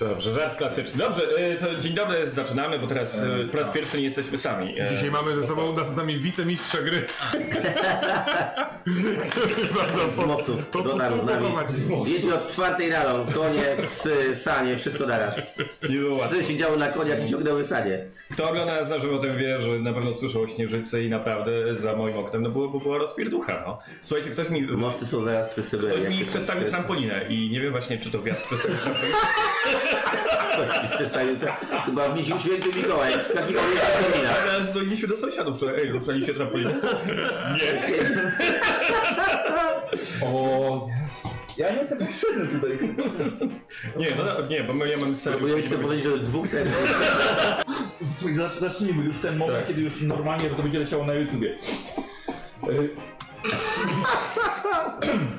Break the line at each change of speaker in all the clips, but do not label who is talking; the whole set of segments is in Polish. Dobrze, żart klasyczny. Dobrze, y, to dzień dobry, zaczynamy, bo teraz y, po raz pierwszy nie jesteśmy sami. Y,
Dzisiaj mamy ze sobą nas z nami wicemistrza gry. Bardzo
Z mostów dotarł z nami. Jedzie od czwartej rano, konie, psy, sanie, wszystko naraz.
Nie było łatwo.
Psy siedziały na koniach i ciągnęły sanie.
Kto ogląda nas na żywo, ten wie, że na pewno słyszał o śnieżycy i naprawdę za moim oknem no było, była rozpierducha. No. Słuchajcie, ktoś mi,
Mosty są zaraz przy Syberii.
ktoś
jak
mi
się tam
przestawił
skręca.
trampolinę i nie wiem właśnie, czy to wiatr przestawił trampolinę.
Ktoś przestawił tra- Chyba w misiu święty Mikołaj, wskakiwał jej trampolina.
Ale dzwoniliśmy do sąsiadów, że ej, ruszaliście trampoliną.
O, Ja nie jestem szczerny tutaj.
Nie, no nie, bo my nie mamy serii.
Próbujemy ci to powiedzieć, że dwóch sesji.
Słuchaj, zacz- Zacznijmy już ten moment,
Tak.
kiedy już normalnie to będzie leciało na YouTubie. Y,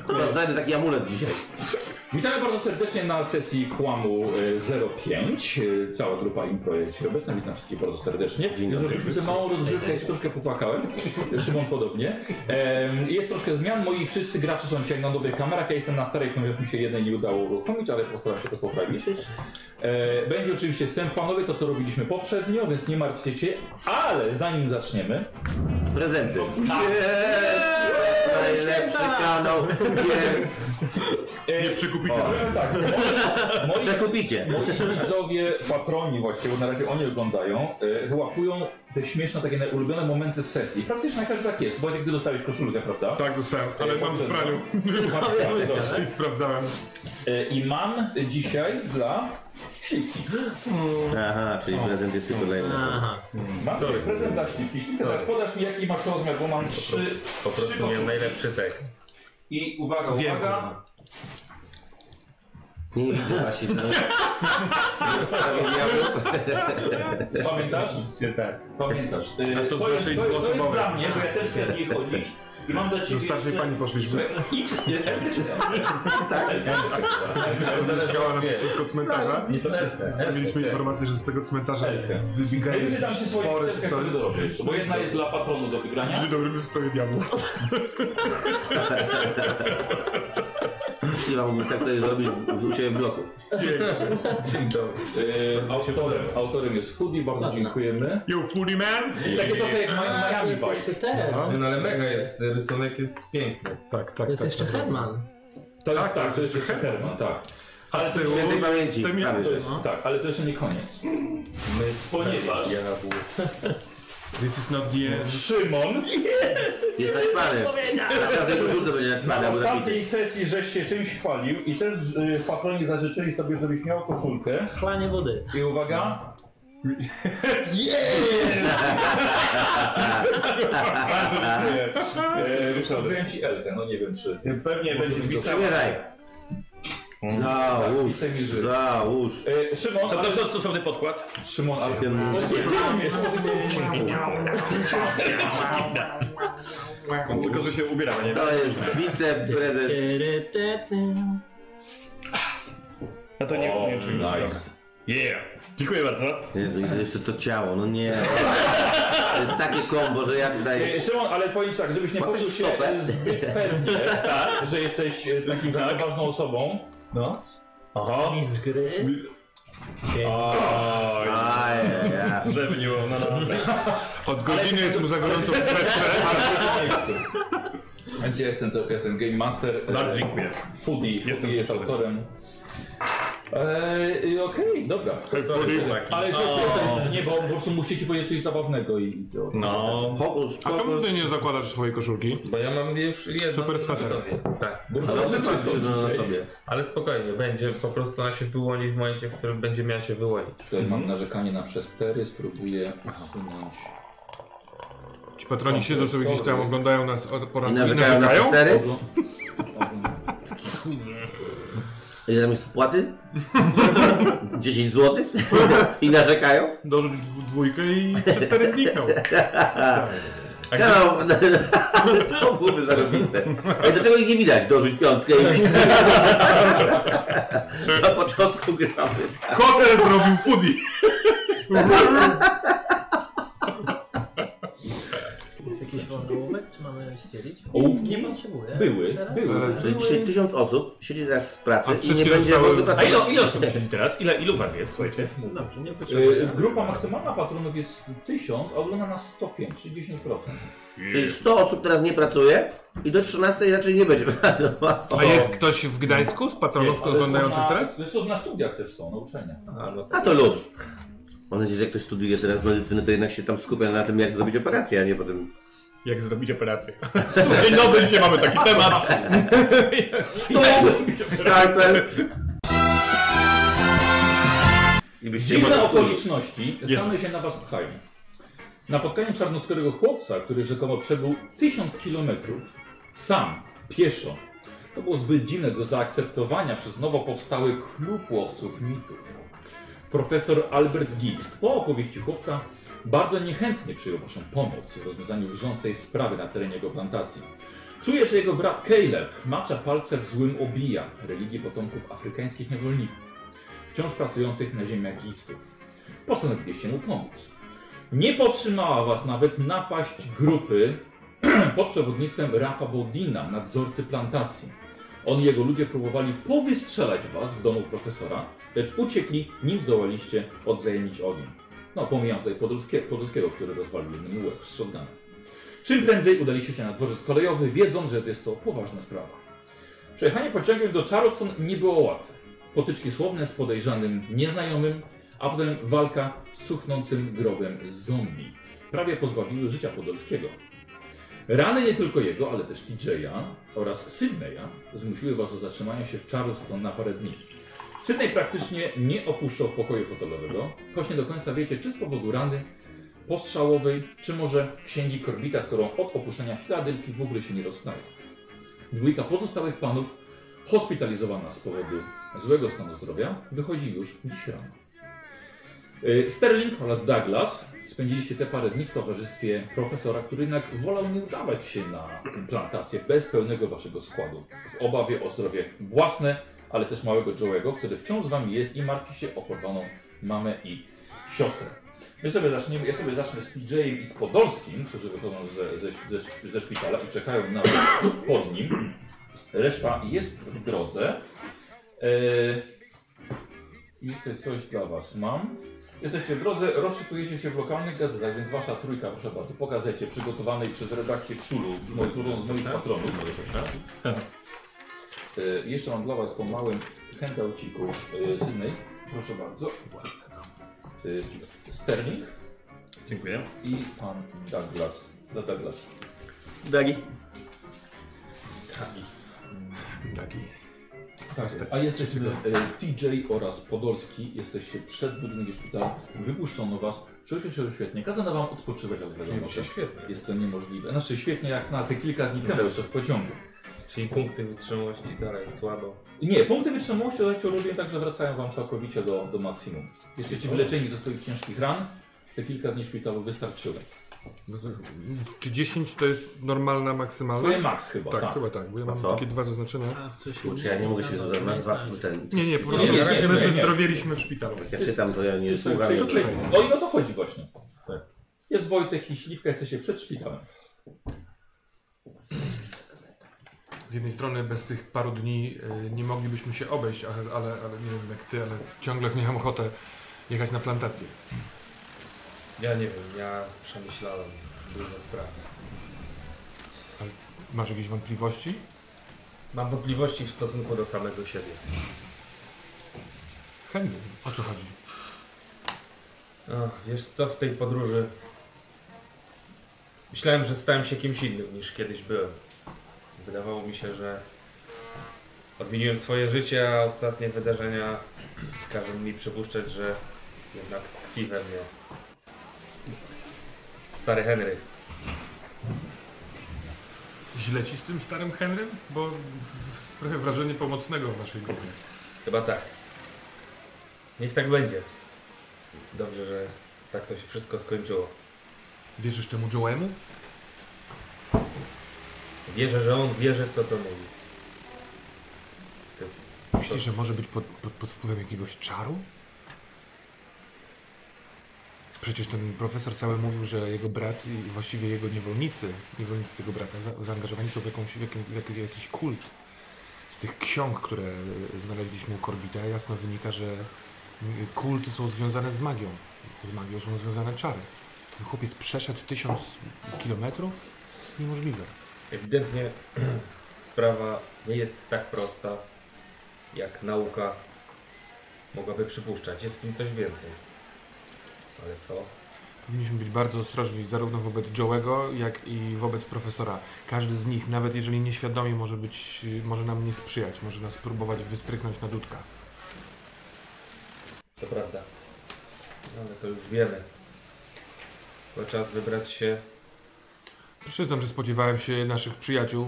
Chyba znajdę taki amulet dzisiaj.
Witamy bardzo serdecznie na sesji Kłamu y, 05. Y, Cała grupa Impro jest dzisiaj obecna. Witam wszystkich bardzo serdecznie. Zrobiliśmy sobie małą rozgrzewkę, ja się troszkę popłakałem. Szymon podobnie. Em, Jest troszkę zmian. Moi wszyscy gracze są dzisiaj na nowych kamerach. Ja jestem na starej, ponieważ mi się jednej nie udało uruchomić, ale postaram się to poprawić. E, Będzie oczywiście wstęp planowy, to co robiliśmy poprzednio, więc nie martwcie się. Ale zanim zaczniemy,
Prezenty. Najlepszy kanał. gier.
Nie przekupicie.
Tak. moi
Przekupicie.
Moi widzowie, patroni właściwie, bo na razie oni oglądają, e, wyłapują te śmieszne, takie na- ulubione momenty z sesji. Praktycznie każdy tak jest. Wojtek, ty dostałeś koszulkę, prawda?
Tak, dostałem, ale mam w praniu.
Masz- dobrze.
I sprawdzałem.
E, I mam dzisiaj dla Śliwki.
Aha, czyli prezent jest tylko dla jednej osoby.
Mam Sorry. prezent dla Śliwki. Śliwka, teraz podasz mi jaki masz rozmiar, bo mam trzy...
Po prostu miałem najlepszy tekst.
I uwaga, uwaga.
Nie widzę właśnie tam.
Pamiętasz?
Czy tak?
Pamiętasz. E,
A to z
jest-
naszej
to, to jest
dwuosobowej.
dla mnie, bo ja też chcę w niej chodzić. I mam dla ciebie
Do starszej
jeszcze-
pani poszliśmy.
Nie, Elkę czy
Mieszkała na przeciwko cmentarza.
Nie to Elkę.
Mieliśmy informację, że z tego cmentarza
Elkę. Ja
wybiegają
już dam ci swoje
spory
ksewkę,
co?
które dorobię jeszcze, bo jedna jest dla patronu do
Dzień
wygrania.
dobry, my w sprawie diabłów.
Jeśli mam tak to zrobić z u siebie w bloku.
Dzień dobry.
Yy, autorem, autorem jest Foodie, bardzo dziękujemy.
You foodie man!
Tak. Takie trochę jak Mi- Miami Vice.
ten.
No.
No ale mega jest, rysunek jest piękny.
Tak, tak,
To jest
tak,
jeszcze
tak.
Herman.
To,
Tak,
tak, tak,
tak,
to jest jeszcze Herman, tak. Ale to,
tyłu-
Świętej pamięci.
Te mi-
prawie
to
że.
jest, tak, ale to jeszcze nie koniec. Ponieważ
This is not the end.
Szymon
Jest naćpany. Na każdej koszulce będzie naćpany,
na
albo zabity.
ostatniej sesji żeś się czymś chwalił i też yy, patroni zażyczyli sobie, żebyś miał koszulkę.
Chlanie wody.
I uwaga, No. E,
Eee, Ryszard,
zrobiłem ci Elkę, no nie wiem czy...
Pewnie będzie wpisał.
Przymierzaj. Załóż.
Widzę mi, że-
Załóż.
Yy, Szymon,
To
ale...
proszę o stosowny podkład.
Szymon, ale...
Ten-
No nie, nie, wiesz, to jest-
Tylko, że się ubieramy, nie?
To jest wiceprezes.
No to
O,
nie wiem,
nice.
Yeah. Dziękuję bardzo.
Jezu, i jeszcze to ciało, no nie. To jest takie kombo, że ja tutaj...
E, Szymon, ale powiem ci tak, żebyś nie
Masz
poczuł się
stopę?
e, zbyt pewnie, tak, że jesteś e, takim
Tak.
ważną osobą.
No. Aha.
Mistrz gry.
Oj,
Ajajaj.
żeby nie było, no dobra.
Od godziny jest mu za gorąco w swetrze.
Więc ja jestem trochę, jestem Game Master, e,
Bardzo dziękuję.
Foodie,
Jestem
foodie jest
gotowy.
autorem. Eee, Okej, dobra. Ale słuchaj, nie, bo po prostu musicie powiedzieć coś zabawnego i... i to-
No.
Hokus
A czemu
pokus.
ty nie zakładasz swojej koszulki?
Bo ja mam już jedno
Super
na
sweter.
sobie. Tak.
Bo
Ale
dobrze
on ma
czysto
trudno no, na
dzisiaj.
sobie.
Ale spokojnie, będzie po prostu ona się wyłoni w momencie, w którym będzie miała się wyłonić.
Tutaj mam narzekanie na przestery, spróbuję usunąć.
Ci patroni siedzą sobie gdzieś tam, oglądają nas od
I
poranku.
narzekają na przestery?
Ogl-
Ile tam jest wpłaty? 10 zł? I narzekają?
Dorzuć dwu- dwójkę i przestery znikną.
Kanał, to byłoby zarobiste. Ej, dlaczego ich nie widać? Dorzuć piątkę i... Na początku gramy.
Kocel zrobił foodie.
Jest jakiś mamy ołówek, czy mamy dzielić?
Ołówki?
Nie potrzebuję.
Były,
Teraz?
były.
Zaraz.
Czyli dzisiaj tysiąc osób siedzi teraz w pracy
A
i nie
wszystkie
będzie tak-
zostały-
A ile,
wypracować.
ile osób siedzi teraz? Ile, ilu was jest, słuchajcie?
Dobrze, nie
Y,
potrzebuję.
Grupa maksymalna patronów jest 1000, a ogląda na 105, czyli 10%.
Czyli 100 osób teraz nie pracuje i do 13 raczej nie będzie pracować.
A jest ktoś w Gdańsku z patronów
Ale są
oglądających
na-
teraz?
Są na studiach też są, na uczelniach.
A, no to...
A to luz. Mam nadzieję, że jak ktoś studiuje teraz medycynę, to jednak się tam skupia na tym, jak zrobić operację, a nie potem...
Jak zrobić operację?
Dzień dobry, dzisiaj mamy taki temat.
Stół! Skalpel!
Dziwne okoliczności same się na was pchają. Napotkanie czarnoskórego chłopca, który rzekomo przebył 1000 kilometrów sam, pieszo. To było zbyt dziwne do zaakceptowania przez nowo powstały klub łowców mitów. Profesor Albert Gist po opowieści chłopca bardzo niechętnie przyjął waszą pomoc w rozwiązaniu wrzącej sprawy na terenie jego plantacji. Czuje, że jego brat Caleb macza palce w złym obija religii potomków afrykańskich niewolników, wciąż pracujących na ziemiach gistów. Postanowiliście mu pomóc. Nie powstrzymała was nawet napaść grupy pod przewodnictwem Rafa Bodina, nadzorcy plantacji. On i jego ludzie próbowali powystrzelać was w domu profesora, lecz uciekli, nim zdołaliście odzajemnić ogień. No, pomijam tutaj Podolskie, Podolskiego, który rozwalił jednym łeb z shotguna. Czym prędzej udaliście się na dworzec kolejowy, wiedząc, że jest to poważna sprawa. Przejechanie pociągiem do Charleston nie było łatwe. Potyczki słowne z podejrzanym nieznajomym, a potem walka z suchnącym grobem zombie. Prawie pozbawiły życia Podolskiego. Rany nie tylko jego, ale też TJ'a oraz Sydneya zmusiły was do zatrzymania się w Charleston na parę dni. Sydney praktycznie nie opuszczał pokoju hotelowego, choć nie do końca wiecie, czy z powodu rany postrzałowej, czy może księgi Korbita, z którą od opuszczenia Filadelfii w ogóle się nie rozstaje. Dwójka pozostałych panów, hospitalizowana z powodu złego stanu zdrowia, wychodzi już dziś rano. Y, Sterling oraz Douglas spędziliście te parę dni w towarzystwie profesora, który jednak wolał nie udawać się na plantację bez pełnego waszego składu, w obawie o zdrowie własne, ale też małego Joe'ego, który wciąż z wami jest i martwi się o porwaną mamę i siostrę. My sobie zaczniemy, ja sobie zacznę z TJ'em i z Podolskim, którzy wychodzą ze, ze, ze, ze szpitala i czekają na was pod nim. Reszta jest w drodze. Eee, jeszcze coś dla was mam. Jesteście w drodze, rozczytujecie się w lokalnych gazetach, więc wasza trójka, proszę bardzo, po gazecie przygotowanej przez redakcję Czulu, moi- którą z moich patronów. Eee, jeszcze mam dla was po małym handouciku eee, Sydney. Proszę bardzo. Eee, Sterling
Dziękuję.
i pan Douglas. Dla Douglas.
Dagi.
Tak jest. A jesteśmy e, TJ oraz Podolski. Jesteście przed budynkiem szpitala. Wypuszczono was. Przeszło się świetnie. Kazano wam odpoczywać, ale wiadomo, że
świetnie.
jest to niemożliwe. Znaczy świetnie jak na te kilka dni temu jeszcze w pociągu.
Czyli punkty wytrzymałości dalej słabo.
Nie, punkty wytrzymałości zresztą robię tak, że wracają wam całkowicie do, do maksimum. Jesteście wyleczeni ze swoich ciężkich ran. Te kilka dni w szpitalu wystarczyły.
Czy 10 to jest normalna maksymalna?
Twoje max chyba,
Tak,
tak.
chyba tak, bo ja mam
co?
takie dwa zaznaczenia.
A, coś
Kurczę, ja nie mogę się zaznaczyć waszym ten...
Nie, nie, po prostu
Nie, nie, nie,
my
nie, nie.
wyzdrowieliśmy w szpitalu.
Ja czytam, to ja nie słucham.
Czyli-
nie-
czyli- O No i o to chodzi właśnie. Jest Wojtek i Śliwka, jesteście przed szpitalem.
Z jednej strony bez tych paru dni y, nie moglibyśmy się obejść, ale, ale, ale nie wiem jak ty, ale ciągle miałem ochotę jechać na plantację.
Ja nie wiem, ja przemyślałem dużo spraw.
Masz jakieś wątpliwości?
Mam wątpliwości w stosunku do samego siebie.
Chętnie. O co chodzi?
Ach, wiesz co, w tej podróży myślałem, że stałem się kimś innym niż kiedyś byłem. Wydawało mi się, że odmieniłem swoje życie, a ostatnie wydarzenia każą mi przypuszczać, że jednak tkwi we mnie stary Henry.
Źle ci z tym starym Henrym? Bo sprawia wrażenie pomocnego w naszej grupie.
Chyba tak. Niech tak będzie. Dobrze, że tak to się wszystko skończyło.
Wierzysz temu Joe'emu?
Wierzę, że on wierzy w to, co mówi. W tym.
Myślisz, że może być pod, pod, pod wpływem jakiegoś czaru? Przecież ten profesor cały mówił, że jego brat i właściwie jego niewolnicy, niewolnicy tego brata, za, zaangażowani są w, jakąś, w, jakim, w jak- jakiś kult. Z tych ksiąg, które e, znaleźliśmy u Korbita, jasno wynika, że mm, kulty są związane z magią. Z magią są związane czary. Ten chłopiec przeszedł tysiąc kilometrów? To jest niemożliwe.
Ewidentnie sprawa nie jest tak prosta, jak nauka mogłaby przypuszczać. Jest w tym coś więcej. Ale co?
Powinniśmy być bardzo ostrożni zarówno wobec Joe'ego, jak i wobec profesora. Każdy z nich, nawet jeżeli nieświadomie, może być, może nam nie sprzyjać, może nas próbować wystrychnąć na dudka.
To prawda. No, Ale to już wiemy. Chyba czas wybrać się.
Przyznam, że spodziewałem się naszych przyjaciół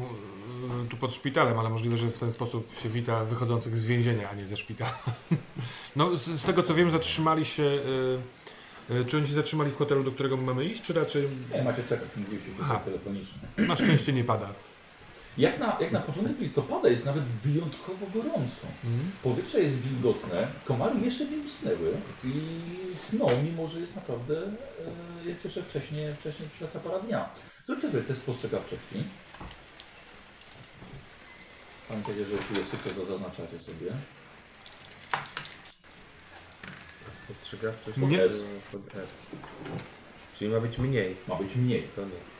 yy, tu pod szpitalem, ale możliwe, że w ten sposób się wita wychodzących z więzienia, a nie ze szpitala. No, z, z tego co wiem, zatrzymali się. Yy, yy, czy oni się zatrzymali w hotelu, do którego mamy iść, czy raczej.
Nie, macie czekać, mówiliście się
Aha.
telefonicznie.
Na szczęście nie pada.
Jak na, jak na początek listopada jest nawet wyjątkowo gorąco.
Mhm.
Powietrze jest wilgotne, komary jeszcze nie usnęły i tną, mimo że jest naprawdę e, jak jeszcze wcześniej, wcześniej przez ta para dnia. Zróbcie sobie test spostrzegawczości. Pamiętajcie, że jeśli jest sukces, to zaznaczacie sobie.
Spostrzegawczość
Nie.
S. Pod S. Czyli ma być mniej.
Ma być mniej.
To nie.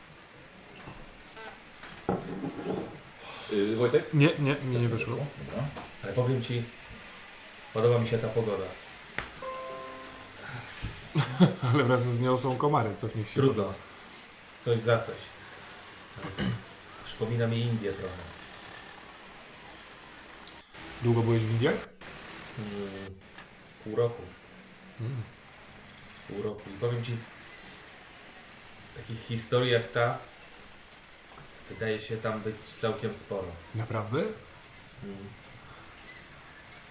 Y, Wojtek?
Nie, nie, nie,
Też
nie wyszło.
Dobra.
Ale powiem ci, podoba mi się ta pogoda.
Ale wraz z nią są komary, co w nich się.
Trudno. Coś za coś. Ale to Przypomina mi Indię trochę.
Długo byłeś w Indiach?
Mm, Pół roku.
Mm.
Pół roku. I powiem ci, takich historii jak ta, wydaje się tam być całkiem sporo.
Naprawdę?
Mm.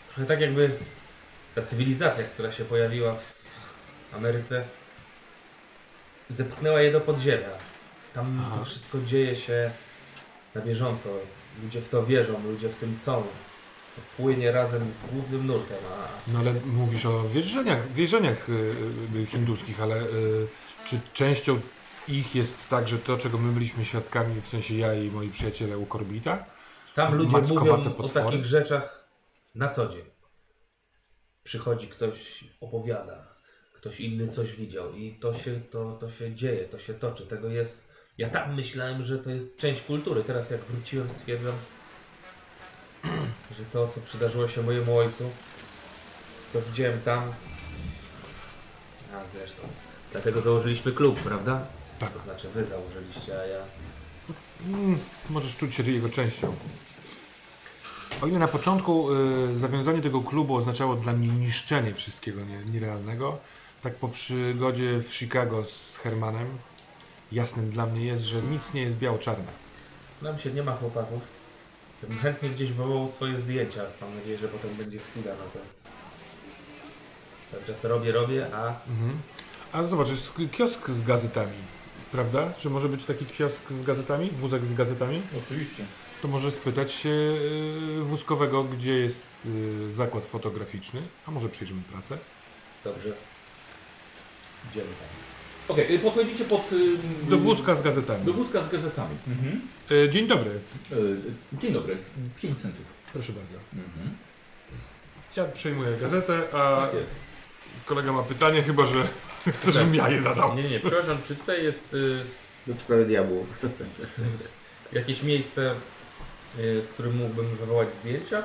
Trochę tak jakby ta cywilizacja, która się pojawiła w Ameryce, zepchnęła je do podziemia. Tam
Aha.
to wszystko dzieje się na bieżąco. Ludzie w to wierzą, ludzie w tym są. To płynie razem z głównym nurtem, a
No ale mówisz o wierzeniach, wierzeniach y, y, hinduskich, ale y, czy częścią ich jest także to, czego my byliśmy świadkami, w sensie ja i moi przyjaciele u Korbita?
Tam ludzie
Mackowate
mówią o
potwory.
takich rzeczach na co dzień. Przychodzi ktoś, opowiada, ktoś inny coś widział i to się, to, to się dzieje, to się toczy. Tego jest. Ja tam myślałem, że to jest część kultury. Teraz jak wróciłem, stwierdzam, że to, co przydarzyło się mojemu ojcu, co widziałem tam. A zresztą. Dlatego założyliśmy klub, prawda?
Tak.
To znaczy wy założyliście, a ja.
Mm, możesz czuć się jego częścią. O ile na początku y, zawiązanie tego klubu oznaczało dla mnie niszczenie wszystkiego nie, nierealnego, tak po przygodzie w Chicago z Hermanem, jasnym dla mnie jest, że nic nie jest biało-czarne.
Znam się, nie ma chłopaków. Ja bym chętnie gdzieś wywołał swoje zdjęcia. Mam nadzieję, że potem będzie chwila na to. Cały czas robię, robię, a
Mhm. A zobacz, jest kiosk z gazetami, prawda? Czy może być taki kiosk z gazetami, wózek z gazetami?
No, Oczywiście.
To może spytać się y, wózkowego, gdzie jest y, zakład fotograficzny, a może przejrzymy prasę.
dobrze. Idziemy tam.
Okej, okay, podchodzicie pod... y,
Do wózka z gazetami.
Do wózka z gazetami. Mhm.
Y, Dzień dobry.
Y, Dzień dobry. 5 centów.
Proszę bardzo.
Mhm.
Ja przejmuję gazetę, a
Tak jest.
kolega ma pytanie, chyba że chce, żebym ja je zadał.
Nie, nie, przepraszam, czy tutaj jest y,
No w sprawie diabłów.
jakieś miejsce, y, w którym mógłbym wywołać zdjęcia?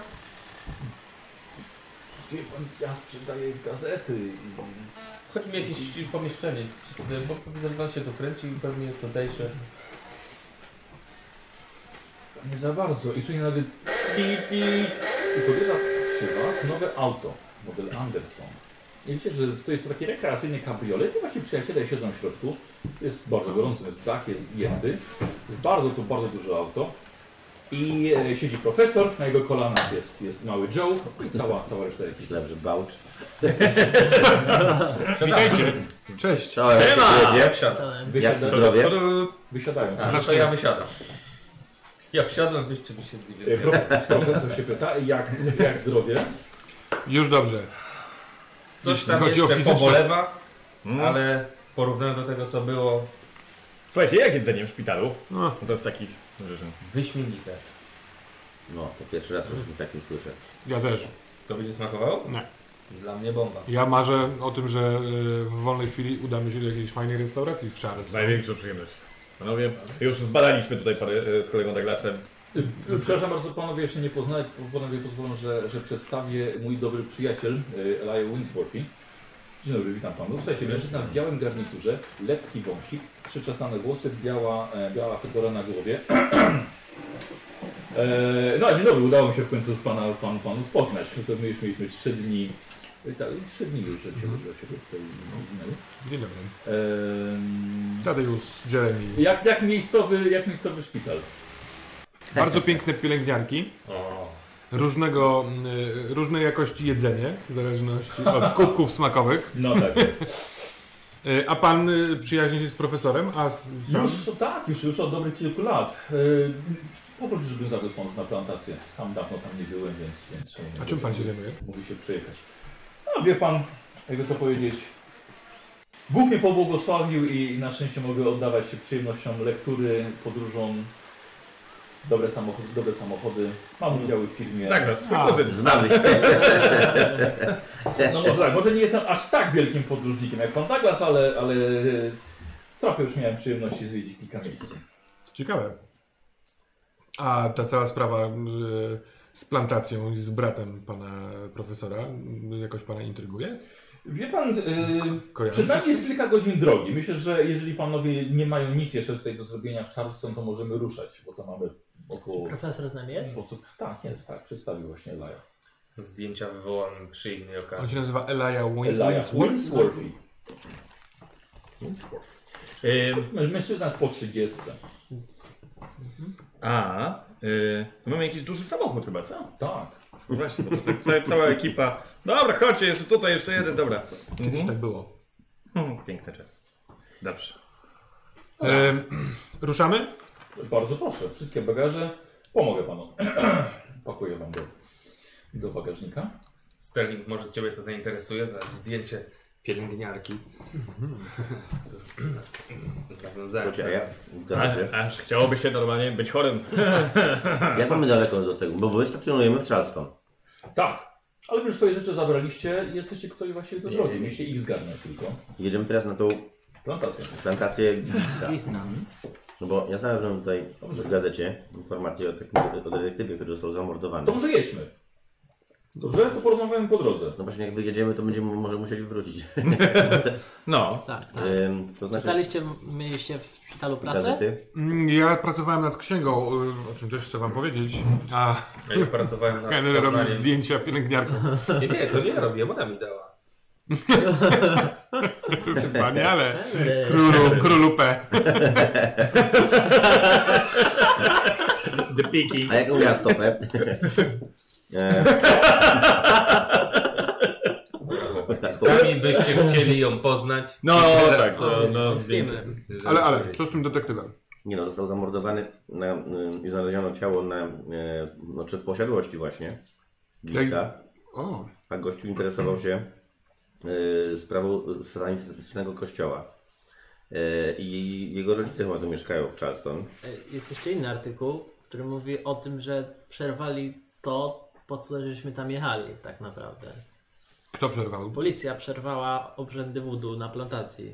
Gdzie pan ja sprzedaje gazety? i-
Chodzi mi o jakieś pomieszczenie, czy- y, bo widzę, że pan się tu kręci i pewnie jest tutejsze.
Nie za bardzo. I słynie nagle pip, pip. I podjeżdża przy was nowe auto, model Anderson. I wiecie, że to jest to taki rekreacyjny kabriolet i właśnie przyjaciele siedzą w środku. Jest bardzo gorąco, jest dach, jest zdjęty. Jest bardzo, to bardzo duże auto. I e, siedzi profesor, na jego kolanach jest, jest mały Joe i cała, cała reszta ekipy.
Myślałem, że bałcz.
Witajcie. Cześć.
Czołem, jak się jedzie.
Czytałem.
Jak
Wysiada-
zdrowie?
Wysiadają.
A, to ja wysiadam. Znaczy- Ja wsiadłem, wyście mi się nie
E, Prof, profesor się pyta, jak, jak zdrowie?
Już dobrze.
Coś
Jeśli
tam
chodzi o
jeszcze
fizyczne-
pobolewa.
Mm.
ale w porównaniu do tego, co było,
Słuchajcie, jak jedzenie w szpitalu?
No,
No to jest takich rzeczy.
wyśmienite.
No, to pierwszy raz już o czymś takim słyszę.
ja też.
To by nie smakowało?
Nie.
Dla mnie bomba.
Ja marzę o tym, że y, w wolnej chwili udamy się do jakiejś fajnej restauracji w Charles.
Największa przyjemność. Panowie, już zbadaliśmy tutaj parę e, z kolegą Douglasem.
Y, y, Przepraszam bardzo, panowie jeszcze nie poznali, bo panowie pozwolą, że, że przedstawię mój dobry przyjaciel, y, Elijah Winsworthy. Dzień dobry, witam panów. Słuchajcie, mężczyzna w białym garniturze, lekki wąsik, przyczesane włosy, biała, e, biała fedora na głowie. E, No, dzień dobry, udało mi się w końcu z pana, pan, panów poznać. To my już mieliśmy trzy dni, y, tak, trzy dni już, że się,
Mhm.
że się tutaj E, znali.
Dzień dobry.
Em,
Tadeusz, Jeremy.
Jak, jak, miejscowy, jak miejscowy szpital.
Bardzo piękne pielęgniarki.
O,
Różnego, y, różnej jakości jedzenie, w zależności od kubków smakowych.
No tak.
Y, A pan y, przyjaźni się z profesorem? A s- sam?
Już tak, już, już od dobrych kilku lat. Yy, Poproszę, żebym zawiózł panów na plantację. Sam dawno tam nie byłem, więc... więc
A czym pan się zajmuje?
Mówi się przyjechać. No wie pan, jakby to powiedzieć... Bóg mnie pobłogosławił i na szczęście mogę oddawać się przyjemnościom lektury, podróżom, dobre samochody. Dobre samochody. Mam
Mhm.
udziały w firmie.
Douglas, twój
A.
kuzyn.
Znamy się.
No może tak, może nie jestem aż tak wielkim podróżnikiem jak pan Douglas, ale, ale e, trochę już miałem przyjemności zwiedzić kilka miejsc.
Ciekawe. A ta cała sprawa y, z plantacją i z bratem pana profesora y, jakoś pana intryguje?
Wie pan, yy,
Kojarzy?
przed nami jest kilka godzin drogi. Myślę, że jeżeli panowie nie mają nic jeszcze tutaj do zrobienia w Charleston, to możemy ruszać, bo to mamy około
Profesor z nami jest?
osób. Tak, jest, tak, przedstawił właśnie Laja.
zdjęcia wywołam przy innej
On
okazji.
się nazywa Elia
Laja
Winsworth.
Wordsworthy.
Ym,
Mężczyzna jest po 30.
A, y, to mamy jakiś duży samochód chyba, co? No
Tak.
Właśnie, bo tutaj cała, cała ekipa. Dobra, chodźcie, jeszcze tutaj, jeszcze jeden, dobra.
Kiedyś
Mhm.
tak było.
Mhm, Piękny czas. Dobrze.
E, ruszamy?
Bardzo proszę, wszystkie bagaże. Pomogę panu. Pakuję wam do, do bagażnika.
Sterling, może Ciebie to zainteresuje za zdjęcie pielęgniarki. Z którym- Z nawiązaniem.
Poczekaj, ja.
Aż,
Zobaczcie.
aż chciałoby się normalnie być chorym.
Jak mamy daleko do tego? Bo my stacjonujemy w Charleston.
Tak. Ale wy już swoje rzeczy zabraliście i jesteście ktoś właściwie do drogi. Mieliście ich zgarnąć tylko.
Jedziemy teraz na tą
Plantację.
plantację Gipska.
znam.
No bo ja znalazłem tutaj w gazecie informację o, takim, o detektywie, który został zamordowany.
To może jedźmy. Dobrze? To porozmawiamy po drodze.
No właśnie jak wyjedziemy, to będziemy może musieli wrócić.
No,
Tak, tak.
Ym, to znaczy
Czytaliście, mieliście w szpitalu pracę?
gazety.
Mm, Ja pracowałem nad księgą, y, o czym też chcę wam powiedzieć. A
Ja już pracowałem nad
Henry robił
poznaniem.
zdjęcia pielęgniarką.
Nie, nie, to nie ja robiłem, ona mi dała.
Wspaniale. Królu, królu P.
the piki.
A jaką miała stopę? E, taką.
Sami byście chcieli ją poznać.
No,
Teraz e,
tak, no,
sobie
no, zdjęcie.
kupimy, żeby
Ale, ale,
wiedzieć.
co z tym detektywem?
Nie no, został zamordowany na, y, i znaleziono ciało na, y, no, czy w posiadłości właśnie Gipska.
O,
A gościu interesował się y, sprawą satanistycznego kościoła. Y, I jego rodzice chyba tu mieszkają w Charleston.
Y, Jest jeszcze inny artykuł, który mówi o tym, że przerwali to, po co żeśmy tam jechali tak naprawdę.
kto przerwał?
Policja przerwała obrzędy wudu na plantacji.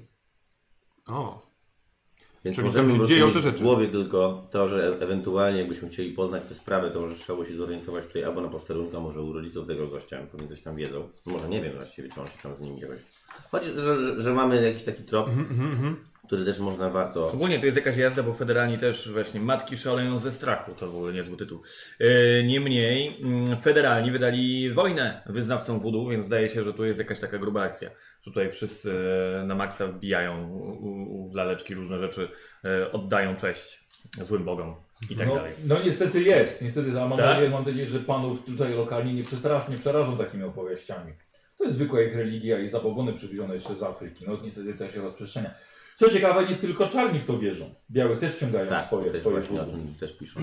O,
Więc
Czyli
możemy
tam się
po prostu
dzieją
mieć
te
w
rzeczy.
głowie tylko to, że e- ewentualnie jakbyśmy chcieli poznać tę sprawę, to może trzeba było się zorientować tutaj albo na posterunka, może u rodziców tego gościa, pewnie coś tam wiedzą. Może nie wiem właściwie, czy on się tam z nimi jakoś... Chodzi, że, że, że mamy jakiś taki trop, który też można warto...
Ogólnie to jest jakaś jazda, bo federalni też właśnie matki szaleją ze strachu, to był niezły tytuł. E, Niemniej mm, federalni wydali wojnę wyznawcom wudu, więc zdaje się, że tu jest jakaś taka gruba akcja, że tutaj wszyscy e, na maksa wbijają u- u- w laleczki różne rzeczy, e, oddają cześć złym bogom i tak
no,
dalej.
no niestety jest, niestety, a mam,
Tak?
nadzieję, mam nadzieję, że panów tutaj lokalni nie, przestarasz, nie przerażą takimi opowieściami. To jest zwykła ich religia i zabobony przywiezione jeszcze z Afryki. No niestety to się rozprzestrzenia. Co ciekawe, nie tylko czarni w to wierzą. Białych też ciągają
Tak,
swoje,
też
swoje
właśnie o
wódów.
tym też piszą.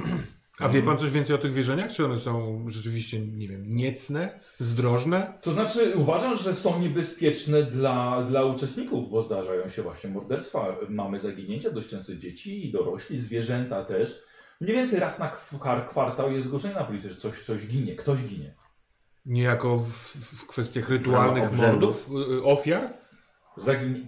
A wie pan coś więcej o tych wierzeniach? Czy one są rzeczywiście, nie wiem, niecne, zdrożne?
To znaczy, uważam, że są niebezpieczne dla, dla uczestników, bo zdarzają się właśnie morderstwa. Mamy zaginięcia dość często dzieci i dorośli, zwierzęta też. Mniej więcej raz na kwar- kwartał jest zgłoszenie na policję, że coś, coś ginie, ktoś ginie.
Niejako w, w kwestiach rytualnych
obrzędów?
mordów, y, y, ofiar?
Zagin...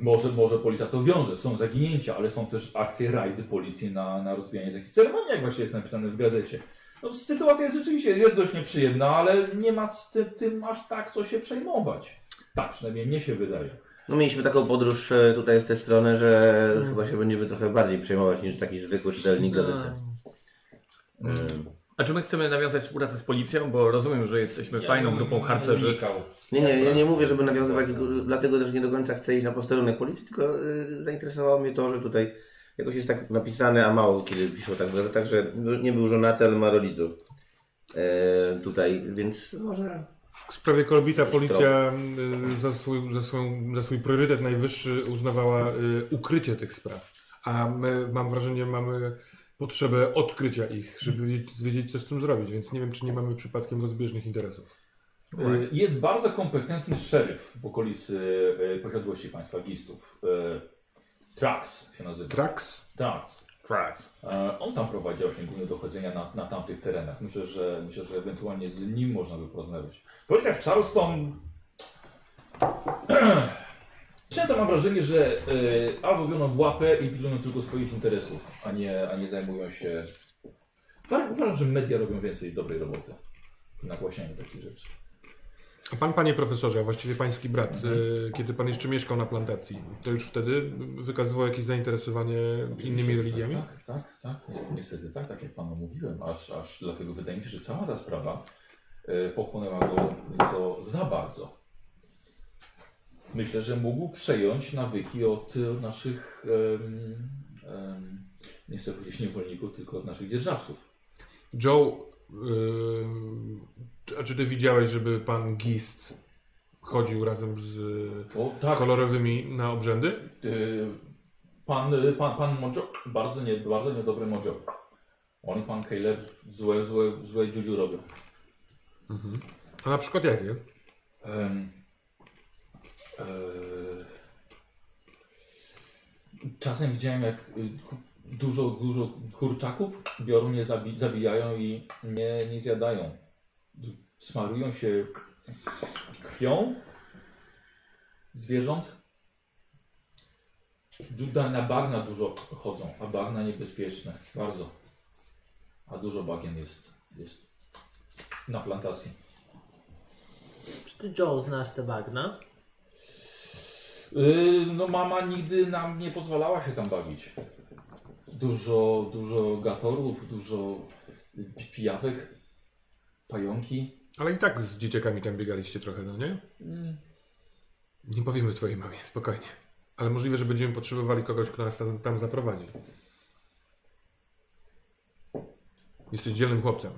Może, może policja to wiąże, są zaginięcia, ale są też akcje rajdy policji na, na rozbijanie takich ceremonii, jak właśnie jest napisane w gazecie. No, sytuacja jest rzeczywiście jest dość nieprzyjemna, ale nie ma z tym, tym aż tak co się przejmować. Tak przynajmniej mnie się wydaje.
No mieliśmy taką podróż e, tutaj z tej strony, że chyba się będziemy trochę bardziej przejmować niż taki zwykły czytelnik
Tak.
gazety. Mm.
A czy my chcemy nawiązać współpracę z policją? Bo rozumiem, że jesteśmy fajną grupą harcerzy.
Unikał.
Nie, nie, ja nie mówię, żeby nawiązywać, dlatego też nie do końca chcę iść na posterunek policji, tylko y, zainteresowało mnie to, że tutaj jakoś jest tak napisane, a mało kiedy piszą tak w gazetach, że nie był żonaty, ale ma rodziców. E, tutaj, więc może
W sprawie Korbita policja y, za swój, za, swój, za swój priorytet najwyższy uznawała y, ukrycie tych spraw. A my, mam wrażenie, mamy potrzebę odkrycia ich, żeby wiedzieć, wiedzieć co z tym zrobić, więc nie wiem, czy nie mamy przypadkiem rozbieżnych interesów.
Y, Jest bardzo kompetentny szeryf w okolicy y, posiadłości państwa Gistów. Y, Trax się nazywa.
Trax?
Trax.
Tracks.
E, On tam prowadzi właśnie główne dochodzenia na, na tamtych terenach. Myślę że, myślę, że ewentualnie z nim można by porozmawiać. Policja w Charleston... Często mam wrażenie, że y, albo biorą w łapę i pilnują tylko swoich interesów, a nie, a nie zajmują się... Ale Uważam, że media robią więcej dobrej roboty. Nagłaśniają takich rzeczy.
A pan, panie profesorze, a właściwie pański brat, y, kiedy pan jeszcze mieszkał na plantacji, to już wtedy wykazywał jakieś zainteresowanie innymi religiami?
Tak, tak, tak. Niestety, niestety tak, tak jak panu mówiłem, aż, aż dlatego wydaje mi się, że cała ta sprawa e, pochłonęła go nieco za bardzo. Myślę, że mógł przejąć nawyki od, e, od naszych, em, em, nie chcę powiedzieć niewolników, tylko od naszych dzierżawców.
Joe, yy, a czy ty widziałeś, żeby pan Gist chodził razem z
O, tak,
kolorowymi na obrzędy?
e, pan, e, pan, pan Mojo, bardzo, nie, bardzo niedobry Mojo. On i pan Caleb złe, złe, złe dziudziu robią.
A na przykład jakie?
Em, e, czasem widziałem, jak y, ku- dużo, dużo kurczaków biorą, je zabi zabijają i nie, nie zjadają. Smarują się krwią zwierząt. Du- da- Na bagna dużo chodzą, a bagna niebezpieczne, bardzo. A dużo bagien jest, jest na plantacji.
Czy ty Joe znasz te bagna?
Yy, No mama nigdy nam nie pozwalała się tam bawić. Dużo, dużo gatorów, dużo pi- pijawek, pająki.
Ale i tak z dzieciakami tam biegaliście trochę, no nie?
Mm,
Nie powiemy twojej mamie, spokojnie. Ale możliwe, że będziemy potrzebowali kogoś, kto nas tam, tam zaprowadzi. Jesteś dzielnym chłopcem.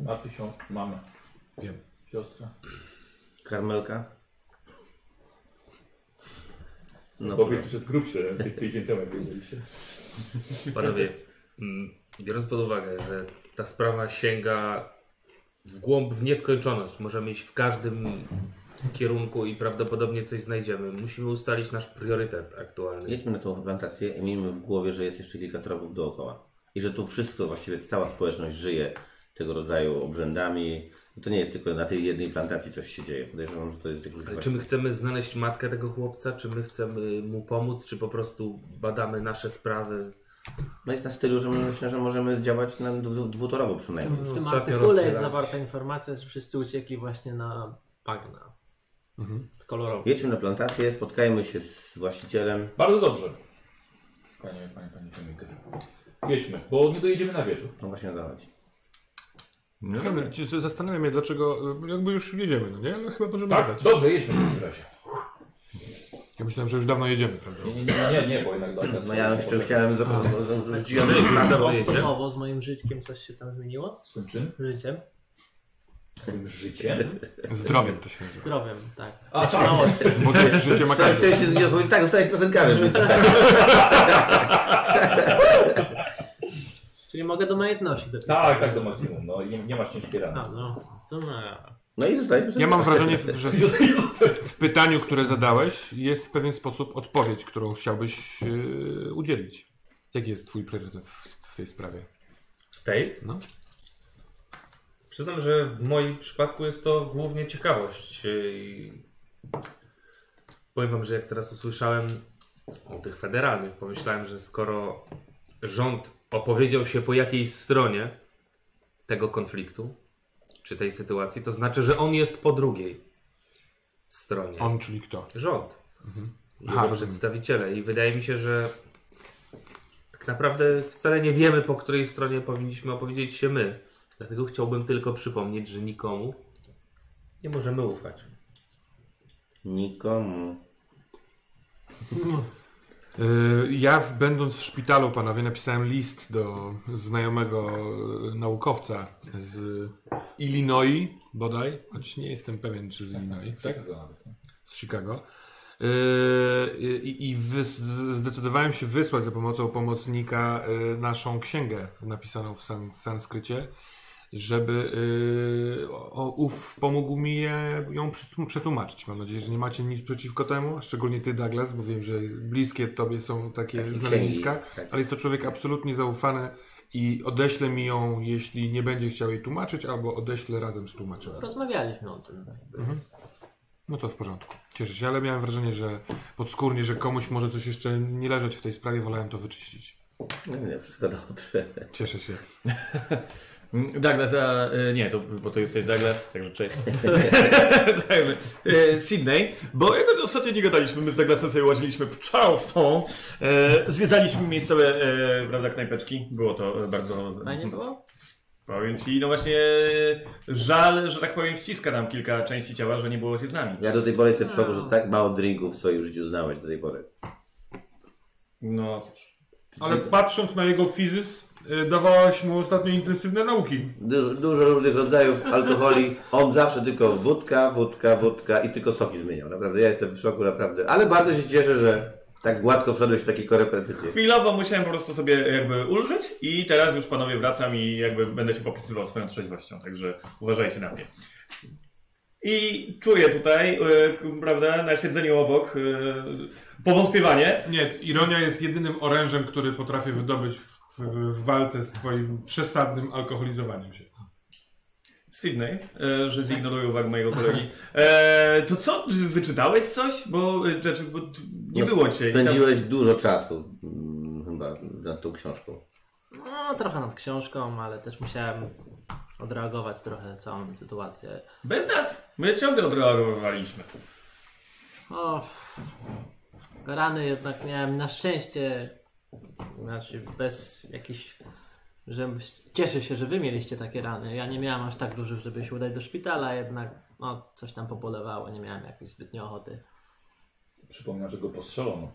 Martwi się o mamę,
Wiem.
siostrę.
karmelka. No,
Kobiety przed grubsze ty- tydzień temu jak wiedzieliście.
Panowie, mm, biorąc pod uwagę, że ta sprawa sięga w głąb, w nieskończoność, możemy iść w każdym kierunku i prawdopodobnie coś znajdziemy. Musimy ustalić nasz priorytet aktualny.
Jedźmy na tą plantację i miejmy w głowie, że jest jeszcze kilka tropów dookoła. I że tu wszystko, właściwie cała społeczność żyje tego rodzaju obrzędami. I to nie jest tylko na tej jednej plantacji coś się dzieje. Podejrzewam, że to jest jakiś
Ale
właśnie...
czy my chcemy znaleźć matkę tego chłopca, czy my chcemy mu pomóc, czy po prostu badamy nasze sprawy?
No jest na stylu, że my myślę, że możemy działać na dwu- dwutorowo przynajmniej.
W tym
ostatnio
artykule jest
rozdzielam.
zawarta informacja, że wszyscy uciekli właśnie na bagna. Kolorowe.
Jedźmy na plantację, spotkajmy się z właścicielem.
Bardzo dobrze. Panie, panie, panie Chemiker. Jedźmy, bo nie dojedziemy na wieczór.
No właśnie dawać.
No,
Henry, ci- Zastanawiam się, dlaczego. y, Jakby już jedziemy, no nie? Ale chyba możemy
Tak?
gadać.
Dobrze, jedźmy w takim razie.
Ja myślałem, że już dawno jedziemy, prawda?
Nie, nie, nie, nie, nie bo jednak dla nas-
No ja jeszcze
może-
chciałem zapytać, rzuciłem
Dojedzie?
Nowo z moim żyćkiem coś się tam zmieniło?
Skończymy
Życiem?
swoim życiem.
Zdrowiem to się nazywa.
Zdrowiem, tak.
A, tak.
Mało.
Może z życiem
Chciałem
akazu.
się zniosło. Tak, zostałeś piosenkarzem.
mogę do majątności dopisać.
Tak, tak, do maksimum. No, nie, nie masz ciężkiej rany.
A, no. To na...
No i zostaliśmy sobie
Ja mam wrażenie, że w, w pytaniu, które zadałeś, jest w pewien sposób odpowiedź, którą chciałbyś yy, udzielić. Jaki jest Twój priorytet w, w tej sprawie?
W tej?
No.
Przyznam, że w moim przypadku jest to głównie ciekawość. yy, I powiem wam, że jak teraz usłyszałem o tych federalnych, pomyślałem, że skoro rząd opowiedział się po jakiejś stronie tego konfliktu, czy tej sytuacji, to znaczy, że on jest po drugiej stronie.
On, czyli kto?
Rząd. Jego
Mhm. Aha, rozumiem.
przedstawiciele. I wydaje mi się, że tak naprawdę wcale nie wiemy, po której stronie powinniśmy opowiedzieć się my. Dlatego chciałbym tylko przypomnieć, że nikomu nie możemy ufać.
Nikomu.
Yy, Ja, w- będąc w szpitalu, panowie, napisałem list do znajomego yy, naukowca z Illinois, bodaj, choć nie jestem pewien, czy z Illinois, tak?
Tego nawet.
z Chicago. Yy, I i wys- zdecydowałem się wysłać za pomocą pomocnika yy, naszą księgę napisaną w san, sanskrycie, żeby yy, o- ów pomógł mi je, ją przetłum- przetłumaczyć. Mam nadzieję, że nie macie nic przeciwko temu, a szczególnie ty, Douglas, bo wiem, że bliskie tobie są takie
Takie
znaleziska,
księgi, tak.
ale jest to człowiek absolutnie zaufany i odeślę mi ją, jeśli nie będzie chciał jej tłumaczyć, albo odeślę razem z tłumaczem.
Rozmawialiśmy o tym.
Mhm.
No to w porządku. Cieszę się, ale miałem wrażenie, że podskórnie, że komuś może coś jeszcze nie leżeć w tej sprawie, wolałem to wyczyścić.
No nie, wszystko dobrze.
Cieszę się.
Mm, Douglas, a, y, nie, to, bo to jesteś Douglas, także cześć. Także, y, Sydney, bo jak ostatnio nie gadaliśmy, my z Douglasem sobie łaziliśmy po Charleston, y, zwiedzaliśmy miejscowe y, prawda, knajpeczki, było to y, bardzo...
Fajnie było?
Powiem ci, no właśnie żal, że tak powiem, ściska tam kilka części ciała, że nie było się z nami.
Ja do tej pory jestem w szoku, że tak mało drinków w swoim życiu znałeś do tej pory.
No cóż.
Ale patrząc na jego fizys, y, dawałaś mu ostatnio intensywne nauki.
Dużo, dużo różnych rodzajów alkoholi. On zawsze tylko wódka, wódka, wódka i tylko soki zmieniał. Naprawdę, ja jestem w szoku, naprawdę. Ale bardzo się cieszę, że tak gładko wszedłeś w takie korepetycje.
Chwilowo musiałem po prostu sobie jakby ulżyć i teraz już panowie wracam i jakby będę się popisywał swoją trzeźwością, także uważajcie na mnie. I czuję tutaj, e, k- prawda, na siedzeniu obok e, powątpiewanie.
Nie, t- ironia jest jedynym orężem, który potrafię wydobyć w, w, w walce z twoim przesadnym alkoholizowaniem się.
Sydney, e, że zignoruję uwagę mojego kolegi. E, to co, wyczytałeś coś? Bo, e, znaczy, bo t- nie
No,
było cię. i tam-
Spędziłeś dużo czasu mm, chyba nad tą książką.
No, trochę nad książką, ale też musiałem odreagować trochę na całą sytuację.
Bez nas, my ciągle odreagowaliśmy.
O, pff. rany jednak miałem na szczęście, znaczy bez jakichś, że cieszę się, że wy mieliście takie rany. Ja nie miałem aż tak dużych, żeby się udać do szpitala, jednak no, coś tam pobolewało, nie miałem jakiejś zbytnio ochoty.
Przypominam, że go postrzelono.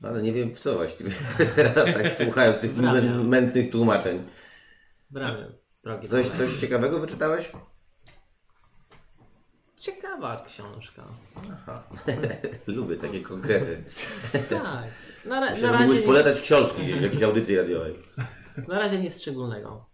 No, Ale nie wiem w co właściwie teraz, tak słuchając tych mę- mętnych tłumaczeń.
W ramię, drogi
Coś,
kolega.
coś ciekawego wyczytałeś?
Ciekawa książka.
Lubię takie konkrety.
Tak, na, ra- na,
Myślę, że mógłbyś
razie nic,
polecać książki gdzieś w jakiejś audycji radiowej.
na razie nic szczególnego.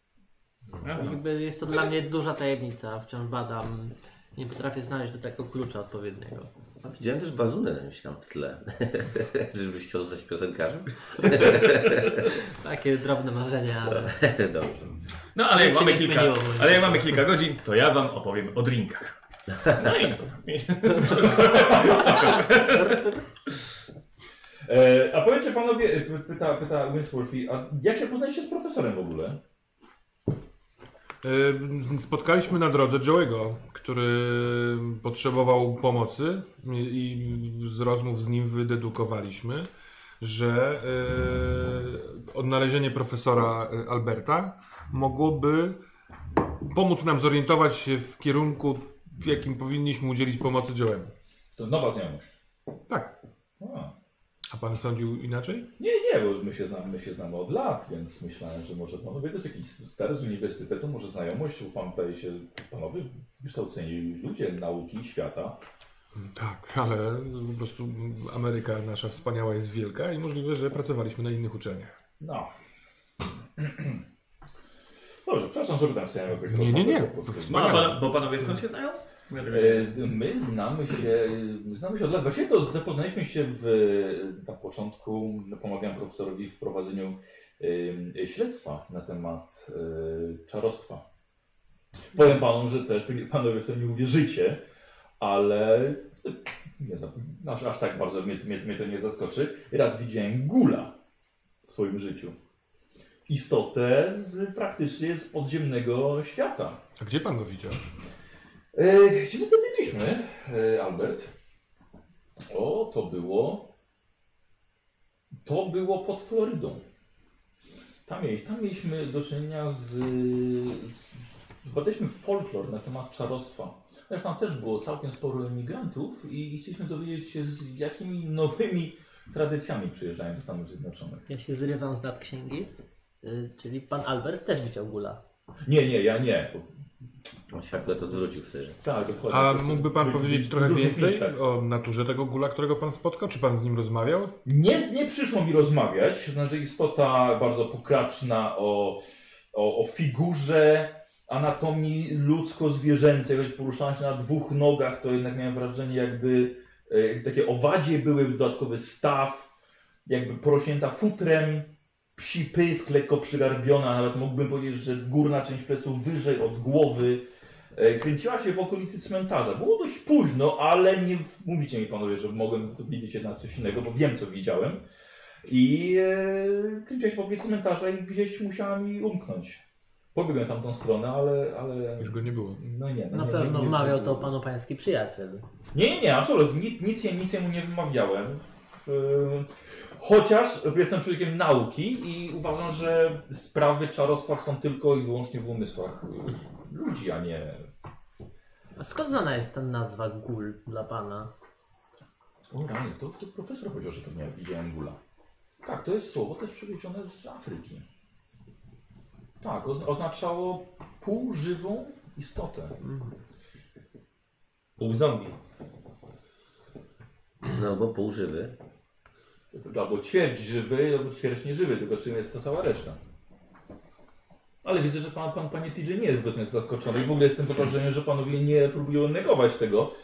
Aha.
Jakby jest to dla mnie duża tajemnica, wciąż badam. Nie potrafię znaleźć do tego klucza odpowiedniego.
A No, widziałem też bazunę gdzieś tam w tle. Żebyś chciał zostać piosenkarzem?
Takie drobne marzenia, ale...
Dobrze.
No ale jak,
Nic się
mamy
nie
kilka,
zmieniło.
ale jak mamy kilka godzin, to ja wam opowiem o drinkach. No i
E, a powiedzcie panowie, e, pyta, pyta Winsworthy, a jak się poznaliście z profesorem w ogóle?
Ym, Spotkaliśmy na drodze Joe'ego, który potrzebował pomocy i- i z rozmów z nim wydedukowaliśmy, że y, odnalezienie profesora y, Alberta mogłoby pomóc nam zorientować się w kierunku, w jakim powinniśmy udzielić pomocy Joe'emu.
To nowa znajomość.
Tak.
A.
A pan sądził inaczej?
Nie, nie, bo my się, znamy, my się znamy od lat, więc myślałem, że może panowie też jakiś stary z uniwersytetu, może znajomość, bo pan tutaj się, panowie wykształceni ludzie nauki, świata.
Tak, ale po prostu Ameryka nasza wspaniała jest wielka i możliwe, że pracowaliśmy na innych uczelniach.
No, Dobrze, przepraszam, że pytam chciałem jakoś.
Nie, nie, nie.
No, a
Wspaniale.
pan, bo panowie skąd się znają?
E, My znamy się, znamy się od lat. Właściwie to zapoznaliśmy się w, na początku, no, pomagałem profesorowi w prowadzeniu em, śledztwa na temat e, czarostwa. Powiem panom, że też pewnie panowie w to nie uwierzycie, ale e, nie, za- aż, aż tak bardzo mnie, mnie, mnie to nie zaskoczy. Raz widziałem gula w swoim życiu. Istotę z, praktycznie z podziemnego świata.
A gdzie pan go widział?
E, Gdzie my to byliśmy, e, Albert? O, to było. To było pod Florydą. Tam, mieli- tam mieliśmy do czynienia z. z badaliśmy folklor na temat czarostwa. Chociaż tam też było całkiem sporo emigrantów i chcieliśmy dowiedzieć się, z jakimi nowymi tradycjami przyjeżdżają do Stanów Zjednoczonych.
Ja się zrywam z nad księgi. Y, Czyli pan Albert też widział gula.
Nie, nie, ja nie.
On się akurat odwrócił wtedy.
Tak, dokładnie.
A mógłby pan
W- w-
powiedzieć
w
trochę
różnych
więcej
miejscach.
o naturze tego gula, którego pan spotkał? Czy pan z nim rozmawiał?
Nie, nie przyszło mi rozmawiać, znaczy istota bardzo pokraczna o, o, o figurze anatomii ludzko-zwierzęcej, choć poruszała się na dwóch nogach, to jednak miałem wrażenie jakby e, takie owadzie były, dodatkowy staw, jakby porośnięta futrem, psi pysk lekko przygarbiona, nawet mógłbym powiedzieć, że górna część pleców wyżej od głowy. E, Kręciła się w okolicy cmentarza. Było dość późno, ale nie w- mówicie mi panowie, że mogłem to widzieć jednak coś innego, bo wiem co widziałem. I e, kręciła się w okolicy cmentarza i gdzieś musiała mi umknąć. Pobiegłem tamtą stronę, ale... ale...
Już go nie było.
No nie, no
Na
nie,
pewno
nie, nie,
wmawiał
nie,
to panu pański przyjaciel.
Nie, nie, nie, absolutnie. Nic, nic, je- nic jemu nie wymawiałem. E, Chociaż jestem człowiekiem nauki i uważam, że sprawy czarostwa są tylko i wyłącznie w umysłach e, ludzi, a nie
A skąd znana jest ta nazwa gul dla pana?
O rany, to, to profesor powiedział, że pewnie widziałem gula. Tak, to jest słowo też przewiezione z Afryki. Tak, ozna oznaczało półżywą istotę.
Pół zombie.
No bo pół żywy.
Albo ćwierć żywy, albo ćwierć nieżywy, tylko czym jest ta cała reszta. Ale widzę, że pan, pan panie TJ nie jest zbyt zaskoczony i w ogóle jestem pod wrażeniem, że panowie nie próbują negować tego.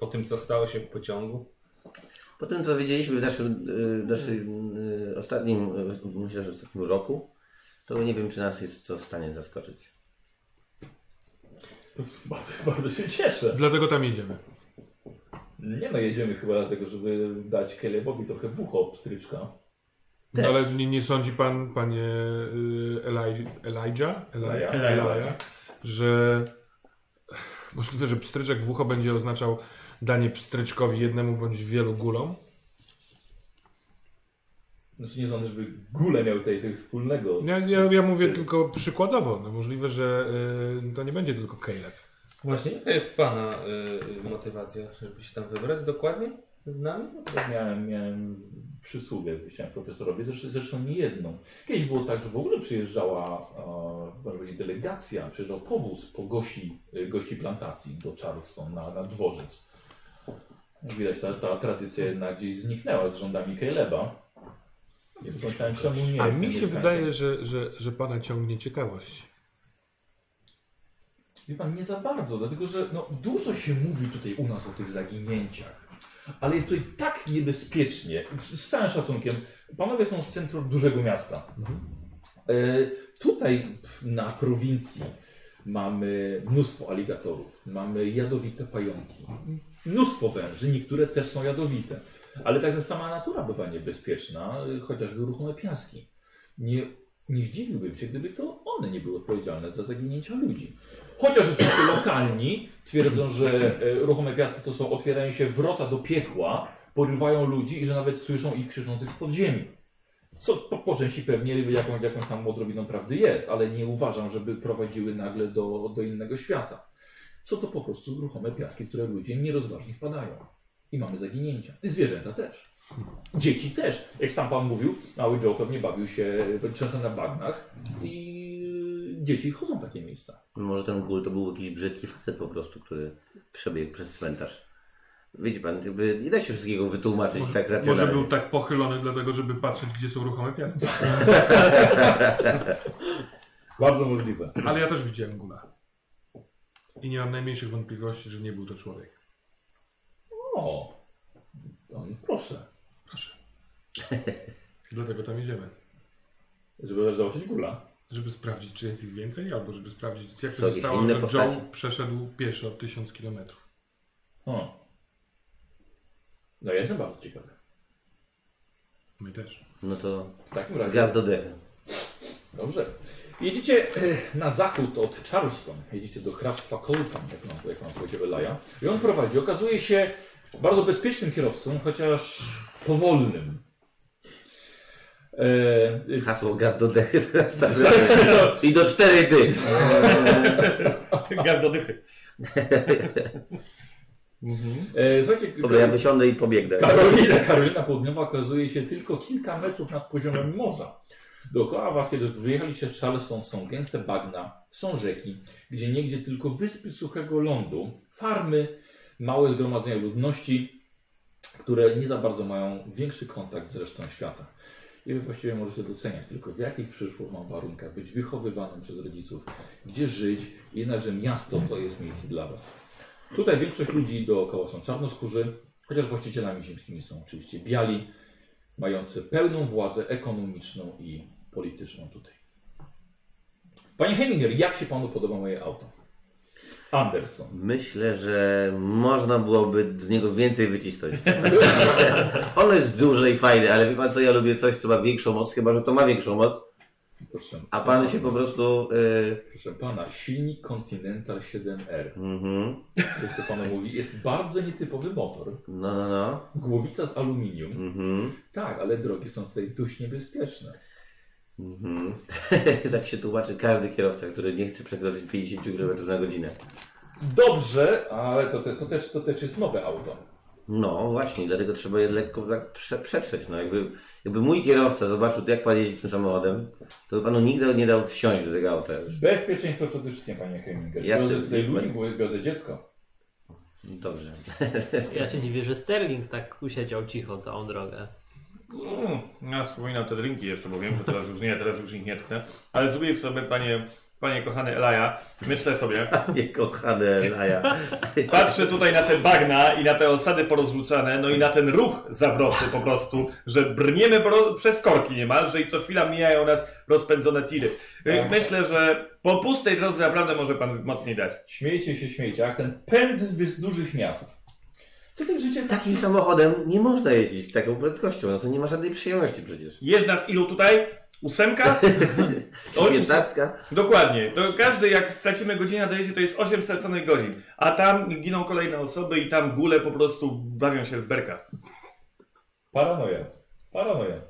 Po tym, co stało się w pociągu.
Po tym, co widzieliśmy w naszym, y, w naszym y, ostatnim, y, myślę, że w ostatnim roku, to nie wiem, czy nas jest co w stanie zaskoczyć.
Bardzo, bardzo się cieszę.
Dlatego tam jedziemy.
Nie no, jedziemy chyba dlatego, żeby dać Kelebowi trochę w ucho pstryczka.
Też.
No Ale nie, nie sądzi pan, panie y, Eli, Elijah, Eli,
Elijah.
Elijah, że możliwe, że pstryczek w ucho będzie oznaczał danie pstryczkowi jednemu bądź wielu gulom?
Znaczy nie sądzę, żeby gule miały tutaj coś wspólnego. z-
Ja, ja, ja
z-
mówię tylko przykładowo. No możliwe, że y, to nie będzie tylko Caleb.
Właśnie, to jest pana y, y, motywacja, żeby się tam wybrać dokładnie z nami?
Miałem, miałem przysługę, chciałem profesorowi, zresztą, zresztą nie jedną. Kiedyś było tak, że w ogóle przyjeżdżała e, można powiedzieć, delegacja, przyjeżdżał powóz po gości, e, gości plantacji do Charleston na, na dworzec. Jak Widać, ta, ta tradycja jednak gdzieś zniknęła z rządami Caleba. Jest to myślałem, czemu nie
A
jestem
mi się
mieszkańcem.
wydaje, że, że, że pana ciągnie ciekawość.
Wie pan, nie za bardzo, dlatego że no, dużo się mówi tutaj u nas o tych zaginięciach. Ale jest tutaj tak niebezpiecznie, z z całym szacunkiem. Panowie są z centrum dużego miasta. E, tutaj pf, na prowincji mamy mnóstwo aligatorów, mamy jadowite pająki, mnóstwo węży, niektóre też są jadowite. Ale także sama natura bywa niebezpieczna, y, chociażby ruchome piaski. Nie, nie zdziwiłbym się, gdyby to one nie były odpowiedzialne za zaginięcia ludzi. Chociaż oczywiście lokalni twierdzą, że e, ruchome piaski to są otwierają się wrota do piekła, porywają ludzi i że nawet słyszą ich krzyczących z podziemi. Co po, po części pewnie jaką, jakąś samą odrobiną prawdy jest, ale nie uważam, żeby prowadziły nagle do, do innego świata. Co to po prostu ruchome piaski, w które ludzie nierozważnie wpadają. I mamy zaginięcia. I zwierzęta też. Dzieci też. Jak sam pan mówił, mały Joe pewnie bawił się często na bagnach i e, dzieci chodzą w takie miejsca.
Może ten gul to był jakiś brzydki facet po prostu, który przebiegł przez cmentarz. Widzi pan, jakby nie da się wszystkiego wytłumaczyć tak racjonalnie.
Może był tak pochylony dlatego, żeby patrzeć, gdzie są ruchome piasty.
Bardzo możliwe.
Ale ja też widziałem gula. I nie mam najmniejszych wątpliwości, że nie był to człowiek.
O, to proszę,
Proszę. Dlatego tam jedziemy.
żeby założyć gula.
Żeby sprawdzić, czy jest ich więcej, albo żeby sprawdzić, jak
Są
to
jakieś
się stało,
inne
że
postacie?
Joe przeszedł pieszo 1000 kilometrów.
O. No ja jestem bardzo ciekawy.
My też.
No to
W takim razie...
gwiazd do dechy.
Dobrze. Jedziecie e, na zachód od Charleston. Jedziecie do hrabstwa Colton, jak nam, jak nam powiedział Elaja. I on prowadzi. Okazuje się bardzo bezpiecznym kierowcą, chociaż powolnym. E, e,
Hasło gaz do dechy teraz tak. I do czterej ty.
Gaz do dychy.
e, słuchajcie,
Dobra, ja wysiądę i pobiegnę.
Tak.
Karolina, Karolina Południowa okazuje się tylko kilka metrów nad poziomem morza. Dookoła was, kiedy wyjechaliście z Charleston, są gęste bagna, są rzeki, gdzie niegdzie tylko wyspy suchego lądu, farmy, małe zgromadzenia ludności, które nie za bardzo mają większy kontakt z resztą świata. I wy właściwie możecie doceniać tylko, w jakich przyszło wam warunkach być wychowywanym przez rodziców, gdzie żyć, jednakże miasto to jest miejsce dla was. Tutaj większość ludzi dookoła są czarnoskórzy, chociaż właścicielami ziemskimi są oczywiście biali, mający pełną władzę ekonomiczną i polityczną tutaj. Panie Heminger, jak się panu podoba moje auto? Anderson.
Myślę, że można byłoby z niego więcej wycisnąć. Ono jest duże i fajne, ale wie pan co, ja lubię coś, co ma większą moc, chyba że to ma większą moc,
Proszę,
a pan się po prostu... y,
proszę pana, silnik Continental 7R.
Mhm.
Coś to panu mówi, jest bardzo nietypowy motor.
No, no, no.
Głowica z aluminium.
Mhm.
Tak, ale drogi są tutaj dość niebezpieczne.
Mhm. tak się tłumaczy każdy kierowca, który nie chce przekroczyć 50 km na godzinę.
Dobrze, ale to, te, to, też, to też jest nowe auto.
No właśnie, dlatego trzeba je lekko tak prze, przetrzeć. No, jakby, jakby mój kierowca zobaczył, jak pan jeździ tym samochodem, to by panu nigdy nie dał wsiąść do tego auta już.
Bezpieczeństwo przede wszystkim, panie Heminger.
Jasne.
Wiozę tutaj ludzi, wiozę dziecko.
Dobrze.
Ja się dziwię, że Sterling tak usiedział cicho całą drogę.
Mm, Ja wspominam te drinki jeszcze, bo wiem, że teraz już nie, teraz już ich nie tknę. Ale zrobię sobie, panie, panie kochany Elaja, myślę sobie,
Nie kochane Laja.
patrzę tutaj na te bagna i na te osady porozrzucane, no i na ten ruch zawrotny po prostu, że brniemy bro- przez korki niemalże i co chwila mijają nas rozpędzone tiry. Y,
Tak.
Myślę, że po pustej drodze naprawdę może pan mocniej dać.
Śmiejcie się, śmiejcie, jak ten pęd z dużych miast. Co tym życiem
Takim samochodem nie można jeździć z taką prędkością, no to nie ma żadnej przyjemności przecież.
Jest nas ilu tutaj? Ósemka? Oni są-
Piętnastka?
Dokładnie. To każdy jak stracimy godzinę dojedzie, to jest 8 straconych godzin. A tam giną kolejne osoby i tam góle po prostu bawią się w berka.
Paranoja. Paranoja.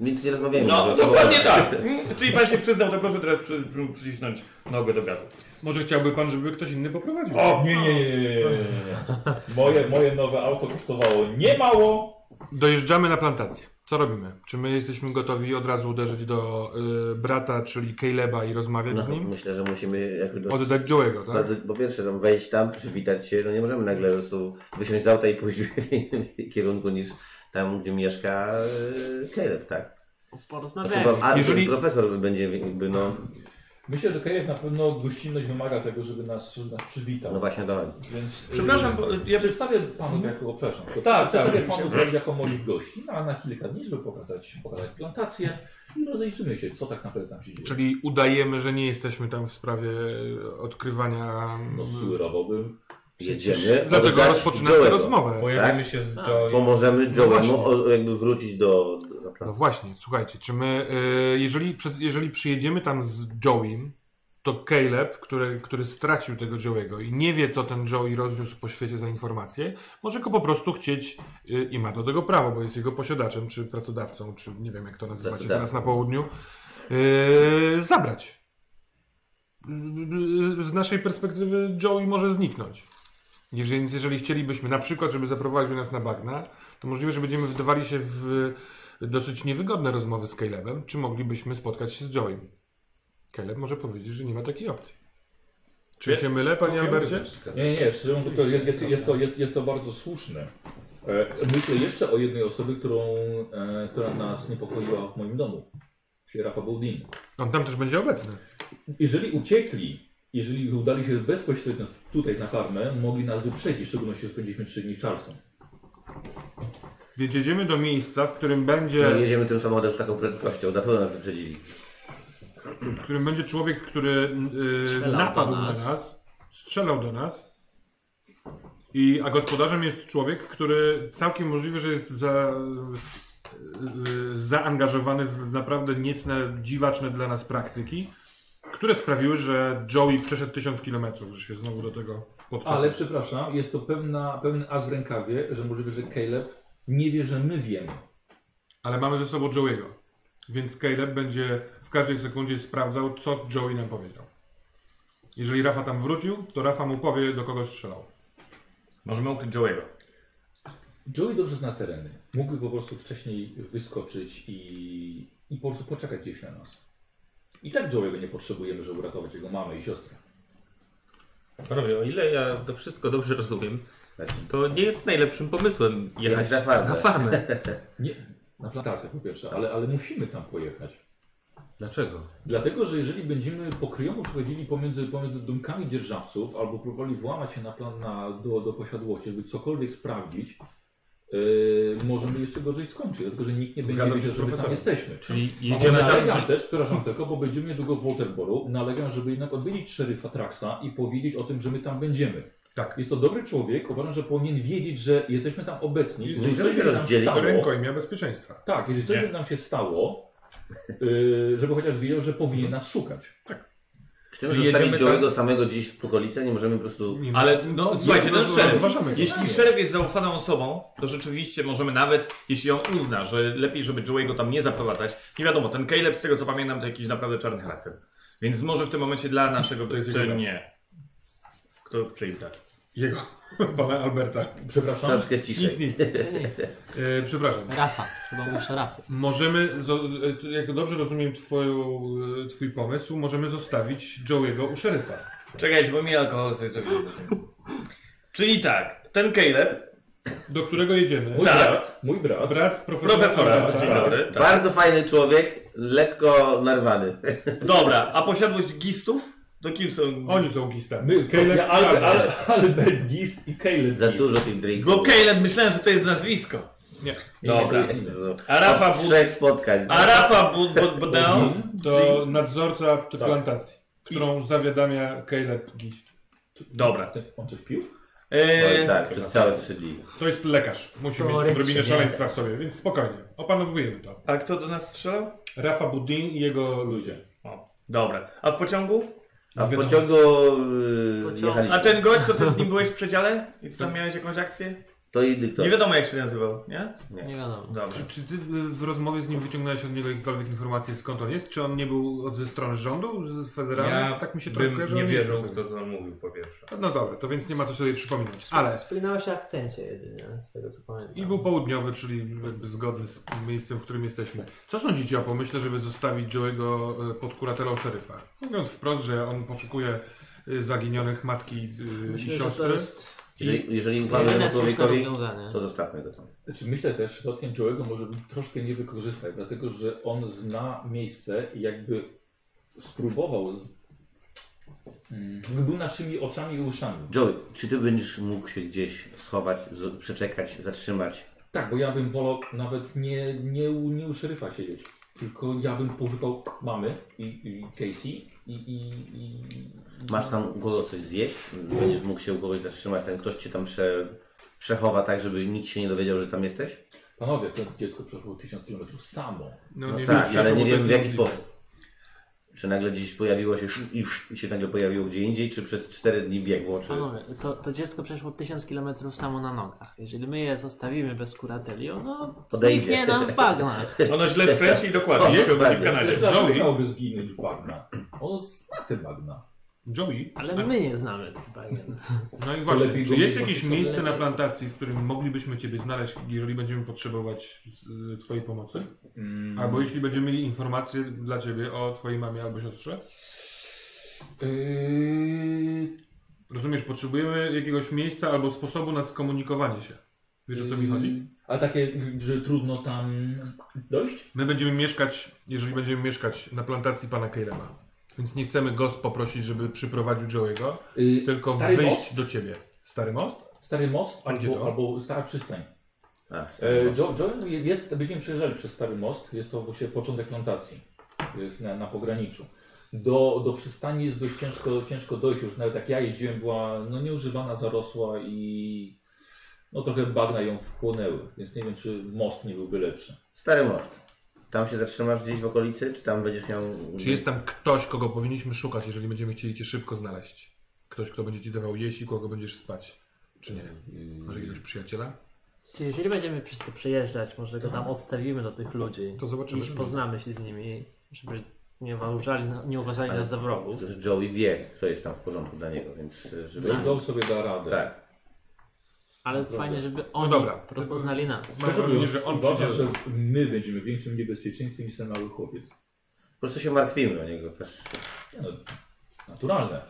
Więc nie rozmawiamy.
No,
może o samochodach.
dokładnie tak. Mm, Czyli pan się przyznał, to proszę teraz przy, przy, przycisnąć nogę do gazu.
Może chciałby pan, żeby ktoś inny poprowadził?
O!
Nie, nie, nie, nie, nie, nie, nie, nie. Moje, moje nowe auto kosztowało niemało.
Dojeżdżamy na plantację. Co robimy? Czy my jesteśmy gotowi od razu uderzyć do y, brata, czyli Caleba i rozmawiać
No,
z nim?
myślę, że musimy jakby do...
Oddać Joe'ego, tak?
bardzo- Po pierwsze, tam wejść tam, przywitać się, no nie możemy nagle po prostu wysiąść z auta i pójść w innym kierunku niż tam, gdzie mieszka e, Caleb, tak? To
Porozmawiajmy.
chyba, a
Jeżeli-
jeżeli profesor będzie jakby, no,
Myślę, że Kajek na pewno gościnność wymaga tego, żeby nas, nas przywitał.
no właśnie o to chodzi.
Więc, y,
Przepraszam, bo
ja
ja przy...
przedstawię panów jako, przepraszam,
tak,
przedstawię
tak,
panów
tak.
jako moich gości no, na, na kilka dni, żeby pokazać, pokazać plantację i rozejrzymy się, co tak naprawdę tam się dzieje.
Czyli udajemy, że nie jesteśmy tam w sprawie odkrywania. mm,
No surowo bym.
Jedziemy.
Dlatego
oddać
rozpoczynamy
Joe'ego.
rozmowę. No
Pojawimy się z Joey.
Pomożemy
właśnie.
Joe'emu o- o jakby wrócić do... do
No właśnie, słuchajcie, czy my, y, jeżeli, przed- jeżeli przyjedziemy tam z Joeym, to Caleb, który, który stracił tego Joe'ego i nie wie, co ten Joey rozniósł po świecie za informacje, może go po prostu chcieć y, i ma do tego prawo, bo jest jego posiadaczem, czy pracodawcą, czy nie wiem, jak to nazywacie
Pracodawcą.
teraz na południu, y, zabrać. Y, y, Z naszej perspektywy Joey może zniknąć. Jeżeli, więc jeżeli chcielibyśmy na przykład, żeby zaprowadził nas na bagna, to możliwe, że będziemy wdawali się w y, dosyć niewygodne rozmowy z Calebem, czy moglibyśmy spotkać się z Joeym. Caleb może powiedzieć, że nie ma takiej opcji. Czy się mylę, panie Albercie?
Nie, nie, nie, szczerze mówiąc, to jest, jest, jest, to, jest, jest to bardzo słuszne. E, Myślę jeszcze o jednej osobie, którą, e, która nas niepokoiła w moim domu. Czyli Rafa Boudin.
On tam też będzie obecny.
Jeżeli uciekli, jeżeli udali się bezpośrednio tutaj na farmę, mogli nas wyprzedzić, w szczególności, że spędziliśmy 3 dni w Charleston.
Więc jedziemy do miejsca, w którym
No,
będzie,
jedziemy tym samochodem z taką prędkością, na pewno nas wyprzedzili.
w którym będzie człowiek, który yy,
Strzelał do
napadł na
nas.
nas, strzelał do nas. I, a gospodarzem jest człowiek, który całkiem możliwe, że jest za, yy, zaangażowany w naprawdę niecne, dziwaczne dla nas praktyki, które sprawiły, że Joey przeszedł tysiąc kilometrów, że się znowu do tego powtarza.
Ale przepraszam, jest to pewna, pewny as w rękawie, że możliwe, że Caleb nie wie, że my wiemy.
Ale mamy ze sobą Joey'ego, więc Caleb będzie w każdej sekundzie sprawdzał, co Joey nam powiedział. Jeżeli Rafa tam wrócił, to Rafa mu powie, do kogo strzelał.
Możemy ukryć Joe'ego.
Joey dobrze zna tereny. Mógłby po prostu wcześniej wyskoczyć i, i po prostu poczekać gdzieś na nas. I tak Joey'ego nie potrzebujemy, żeby uratować jego mamę i siostrę.
Panowie, o ile ja to wszystko dobrze rozumiem,
Znaczy-
Tak.
to nie jest najlepszym pomysłem
Jechać
jechać
na farmę.
Na farmę.
Nie, na plantację po pierwsze, ale, ale musimy tam pojechać.
Dlaczego?
Dlatego, że jeżeli będziemy pokryjomu przechodzili pomiędzy, pomiędzy domkami dzierżawców albo próbowali włamać się na plan na, do, do posiadłości, żeby cokolwiek sprawdzić, yy, możemy jeszcze gorzej skończyć, dlatego że nikt nie będzie
Zgadzam się
wiedział,
z
że my tam
profesorem.
jesteśmy.
Czyli
Jedziemy
jedziemy na
nalegam też, przepraszam tylko, bo będziemy niedługo w Walterboro, nalegam, żeby jednak odwiedzić szeryfa Traxa i powiedzieć o tym, że my tam będziemy.
Tak.
Jest to dobry człowiek, uważam, że powinien wiedzieć, że jesteśmy tam obecni, że
Możemy
jeżeli
się
coś nam
rozdzielić
stało,
Rękojmia bezpieczeństwa.
tak, jeżeli coś
Nie.
by nam się stało, yy, żeby chociaż wiedział, że powinien nas szukać.
Chcemy
Czyli
zostawić
jedziemy tam-
Joe'ego samego gdzieś w okolicy, nie możemy po prostu...
Nie,
Ale no, słuchajcie, ten szeryf,
Rozważamy.
jeśli szeryf jest zaufaną osobą, to rzeczywiście możemy nawet, jeśli on uzna, że lepiej, żeby Joey'ego tam nie zaprowadzać, nie wiadomo, ten Caleb, z tego co pamiętam, to jakiś naprawdę czarny charakter. Więc może w tym momencie dla naszego...
To jest
czy
jego brat.
nie. Kto, czyli tak.
Jego, pana Alberta.
no,
Przepraszam.
Troszkę
Nic,
ciszej.
nic. E, przepraszam.
Rafa, chyba mówisz o Rafie.
Możemy, zo- e, t- jak dobrze rozumiem twoją, e, twój pomysł, możemy zostawić Joey'ego u szeryfa.
Czekajcie, bo mi alkohol coś zrobił. do tego. Czyli tak, ten Caleb,
Do którego jedziemy?
Mój
Tak.
brat, mój brat,
Brat profesora,
profesora,
Alberta.
dzień dobry. Tak.
Bardzo fajny człowiek, lekko narwany.
Dobra, a posiadłość gistów? Do kim są?
Oni są gistami.
my,
Caleb
ja, Albert,
i
Al- Albert Gist i Caleb
Za
Gist.
dużo tych drinków.
Bo Caleb, myślałem, że to jest nazwisko.
Nie.
Nie, nie, to
Dobra.
jest inne.
Jezu.
A Rafa Bud-
Od Tak, no. trzech spotkań.
A Rafa Bud- Bud-
Mhm.
Budel?
To nadzorca tej plantacji, którą zawiadamia Caleb Gist.
Dobra.
Ten- On coś pił?
Oj,
Eee,
tak, przez całe trzy dni.
To jest lekarz. Musi mieć
Teoretycznie.
odrobinę szaleństwa w sobie, więc spokojnie. Opanowujemy to.
a kto do nas strzelał?
Rafa Budin i jego ludzie.
O, dobra. A w pociągu?
A w
Wiadomo.
pociągu y,
Pociąg.
A
jechaliśmy.
ten gość, co ty z nim byłeś w przedziale? I co tam miałeś jakąś akcję?
To inny ktoś.
Nie wiadomo jak się nazywał, nie?
Nie wiadomo.
Dobra.
Czy, czy ty y, w rozmowie z nim wyciągnąłeś od niego jakiekolwiek informacje, skąd on jest? Czy on nie był od ze strony rządu, z federalnych?
Ja
tak mi się trochę
Bym
kojarzy.
nie
on jest
wierzył w
trochę.
to, co on mówił po pierwsze.
No dobra, to więc nie ma co sobie przypominać. Ale
Wspominało się o akcencie jedynie, z tego co pamiętam.
I był południowy, czyli jakby zgodny z miejscem, w którym jesteśmy. Co sądzicie o pomyśle, żeby zostawić Joe'ego e, pod kuratelą szeryfa? Mówiąc wprost, że on poszukuje e, zaginionych matki e, i
Myślę, że
siostry.
to jest
Jeżeli, jeżeli ufamy temu
jedyne słuszne
człowiekowi,
rozwiązanie.
to zostawmy go tam.
Znaczy, myślę też, że dotknięć Joe'ego może troszkę nie wykorzystać, dlatego że on zna miejsce i jakby spróbował, z- Mm, jakby był naszymi oczami i uszami.
Joey, czy ty będziesz mógł się gdzieś schować, z- przeczekać, zatrzymać?
Tak, bo ja bym wolał nawet nie, nie, u, nie u szeryfa siedzieć, tylko ja bym poszukał mamy i, i Casey i, i, i...
Masz tam u kogo coś zjeść? Będziesz mógł się u kogoś zatrzymać? Ten ktoś cię tam prze, przechowa tak, żeby nikt się nie dowiedział, że tam jesteś?
Panowie, to dziecko przeszło 1000 km samo.
No
nie
tak,
wiem,
ale
czemu
nie wiem
to
w
jest
jaki
możliwe.
sposób. Czy nagle gdzieś pojawiło się i i się nagle pojawiło gdzie indziej, czy przez 4 dni biegło, czy...
Panowie, to, to dziecko przeszło 1000 km samo na nogach. Jeżeli my je zostawimy bez kurateli, ono
Odejdzie.
zniknie nam w bagnach.
Ono źle skręci i dokładnie.
O,
Jeśli
No, dokładnie.
będzie w Kanadzie.
Dlaczego miałby zginąć bagna? On zna te bagna.
Joey?
Ale my nie znamy tych bagien.
No i właśnie,
lepiej
czy
go
jest
nie
jakieś
zobaczyć,
miejsce
lepiej.
na plantacji, w którym moglibyśmy Ciebie znaleźć, jeżeli będziemy potrzebować y, Twojej pomocy?
Mm.
Albo jeśli będziemy mieli informacje dla Ciebie o Twojej mamie albo siostrze? Yy, rozumiesz, potrzebujemy jakiegoś miejsca albo sposobu na skomunikowanie się. Wiesz o co
Mm.
mi chodzi?
Yy, A takie, że trudno tam dojść?
My będziemy mieszkać, jeżeli będziemy mieszkać na plantacji pana Caleba. Więc nie chcemy go poprosić, żeby przyprowadził Joe'ego,
Yy,
tylko
Stary
wyjść
Most?
do ciebie. Stary most?
Stary most
A gdzie
albo,
to?
albo stara przystań.
A,
E,
stary,
Jo- Joel jest, będziemy przejeżdżali przez Stary Most, jest to właśnie początek plantacji, jest na, na pograniczu. Do, do przystani jest dość ciężko, ciężko dojść, już nawet jak ja jeździłem była no, nieużywana, zarosła i no, trochę bagna ją wchłonęły, więc nie wiem czy most nie byłby lepszy.
stary most. Tam się zatrzymasz gdzieś w okolicy, czy tam będziesz miał...
Czy jest tam ktoś, kogo powinniśmy szukać, jeżeli będziemy chcieli cię szybko znaleźć? Ktoś, kto będzie ci dawał jeść i kogo będziesz spać? Czy nie?
Mm.
Może jakiegoś przyjaciela?
Czyli jeżeli będziemy przez to przejeżdżać, może go tam odstawimy do tych ludzi.
To zobaczymy.
I poznamy się z nimi, żeby nie uważali, nie uważali nas za wrogów.
Przecież Joey wie, kto jest tam w porządku dla niego, więc e, żeby...
Joel sobie da radę.
Tak.
Ale fajnie, żeby oni
No dobra.
rozpoznali nas.
Mam wrażenie, że on
uważam,
przyjdzie.
że my będziemy w większym niebezpieczeństwie niż ten mały chłopiec.
Po prostu się martwimy o niego też.
Nie No, naturalne.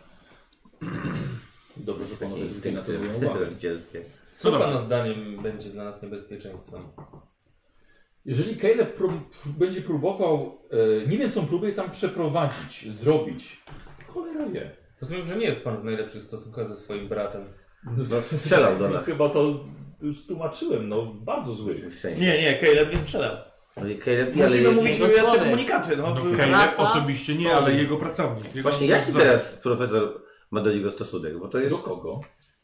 Dobrze, że panowie zwrócili na to
tak.
uwagę.
rodzicielskie.
Co Pana zdaniem będzie dla nas niebezpieczeństwem?
Jeżeli Caleb prób, prób- będzie próbował, e, nie wiem co on próbuje tam przeprowadzić, zrobić, cholera wie.
Rozumiem, że nie jest Pan w najlepszych stosunkach ze swoim bratem.
No, strzelał do nas.
Chyba to już tłumaczyłem, no w bardzo zły.
W sensie.
Nie, nie, Caleb nie strzelał.
No i Caleb, ale
Musimy
je-
mówić
no
o jasne
człowiek.
komunikaty, no.
No,
By-
Caleb
Rafa?
osobiście nie, ale jego pracownik. Jego
Właśnie jaki teraz profesor ma do niego stosunek? Bo to jest
Do kogo?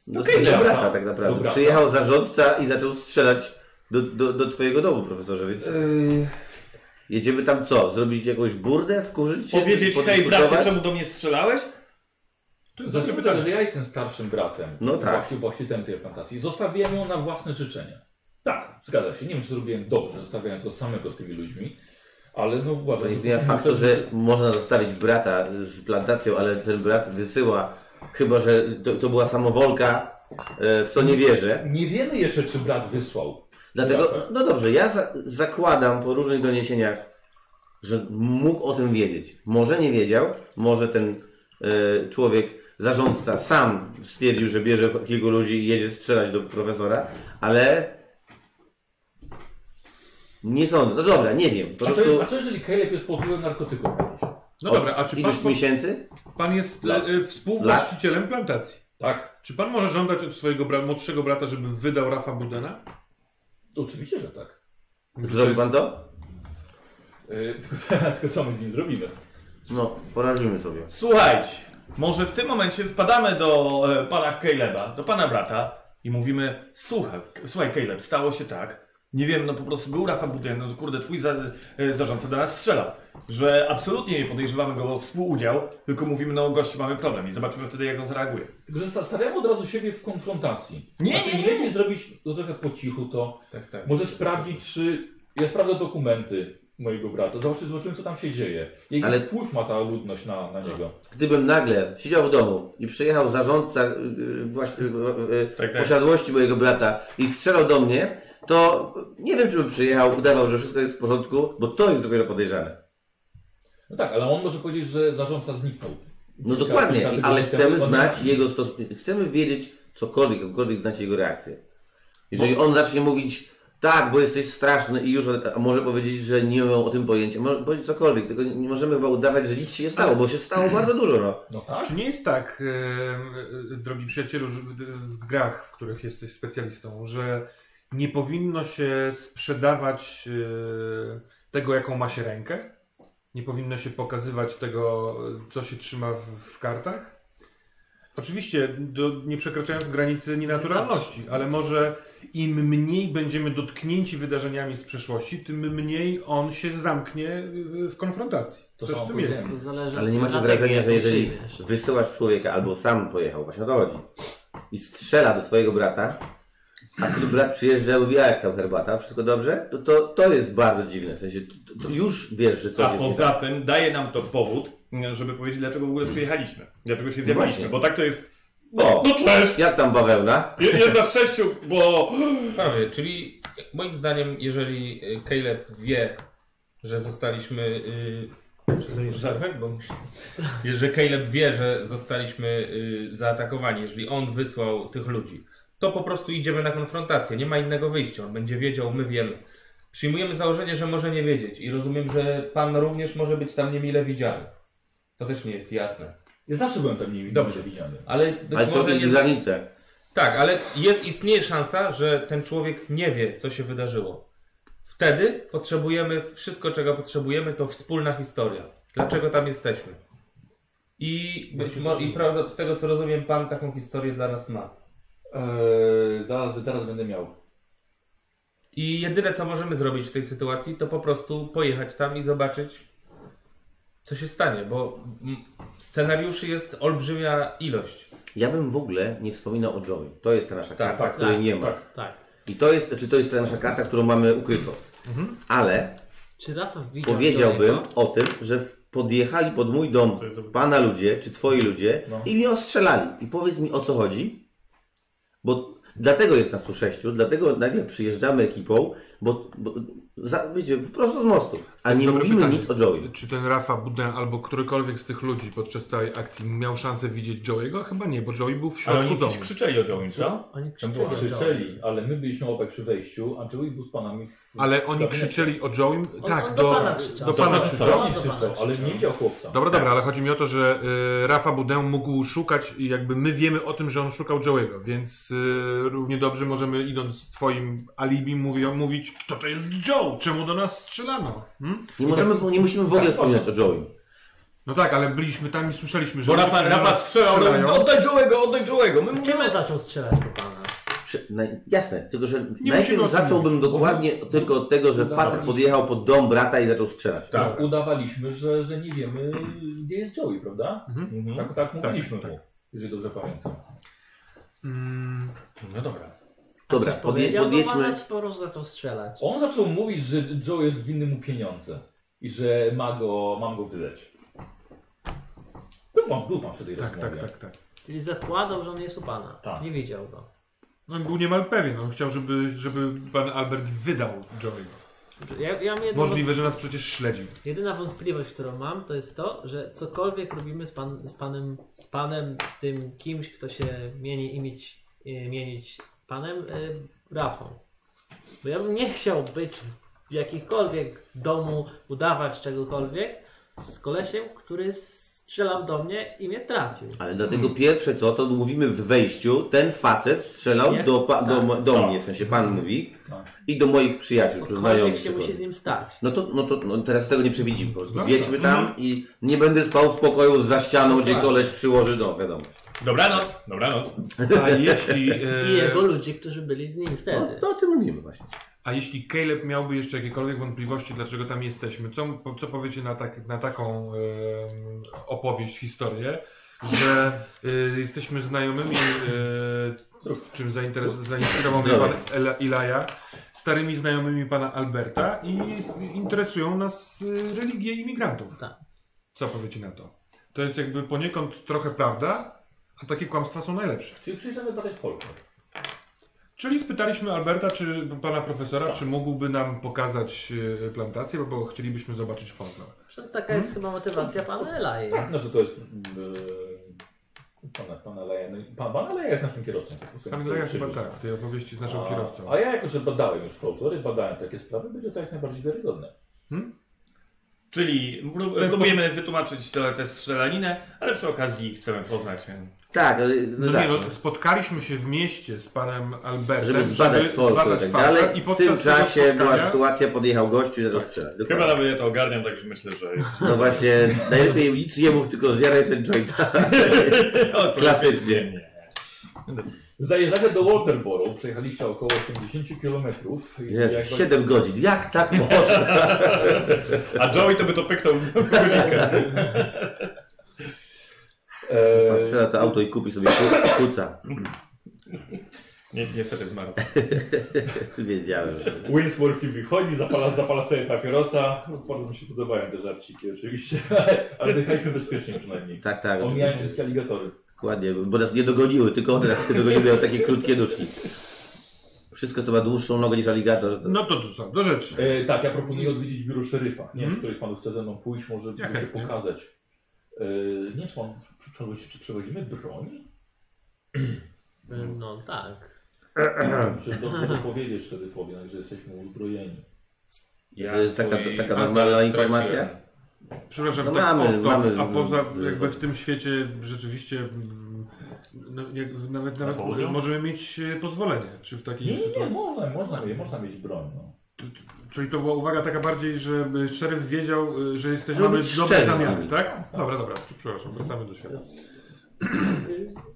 do
No, Okej,
swojego
dobra.
brata tak naprawdę.
Do brata.
Przyjechał zarządca i zaczął strzelać do, do, do twojego domu, profesorze, więc
Yy.
jedziemy tam co? Zrobić jakąś burdę? Wkurzyć się?
Powiedzieć, hej
Podyskutować?
bracie, czemu do mnie strzelałeś?
Zacznijmy od tego, że ja jestem starszym bratem
No tak.
właści- właścicielem tej plantacji. Zostawiłem ją na własne życzenie. Tak, zgadza się. Nie wiem, czy zrobiłem dobrze, zostawiając go samego z tymi ludźmi, ale no
To
uważam,
nie zmienia
że-
faktu, że można zostawić brata z plantacją, ale ten brat wysyła, chyba że to, to była samowolka, e, w co nie wierzę.
Nie wiemy jeszcze, czy brat wysłał.
Dlatego,
Jasne.
no dobrze, ja za, zakładam po różnych doniesieniach, że mógł o tym wiedzieć. Może nie wiedział, może ten e, człowiek, zarządca sam stwierdził, że bierze kilku ludzi i jedzie strzelać do profesora, ale nie sądzę. No dobra, nie wiem. Po
A co,
prostu
a co jeżeli Caleb jest pod wpływem narkotyków?
No dobra, a czy pan,
iluś miesięcy?
pan jest
Lat.
e, e, współwłaścicielem plantacji?
Tak.
Czy pan może żądać od swojego bra młodszego brata, żeby wydał Rafa Budena?
Oczywiście, że tak.
Zrobił pan to?
Yy, tylko, tylko co my z nim zrobimy?
No, poradzimy sobie.
Słuchajcie, może w tym momencie wpadamy do e, pana Caleba, do pana brata i mówimy, słuchaj, K- słuchaj Caleb, stało się tak, nie wiem, no po prostu był Rafa Budyn, no kurde, twój za, e, zarządca do nas strzelał, że absolutnie nie podejrzewamy go o współudział, tylko mówimy, no gościu, mamy problem i zobaczymy wtedy, jak on zareaguje.
Tylko, że sta- stawiamy od razu siebie w konfrontacji.
Nie,
znaczy,
nie, nie.
lepiej zrobić to trochę po cichu to.
Tak, tak.
Może sprawdzić, czy... Ja sprawdzę dokumenty mojego brata. Zobaczy, zobaczymy, co tam się dzieje. Jaki
Ale-
wpływ ma ta ludność na, na niego.
Gdybym nagle siedział w domu i przyjechał zarządca y, y, właśnie, y, y,
Tak, tak.
posiadłości mojego brata i strzelał do mnie, to nie wiem, czy bym przyjechał, udawał, że wszystko jest w porządku, bo to jest dopiero podejrzane.
No tak, ale on może powiedzieć, że zarządca zniknął.
No
Kilka-
dokładnie,
kilka tygodni
ale
temu
chcemy
on-
znać jego stosunek, chcemy wiedzieć cokolwiek, jakkolwiek znać jego reakcję. Jeżeli on zacznie mówić, tak, bo jesteś straszny i już a może powiedzieć, że nie miał o tym pojęcia, może powiedzieć cokolwiek, tylko nie możemy chyba udawać, że nic się nie stało, bo się stało bardzo dużo, no.
No tak?
Czy nie jest tak, e, e, drogi przyjacielu, że w, w grach, w których jesteś specjalistą, że nie powinno się sprzedawać e, tego, jaką ma się rękę? Nie powinno się pokazywać tego, e, co się trzyma w, w kartach? Oczywiście, do, nie przekraczając granicy nienaturalności, ale może im mniej będziemy dotknięci wydarzeniami z przeszłości, tym mniej on się zamknie w, w konfrontacji.
To
Coś
samo
w tym jest.
powiedziałem.
To zależy
Ale
od
nie macie
strategii,
wrażenia,
jaką
że jeżeli
przyjmiesz.
wysyłasz człowieka albo sam pojechał, właśnie o to chodzi, i strzela do twojego brata, a twój brat przyjeżdża i mówi, a jak tam herbata, wszystko dobrze? To, to, to jest bardzo dziwne, w sensie to, to już wiesz, że
A
coś jest nie
poza
tak.
tym daje nam to powód, m, żeby powiedzieć, dlaczego w ogóle przyjechaliśmy, dlaczego się
właśnie.
zjawiliśmy, bo tak to jest,
O,
no cześć,
jak tam bawełna?
Je- jest nas sześciu, bo...
Panowie, czyli moim zdaniem, jeżeli y, Caleb wie, że zostaliśmy y, Zarpek, bo jeżeli Caleb wie, że zostaliśmy y, zaatakowani, jeżeli on wysłał tych ludzi, to po prostu idziemy na konfrontację. Nie ma innego wyjścia. On będzie wiedział, my wiemy. Przyjmujemy założenie, że może nie wiedzieć i rozumiem, że pan również może być tam niemile widziany. To też nie jest jasne.
Ja zawsze byłem tam nimi dobrze widziany.
Ale być
Ale są
może
jakieś
nie...
granice.
Tak, ale jest istnieje szansa, że ten człowiek nie wie, co się wydarzyło. Wtedy potrzebujemy wszystko, czego potrzebujemy, to wspólna historia. Dlaczego tam jesteśmy? I, być mo- i prawda, z tego co rozumiem, pan taką historię dla nas ma.
Eee, zaraz, zaraz będę miał.
I jedyne co możemy zrobić w tej sytuacji, to po prostu pojechać tam i zobaczyć, co się stanie, bo mm, scenariuszy jest olbrzymia ilość.
Ja bym w ogóle nie wspominał o Joey. To jest ta nasza karta,
tak,
której
tak,
nie ma.
Tak.
I to jest, czy to jest ta nasza karta, którą mamy ukrytą. Ale
Czy Rafa widział
powiedziałbym
Johnny'ego?
o tym, że w- podjechali pod mój dom pana ludzie, czy twoi ludzie
No.
i mnie ostrzelali. I powiedz mi o co chodzi, bo dlatego jest nas tu sześciu, dlatego nagle przyjeżdżamy ekipą, bo, bo za, wiecie, prosto z mostu, a nie
dobre
mówimy
pytanie.
nic o Joey.
Czy ten Rafa Budden albo którykolwiek z tych ludzi podczas tej akcji miał szansę widzieć Joey'ego? Chyba nie, bo Joey był w
Ale
środku
oni
domu.
coś krzyczeli o Joey, co?
Oni
Tam była.
krzyczeli.
Krzyczeli, ale my byliśmy obaj przy wejściu, a Joey był z panami w
Ale
w
oni
gabinecie.
krzyczeli o Joeym.
On-
tak,
on do
do,
pana krzyczał.
do
Do
pana
pana
krzyczał.
Co? Nie
Co?
krzyczał, ale nie widział chłopca.
Dobra,
Tak.
dobra, ale chodzi mi o to, że y, Rafa Budę mógł szukać i jakby my wiemy o tym, że on szukał Joe'ego, więc y, równie dobrze możemy idąc z twoim alibi mówi, mówić, kto to jest Joe, czemu do nas strzelano. Hmm?
Nie, możemy, nie musimy w
Tak,
ogóle wspominać o Joey.
No tak, ale byliśmy tam i słyszeliśmy, że
Bo
ludzie,
Rafa,
którzy
Rafa
nas
strzelał,
strzelają,
no, oddaj Joey'ego, oddaj Joey'ego. My
Czym
mówimy...
on zaczął strzelać do pana?
Prze- naj- jasne, tylko że
musimy o
najpierw
tym
zacząłbym
mówić.
dokładnie tylko od tego, że facet podjechał pod dom brata i zaczął strzelać.
Tak.
Udawaliśmy, że, że nie wiemy, gdzie jest Joey, prawda?
Mhm.
Tak, tak mówiliśmy mu, jeżeli dobrze pamiętam.
Mm,
No dobra.
Dobra,
Coś
podje-
powiedział do
podjedźmy.
pana, czy po prostu zaczął strzelać?
On zaczął mówić, że Joe jest winny mu pieniądze i że ma go, mam go wydać. Był pan, był pan przy tej
tak,
rozmowie.
tak, tak, tak.
Czyli zakładał, że on jest u pana.
Tak.
Nie widział go.
No, był niemal pewien, on chciał, żeby, żeby pan Albert wydał Joe'ego.
Ja, ja mam jedną
Możliwe, że nas przecież śledził.
Jedyna wątpliwość, którą mam, to jest to, że cokolwiek robimy z, pan, z panem, z panem, z tym kimś, kto się mieni imić, e, mienić panem y, Rafą. Bo ja bym nie chciał być w jakichkolwiek domu, udawać czegokolwiek z kolesiem, który strzelam do mnie i mnie trafił.
Ale dlatego
Hmm.
pierwsze co, to mówimy w wejściu, ten facet strzelał
Nie?
do, pa, do,
Tak.
mo- do mnie, w sensie pan
Hmm.
mówi,
Tak.
i do moich przyjaciół, czy
Cokolwiek
znajomych.
się
czy
musi
kogoś.
z nim stać.
No to, no to no teraz tego nie przewidzimy po prostu.
No, Tak.
Jedźmy tam i nie będę spał w pokoju za ścianą, gdzie koleś przyłoży, no wiadomo.
Dobranoc, dobranoc.
A jeśli,
I
e,
jego ludzi, którzy byli z nim
No,
wtedy.
to o tym mówimy właśnie.
a jeśli Caleb miałby jeszcze jakiekolwiek wątpliwości, dlaczego tam jesteśmy, co, po- co powiecie na, tak, na taką em, opowieść, historię, że e, jesteśmy znajomymi, e, w czym zainteres- zainteresował mnie pan
Zdrowie.
Ela, Ilaja, starymi znajomymi pana Alberta i jest- interesują nas e, religie imigrantów.
Tak.
Co powiecie na to? To jest jakby poniekąd trochę prawda, a takie kłamstwa są najlepsze.
Czyli przyjeżdżamy badać folklor.
Czyli spytaliśmy Alberta, czy no, pana profesora,
Tak.
czy mógłby nam pokazać e, plantację, bo- bo chcielibyśmy zobaczyć folklor.
To Taka jest chyba motywacja pana Elaje.
Tak, no że to jest... Yy, pana, pana Leja, no, i pan, pana Leja jest naszym kierowcą. po prostu,
Pan
który
Leja chyba
przywiózł.
tak, w tej opowieści z naszą
a,
kierowcą.
A ja jako, że badałem już folklory, badałem takie sprawy, będzie to jak najbardziej wiarygodne.
Czyli pró- próbujemy wytłumaczyć tę tę strzelaninę, ale przy okazji chcemy poznać. e,
Tak, ale-
No
no
nie,
tak.
no, spotkaliśmy się w mieście z panem Albertem,
Żeby zbadać folklor i
zbadać
tak
fakta
dalej. W tym
podczas tego
czasie była
spotkania- Tak.
sytuacja, podjechał gościu i zaczął strzelać.
Chyba
Dokładnie.
nawet ja to ogarniam, także myślę, że jest.
No właśnie, najlepiej nic nie mów, tylko zjaraj sobie jointa. Klasycznie.
Zajeżdżacie do Walterboro, przejechaliście około 80 km.
Jest 7 godzin. Jak tak można?
A Joey to by to pyknął w godzinkę.
Pan Strzela to auto i kupi sobie ku- kuca.
Nie, niestety zmarł.
Wiedziałem. że-
Winsworthy wychodzi, zapala, zapala sobie papierosa. Bardzo mi się podobają te żarciki oczywiście, ale, ale dojechaliśmy bezpiecznie przynajmniej.
Tak, tak.
Omijając
oczywiście.
wszystkie aligatory.
Dokładnie, bo nas nie dogoniły, tylko one nas nie dogoniły, miały takie krótkie nóżki. Wszystko, co ma dłuższą nogę niż aligator, to...
No to, to co, do rzeczy.
E, tak, ja proponuję odwiedzić biuro szeryfa. Nie wiem, czy któryś z panów chce ze mną pójść, może żeby się pokazać. E, nie wiem, czy, mam, czy, przewozi- czy przewozimy broń?
No tak.
Przecież dobrze to powiedzieć szeryfowi, że jesteśmy uzbrojeni.
Ja
To jest taka-
swojej
taka
afery
normalna
straciłem.
informacja?
Przepraszam,
No
tak
mamy-
off top,
mamy-
a poza
mamy-
jakby w tym świecie rzeczywiście mm, no, jak, nawet, nawet
Napoleon?
możemy mieć e, pozwolenie, czy w takiej
Nie, nie, nie,
sytuacji.
można, można, można mieć broń. No.
Czyli to była uwaga taka bardziej, żeby szeryf wiedział, e, że jesteś
Żeby
mamy
być
dobre
szczerzy z
zamiary,
nimi.
tak? Dobra, dobra, przepraszam, wracamy do świata.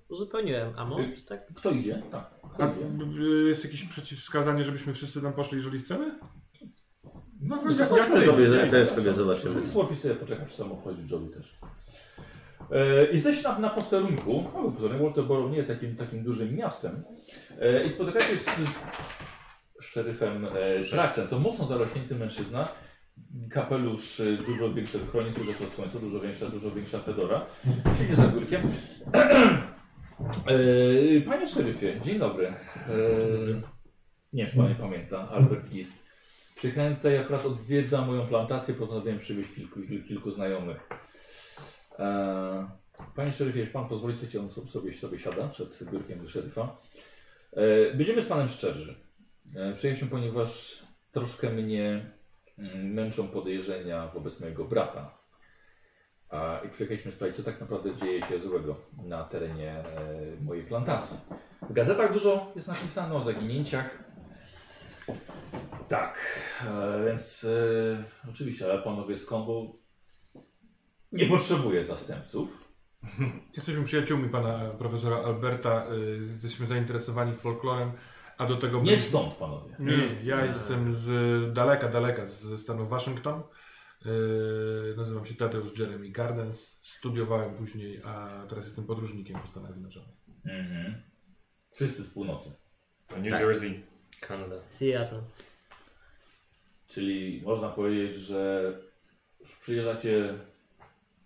Uzupełniłem. A może tak?
Kto idzie? Tak,
A
kto
b-
idzie?
b- jest jakieś przeciwwskazanie, żebyśmy wszyscy tam poszli, jeżeli chcemy? No,
No to
jak,
chodźmy
jak ty?
sobie- ja
idzie,
też
tak,
sobie
tak.
zobaczymy.
Smurfy sobie poczeka przy samochodzie, Joey też. E, jesteście na, na posterunku. Mały posterunek, Walterboro nie jest takim, takim dużym miastem. E, I spotykacie się z, z szeryfem e, Traxem. To mocno zarośnięty mężczyzna. Kapelusz e, dużo większy, chroni tu też od słońca, dużo większa, dużo większa fedora. Siedzi za biurkiem. E, panie szeryfie, dzień dobry. E, nie wiem, czy pan nie pamięta, Albert Gist. Przyjechałem tutaj, akurat odwiedza moją plantację, postanowiłem przywieźć kilku, kilku, kilku znajomych. Eee, panie szeryfie, jeśli pan pozwoli, słuchajcie, on sobie, sobie, sobie siada przed biurkiem do szeryfa. Eee, będziemy z panem szczerzy. Eee, przyjechaliśmy, ponieważ troszkę mnie mm, męczą podejrzenia wobec mojego brata. A, I przyjechaliśmy sprawdzić, co tak naprawdę dzieje się złego na terenie e, mojej plantacji. W gazetach dużo jest napisane o zaginięciach. Tak, e, więc e, oczywiście, ale panowie z kombo nie potrzebuje zastępców.
Jesteśmy przyjaciółmi pana e, profesora Alberta, y, jesteśmy zainteresowani folklorem, a do tego...
Nie stąd, panowie.
Nie, nie, ja jestem z daleka, daleka, ze stanu Waszyngton. Yy, nazywam się Tadeusz Jeremy Gardens. Studiowałem później, a teraz jestem podróżnikiem po Stanach Zjednoczonych.
Mhm. Wszyscy z północy.
To
Tak.
New Jersey.
Kanada.
Seattle.
Czyli można powiedzieć, że przyjeżdżacie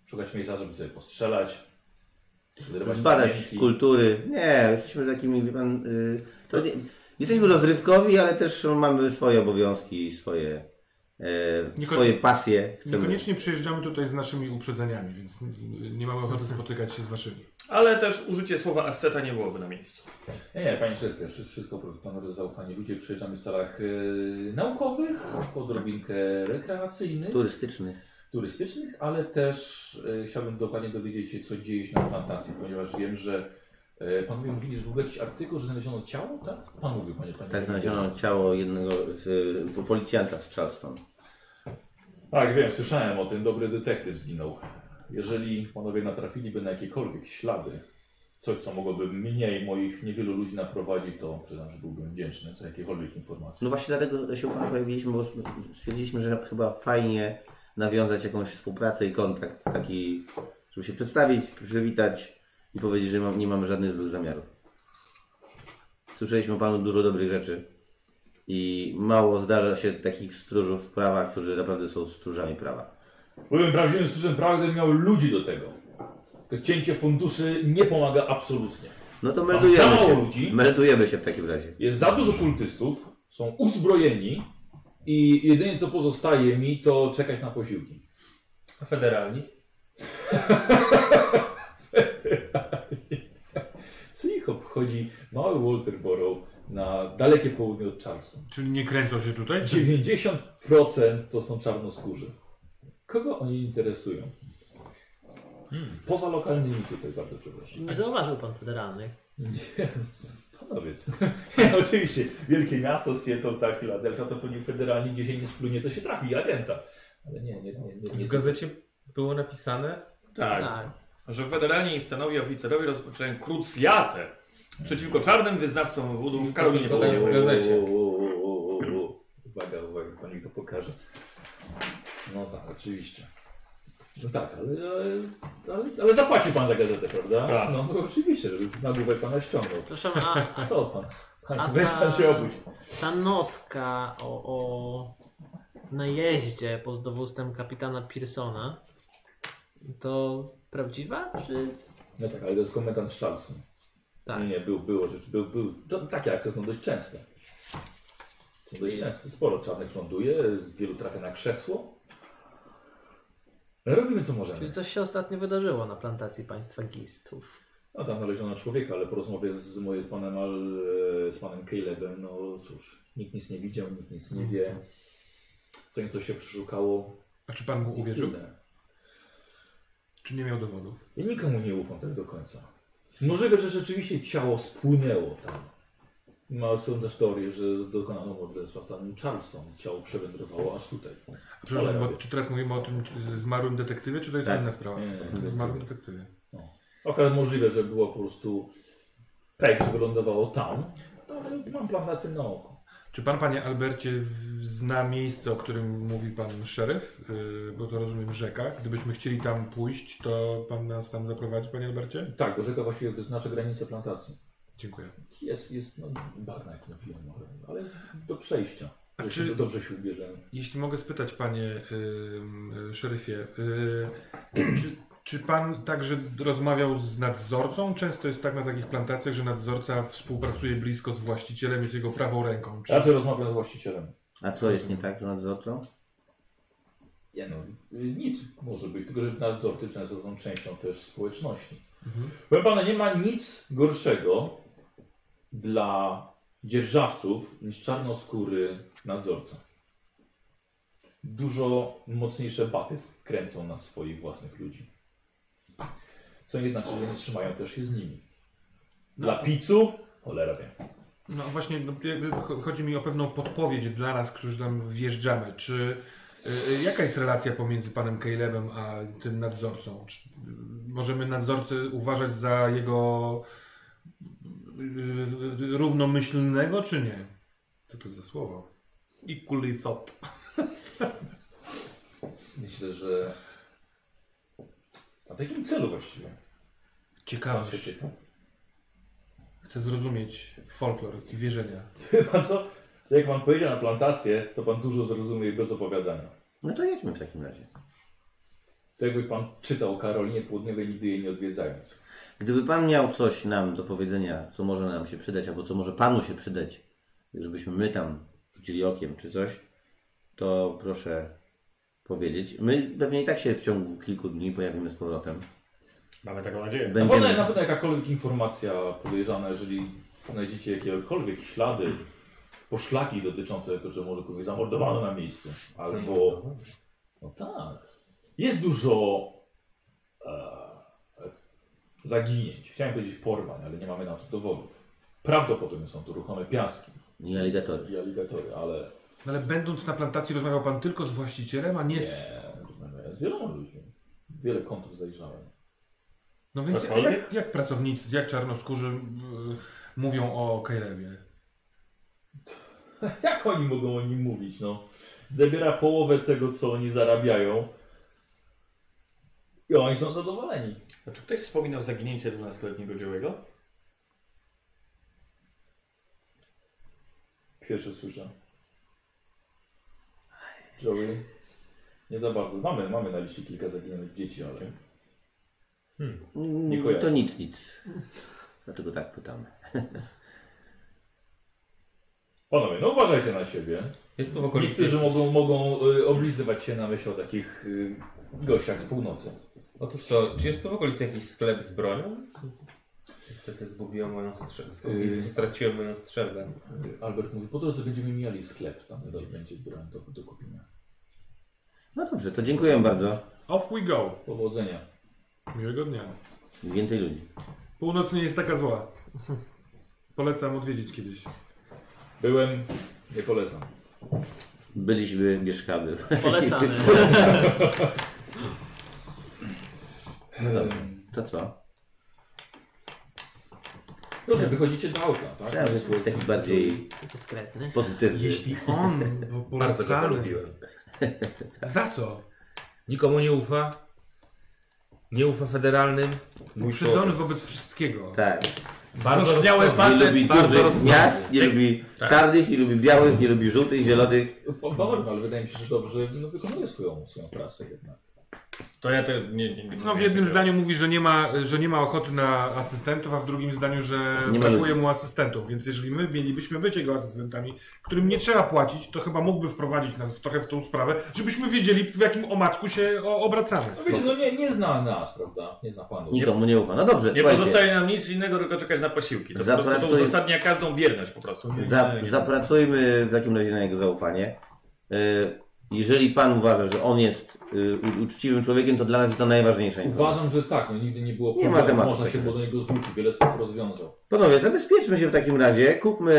szukać miejsca, żeby sobie postrzelać. zrywać
Zbadać
pamięci.
kultury. Nie, jesteśmy takimi, wie pan, y, to nie, jesteśmy rozrywkowi, ale też mamy swoje obowiązki, swoje, e, swoje pasje. Chcemy.
Niekoniecznie przyjeżdżamy tutaj z naszymi uprzedzeniami, więc nie- nie mamy ochoty spotykać się z Waszymi.
Ale też użycie słowa asceta nie byłoby na miejscu.
Nie, nie, panie szeryfie, wszy- wszystko panowie zaufanie. Ludzie przyjeżdżamy w celach y, naukowych, odrobinkę rekreacyjnych.
Turystyczny.
turystycznych, ale też e, chciałbym dokładnie dowiedzieć się, co dzieje się na plantacji, ponieważ wiem, że e, panowie mówili, że był jakiś artykuł, że znaleziono ciało, tak? Pan mówił, panie, panie.
Tak znaleziono ciało jednego z, y, policjanta z Charleston.
Tak, wiem, słyszałem o tym, dobry detektyw zginął. Jeżeli panowie natrafiliby na jakiekolwiek ślady, coś, co mogłoby mnie i moich niewielu ludzi naprowadzić, to przyznam, że byłbym wdzięczny za jakiekolwiek informacje.
No właśnie dlatego się u Pana pojawiliśmy, bo stwierdziliśmy, że chyba fajnie nawiązać jakąś współpracę i kontakt taki, żeby się przedstawić, przywitać i powiedzieć, że mam- nie mamy żadnych złych zamiarów. Słyszeliśmy o Panu dużo dobrych rzeczy i mało zdarza się takich stróżów prawa, którzy naprawdę są stróżami prawa.
Byłem prawdziwym stróżem prawa, gdybym miał ludzi do tego. To cięcie funduszy nie pomaga absolutnie.
No to
Mamy za
meldujemy
mało
się.
ludzi.
Meldujemy się w takim razie.
Jest za dużo kultystów, są uzbrojeni i jedynie co pozostaje mi to czekać na posiłki.
A federalni?
Co ich obchodzi mały Walterboro na dalekie południe od Charleston?
Czyli nie kręcą się tutaj? Czy...
90% to są czarnoskórzy. Kogo oni interesują?
Hmm.
Poza lokalnymi tutaj, bardzo przepraszam.
Nie zauważył pan federalnych.
Nie, no co- panowie, co? Nie, oczywiście, wielkie miasto Seattle, tak, Filadelfia, to pewnie federalnie, gdzie się nie splunie, to się trafi agenta. Ale nie, nie, nie. nie, nie.
W gazecie było napisane,
Tak. Że federalni i stanowi oficerowie rozpoczęli krucjatę przeciwko czarnym wyznawcom wódu w Karolinie
To tak w
Południowej.
gazecie.
O, o, o, o, o. Uwaga, uwaga, pani to pokaże. No tak, oczywiście. No tak, ale, ale, ale, ale zapłaci pan za gazetę, prawda?
Tak.
No, no oczywiście, żeby nagłówek pana ściągnął.
Proszę, a
Co pan?
A
Pani, weź pan
ta-
się obudź.
ta notka o, o najeździe pod dowództwem kapitana Pearsona to prawdziwa? Czy
No tak, ale to jest komendant Charleston.
tak?
Nie, nie, był, było rzecz, był, był, to, takie akcje są dość częste. To jest częste. Sporo czarnych ląduje, wielu trafia na krzesło. Robimy co możemy.
Czyli coś się ostatnio wydarzyło na plantacji państwa gistów.
No tam znaleziono człowieka, ale po rozmowie z, moje- z panem, Al, e, z panem Calebem, no cóż, nikt nic nie widział, nikt nic nie wie. Co nieco się przeszukało.
A czy pan mu
i
uwierzył?
tyle.
Czy nie miał dowodów?
Ja nikomu nie ufam tak do końca. Możliwe, że rzeczywiście ciało spłynęło tam. Ma są też teorię, że dokonano morderstwa w samym Charleston. Ciało przewędrowało aż tutaj.
Przepraszam,
Ale-
bo czy teraz mówimy o tym z- zmarłym detektywie, czy to jest
Tak.
inna sprawa?
Nie, nie,
O zmarłym detektywie.
Akurat możliwe, że było po prostu pek, że wylądowało tam. No, Ale mam plan na tym na oko.
Czy pan, panie Albercie, w- zna miejsce, o którym mówi pan szeryf? Yy, bo to rozumiem rzeka. Gdybyśmy chcieli tam pójść, to pan nas tam zaprowadzi, panie Albercie?
Tak, bo rzeka właściwie wyznacza granicę plantacji.
Dziękuję.
Jest, jest, no bagna jak mówiłem, ale, ale do przejścia.
A
Że
czy-
się, dobrze się ubierzemy.
Jeśli mogę spytać, panie yy, szeryfie, yy, czy, czy pan także rozmawiał z nadzorcą? Często jest tak na takich plantacjach, że nadzorca współpracuje blisko z właścicielem, jest jego prawą ręką. Czy...
Raczej rozmawiam z właścicielem.
A co jest nie tak z nadzorcą?
Nie no, y, nic może być, tylko że nadzorcy często są częścią też społeczności. Proszę pana, nie ma nic gorszego dla dzierżawców niż czarnoskóry nadzorca. Dużo mocniejsze baty skręcą na swoich własnych ludzi. Co nie znaczy, że nie trzymają też się z nimi. Dla pizzu? Cholera wie.
No właśnie, no, jakby cho- chodzi mi o pewną podpowiedź dla nas, którzy tam wjeżdżamy. Czy y, jaka jest relacja pomiędzy panem Calebem a tym nadzorcą? Czy, y, możemy nadzorcę uważać za jego y, y, równomyślnego, czy nie? Co to za słowo? I kulisot.
Myślę, że... A w jakim celu właściwie? Pan się
Ciekawe.
pyta.
Chcę zrozumieć folklor i wierzenia.
Pan co? Jak pan pojedzie na plantację, to pan dużo zrozumie bez opowiadania.
No to jedźmy w takim razie.
To jakby pan czytał o Karolinie Płodniowej, nigdy jej nie odwiedzając.
Gdyby pan miał coś nam do powiedzenia, co może nam się przydać, albo co może panu się przydać, żebyśmy my tam rzucili okiem czy coś, to proszę powiedzieć. My pewnie i tak się w ciągu kilku dni pojawimy z powrotem.
Mamy taką nadzieję.
Na pewno, no.
Będziemy...
na pewno jakakolwiek informacja podejrzana, jeżeli znajdziecie jakiekolwiek ślady, poszlaki dotyczące tego, że może kogoś zamordowano na miejscu, albo... No tak. Jest dużo e, zaginięć. Chciałem powiedzieć porwań, ale nie mamy na to dowodów. Prawdopodobnie są to ruchome piaski
Nie aligatory.
i aligatory, ale...
No ale będąc na plantacji rozmawiał pan tylko z właścicielem, a nie z...
Nie, rozmawiałem z wieloma ludźmi. Wiele kątów zajrzałem.
No więc a
Cokolwiek?
jak, jak pracownicy, jak czarnoskórzy
e,
y, mówią o Calebie?
Jak oni mogą o nim mówić, no? Zabiera połowę tego, co oni zarabiają. I oni są zadowoleni.
A czy ktoś wspominał zaginięcie 12-letniego dziełego?
Pierwsze słyszę. Joey. Nie za bardzo. Mamy, mamy na liście kilka zaginionych dzieci, ale...
Mm,
Nie kojarzę.
To nic, nic. Dlatego tak pytamy.
Panowie, no uważajcie na siebie.
Jest tu w okolicy.
Niektórzy mogą, mogą y, oblizywać się na myśl o takich y, gościach z północy.
Otóż to, czy jest tu w okolicy jakiś sklep z bronią? Niestety zgubiłem moją strzelbę.
Yy.
Straciłem moją strzelbę.
Albert mówi, po drodze będziemy mijali sklep, tam gdzie będzie broń, to, to kupimy.
No dobrze, to dziękuję bardzo.
Off we go.
Powodzenia.
Miłego dnia.
Więcej ludzi.
Północ nie jest taka zła. Polecam odwiedzić kiedyś.
Byłem, nie polecam.
Byliśmy mieszkamy.
Polecamy.
Dobrze. To co?
Dobrze, wychodzicie do auta, tak?
Myślałem, że jesteś taki bardziej
Dyskretny.
pozytywny.
Jeśli on bo
Bardzo go
polecany...
polubiłem.
Za co?
Tak.
Nikomu nie ufa. Nie ufa federalnym.
Uprzedzony wobec wszystkiego.
Tak.
Bardzo biały
Nie
facet,
lubi
bardzo
dużych
rozsądny.
miast,
Tak.
nie lubi czarnych, nie lubi białych, nie lubi żółtych, zielonych.
no, Bardzo, ale wydaje mi się, że dobrze no, wykonuje swoją, swoją pracę jednak.
To ja też nie, nie, nie
No w jednym zdaniu mówi, że nie ma, że nie ma ochoty na asystentów, a w drugim zdaniu, że
Nie ma
brakuje
ludzi.
mu asystentów, więc jeżeli my mielibyśmy być jego asystentami, którym nie trzeba płacić, to chyba mógłby wprowadzić nas w- trochę w tą sprawę, żebyśmy wiedzieli w jakim omacku się o- obracamy.
No wiecie, no nie, nie zna nas, prawda? Nie zna panów.
Nikomu nie ufa. No dobrze,
Nie
słuchajcie.
pozostaje nam nic innego, tylko czekać na posiłki. To po prostu
Zapracuj-
to uzasadnia każdą bierność po prostu. Nie,
Za,
nie, nie.
zapracujmy w takim razie na jego zaufanie. Y, Jeżeli pan uważa, że on jest y, u- uczciwym człowiekiem, to dla nas jest to najważniejsza informacja.
Uważam, że tak, no nigdy nie było
Nie ma
problemu,
tematu
można się
takiego.
było do niego zwrócić, wiele spraw rozwiązał.
Panowie, zabezpieczmy się w takim razie, kupmy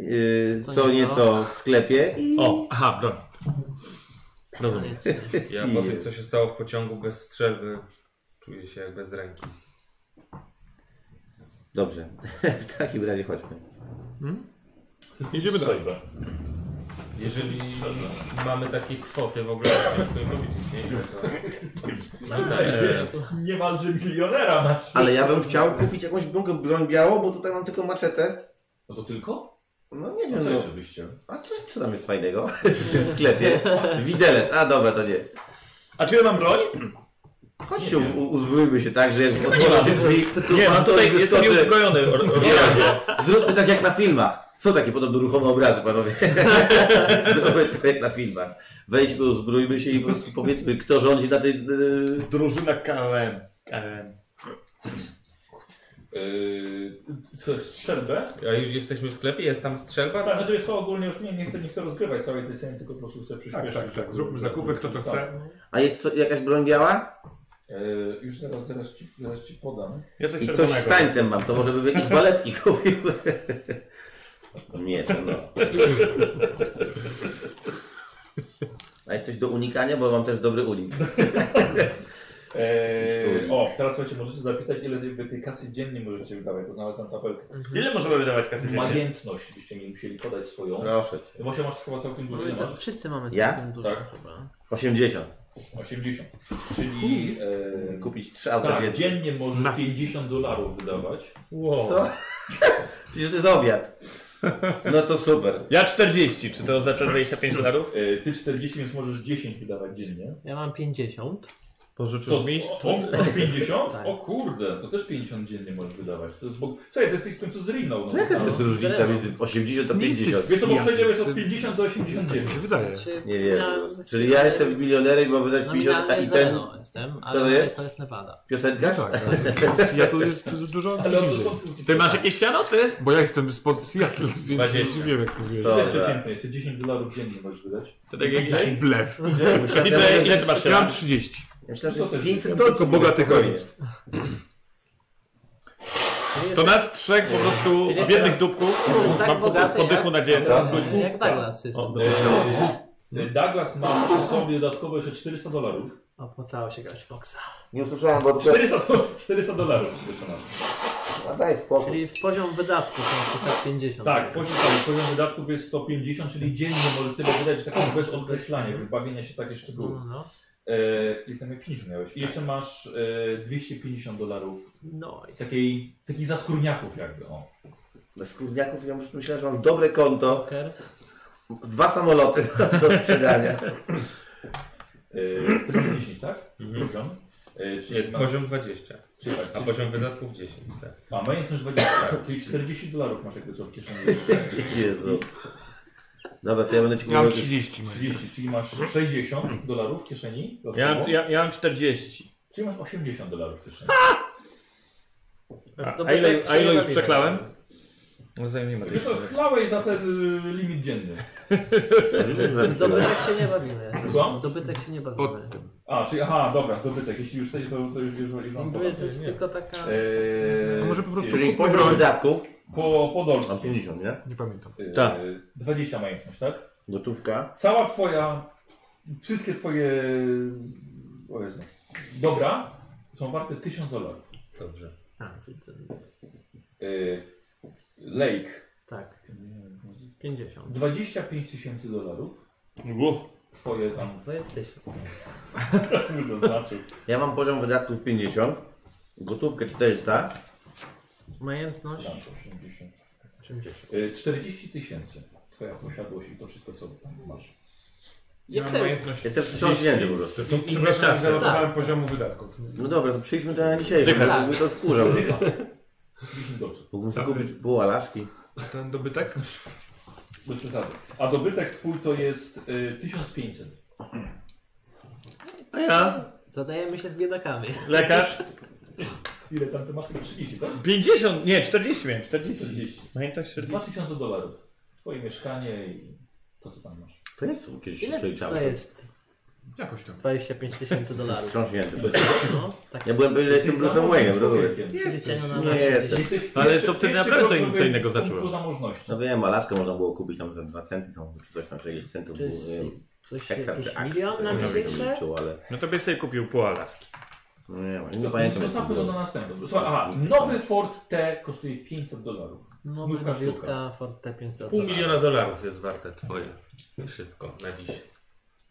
y,
Co
co
nieco.
nieco w sklepie i...
O, aha, dobra. Rozumiem.
Koniecznie.
Ja po tym, co się stało w pociągu bez strzelby, czuję się jak bez ręki.
Dobrze, w takim razie chodźmy.
Jedziemy dalej.
Jeżeli mamy takie kwoty w ogóle, to nie powiedzieć, nie? Ile to-
Nie walczy milionera na
Ale ja bym chciał kupić jakąś bąkę broń białą, bo tutaj mam tylko maczetę.
No to tylko?
No nie
No
wiem,
co
no.
jeszcze byście?
A co, co tam jest fajnego w tym sklepie? Widelec, a dobra, to nie.
A czy ja mam broń?
Chodźcie, u- uzbrójmy się tak, że jak otworzą się drzwi, no tu
Nie,
pan
mam tutaj,
Tomek
jestem
wyskoczy.
nieuzbrojony. or- oryginalnie.
Zróbmy tak jak na filmach. Są takie podobno ruchome obrazy, panowie. Zróbmy tak jak na filmach. Wejdźmy, uzbrójmy się i po prostu powiedzmy, kto rządzi na tej... Yy...
Drużyna KLM. KLM.
Yy, co, strzelbę?
A już jesteśmy w sklepie, jest tam strzelba?
Tak, znaczy co, ogólnie już nie, nie, chcę, nie chcę rozgrywać całej tej sceny, tylko po prostu sobie
Tak,
przyspieszyć.
tak, tak. Zróbmy zakupy, kto to chce.
A jest co, jakaś broń biała?
Yy, już zaraz, zaraz, ci, zaraz ci podam.
Ja coś
I coś z
czerwonego.
tańcem mam, to może bym jakiś balecki kupił. Nie, no. A jest coś do unikania, bo mam też dobry unik.
Eee, o, teraz słuchajcie, możecie zapisać, ile tej- wy tej kasy dziennie możecie wydawać, bo znalazłem tabelkę.
Ile możemy wydawać kasy dziennie?
Magiętność byście mi musieli podać swoją.
Proszę cię.
Właśnie masz chyba całkiem dużo, nie
No,
masz?
Wszyscy mamy
Ja?
całkiem dużo
Tak.
chyba.
80.
80. Czyli eee,
Kupić trzy auta
tak,
dziennie.
dziennie możesz
Nas.
50 dolarów wydawać.
Co? Przecież to jest obiad. No to super.
Ja 40, czy to oznacza 25 dolarów?
Eee, ty 40, więc możesz 10 wydawać dziennie.
Ja mam 50.
Pożyczysz mi?
o, o, 50?
Tak.
O kurde, to też 50 dziennie możesz wydawać. To jest, bo, słuchaj, to jest w końcu z Riną.
To No jaka to jest różnica między 80 a 50?
Wiesz co, bo wszędzie jest od 50 do 89.
Mi się wydaje.
Znaczy,
Nie wiem.
na-
Czyli ja jestem milionerem i mam wydać 50 a
Nominalnie
i ten
zero no. jestem, ale
to
to
jest?
jest, to jest Nevada.
piosenka?
Tak, ja tu jest dużo.
Ale to są...
Ty masz jakieś sianoty?
Bo ja jestem spod Seattle, więc
20.
wiem jak to wiesz.
To
Dobra.
jest przeciętne, jeszcze 10 dolarów dziennie możesz wydać.
To tak jak
Taki blef.
Myślałem, że
Ile- ile
jest-
ty masz
Ja mam
sianot?
30.
myślałem, że
To
jest
też
500
tylko
dolców.
bogatych
Spokojnie.
rodziców.
To nas trzech po prostu
Czyli
biednych
teraz-
dupków.
Jestem tak
Mam po,
bogaty,
poddychu
jak-
na dzień.
Teraz
No, Jak
gotówka.
Douglas jest.
Eee, Douglas ma przy sobie dodatkowo jeszcze 400 dolarów.
Opłacało się grać w boxa.
Nie usłyszałem, bo...
400, do- 400 dolarów jeszcze masz.
A daj spokój.
Czyli w poziom wydatków są 650.
Tak, poziom, tak, poziom wydatków jest 150, czyli dziennie możesz tyle wydać, tak bez odkreślania, wybawienia się takie szczegóły.
No, no.
Eee, I tam jak 50 miałeś. I jeszcze masz eee, 250 dolarów
no. Nice.
takiej, takich zaskórniaków jakby, o.
Bez skórniaków ja myślałem, że mam dobre konto,
Poker.
dwa samoloty do sprzedania.
Eee, Ty masz 10, tak?
Mhm.
Poziom. Eee,
Nie,
Czyli, masz,
poziom 20,
czyli tak,
a
czyli,
poziom wydatków 10, tak.
a majątność 20, tak, czyli 40 dolarów masz jakby co w kieszeni.
Jezu. Dobra, to ja będę ci
Ja
kupował
mam
jakieś...
30. mam.
30, czyli masz 60 dolarów w kieszeni.
Ja,
dodatkowo,
mam- ja, ja mam 40.
Czyli masz 80 dolarów w kieszeni.
A,
To
a, ile,
tak
a ile już
lepiej
przeklałem? No zajmijmy
Wiesz co, chlałeś za ten y, limit dzienny.
W Dobytek się nie bawimy.
Słucham?
W Dobytek się nie bawimy.
A, czyli aha, dobra, dobytek. Jeśli już chcecie, to, to już, już, już mam
Mówię, No, to jest tylko taka...
E.
Eee,
To może po prostu
Czyli
kupmy
poziom
broń.
wydatków
po
mam
Podolsku.
50, nie?
Nie pamiętam.
Eee,
Tak.
20 majątność, tak?
Gotówka.
Cała twoja, wszystkie twoje o Jezu, dobra są warte 1000 dolarów.
Dobrze.
A, to-
Eee, Lake
tak, 50.
25 tysięcy dolarów. Twoje tam,
To jest 1000.
już zaznaczył.
Ja mam poziom wydatków 50, gotówkę 400,
Majętność
Tam 80.
80.
Y, 40 tysięcy. Twoja posiadłość i to wszystko, co tam masz.
Nie
Ja
mam
też.
umiejętności.
Jestem wstrząśnięty po prostu.
To są, przepraszam,
czasy.
zanotowałem poziomu wydatków.
No dobra, to przejdźmy do na dzisiejszy,
Dycha. Tak.
bo mi to wkurzał.
Dobrze,
Mógłbym sobie kupić pół Alaski.
Ten dobytek?
bez przesady. A dobytek twój to jest y, 1500.
A ja?
Zadajemy się z biedakami.
Lekarz?
Ile tam ty masz? Tylko 30, tak?
50, nie, 40 miałem, No 40.
40.
Pamiętasz 40?
2000 dolarów. Twoje mieszkanie i to, co tam masz.
To jest kiedyś się
Ile
przeliczałem.
to jest?
Jakoś tam.
25 tysięcy
Jestem
dolarów.
wstrząśnięty. bo-
No, tak.
Ja byłem, ile jestem Bruce'em Wayne'em, rozumiem.
Przeliczeniu na
Nie
nasze
jestem.
dzieci.
Ale to wtedy naprawdę co innego zacząłem.
zamożności.
No wiem, Alaskę można było kupić tam za 2 centy, tam czy coś tam, czy jakieś centów,
To
było,
jest
nie wiem,
coś
hektar
jakiś
czy akcje,
milion na dzisiejsze?
liczył, ale
No to byś sobie kupił pół Alaski.
no nie wiem, nie
To
pamiętam. jak to
zostawmy to
było.
na następną. Słuchaj, aha, nowy Ford T kosztuje 500 dolarów.
No,
Mówka
nowiutka Forte 500
Pół
dolarów.
miliona dolarów jest warte twoje. Wszystko na dziś.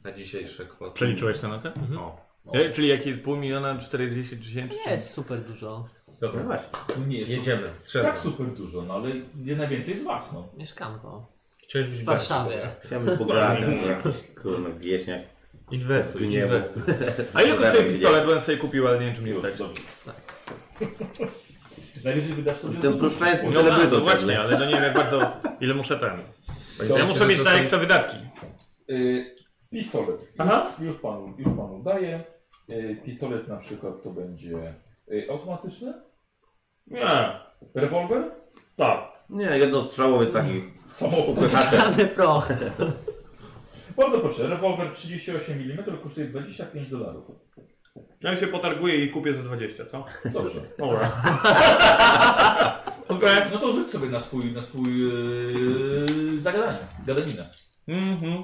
Na dzisiejsze kwoty.
Przeliczyłeś to na te? Mhm.
O.
E, Czyli jak jest pół miliona, 40 tysięcy?
Nie jest super dużo.
No
Dobra,
właśnie,
Nie jest
jedziemy,
To
strzelam.
tak super dużo, no ale nie najwięcej z was, no.
Mieszkanko.
Chciałeś być
W
bardziej
Warszawie.
bogaty.
chciałem pograć, to jakiś kurna wieśniak.
Inwestuj,
Nie, bo-
inwestuj.
A ile kosztuje
Dobra,
pistolet? Bo ja sobie kupił, ale nie wiem czy mnie
Już,
stać.
dobrze. Najwyżej wydasz sobie...
Jestem pruszczańskim
No, no, no
celebrytą
właśnie,
ciągle.
ale no nie wiem jak bardzo, ile muszę tam. Ja
Pamiętajcie,
muszę
że
mieć
to
na
są-
ekstra wydatki.
Y, pistolet. Już,
Aha.
już, panu, już panu daję. Y, pistolet na przykład to będzie y, automatyczny.
Nie,
Rewolwer?
tak.
Nie, jednostrzałowy taki
Samochód.
upychacze.
Czarny proch.
Bardzo proszę, rewolwer 38 mm kosztuje 25 dolarów.
Ja się potarguję i kupię za 20, co?
Dobrze.
Dobra. Okej.
No to rzuć sobie na swój, na swój yy, zagadanie, gadaninę.
Mhm.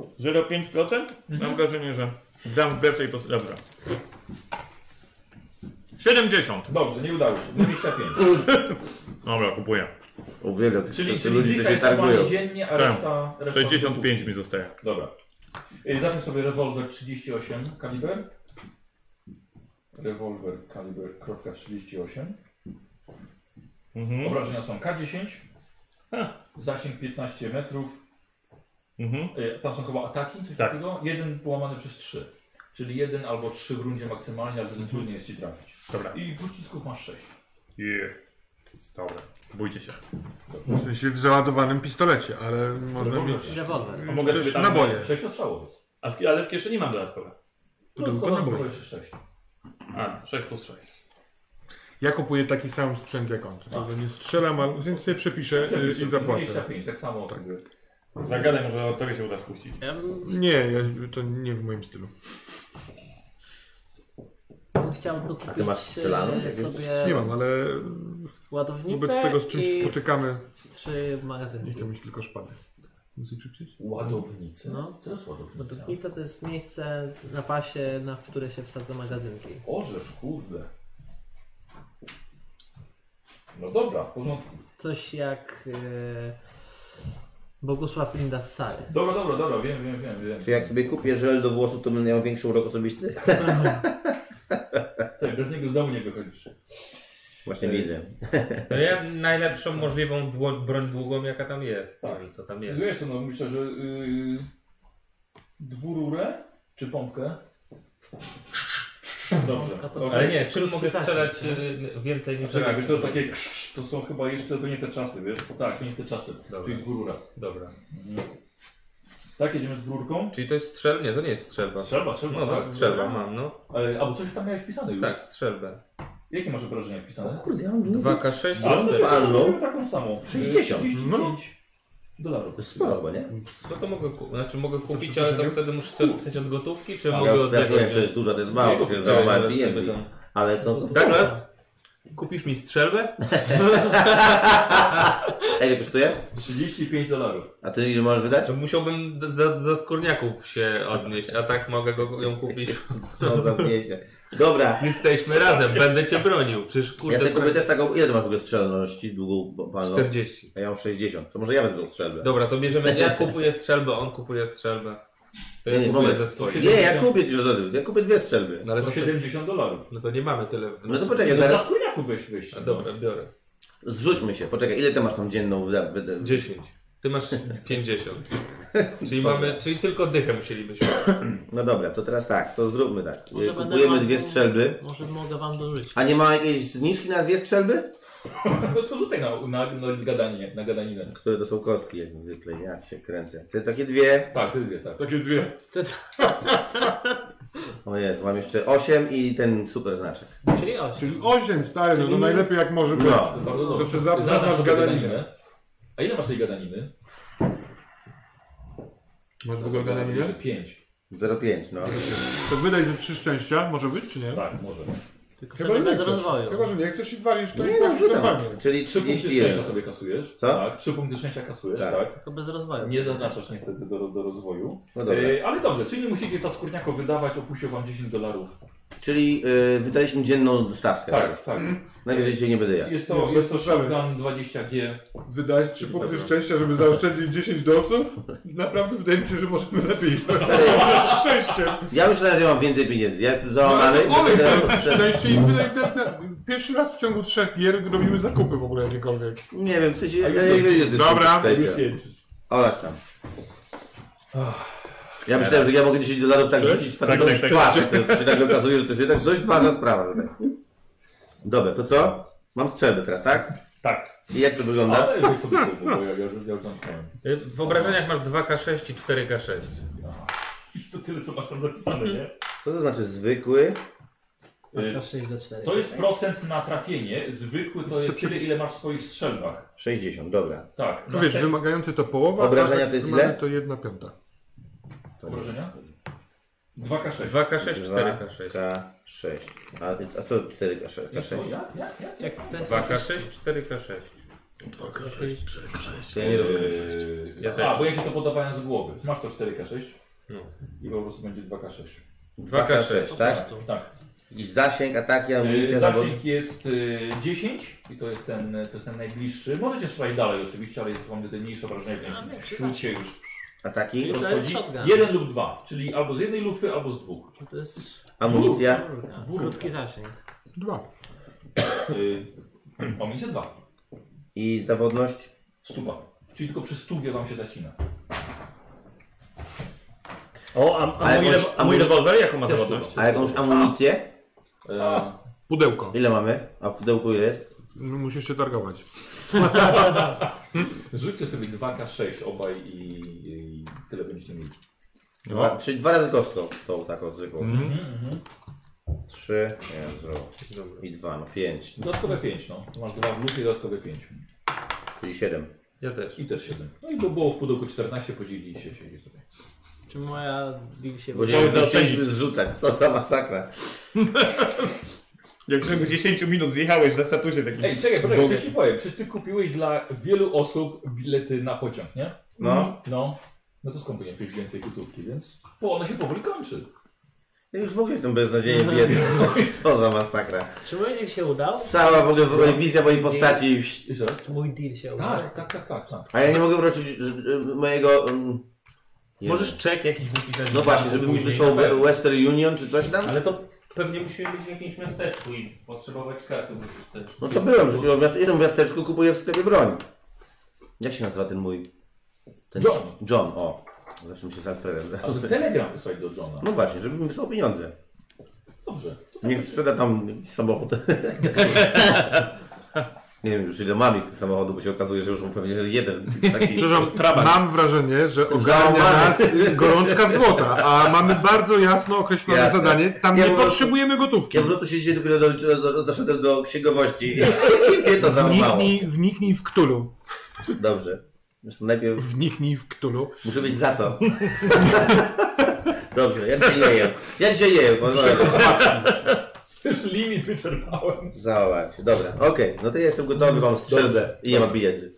0,5%? Mam wrażenie, że dam wbrew tej... pos- Dobra. 70.
Dobrze, nie udało się. 25.
Dobra, kupuję.
Uwielbiam tych
Czyli,
tych
czyli
ludzi, którzy tak
dzisiaj
się targują.
dziennie, a
Tak.
reszta... reszta
65 mi zostaje.
Dobra. Y, Zacznę sobie rewolwer 38 kaliber. Rewolwer kaliber kropka .38.
Mhm.
Obrażenia są K10. Zasięg 15 metrów.
Mhm.
Y, Tam są chyba ataki, coś
Tak.
takiego. Jeden połamany przez 3. Czyli jeden albo trzy w rundzie maksymalnie, ale wtedy trudniej jest ci trafić.
Dobra.
I pocisków masz 6.
Yeah. Dobra. Bójcie się.
W sensie w załadowanym pistolecie, ale można mieć
Rewolwer.
A mogę sobie tam...
naboje.
6 ostrzałów.
A w, ale w kieszeni mam dodatkowe.
No,
tylko
tylko
naboje.
na jeszcze 6.
A, 6 plus 6.
Ja kupuję taki sam sprzęt jak on. To prawda, nie strzelam, ale więc sobie przepiszę y, i zapłacę.
25, tak samo. sobie.
Zagadaj, może tobie się uda spuścić.
Ja bym
Nie, ja, to nie w moim stylu.
chciał dokupić
A ty masz strzelaną?
e,
Czy jakieś-
Nie
sobie
mam, ale wobec
ładownicę
tego z czymś
i
spotykamy,
trzy
nie
magazyny.
chcę mieć tylko szpady. Muszę przypić?
Ładownicy.
No.
Co to jest ładownica?
Ładownica to jest miejsce na pasie, na w które się wsadza magazynki.
Orzesz, kurde. No dobra, w porządku.
Coś jak e, Bogusław Linda z Sary.
Dobra, dobra, dobra, wiem, wiem, wiem. wiem.
Czy jak sobie kupię żel do włosów, to będę miał większy urok osobisty?
Co, bez niego z domu nie wychodzisz.
Właśnie widzę.
To No ja najlepszą możliwą dło- broń długą, jaka tam jest.
Tak.
Tak. I co tam jest.
Wiesz co, no myślę, że yy, dwururę czy pompkę? Dobrze.
A to-
okej.
Ale nie, czym
Krótki
mogę
zasięg,
strzelać
no.
y, więcej niż
Czekaj,
raz?
wiesz, to takie krz, to są chyba jeszcze, to nie te czasy, wiesz? Tak, to nie te czasy,
Dobra.
czyli dwurura. Mhm.
Dobra.
Tak, jedziemy dwururką?
Czyli to jest strzel? Nie, to nie jest strzelba.
Strzelba, strzelba.
No, no
tak.
strzelba mam, no.
Ale, albo coś tam miałeś pisane już.
Tak, strzelbę.
Jakie masz obrażenia
O
wpisane?
No kurde, ja mam dwa.
2K6 i
Ale
no,
4.
pan, no.
mamy taką samą.
60.
35
No.
dolarów.
To jest sporo chyba, nie?
No to mogę, ku- znaczy mogę kupić, ale to wtedy muszę sobie pisać od gotówki, czy
A,
Ja
mogę
już
od
teraz
tego...
nie wiem, to jest dużo, to jest mało, to się załamałem
tego.
pijem. Ale to...
Douglas, kupisz mi strzelbę?
Ej, ile kosztuje?
35 dolarów.
A ty ile możesz wydać?
To musiałbym d- za, za skórniaków się odnieść, a tak mogę go, ją kupić.
Co No, za wiesie. Dobra.
Jesteśmy razem, będę cię bronił. Przecież
Ja
kurde...
sobie kupię
prawie-
też taką, ile ty masz w ogóle strzelności długą palną?
40.
A ja mam 60, to może ja wezmę tą strzelbę.
Dobra, to bierzemy. Ja kupuję strzelbę, on kupuje strzelbę. To ja
Nie, nie,
kupuję
moment.
ze swoich.
Nie, ja kupię ci rozody, ja kupię dwie strzelby.
No ale
To
to,
70 dolarów.
no to nie mamy tyle.
No to
Ja
poczekaj,
za
zaraz
skórniaków weź no. wyjść.
A dobra, biorę.
zrzućmy się. Poczekaj, ile ty masz tam dzienną wyda... wyda...
10. Ty masz 50. Czyli, mamy, czyli tylko dychę musielibyśmy.
No dobra, to teraz tak, to zróbmy tak.
Może będę
Kupujemy
wam-
dwie strzelby.
Może mogę wam dożyć.
A nie ma jakiejś zniżki na dwie strzelby?
No to rzucaj na, na, na gadanie, na gadaninę.
Które to są kostki jak zwykle, ja się kręcę. Te takie dwie.
Tak, ty wie, tak.
Takie dwie.
To,
O Jezu, mam jeszcze osiem i ten super znaczek.
czyli 8.
Czyli osiem, stary, no to najlepiej jak może być.
No.
Bardzo
To
dobrze.
się zap-
Zaznacz
zaznacz
sobie
gadaninę.
A ile masz tej gadaniny?
Masz w ogóle
Że
gadanie?
pięć.
0,5, no.
To wydaj ze trzy szczęścia, może być, czy nie?
Tak, może.
Tylko wtedy bez
chcesz.
rozwoju.
Chyba, że nie chcesz i walisz, to
Nie
i tak
no,
walisz
rzucam.
normalnie.
Czyli
Trzy punkty
31.
szczęścia sobie kasujesz.
Co?
Tak, trzy punkty szczęścia kasujesz,
Tak.
tak.
Tylko bez rozwoju.
Nie zaznaczasz niestety do, do rozwoju.
No dobra.
E, ale dobrze, czyli nie musicie za skórniako wydawać, opuścił wam 10 dolarów.
Czyli y, wydaliśmy dzienną stawkę.
Tak, tak.
Najwyżej dzisiaj nie będę ja.
Jest
Nie,
to,
bez
jest to
sprawy.
shotgun 20G.
Wydajesz trzy punkty szczęścia, żeby zaoszczędzić 10 dolców? Naprawdę wydaje mi się, że możemy lepiej. Szczęście.
Ja myślę, że mam więcej pieniędzy. Ja jestem załamany.
Olej,
Teraz
to
postrzelę.
szczęście i wydaj na, na, pierwszy raz w ciągu trzech gier robimy zakupy w ogóle jakiekolwiek.
Nie wiem, w sensie... Ja nie wiem, gdzie to jest
Dobra,
szczęście.
już jedziesz.
Olasz tam. Ja myślałem, że ja mogę 10 dolarów tak rzucić facetowi w twarz. To się tak okazuje, że to jest jednak dość ważna sprawa tutaj. Dobra, to co? Mam strzelby teraz, tak?
Tak.
I jak to
No.
wygląda?
Ale jak to było, bo ja, ja, ja już zamknąłem.
Y, W obrażeniach masz 2K6 i 4K6.
To tyle, co masz tam zapisane, nie?
Co to znaczy zwykły?
Tylko 6 do 4.
To jest procent na trafienie. Zwykły to jest tyle, ile masz w swoich strzelbach.
60, dobra.
Tak.
No wiesz, wymagający to połowa,
Obrażenia
a tak
to jest
wymagane
ile?
To jedna piąta.
To
Obrażenia? 2K6.
2K6, 4K6.
K6. A, a co 4K6? K6?
Jak? Jak? Jak?
Jak to jest
2K6, 4K6.
Ja nie rozumiem.
Ja
Eee, A,
też.
bo ja się to podawałem z głowy. Masz to 4K6
No.
i po prostu będzie 2K6.
2K6.
po
tak?
prostu.
Tak.
I zasięg, ataki,
Yy,
amunicja, zawody.
Zasięg jest y, 10 i to jest ten, to jest ten najbliższy. Możecie strzelać dalej oczywiście, ale jest wam te mniejsze obrażenia, więc wśród się już
Ataki,
No, tak. To jest
rozchodzi.
shotgun.
Jeden lub dwa, czyli albo z jednej lufy, albo z dwóch.
To jest
amunicja.
kurka.
Wór.
Krótki zasięg.
Dwa.
Yy, Pomnij się dwa.
I zawodność.
Stuwa. Czyli tylko przy stówie wam się zacina.
O, a, a,
Ale
mój,
jakąś-
rewo- a mój rewolwer jaką ma
Też
zawodność?
stuwa.
A jakąś amunicję?
E,
Pudełko.
Ile mamy? A w pudełku ile jest?
Musisz się targować.
Zrzućcie Yy, sobie 2K6 obaj i, i tyle będziecie mieli.
Dwa, czyli dwa razy kostką, tą taką zwykłą. Trzy, Jezu. I dwa, no pięć,
Dodatkowe 5, no. Masz dwa w lufie, dodatkowe 5.
czyli siedem.
Ja też.
I też 7. No i bo było w pudełku 14, podzieliliście się i sobie.
Czy moja deal się
Bo
uda?
nie
zaoszczędzić.
chcieliśmy zrzucać, co za masakra.
Jak w ciągu 10 minut zjechałeś na statusie takim.
Ej, czekaj, poczekaj, coś ci powiem. Przecież ty kupiłeś dla wielu osób bilety na pociąg, nie?
No,
No. No to skąd powinien wziąć więcej gotówki, więc... Bo ona się powoli kończy.
ja już w ogóle jestem beznadziejnie biedny. Co za masakra.
Czy mój deal się udał?
Cała w ogóle, w ogóle wizja mojej postaci.
Jeszcze raz?
Mój deal się udał.
Tak, tak, tak, tak, tak.
A ja nie mogę wrócić że- y, mojego... mm, nie
Możesz czek jakiś wypisać.
No właśnie, żeby mi wysłał We- Western Union czy coś tam?
Ale to pewnie musimy być w jakimś miasteczku i potrzebować kasy. bo to też-
No to byłem, że w miast- jestem w miasteczku, kupuję w sklepie broń. Jak się nazywa ten mój? Ten...
John.
John, o. Zawsze mi się z Alfredem.
A że telegram wysłać do Johna.
No właśnie, żeby mi wysłał pieniądze.
Dobrze.
Niech sprzeda tam jakiś samochód. Nie wiem już ile mam ich tych samochodów, bo się okazuje, że już mam pewnie jeden taki.
Przepraszam, mam wrażenie, że ogarnia
załamany.
nas gorączka złota, a mamy bardzo jasno określone
Jasne.
zadanie. Tam
Ja
nie
po prostu-
potrzebujemy gotówki.
Ja po prostu się dzisiaj dopiero doliczyłem, do, doszedłem do księgowości. I mnie to załamało.
Wniknij, wniknij w Ktulu.
Dobrze. Zresztą najpierw
Wniknij w Ktulu.
muszę wiedzieć za co. Dobrze, ja dzisiaj nie jem. Ja dzisiaj nie jem. bo-
Już limit wyczerpałem.
Załamałem się. Dobra, okej. No to ja jestem gotowy, mam strzelbę i nie ma biedy.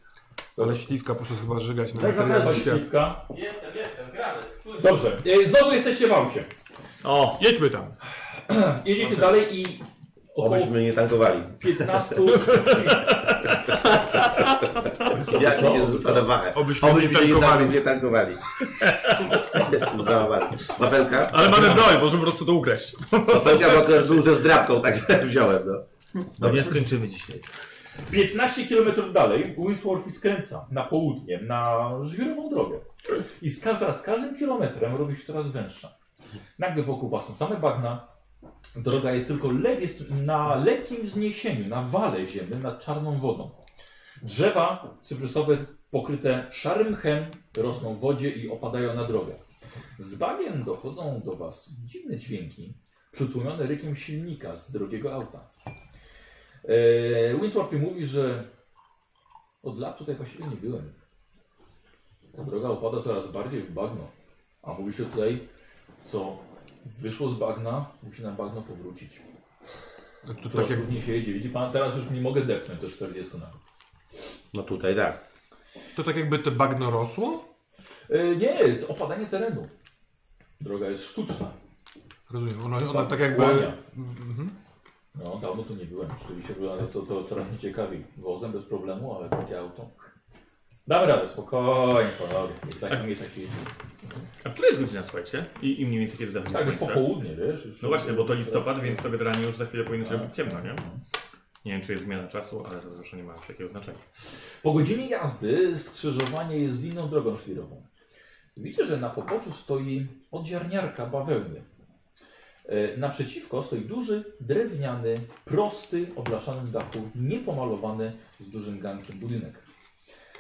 Ale śliwka poszła chyba żygać na
Chyba
materiał świat.
śliwka.
Jestem, jestem, gramy. Słuchaj.
Dobrze. E, Znowu jesteście w aucie.
O,
Jedźmy tam.
Jedziecie dalej i około
Obyśmy nie tankowali.
15...
Ja się nie zrzuca na wachę.
Obyśmy nie tankowali.
Nie tankowali. Jestem załamany. Wafelka?
ale mamy broń, możemy po prostu to ukraść.
Wafelka bo akurat był ze zdrabką, także wziąłem. No.
No nie skończymy dzisiaj.
15 km dalej Winsworthy skręca na południe, na żwirową drogę. I z, ka- teraz z każdym kilometrem robi się coraz węższa. Nagle wokół was są same bagna. Droga jest tylko le- jest na lekkim wzniesieniu, na wale ziemnym, nad czarną wodą. Drzewa cyprusowe pokryte szarym chem rosną w wodzie i opadają na drogę. Z bagien dochodzą do was dziwne dźwięki, przytłumione rykiem silnika z drogiego auta. Eee, Winsworthy mówi, że od lat tutaj właściwie nie byłem. Ta droga opada coraz bardziej w bagno. A mówi się tutaj, co wyszło z bagna, musi na bagno powrócić.
To
Coraz
tak jak,
trudniej się jedzie. Widzi pan, teraz już nie mogę depnąć do 40 na.
No tutaj tak.
to tak jakby to bagno rosło?
Eee, nie, jest opadanie terenu. Droga jest sztuczna.
Rozumiem, ono, ono tak
Skłania.
jakby... Mhm.
No, dawno tu nie byłem. Rzeczywiście wygląda to, to coraz mnie ciekawi. Wozem bez problemu, ale takie auto. Damy radę, spokojnie, panowie. W takich
Tak.
miejscach tak się jeździ.
A która jest godzina, słuchajcie? I, i mniej więcej kiedy zachodzi
Tak, już
słońce?
po południe, wiesz? Już
No właśnie, bo to listopad, więc to generalnie już za chwilę powinno się być ciemno, nie? Nie wiem, czy jest zmiana czasu, ale to zresztą nie ma takiego znaczenia.
Po godzinie jazdy skrzyżowanie jest z inną drogą szlirową. Widzicie, że na poboczu stoi odziarniarka bawełny. E, Naprzeciwko stoi duży, drewniany, prosty, o blaszanym dachu, niepomalowany, z dużym gankiem budynek.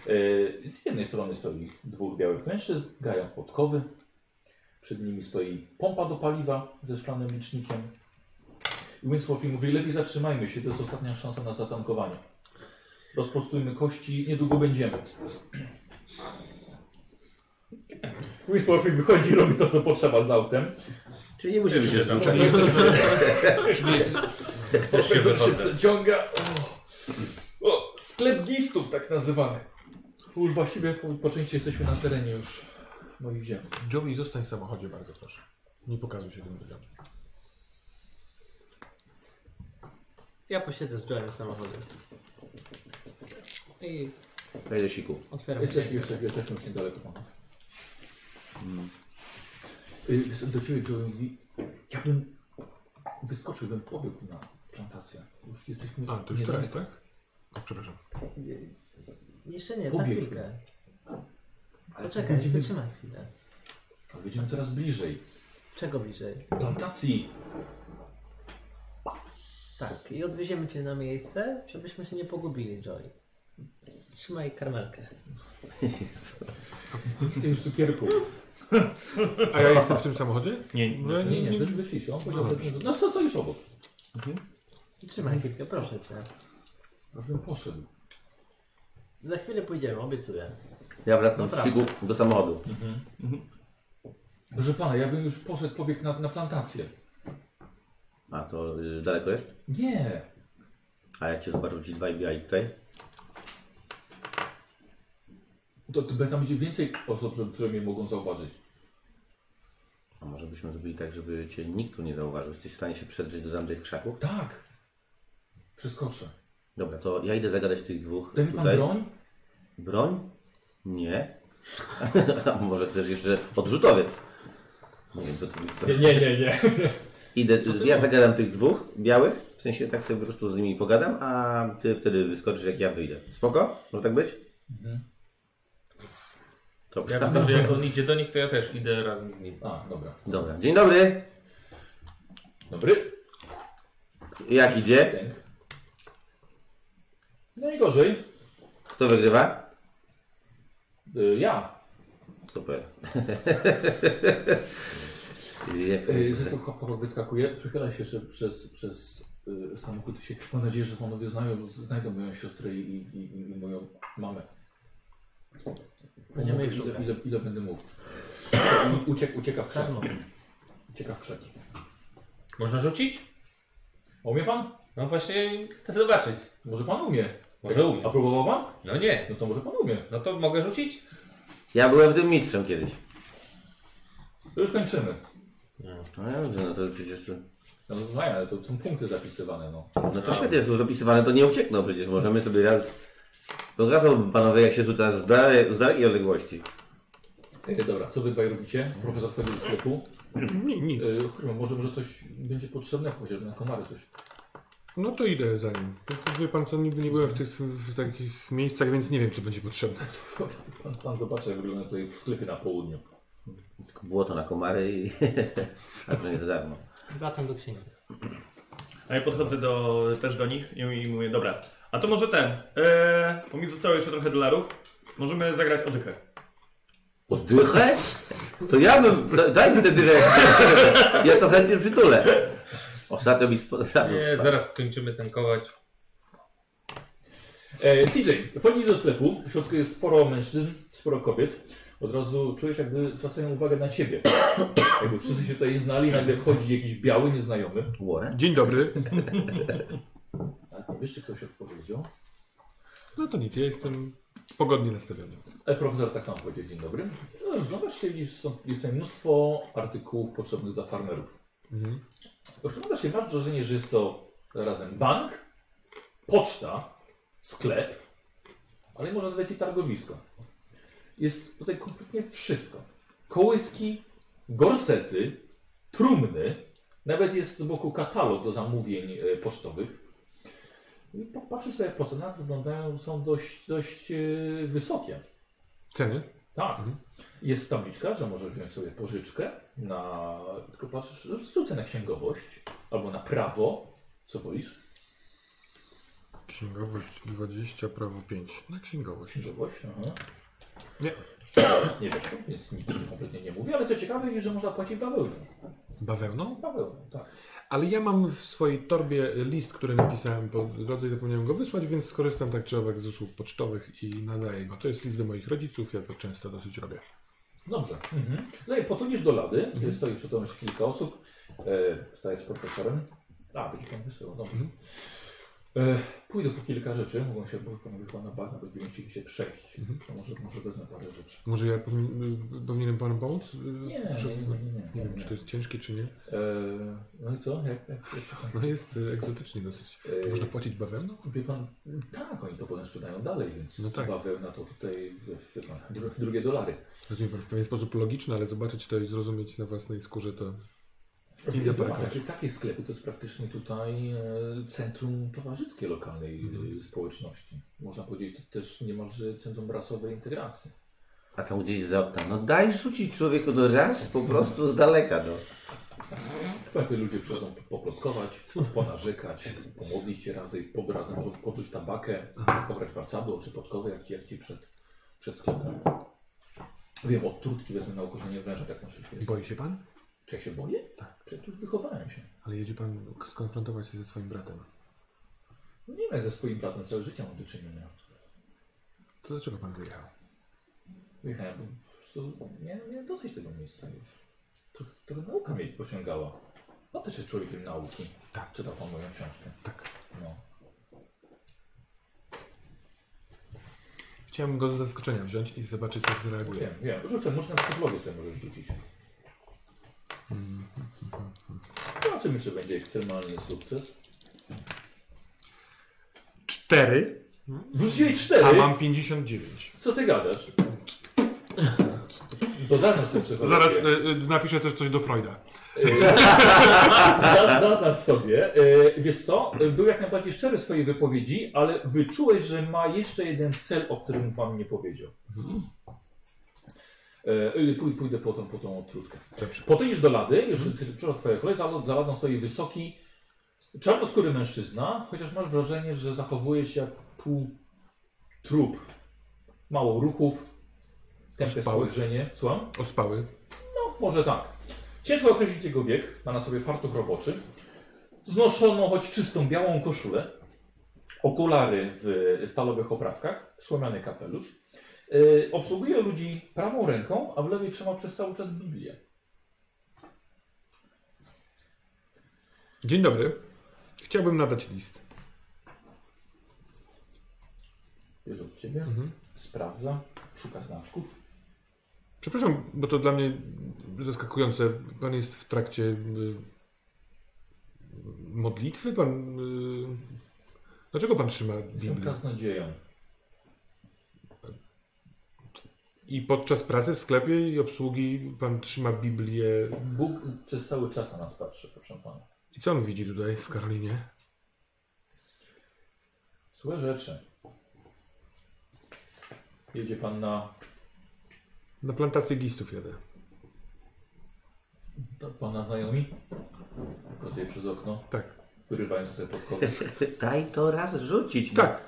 E, Z jednej strony stoi dwóch białych mężczyzn, gają w podkowy. Przed nimi stoi pompa do paliwa ze szklanym licznikiem. I Winsworth im mówi, lepiej zatrzymajmy się, to jest ostatnia szansa na zatankowanie. Rozprostujmy kości, niedługo będziemy. Winsworthy wychodzi i robi to, co potrzeba z autem.
Czyli nie musimy się zwrócić.
Profesor się przeciąga. O, o, sklep gistów tak nazywany. Ul, właściwie po, po części jesteśmy na terenie już moich ziem.
Joey, zostań w samochodzie bardzo proszę. Nie pokazuj się tym ludziom.
Ja posiedzę z Joe'em samochodem. I
Wejdę siku.
otwieram
Jesteśmy,
drzwi.
jesteśmy, jesteśmy już niedaleko, panowie. Y, Do ciebie, Joe, mówi, ja bym wyskoczył, bym pobiegł na plantację. Już jesteśmy
A, to już
niedaleko.
teraz, tak? O, przepraszam.
Jeszcze nie, za
Pobiegł.
chwilkę.
Ale
Poczekaj,
będziemy-
wytrzymaj chwilę.
Ale Będziemy coraz bliżej.
Czego bliżej?
Plantacji.
Tak, i odwieziemy cię na miejsce, żebyśmy się nie pogubili, Joey. Trzymaj karmelkę.
Nie chcę już cukierków.
A ja jestem w tym samochodzie?
Nie,
No, ja
Nie, nie, wysz, wyszliście. On powiedział, że... No co, co już obok?
Mhm.
Trzymaj chwilkę, proszę cię.
No, Żebym poszedł.
Za chwilę pójdziemy, obiecuję.
Ja wracam z
Naprawdę.
siku do samochodu.
Proszę pana, ja bym już poszedł, pobiegł na, na plantację.
A to y, daleko jest?
Nie.
A jak cię zobaczą ci dwaj biali tutaj?
To, to tam będzie więcej osób, żeby- które mnie mogą zauważyć.
A może byśmy zrobili tak, żeby cię nikt tu nie zauważył? Jesteś w stanie się przedrzeć do tamtych krzaków?
Tak. Przeskoczę.
Dobra, to ja idę zagadać tych dwóch
Daj mi pan
tutaj.
broń?
Broń? Nie. A może chcesz jeszcze odrzutowiec? Nie wiem, co to co...
nie, nie, nie.
Idę, ja zagadam tych dwóch białych, w sensie tak sobie po prostu z nimi pogadam, a ty wtedy wyskoczysz jak ja wyjdę. Spoko? Może tak być?
Mhm.
Dobrze.
Ja widzę, że jak on idzie do nich, to ja też idę razem z nim.
A, dobra.
Dobra, dzień dobry.
Dobry.
Jak idzie?
Tęk. Najgorzej.
Kto wygrywa?
Y, Ja.
Super. jak
Y, Ze co chłopak wyskakuje, przechyla się jeszcze przez, przez y, samochód. i Się. Mam nadzieję, że panowie znają, znajdą moją siostrę i, i, i, i moją mamę. Pomogę,
Będziemy ich
ile,
szukać.
ile, ile będę mógł. Uciek, ucieka
Tak.
w krzaki. Ucieka w krzaki.
Można rzucić?
Umie pan?
No właśnie chcę zobaczyć.
Może pan umie.
Może
A
umie.
próbował pan?
No nie.
No to może pan umie.
No to mogę rzucić?
Ja byłem w tym mistrzem kiedyś.
To już kończymy.
No ja dobrze, no to przecież... to-
No to znaję, ale to są punkty zapisywane, no.
No to świetnie, jest to zapisywane, to nie uciekną przecież. Możemy sobie raz... Pokazałbym panowie jak się rzuca z, dale... z dalekiej odległości.
E, dobra, co wy dwaj robicie? Profesor wchodzi do sklepu.
Nie, nic.
E, chroma, może, może coś będzie potrzebne, chociażby na komary coś.
No to idę za nim. Wie pan co, nigdy nie byłem w, tych, w takich miejscach, więc nie wiem co będzie potrzebne.
Pan, pan zobaczy, jak wygląda tutaj sklepy na południu.
Tylko błoto na komary i... A to nie za darmo.
Wracam do księgi.
A ja podchodzę do, też do nich i, i mówię, dobra, a to może ten, e, bo mi zostało jeszcze trochę dolarów, możemy zagrać odychę.
Oddychę? To ja bym... Da, daj mi tę dychę. Ja to chętnie przytulę. Ostatnio mi spadło.
Nie, zaraz skończymy tankować.
E, TJ, wchodzisz do sklepu, w środku jest sporo mężczyzn, sporo kobiet. Od razu czujesz, jakby zwracają uwagę na ciebie. Jakby wszyscy się tutaj znali, nagle wchodzi jakiś biały nieznajomy.
Warren?
Dzień dobry.
A Tak, nie wiesz, czy ktoś odpowiedział?
No to nic, ja jestem pogodnie nastawiony.
E, profesor tak samo powiedział, dzień dobry. No, Rozglądasz się, widzisz, są, jest tutaj mnóstwo artykułów potrzebnych dla farmerów. Rozglądasz się, masz wrażenie, że jest to razem bank, poczta, sklep, ale może nawet i targowisko. Jest tutaj kompletnie wszystko. Kołyski, gorsety, trumny, nawet jest z boku katalog do zamówień e, pocztowych. I po- Patrzysz sobie po cenach, wyglądają, są dość, dość e, wysokie.
Ceny?
Tak. Jest tabliczka, że możesz wziąć sobie pożyczkę na. Tylko patrz, rzucę na księgowość albo na prawo. Co wolisz?
Księgowość 20, prawo 5. Na księgowość.
Księgowość? Aha.
Nie.
Nie wiesz, więc niczym kompletnie nie mówię, ale co ciekawe, widzisz, że można płacić bawełną.
Bawełną?
Bawełną, tak.
Ale ja mam w swojej torbie list, który napisałem po drodze i zapomniałem go wysłać, więc skorzystam tak czy owak z usług pocztowych i nadaję go. To jest list do moich rodziców, ja to często dosyć robię.
Dobrze. Mhm. Tutaj podchodzisz do lady, mhm. stoi przed tobą jeszcze kilka osób. E, stajesz z profesorem. A, będzie pan wysyłał, dobrze. E, pójdę po kilka rzeczy, mogą się, bo panowie chyba na bank, nawet nie mieścili się przejść. To może, może wezmę parę rzeczy.
Może ja powin- y, powinienem panu pomóc?
Nie,
Że-
nie, nie, nie, nie.
Nie wiem, czy to jest ciężkie, czy nie.
Eee, no i co? Jak, jak, jak się tam-
No jest e, egzotycznie dosyć. To
Eee.
można płacić bawełną?
Wie pan, tak, oni to potem sprzedają dalej, więc
No tak.
bawełna to tutaj wie pan, dru, drugie dolary.
Rozumiem pan w pewien sposób logiczny, ale zobaczyć to i zrozumieć na własnej skórze to...
Wie
India
pan,
Park.
Takie, takie sklepy to jest praktycznie tutaj e, centrum towarzyskie lokalnej
Mhm.
e, społeczności. Można powiedzieć to też niemalże centrum rasowej integracji.
A tam gdzieś za okna. No daj rzucić człowieku do raz po prostu z daleka. No.
Chyba te ludzie przychodzą po- poplotkować, ponarzekać, pomodlić się razem, po, razem po, poczuć tabakę, pograć warcadło czy podkowę, jak ci, jak ci przed, przed sklepem. Wiem, od trutki wezmę na ukorzenie węża, tak na szybkie.
Boi się pan?
Czy ja się boję? Tak. Czy tu wychowałem się?
Ale jedzie pan skonfrontować się ze swoim bratem.
No nie wiem, ze swoim bratem całe życie mam do czynienia.
To dlaczego pan wyjechał?
Wyjechałem, bo po prostu miałem, miałem dosyć tego miejsca już. To, to nauka mnie pociągała. No też jest człowiekiem nauki.
Tak.
Czytał pan moją książkę.
Tak.
No.
Chciałem go z zaskoczenia wziąć i zobaczyć, jak zareaguje.
Wiem, wiem. Rzucę, może na psychologię sobie możesz rzucić.
Mhm.
Zobaczymy, czy będzie ekstremalny sukces.
Cztery,
Wrzuciłeś
a
cztery?
mam 59.
Co ty gadasz? To zaznacz sobie psychologię.
Zaraz y, y, napiszę też coś do Freuda.
Zaz- Zaznacz sobie. E, Wiesz co, e, był jak najbardziej szczery w swojej wypowiedzi, ale wyczułeś, że ma jeszcze jeden cel, o którym wam nie powiedział. E, e, Pój, pójdę po tą, po tą odtrutkę.
Dobrze.
Podejdziesz do Lady, już przyszła twoja kolej, za, za Ladą stoi wysoki, czarnoskóry mężczyzna, chociaż masz wrażenie, że zachowuje się jak pół trup. Mało ruchów, tępe
Spały.
spojrzenie. Słucham?
Ospały.
Może tak. Ciężko określić jego wiek, ma na sobie fartuch roboczy. Znoszono choć czystą białą koszulę, okulary w stalowych oprawkach, słomiany kapelusz. Yy, obsługuje ludzi prawą ręką, a w lewej trzyma przez cały czas Biblię.
Dzień dobry. Chciałbym nadać list.
Bierze od ciebie, sprawdza, szuka znaczków.
Przepraszam, bo to dla mnie zaskakujące. Pan jest w trakcie y, modlitwy? Pan. Y, dlaczego pan trzyma
Jestem
Biblię?
kaznodzieją.
I podczas pracy w sklepie i obsługi pan trzyma Biblię.
Bóg z- przez cały czas na nas patrzy, proszę pana.
I co on widzi tutaj w Karolinie?
Złe rzeczy. Jedzie pan na.
Na plantację gistów jadę.
To pana znajomi? Pokazuje przez okno,
Tak.
wyrywając sobie podkowę.
Daj to raz rzucić. no.
Tak.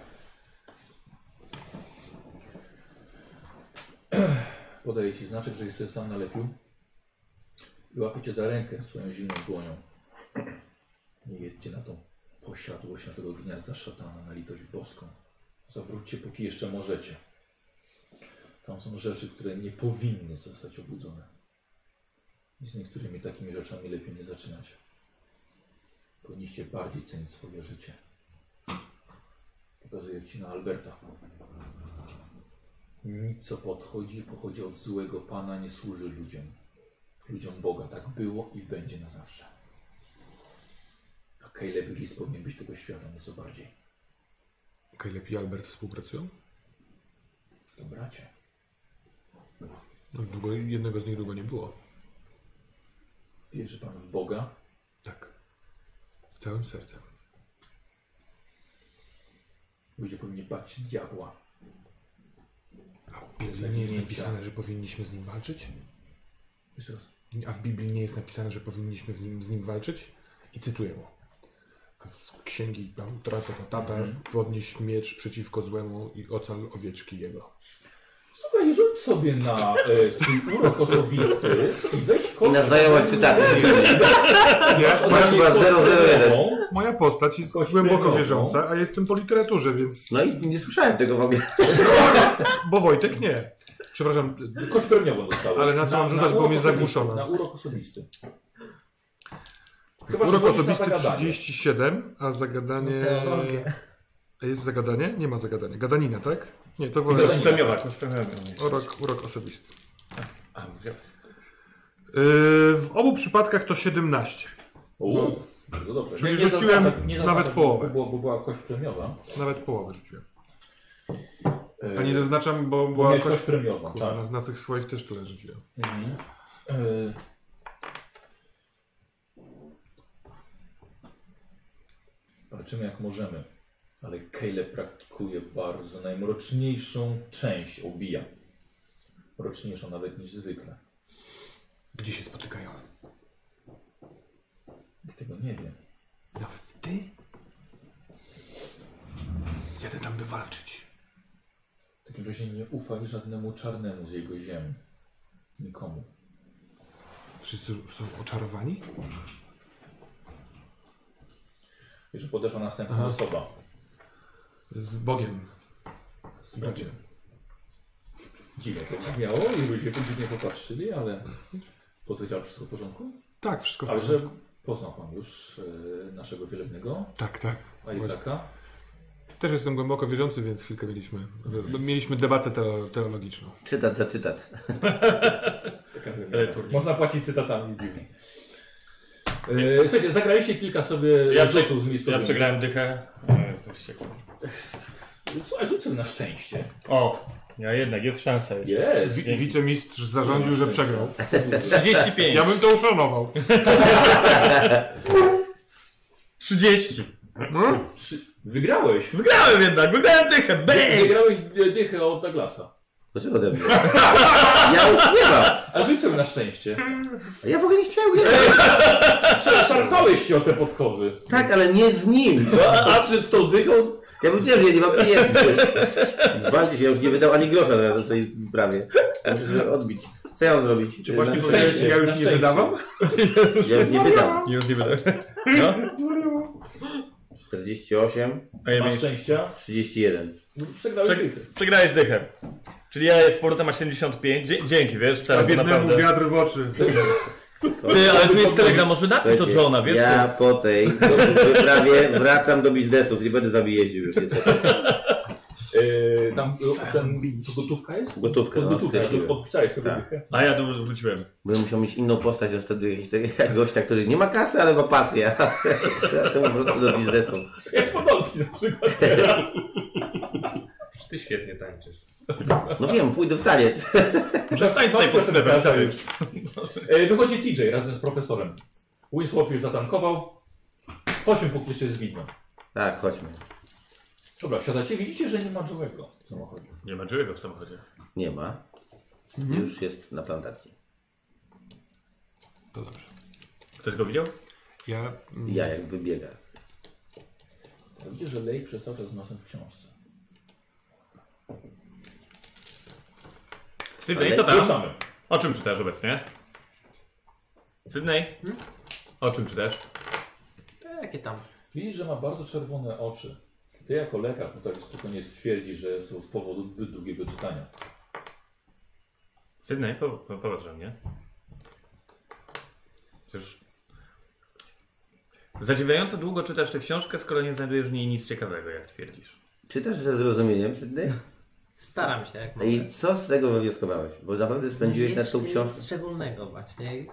Podaje ci znaczek, że jesteś sam nalepił. I łapie cię za rękę swoją zimną dłonią. Nie jedźcie na tą posiadłość, na tego gniazda szatana, na litość boską. Zawróćcie, póki jeszcze możecie. Tam są rzeczy, które nie powinny zostać obudzone. I z niektórymi takimi rzeczami lepiej nie zaczynać. Powinniście bardziej cenić swoje życie. Pokazuję ci na Alberta. Nic, co podchodzi, pochodzi od złego Pana, nie służy ludziom. Ludziom Boga. Tak było i będzie na zawsze. A Caleb Gis powinien być tego świadom nieco bardziej.
Caleb i Albert współpracują?
To bracie.
No, długo, jednego z nich długo nie było.
Wierzy Pan w Boga?
Tak. Z całym sercem.
Ludzie powinni bać się diabła.
A w Biblii nie jest napisane, że powinniśmy z nim walczyć?
Jeszcze raz.
A w Biblii nie jest napisane, że powinniśmy w nim, z nim walczyć? I cytuję mu. A z księgi Tata Tata podnieś miecz przeciwko złemu i ocal owieczki jego.
Słuchaj, rzuć sobie na e, swój urok osobisty i weź kość.
I na znajomość cytatu.
Ona
Masz
się
chyba 001.
kość
Moja postać jest
Kość
głęboko
kręgową.
wierząca, a jestem po literaturze, więc...
No i nie słyszałem tego w ogóle.
Bo Wojtek nie. Przepraszam,
Kość premiową dostałeś.
Ale na co mam rzucać, bo
urok
mnie
osobisty,
zagłuszono.
Na urok osobisty. Chyba, że
urok
wolisz na
osobisty
zagadanie.
37, a
No,
zagadanie... A jest zagadanie? Nie ma zagadania. Gadanina, tak? Nie, to wolę...
Gadanina.
Premiowa, kość premiowa.
Urok, urok osobisty. Yy, w obu przypadkach to 17.
Uuu, bardzo dobrze.
Czyli rzuciłem
zaznacza-
nawet
zaznacza,
połowę.
Bo, bo była kość premiowa.
Nawet połowę rzuciłem.
E,
A nie zaznaczam, bo była
miałeś
jakoś...
kość premiową,
Kurwa, no.
tak.
na, na tych swoich też tyle rzuciłem.
Mhm. E, Walczymy jak możemy, ale Caleb praktykuje bardzo najmroczniejszą część, obija. Mroczniejszą nawet niż zwykle.
Gdzie się spotykają?
Nikt tego nie wie.
Nawet No, ty? Jadę tam by walczyć.
W takim razie nie ufaj żadnemu czarnemu z jego ziem. Nikomu.
Wszyscy są oczarowani?
Jeszcze podeszła następna osoba.
Z Bogiem. Z Bogiem.
Dziwnie to brzmiało i ludzie dziwnie popatrzyli, ale powiedział wszystko w porządku.
Tak, wszystko w
Ale
porządku.
że poznał Pan już e, naszego wielebnego,
Tak, tak.
a Izaka.
Też jestem głęboko wierzący, więc chwilkę mieliśmy. Mieliśmy debatę teo- teologiczną.
Cytat za cytat.
E, Można płacić cytatami z Biblii. E, Słuchajcie, zagraliście kilka sobie
Ja
rzutów z miejscu.
Ja przegrałem dychę. No, jestem wściekły.
Słuchaj, rzuć sobie na szczęście.
O, ja jednak, jest szansa. jeszcze.
Jest.
Wi- Wicemistrz zarządził, że przegrał.
35.
Ja bym to uszanował.
30.
No?
Przy... Wygrałeś.
Wygrałem jednak, wygrałem dychę. Bang!
Wygrałeś dy- dychę od Douglasa.
Dlaczego ode mnie? Ja już nie mam.
A rzuć sobie na szczęście.
Ja w ogóle nie chciałem grać.
Szartałeś się o te podkowy.
Tak, ale nie z nim.
A, a czy z tą dychą?
Ja powiedziałem, że ja nie mam pieniędzy. Walczy się, ja już nie wydał ani grosza na tej sprawie. Muszę się odbić. Co ja mam zrobić? Czy
Właśnie
szczęście,
ja- ja już
na
nie
szczęście.
wydawam?
Ja już nie wydam.
Już nie będę.
48,
A ja
Masz
miałem-
szczęścia.
31.
No, Przegrałeś
Przeg-
dychę.
Przegrałeś dychę. Czyli ja jest powrotem ma 75. Dzie- Dzięki, wiesz,
A
Tak,
stary, bo
biednemu
naprawdę.
wiatr w oczy.
Ty, ale tu jest telegram, może dawaj to
tak. Słuchajcie,
Johna, wiesz?
Ja po tej wyprawie wracam do biznesów. Nie będę za nami jeździł już. Jest
E, tam e, ten, to gotówka jest?
Gotówkę, no,
Gotówka,
skreśliłem.
podpisałeś sobie
Tak.
dychę.
A ja tu wróciłem.
Byłem musiał mieć inną postać, a wtedy jakiś tego gościa, który nie ma kasy, ale ma pasję. Ja temu wrócę do biznesu.
Jak Podolski na przykład teraz.
Ty świetnie tańczysz.
No wiem, pójdę w taniec.
Przestań
tutaj pod sklepem, tak.
już. E, Wychodzi TJ razem z profesorem. Winslow już zatankował. Chodźmy póki jeszcze jest widno.
Tak, chodźmy.
Dobra, wsiadacie, widzicie, że nie ma Joe'ego w samochodzie.
Nie ma Joe'ego w samochodzie.
Nie ma.
Mhm.
Już jest na plantacji.
To dobrze.
Ktoś go widział?
Ja,
Ja jak wybiega.
To widzicie, że Lake przestał to z nosem w książce.
Sydney,
Ale
co tam?
Ruszamy.
O czym czytasz obecnie? Sydney? O czym czytasz?
E, Jakie tam?
Widzisz, że ma bardzo czerwone oczy. Ty jako lekarz potrafisz spokojnie stwierdzić, że są z powodu zbyt długiego czytania.
Sydney, po, po, popatrz na mnie. Już... Zadziwiająco długo czytasz tę książkę, skoro nie znajdujesz w niej nic ciekawego, jak twierdzisz.
Czytasz ze zrozumieniem, Sydney?
Staram się jak mogę.
No I co z tego wywnioskowałeś? Bo naprawdę spędziłeś nad tą
Nic
książką.
szczególnego właśnie.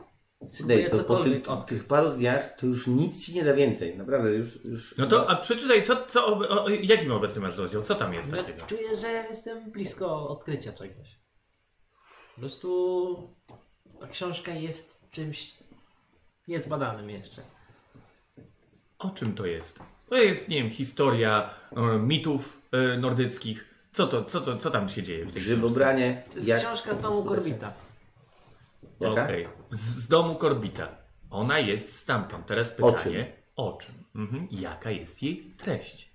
Sydney,
Próbuję
to po tym,
cokolwiek odkryć.
tych paru dniach to już nic ci nie da więcej. Naprawdę, już. już
No to, a przeczytaj, co, co obe- o, o- jaki obecnie masz rozdział? Co tam jest
Ja
takiego?
No, czuję, że jestem blisko odkrycia czegoś. Po prostu ta książka jest czymś niezbadanym jeszcze.
O czym to jest? To jest, nie wiem, historia e, mitów e, nordyckich. Co to, co to, co tam się dzieje w tej książce?
Grzybobranie.
To jest książka z domu Korbita.
Jaka?
Okej. Z domu Korbita. Ona jest stamtąd. Teraz
O
pytanie.
czym?
O czym? Mhm. Jaka jest jej treść?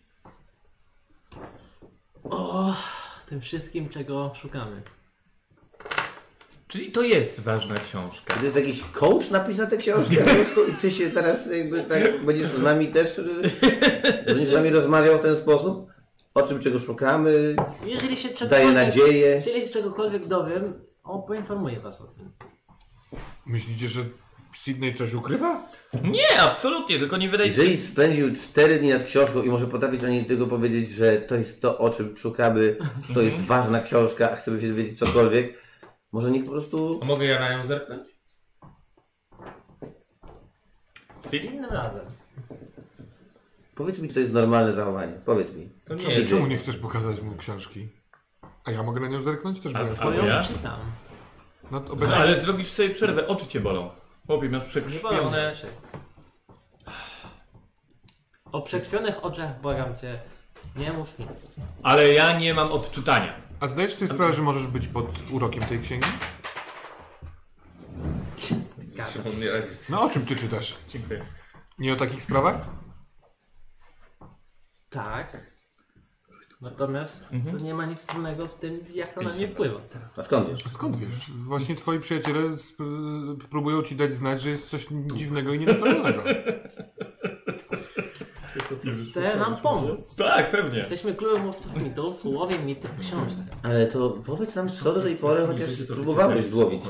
O, tym wszystkim, czego szukamy.
Czyli to jest ważna książka.
To jest jakiś coach napisał tę książkę po prostu i ty się teraz jakby tak będziesz z nami też y, będziesz z nami rozmawiał w ten sposób? O czym czego szukamy?
Jeżeli się
Daje
czegokolwiek,
nadzieję.
jeżeli się czegokolwiek dowiem, o, poinformuję was o tym.
myślicie, że Sydney coś ukrywa?
Nie, absolutnie, tylko nie wydaje się.
Jeżeli spędził 4 dni nad książką i może potrafić o niej tylko powiedzieć, że to jest to, o czym szukamy, to jest ważna książka, a chcemy się dowiedzieć cokolwiek, może niech po prostu
A mogę ja na nią zerknąć?
Sydney?
Innym razem.
powiedz mi, czy to jest normalne zachowanie. Powiedz mi.
To nie
Czemu-
jest.
Czemu nie chcesz pokazać mu książki? A ja mogę na nią zerknąć? Też byłem.
Bo
A
ją
ja?
czytam.
No to
No,
obecnie
ale zrobisz sobie przerwę, oczy cię bolą. Chłopie, masz
Nie wolno mnie
przekrwione.
raczej. O przekrwionych oczach błagam cię. Nie mów nic.
Ale ja nie mam odczytania.
A zdajesz sobie sprawę, że możesz być pod urokiem tej księgi?
Zgadzam.
Szymon, nie radzisz. sobie.
No o czym ty czytasz?
Dziękuję.
Nie o takich sprawach?
Tak. Natomiast to nie ma nic wspólnego z tym, jak to na mnie wpływa.
A skąd wiesz?
Skąd wiesz? Właśnie twoi przyjaciele sp- próbują ci dać znać, że jest coś dziwnego i nienaturalnego.
Chce nam pomóc.
Tak, pewnie.
Jesteśmy klubem łowców mitów, łowiem mity w książce.
Ale to powiedz nam, co do tej pory chociaż próbowałeś złowić.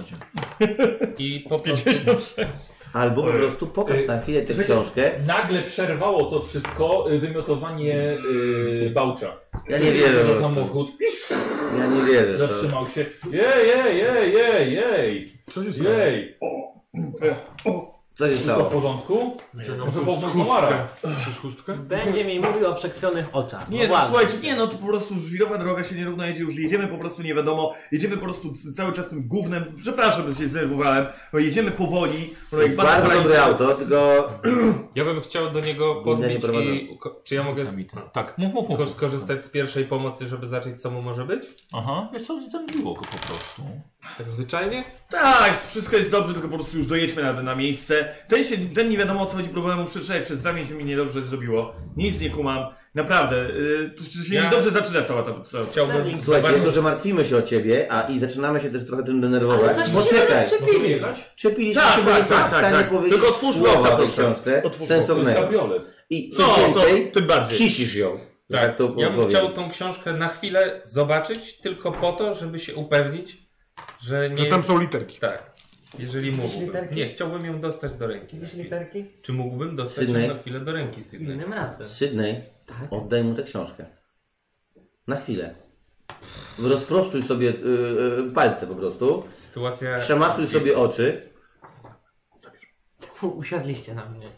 I po prostu
Albo po prostu pokaż na chwilę tę
Słuchajcie,
książkę.
Nagle przerwało to wszystko y, wymiotowanie y, bałcza.
Ja nie wierzę.
Że
po prostu.
samochód
Ja nie wierzę. To...
zatrzymał się. Jej, jej, jej, jej, jej,
Co się stało?
jej.
Co się
Wszystko w
stało?
komara.
Wyciągam
Może
chust-
połknął
chustkę.
komara.
Chcesz chustkę?
Będzie mi mówił o przekrwionych oczach.
Nie, no
ładnie.
słuchajcie, nie, no to po prostu żwirowa droga się nie równa jedzie, już jedziemy po prostu nie wiadomo, jedziemy po prostu z- cały czas tym gównem, przepraszam, że się zerwowałem, no jedziemy powoli, no
To jest bardzo dobre auto, tylko
Ja bym chciał do niego
nie
podbić
prowadzą.
i... ko- Czy ja mogę... Z... Tak. Mów, mów, mów. Skorzystać z pierwszej pomocy, żeby zacząć co mu może być?
Aha, wiesz co, zamówiło go po prostu.
Tak zwyczajnie?
Tak, wszystko jest dobrze, tylko po prostu już dojedźmy na, na miejsce. Ten, się, ten nie wiadomo o co chodzi problemu przyszedł, przez ramię się mi niedobrze zrobiło. Nic nie kumam, naprawdę, yy, to się- to się
Ja-
niedobrze zaczyna cała ta... Cała...
Chciałbym
Słuchajcie,
zobaczyć...
jako że martwimy się o ciebie, a i zaczynamy się też trochę tym denerwować.
Ale No coś
Bo
ci
czekaj,
Możemy jechać?
przepiliśmy
Tak,
się, bo
tak,
nie jesteś
tak,
w stanie
tak.
powiedzieć
Tylko otwórzmy
słowa
okno,
o tej
proszę.
książce
Otwórzmy okno.
To jest
sensownego.
kabriolet.
I co
No, to
więcej,
tym bardziej.
ciszisz ją. że
Tak,
Tak to
ja bym
powiem.
chciał tą książkę na chwilę zobaczyć, tylko po to, żeby się upewnić, że nie
Że tam
jest...
są literki.
Tak. Jeżeli mógłbym.
literki?
Nie, chciałbym ją dostać do ręki. na chwilę.
literki?
Czy mógłbym dostać ją
Sydney?
na chwilę do ręki, Sydney?
Innym razem.
Sydney,
Tak.
oddaj mu tę książkę. Na chwilę. Rozprostuj sobie y, y, palce po prostu.
Sytuacja...
Przemasuj sobie oczy.
Fu, Usiadliście na mnie.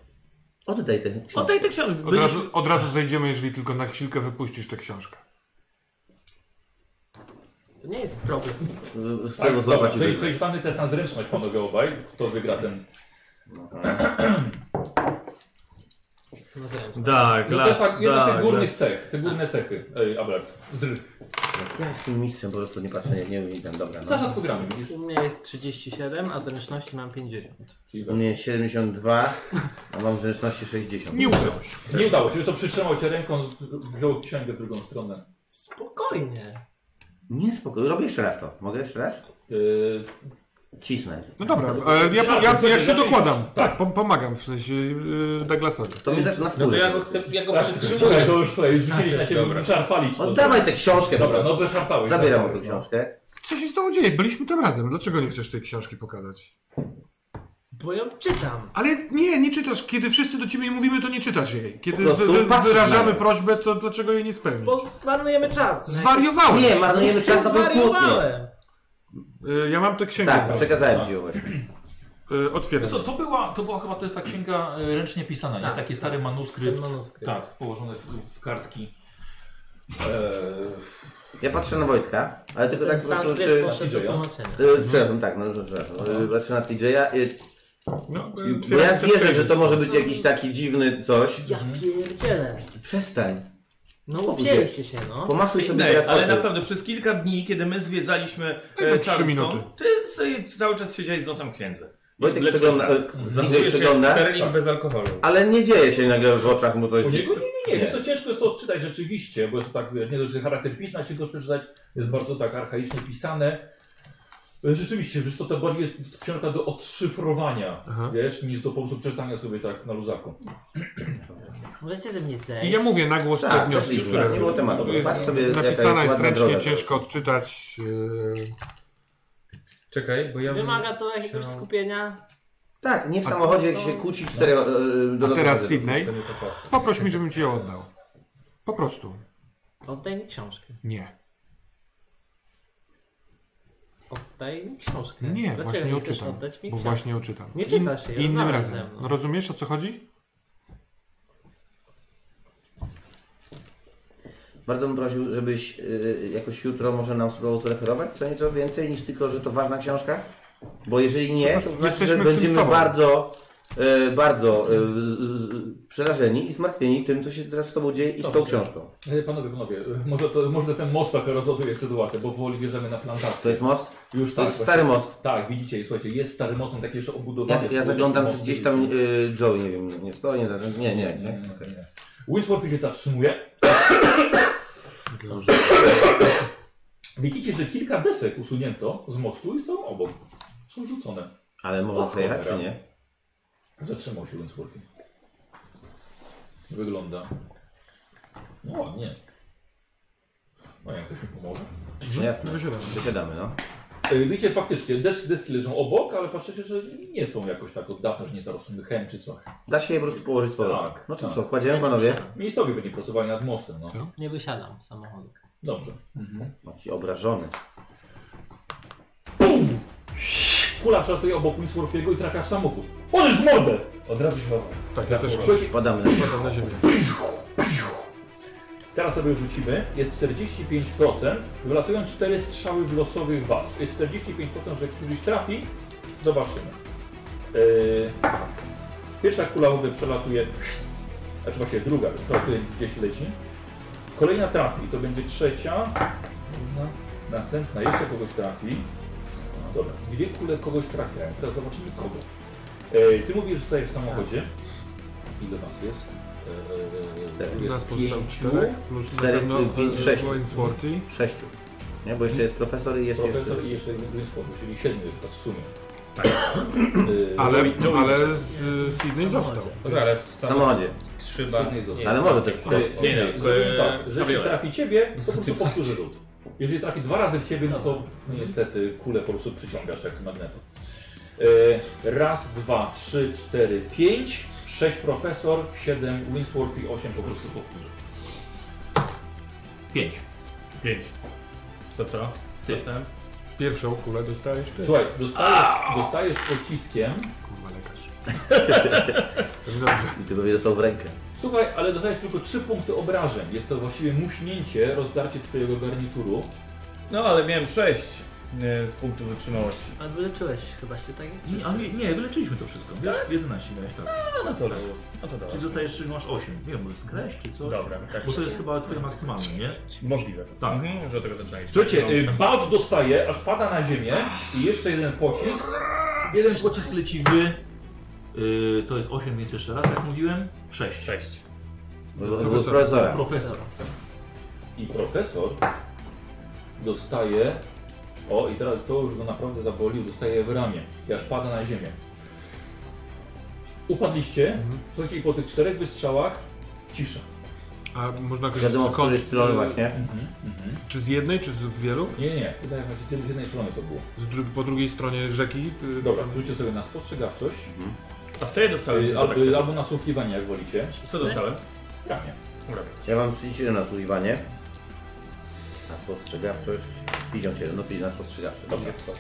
Oddaj tę książkę.
Oddaj tę książkę.
Od razu, od razu zejdziemy, jeżeli tylko na chwilkę wypuścisz tę książkę.
To nie jest problem.
Y, Chcę
Tak,
go
dobra,
złapać i
to i- to
wybrać.
jest dany test na zręczność, panowie obaj. Kto wygra ten...
na zewnątrz.
Tak,
No to jest tak, jedna z tych
tak,
górnych cech, te górne cechy. Ej, Abelard. Zr.
No, ja z tym mistrzem po prostu nie patrzę, nie, nie unikam, dobra.
Za
No.
rzadko gramy, widzisz?
U mnie jest 37, a zręczności mam 50.
Czyli
U
weszło.
mnie 72, a mam zręczności 60.
Nie udało się.
Nie udało się, to przytrzymał cię ręką, w- wziął księgę w drugą stronę.
Spokojnie.
Nie spokojnie, robię jeszcze raz to. Mogę jeszcze raz?
Yy,
Cisnę.
No dobra, e, ja, ja, ja, się dokładam. Tak, pom- pomagam w sensie e, Douglasowi.
To mnie zaczyna
No to
wkurzyć.
ja go chcę, ja go
tak, słuchaj,
przytrzymuję. Tak,
to już słuchaj, rzucili na siebie,
Dobra.
wyszarpali ci to.
Oddawaj tę książkę po
Dobra, no
prostu.
wyszarpałeś.
Zabieram mu
tak,
tę
no.
książkę.
Co się z tobą dzieje? Byliśmy tam razem. Dlaczego nie chcesz tej książki pokazać?
Bo ją czytam.
Ale nie, nie czytasz. Kiedy wszyscy do ciebie mówimy, to nie czytasz jej. Kiedy
Po prostu
wy, wy,
patrzysz na
wyrażamy
nią.
prośbę, to dlaczego jej nie spełnisz?
Bo zmarnujemy czas.
Zwariowałeś.
Nie, marnujemy czas na tą kłótnię.
Zwariowałem.
E, Ja mam tę księgę.
Tak,
tam.
przekazałem ci ją właśnie.
E, Otwieram.
Co, to była, to była chyba, to jest ta księga e, ręcznie pisana, nie?
Tak.
Taki stary
Ten
manuskrypt.
manuskrypt.
Tak, położone w, w kartki.
Ja patrzę na Wojtka, ale tylko tak po prostu,
Sanskrypt
czy...
poszedł do
DJ-a.
tłumaczenia.
Y, Przepraszam, tak, no przepraszam. Y, Patrzę na TJ-a. y,
No, e,
Bo
otwieram
ja
tę
wierzę,
księgę.
że to może być jakiś taki dziwny coś.
Mhm.
Ja pierdzielę.
Przestań.
No
Spokój się.
uwzięliście się, no.
Pomasuj sobie
Ej,
teraz
ale
oczy.
naprawdę przez kilka dni, kiedy my zwiedzaliśmy e,
Tylko trzy
Charleston,
minuty.
ty sobie cały czas siedziałeś z nosem w księdze.
Wojtek
Lecz-
przegląda, y, DJ
Zachowuje się jak
przegląda,
sterling bez alkoholu.
ale nie dzieje się nagle w oczach mu coś.
U niego nie, nie, nie. Wiesz co, ciężko jest to odczytać rzeczywiście, bo jest to tak, wiesz, nie dość, że charakter pisma się go przeczytać, jest bardzo tak archaicznie pisane. E, Rzeczywiście, wiesz co, to bardziej jest książka do odszyfrowania,
Aha.
wiesz, niż do po prostu przeczytania sobie tak na luzaku.
Możecie ze mnie zejść.
I ja mówię na głos te
Tak,
wnioski,
przeszliśmy,
które
nie było tematu. Patrz sobie, jaka jest
Napisana jest
ładna droga.
ręcznie, ciężko odczytać. e,
Czekaj, bo ja...
Wymaga to jakiegoś skupienia?
Tak, nie w samochodzie, jak się kłóci cztery e, do
A
nocy
teraz
chodzą.
Sydney.
To nie to pasuje.
Poproś mi, żebym ci ją oddał. Po prostu.
Oddaj mi książkę.
Nie.
Oddaj mi książkę.
Nie,
Dlaczego
właśnie
nie
ją
chcesz
czytam.
oddać mi
Bo
książkę?
właśnie ją czytam.
Nie czytasz jej,
Innym
rozmawiasz ze
razem.
mną.
No rozumiesz, o co chodzi?
Bardzo bym prosił, żebyś y, jakoś jutro może nam spróbował zreferować co nieco więcej niż tylko, że to ważna książka? Bo jeżeli nie, to znaczy,
No
że
jesteśmy w tym z
będziemy
tobą.
bardzo, y, bardzo y, z- z- przerażeni i zmartwieni tym, co się teraz z tobą dzieje i z tą książką.
E, Panowie, panowie, e, może, to, może ten most trochę rozładuje sytuację, bo powoli bierzemy na
To
plantację.
jest most?
Już
To
tak,
jest stary most.
tak, widzicie, i słuchajcie, jest stary most, on taki jeszcze obudowany.
Ja, ja zaglądam, czy gdzieś tam y, Joe, nie wiem, nie, nie stoi, nie, za- nie, nie, nie. Okej.
Winsworthy się zatrzymuje. Widzicie, że kilka desek usunięto z mostu i stoją obok. Są rzucone.
Ale można
O, cholera.
przejechać, czy nie?
Zatrzymał się Winsworthy. Wygląda. No ładnie. No jak ktoś mi pomoże.
No jasne,
Wysiadamy.
wysiadamy, no.
E, Widzicie, faktycznie deski, deski leżą obok, ale patrzycie, że nie są jakoś tak od dawna, że nie zarosły mchem czy coś.
Da się je po prostu położyć z powrotem.
Tak,
No to
tak.
co, kładziemy panowie?
Miejscowi by nie pracowali nad mostem, no.
Nie wysiadam z samochodu.
Dobrze.
Jaki obrażony.
Kula przelatuje obok Winsworthiego i trafia w samochód. Ależ w mordę!
Od razu się chowam.
Tak, ja też
Słuchajcie,
Podamy na
na ziemię.
Teraz sobie rzucimy, jest 45%, wylatują 4 strzały w losowych was. Jest 45%, że któryś trafi, zobaczymy. Yy, pierwsza kula w ogóle przelatuje, znaczy właśnie druga, już przelatuje gdzieś leci. Kolejna trafi, to będzie trzecia, Jedna. następna jeszcze kogoś trafi. No Dobra, dwie kule kogoś trafiają, teraz zobaczymy kogo. Yy, ty mówisz, że stajesz w samochodzie. Ile was jest? Yy,
Nas
jest
pozostał
pięciu.
czterech, plus na
Czterech,
pewno
pięć,
e,
sześć.
Wainsworthy.
Sześciu. Nie, bo jeszcze jest profesor i jest jeszcze...
Profesor i jeszcze jeden Winspow, czyli siedmiu jest was w sumie. Y,
Ale, ale z, z e, Sydney został.
Dobra, ale
W
sam
samochodzie.
szyba...
Sydney został.
Nie,
Ale może też
y,
przejść.
nie,
Nie,
nie,
nie,
zrobimy
y,
tak, że jeśli
kabriolet.
trafi ciebie, to po prostu powtórzy rzut. Jeżeli trafi dwa razy w ciebie, no to niestety kulę po prostu przyciągasz jak magneto. Y, Raz, dwa, trzy, cztery, pięć, sześć profesor, siedem Winsworth i osiem po prostu powtórzy. Pięć.
Pięć. To co? Dostałem?
Pierwszą kulę dostajesz ty.
Słuchaj, dostajesz, dostajesz pociskiem
Kurwa, lekarz. Tak Dobrze.
I ty by dostał w rękę.
Słuchaj, ale dostajesz tylko 3 punkty obrażeń. Jest to właściwie muśnięcie, rozdarcie twojego garnituru.
No ale miałem sześć.
e, z punktu wytrzymałości.
A wyleczyłeś chyba się, tak?
Nie, a nie, nie, wyleczyliśmy to wszystko. Wiesz, 11 miałeś tak.
No, no to luz. No to dobra.
Czyli dostajesz, masz 8. Nie wiem, może skreś czy coś.
Dobra, tak.
Bo to jest chyba twoje maksymalne, nie?
Możliwe.
Tak.
Mhm, że tego zaczynaliśmy.
No.
Słuchajcie, y, Bałcz dostaje, aż pada na ziemię i jeszcze jeden pocisk.
Jeden pocisk leci w... y, to jest 8, więc jeszcze raz, jak mówiłem. 6.
Cześć.
Wóz profesora.
Profesor.
I profesor dostaje. O, i teraz to już go naprawdę zabolił, dostaje w ramię. I aż pada na ziemię. Upadliście. Słuchajcie, i po tych czterech wystrzałach cisza.
A można kogoś
Wiadomo, z której strony właśnie.
Czy z jednej, czy z wielu?
Nie, nie, nie. Wydaje mi się, że z jednej strony to było.
Z dru- po drugiej stronie rzeki? y,
Dobra, rzućcie sobie na spostrzegawczość.
A co ja
No,
dostałem?
Y,
tak.
Dobra,
Albo, albo na słuchiwanie, jak wolicie.
Co dostałem?
Ramię.
Ja mam 37 na słuchiwanie. Na spostrzegawczość. 57, no 5 na spostrzegawczość.
Dobra, dobra.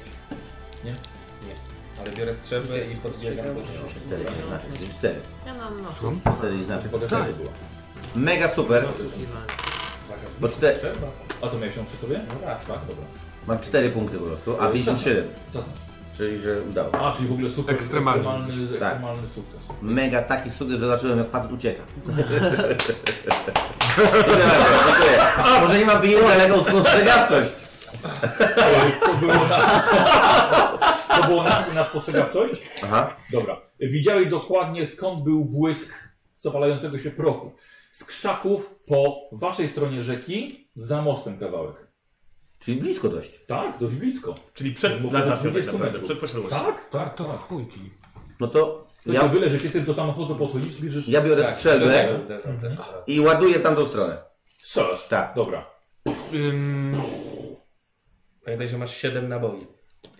Ale biorę strzepy i podbiegam do drzwi.
4 nie znaczy, czyli 4.
Ja mam na
Słucham?
4 nie znaczy,
Bo
cztery.
to było. No,
Mega super,
poszukiwanie.
bo 4,
A co miałeś ją przy sobie? Tak, tak, dobra.
mam 4 punkty po prostu,
No
a 57,
Zaznacz.
czyli że udało.
A, czyli w ogóle super
Ekstremalny.
ekstremalny, ekstremalny sukces.
Mega taki sukces, że zacząłem jak facet ucieka. Dziękuję bardzo, dziękuję. Może nie mam pieniędzy, ale jaką spostrzegawczość.
To było na, to, było na, na spostrzegawczość?
Aha,
Dobra. Widziałeś dokładnie skąd był błysk zapalającego się prochu. Z krzaków po waszej stronie rzeki, za mostem kawałek.
czyli blisko dość.
Tak, dość blisko.
Czyli przed
Bo
latatem
około
tak
20
naprawdę,
metrów.
przed posiadłością.
Tak, tak,
To
tak.
chujki.
No to
To
ja,
ja... wy leżycie, ty do samochodu podchodzisz, zbliżysz...
ja biorę
tak,
strzelbę
Uderzam też raz.
i ładuję w tamtą stronę.
Strzelasz.
Tak.
Dobra.
Ym,
Pamiętaj, że masz 7 naboi.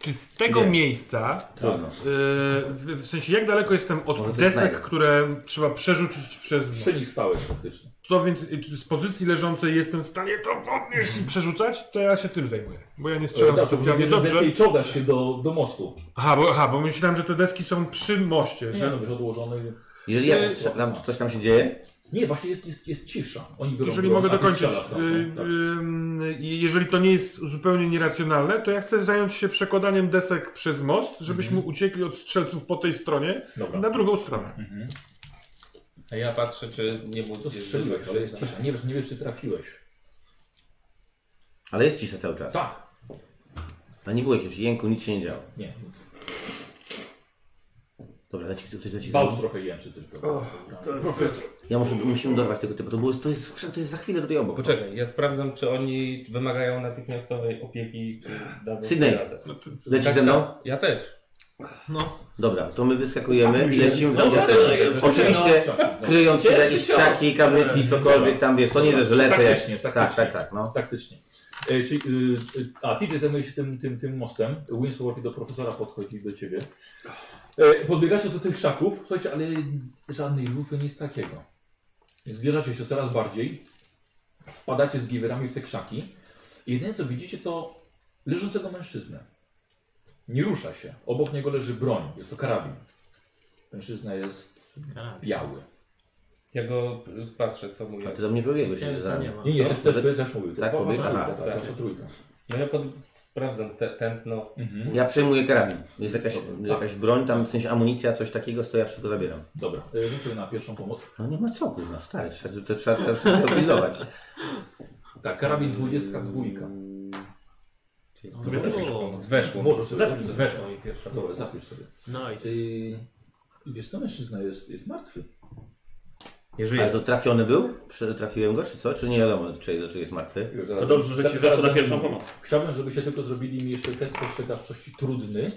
czy z tego
Nie.
miejsca,
Tak.
Trudno.
y, w, w sensie jak daleko jestem od
Może to jest
desek,
znajdę.
które trzeba przerzucić przez...
Przy nich stałeś faktycznie.
To więc y, czy z pozycji leżącej jestem w stanie to podnieść i przerzucać, to ja się tym zajmuję. Bo ja nie strzelam
E, Dobrze,
specjalnie
mówię, że
dobrze.
deski czołgasz się do, do mostu.
Aha bo, aha, bo myślałem, że te deski są przy moście.
Nie,
Że...
no, wiesz, odłożony...
Jeżeli ja strzelam, czy coś tam się dzieje,
Nie, właśnie jest, jest, jest cisza. Oni biorą
Jeżeli
broń,
mogę
a ty
dokończyć,
strzelasz na
y,
to, tak.
ym, jeżeli to nie jest zupełnie nieracjonalne, to ja chcę zająć się przekładaniem desek przez most, żebyśmy uciekli od strzelców po tej stronie
Mhm. Dobra.
na drugą stronę.
A ja patrzę, czy nie było
To strzeliłeś, ale jest cisza. Nie wiesz, nie wiesz, czy trafiłeś.
ale jest cisza cały czas.
Tak.
No nie było jakiegoś jęku, nic się nie działo.
Nie.
Dobra, leci ktoś nacisnął.
Bałcz trochę jęczy tylko. Profesor.
Ja muszę, musimy dorwać tego typu, to, było, to, jest, to jest za chwilę tutaj obok.
Poczekaj, ja sprawdzam, czy oni wymagają natychmiastowej opieki, czy dadzą
Sydney.
sobie radę.
Leci ze mną?
Ja też.
Dobra, to my wyskakujemy i lecimy w tamtą
Dobra,
stronę.
jest.
Oczywiście kryjąc się za jakieś krzaki, kamyki, cokolwiek tam, wiesz, to nie wiesz, że lecę
Taktycznie,
jak... Tak,
taktycznie.
tak, tak, no.
Taktycznie. E, czyli, y, y, a TJ zajmuje się tym, tym, tym mostem. Winslow do profesora podchodzi do ciebie. E, podbiegacie do tych krzaków, słuchajcie, ale żadnej lufy, nic takiego. Zbierzecie się coraz bardziej, wpadacie z giwerami w te krzaki. I jedyne co widzicie to leżącego mężczyznę. Nie rusza się. Obok niego leży broń. Jest to karabin. Mężczyzna jest biały.
Ja go patrzę, co mówię.
A ty do mnie wybiegłeś, że za
nie
mnie.
ma.
Nie, nie, też, też, też mówił.
Tak
Wasza
mówię?
trójka,
Aha.
tak, wasza trójka.
No ja pod... sprawdzam te, tętno.
Mhm.
Ja przejmuję karabin. Jest jakaś, jakaś broń, tam w sensie amunicja, coś takiego, to ja wszystko zabieram.
Dobra, y, rzuć sobie na pierwszą pomoc.
No nie ma co, kurwa, stary, trzeba, to trzeba to wszystko pilnować.
Tak, karabin 22.
Sobie też pomóc. Weszło.
Możesz sobie
Zapisz,
zapisać.
Weszło mi pierwsza.
Dobra, zapisz sobie.
Nice.
Yy, wiesz co, mężczyzna jest, jest martwy.
Nie
Ale
żyje.
to trafiony był? Prze- Trafiłem go, czy co? Czy nie wiadomo, czy, do czego jest martwy?
Już
To
zaraz-
dobrze, że
zaraz
ci weszło
będę
na pierwszą
mówił.
pomoc.
Chciałbym, żebyście tylko zrobili mi jeszcze test postrzegawczości trudny,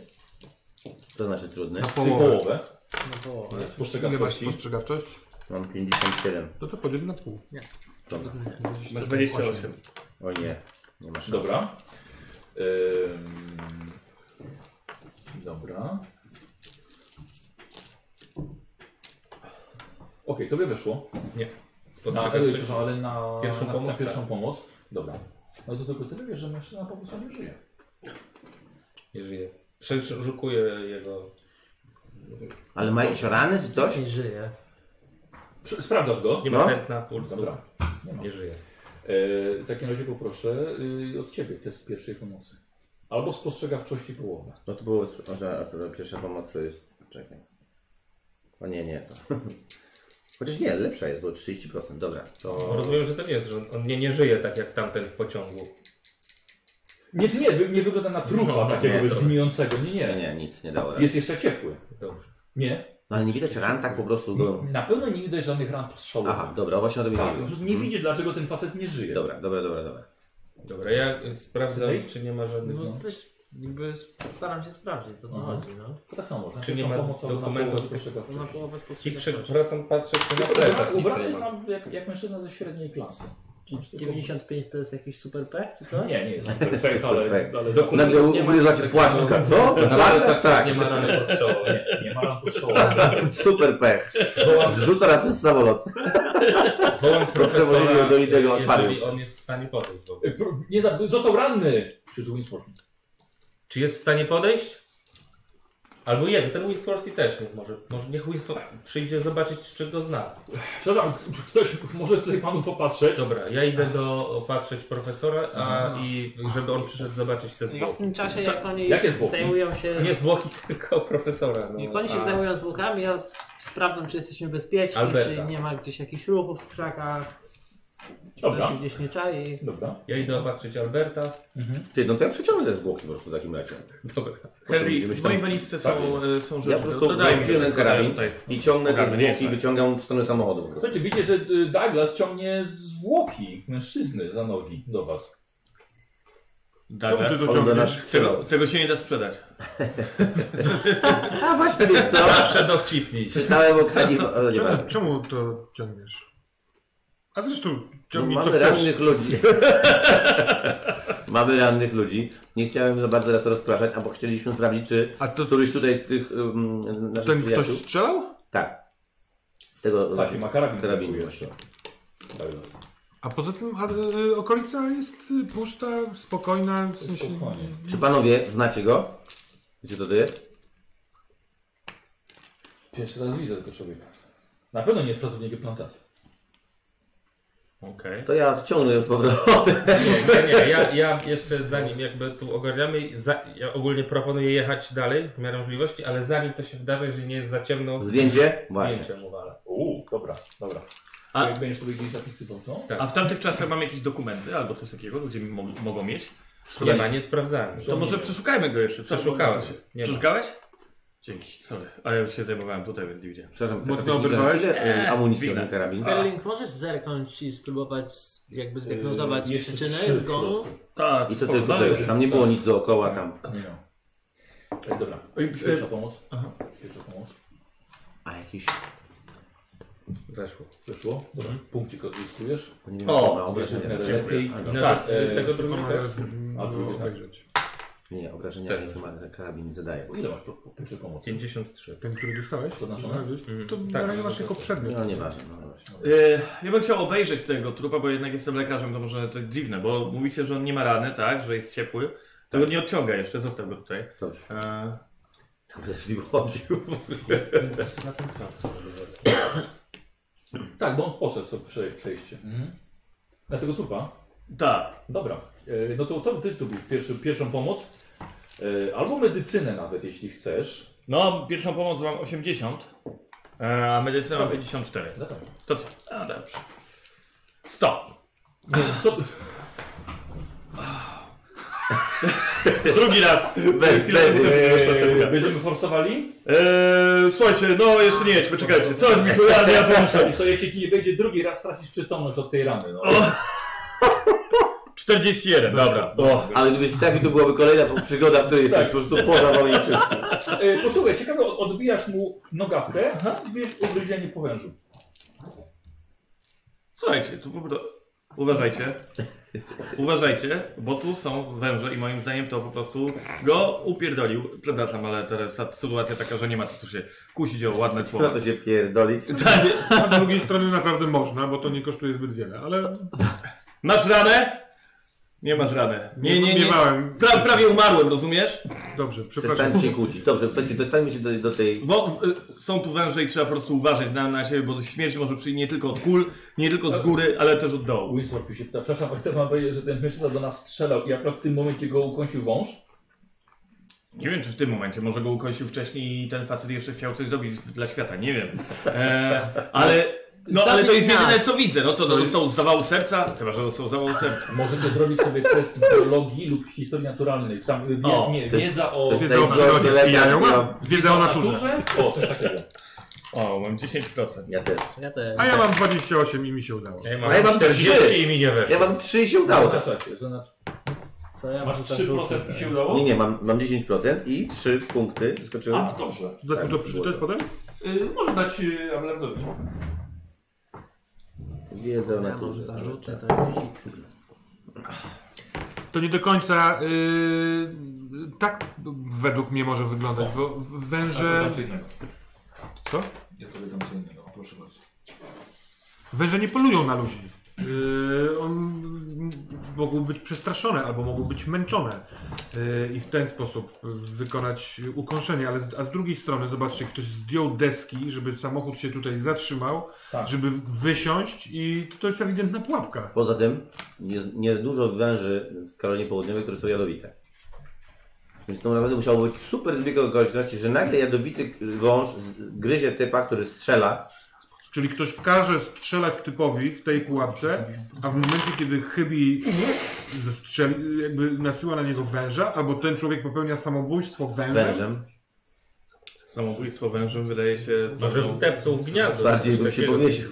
To znaczy trudny.
Na
czyli
połowę.
połowę
No bo...
Ile masz
postrzegawczości.
spostrzegawczość?
Mam 57.
No to podziel na pół.
Dobra.
Na 28.
O nie, nie masz.
Dobra. Ym, dobra. Okej, tobie wyszło. Na,
Spostrzegam
ale,
coś.
przepraszam, ale na
Pierwszą
na,
pomoc,
Na
tak.
pierwszą pomoc. Dobra. No to tylko tyle wiesz, że mężczyzna po prostu nie żyje.
Nie żyje. Przeszukuję jego.
Ale ma jakieś rany, czy coś?
Nie żyje.
Prze- Sprawdzasz go?
Nie ma
No.
tętna pulsu.
Dobra.
Nie żyje.
E, w takim razie poproszę y, od ciebie test pierwszej pomocy. Albo spostrzegawczości połowę.
No to było że akurat pierwsza pomoc to jest. Czekaj. O nie, nie. To. Chociaż nie, lepsza jest, bo 30%. Dobra, to.
Rozumiem, że to nie jest, że on- on nie, nie żyje tak jak tamten w pociągu.
Nie, czy nie, wy- nie wygląda na trupa
No,
takiego
nie,
wiesz,
dobra.
gnijącego. Nie,
Nie,
nie,
nie,
nie.
nic nie dało.
Jest jeszcze ciepły.
Dobrze.
Tak. Nie.
No ale nie widać ran tak po prostu go.
Na pewno nie widać żadnych ran postrzałowych.
Aha, dobra, właśnie o tym
Tak,
nie
po prostu
mówiłem.
nie widzisz, dlaczego ten facet nie żyje.
Dobra, dobra, dobra, dobra.
Dobra, ja y, sprawdzam,
Synek?
czy nie ma żadnych.
No.
No coś, jakby staram się sprawdzić, o co
Aha.
chodzi, no.
To tak samo, można.
Czy nie
Są
ma
pomocowe na
dokumentów?
połowę
To na
spostrzegawczości.
połowę
I
spostrzegawczości.
przewracam, patrzę, czy na plecach nic
Ubrany
nie
jest
ma.
nam jak, jak mężczyzna ze średniej klasy. Znaczy, tylko-
95 to jest jakiś super pech, czy
No
co?
nie, nie jest super tak. pech, ale,
pech.
ale
Nagle
nie ma
ugryzacie
tego-
płaszczka, co?
Na plecach
Tak, tak.
nie ma rany postrzałowej.
nie ma ran postrzałowych.
Super pech. Zrzuta rację z samolotu. przewożenie
Wołam profesora,
do innego
jeżeli
odpadu.
on jest w stanie podejść. Bo...
Nie za, został ranny! Krzyczył Winsworth.
Czy jest w stanie podejść? Albo jeden, ten Winsworthy też niech może. Może niech Winsworthy przyjdzie zobaczyć, czy go zna.
Przepraszam, czy ktoś może tutaj panów opatrzeć?
Dobra, ja
Tak.
idę do opatrzyć profesora, a i żeby on przyszedł zobaczyć te
Ja w
zwłoki.
tym czasie, jak oni
Jakie zwłoki?
zajmują się...
Nie zwłoki, tylko profesora. No.
Jak oni się
A,
zajmują zwłokami, ja sprawdzam, czy jesteśmy bezpieczni,
Alberta.
czy nie ma gdzieś jakichś ruchów w krzakach, czy
Dobra.
ktoś się gdzieś nie czai.
Dobra.
Ja idę opatrzyć Alberta.
Ty, no to ja przeciągnę te zwłoki po prostu w takim razie.
Dobra.
Będziemy
Henry,
się
w
tam-
mojej walizce są,
Tak
e, są rzeczy.
Ja po prostu
Dodaj mi
zarzuciłem ten
wszystko, ja
karabin
tutaj-
i ciągnę te
Ogarnię,
zwłoki i
tak.
wyciągam w stronę samochodu po prostu.
Słuchajcie, widzicie, że y, Douglas ciągnie zwłoki mężczyzny za nogi do was.
Douglas.
Czemu ty to
On do
ciągniesz?
nas
Tego, tego się nie da sprzedać.
A właśnie, wiesz co?
Zawsze dowcipnij.
Czytałem o kani... O, nie no,
Czemu,
ważne.
czemu to ciągniesz? A zresztą
No,
ciągnij co
mamy
chcesz.
rannych ludzi. mamy rannych ludzi. Nie chciałem za bardzo teraz rozpraszać, a bo chcieliśmy sprawdzić, czy
A to
któryś tutaj z tych um, naszych
ten ktoś
przyjaciół...
strzelał?
Tak. Z tego
Tak, i ma karabin.
karabinu właśnie.
Douglas.
A poza tym a, y, okolica jest y, pusta, spokojna, w sensie...
Spokojnie.
Czy panowie znacie go? Wiecie, co to jest?
Pierwszy raz widzę tego człowieka. Na pewno nie jest pracownikiem plantacji.
Okej.
To ja wciągnę ją z powrotem.
Nie, nie, ja, ja jeszcze zanim jakby tu ogarniamy, za, ja ogólnie proponuję jechać dalej w miarę możliwości, ale zanim to się wydarzy, jeżeli nie jest za ciemno,
Zdjęcie? Właśnie.
zdjęciem uwalę.
Uuu, dobra, dobra.
A-
Jak będziesz sobie gdzieś zapisywał to?
A w tamtych czasach mam jakieś dokumenty albo coś takiego, gdzie mi mo- mogą mieć.
Nie ma, nie sprawdzamy.
To może przeszukajmy go jeszcze. co?
Przeszukałem. Nie ma.
Przeszukałeś? Dzięki, sorry. A ja już się zajmowałem tutaj, więc nie widziałem.
Przepraszam,
Mocno
taka techniczna-
obrywałeś?
Ile e, amunicji ma ten
widać.
karabin?
Sterling, możesz zerknąć i spróbować z- jakby zdiagnozować
Yy, jeszcze trzy
przyczynę zgonu?
Tak,
I to
spoko,
tylko
dalej.
tego. Tam nie było nic dookoła, tam.
Nie miał. Ej, dobra. Pierwsza
e,
pomoc. Aha. Pierwsza pomoc.
A jakiś.
Weszło.
Wyszło. Dobra.
Mhm.
Punkcik odzyskujesz.
Nie wiem,
O,
ma
Wiesz, w
obrażenia.
miarę lepiej.
A,
No
dobra.
tak,
e,
tego drugiego też.
A
No,
drugi tak.
Nie, nie, No obrażenia
Też.
jakie ma ten karabin zadaje.
Bo Ile masz po, po pierwszej pomocy?
53.
Ten, który dostałeś?
Zaznaczone?
To
Tak.
na razie masz jako przedmiot.
No nieważne, no właśnie.
Y, Ja bym chciał obejrzeć tego trupa, bo jednak jestem lekarzem, to może to dziwne, bo mówicie, że on nie ma rany, tak, że jest ciepły. Tego nie odciąga jeszcze, zostaw go tutaj.
Dobrze.
Tak. E,
Tam z nim chodził.
Tak, bo on poszedł sobie przejść przejście. Mhm. Na tego trupa?
tak,
Dobra. E, No to, to ty zrobisz pierwszy, pierwszą pomoc. E, Albo medycynę nawet, jeśli chcesz.
no pierwszą pomoc mam 80, e, a medycynę mam 54.
No tak.
To co? A dobrze. 100.
Nie, co?
Drugi raz.
Eee,
E, Będziemy forsowali?
E, słuchajcie, no jeszcze nie jedźmy, czekajcie. Coś mi tu, ja, ja tu muszę.
Tak, I co, jeśli ci nie wejdzie drugi raz, stracisz przytomność od tej rany. No.
41, dobra. O,
Ale gdybyś trafił, to byłaby kolejna przygoda, w której jesteś
Tak.
po prostu poza moim wszystkim.
E, Posłuchaj, ciekawe, od- odwijasz mu nogawkę i wiesz ugryzienie po wężu.
Słuchajcie, tu po prostu. Uważajcie. Uważajcie, bo tu są węże i moim zdaniem to po prostu go upierdolił. Przepraszam, ale teraz ta sytuacja taka, że nie ma co tu się kusić o ładne
No
słowa.
to się pierdoli.
No
A z drugiej strony naprawdę można, bo to nie kosztuje zbyt wiele, ale
Masz ranę? Nie masz rany. Nie, nie, nie.
miewałem.
Pra, prawie umarłem, rozumiesz?
Dobrze, przepraszam.
Przestańcie się kłócić. Dobrze, słuchajcie, dostańmy się do, do tej...
Wo, w, y, są tu węże i trzeba po prostu uważać na, na siebie, bo śmierć może przyjść nie tylko od kul, nie tylko z góry, ale też od dołu.
Winsworth się pyta, przepraszam, bo chcę wam powiedzieć, że ten mężczyzna do nas strzelał i ja w tym momencie go ukąsił wąż?
Nie wiem, czy w tym momencie, może go ukosił wcześniej i ten facet jeszcze chciał coś zrobić w- dla świata, nie wiem. E, ale, no, ale to
Zabił
jest jedyne,
nas.
co widzę. No co, no, dostał z zawału serca? Chyba, że dostał z zawału serca.
Możecie zrobić sobie test biologii lub historii naturalnej. Czy tam wie,
O,
nie,
to jest-
wiedza o.
jest
Wiedza o
najgorszy
przyrodzie.
lekarz,
I ja ją mam.
ja-
Wiedza o naturze.
O, coś takiego.
O, mam 10%.
Ja też.
Ja też.
A
Tak.
ja mam 28 i mi się udało.
Ja
A ja mam
40
trzy.
i mi nie weszło.
Ja mam 3 i się udało.
No
Zaznaczacie, zaznacz.
Co ja
Masz
mam za
3% i
rzuty?
się udało?
Nie, nie, mam, mam 10% i 3 punkty skoczyłem.
A, dobrze.
Za
Tak,
to przeczytać
było.
potem?
Y,
Yy,
może dać y, Abelardowi.
Wiedzę o
Ja mam
naturze.
zarzuty, to jest hit.
To nie do końca y, tak według mnie może wyglądać, bo węże...
Że... Co innego.
Co?
Ja to wydam co innego, proszę bardzo.
Węże nie polują na ludzi. Yy, on m, mogą być przestraszone albo mogą być męczone yy, i w ten sposób wykonać ukąszenie, ale z, a z drugiej strony zobaczcie, ktoś zdjął deski, żeby samochód się tutaj zatrzymał,
Tak.
żeby wysiąść i to, to jest ewidentna pułapka.
Poza tym jest niedużo węży w Karolinie Południowej, które są jadowite. Więc to naprawdę musiało być super zbieg okoliczności, że nagle jadowity wąż z- gryzie typa, który strzela.
Czyli ktoś każe strzelać typowi w tej pułapce, a w momencie, kiedy chybi zestrzeli, jakby nasyła na niego węża, albo ten człowiek popełnia samobójstwo wężem,
Wężem.
Samobójstwo wężem wydaje się...
Może wtepnął w gniazdo.
Bardziej
Coś
bym się
takiego.
powiesił.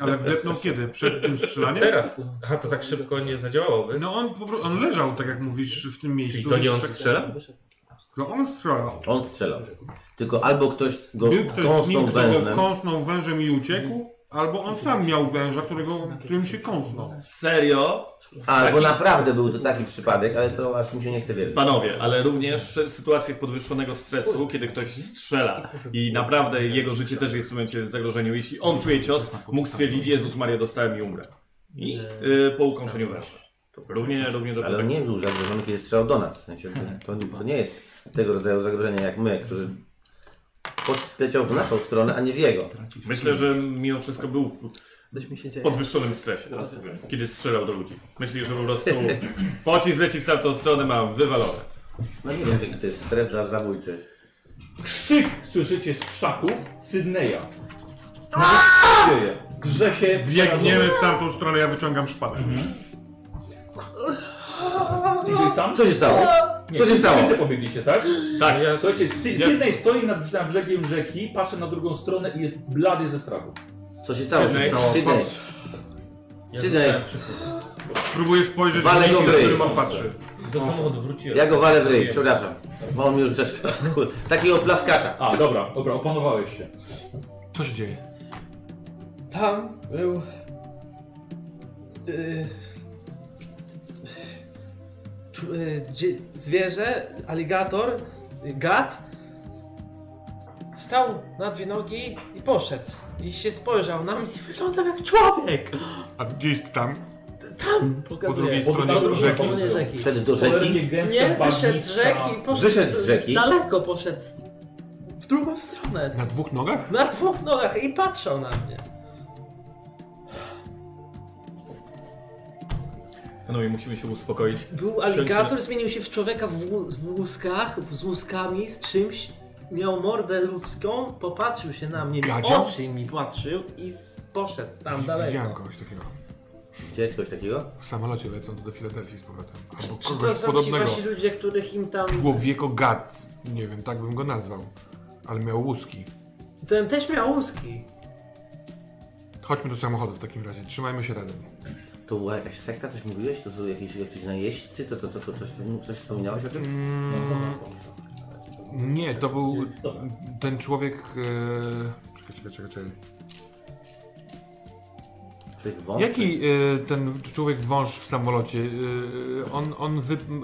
ale wdepnął kiedy? Przed tym strzelaniem?
Teraz. A to tak szybko nie zadziałałoby.
No on, po, pro- on leżał, tak jak mówisz, w tym miejscu.
Czyli to nie on strzela?
To on strzelał.
On strzelał. Tylko albo ktoś go
Był ktoś z
kąsnął
nim, kto
wężem.
go kąsnął wężem i uciekł, albo on sam miał węża, którego, którym się kąsnął.
Serio?
Albo
Taki-
naprawdę był to taki przypadek, ale to aż mi się nie chce wierzyć.
Panowie, ale również w sytuacjach podwyższonego stresu, kiedy ktoś strzela i naprawdę jego życie też jest w tym momencie w zagrożeniu, jeśli on czuje cios, mógł stwierdzić, Jezus Maria, dostałem i umrę. I y, po ukończeniu węża. Równie, równie dobrze.
Ale on
tak-
nie był zagrożony, kiedy strzelał do nas. W sensie to, to, nie- to nie jest tego rodzaju zagrożenie jak my, którzy pocisk leciał w naszą stronę, a nie w jego.
Myślę, że mimo wszystko był
Coś mi się
w
dzieje.
podwyższonym stresie, teraz powiem, kiedy strzelał do ludzi. Myśli, że po prostu pocisk leci w tamtą stronę, mam wywalone.
No nie wiem, jaki to jest stres dla zabójcy.
Krzyk słyszycie z krzaków Sydneya. No, co się dzieje? Drze się
Biegniemy w tamtą stronę, ja wyciągam szpadę.
przerażony. DJ sam?
Co się stało?
Nie,
Co się stało?
Wszyscy pobiegliście, tak?
Tak, ja
Słuchajcie, z, z jednej stoi nad, nad brzegiem rzeki, patrzy na drugą stronę i jest blady ze strachu.
Co się stało?
Sydney.
Sydney. Sydney,
Próbuję spojrzeć w
Walę go
miejsce,
w
na
ryj.
którym on patrzy.
Do samochodu wróciłem.
ja go walę w ryj, przepraszam. Bo on mi już zaczyna, kur- takiego plaskacza.
A, dobra, dobra, opanowałeś się.
Co się dzieje?
Tam był. y, tu- y, dzie- zwierzę, aligator, y, gad. Stał na dwie nogi i poszedł. I się spojrzał na mnie i wyglądał jak człowiek.
A gdzie jest tam? Po
Pokazuję.
drugiej stronie
drugiej
rzeki.
stronie.
Strony rzeki.
Wszedł do
Cholernie
rzeki.
gęsta
Nie, wyszedł z
bagniska.
rzeki i poszedł.
Wyszedł z rzeki?
Daleko poszedł. W drugą stronę.
Na dwóch nogach?
Na dwóch nogach i patrzał na mnie.
Panowie, musimy się uspokoić.
Był aligator, zmienił się w człowieka w, łu- z łuskach, w- z łuskami, z czymś. Miał mordę ludzką, popatrzył się na mnie, w
Gadział?
oczy mi patrzył i s- poszedł tam
Widziałem
daleko.
kogoś takiego.
Widziałeś coś takiego?
W samolocie lecąc do Filadelfii z powrotem. Albo
Czy to
kogoś
są ci
podobnego.
wasi ludzie, których im tam...
Człowieko gad. Nie wiem, tak bym go nazwał. Ale miał łuski.
Ten też miał łuski.
Chodźmy do samochodu w takim razie. Trzymajmy się razem.
To była jakaś sekta, coś mówiłeś? To są jakieś, jakieś najeźdźcy? To, to, to, to coś, coś wspominałeś o tym?
Mm. Nie, to był ten człowiek. E... Czekaj, czekaj, czekaj, czekaj.
Człowiek wąs?
Jaki e, ten człowiek wąż w samolocie? E, on, on wy... m,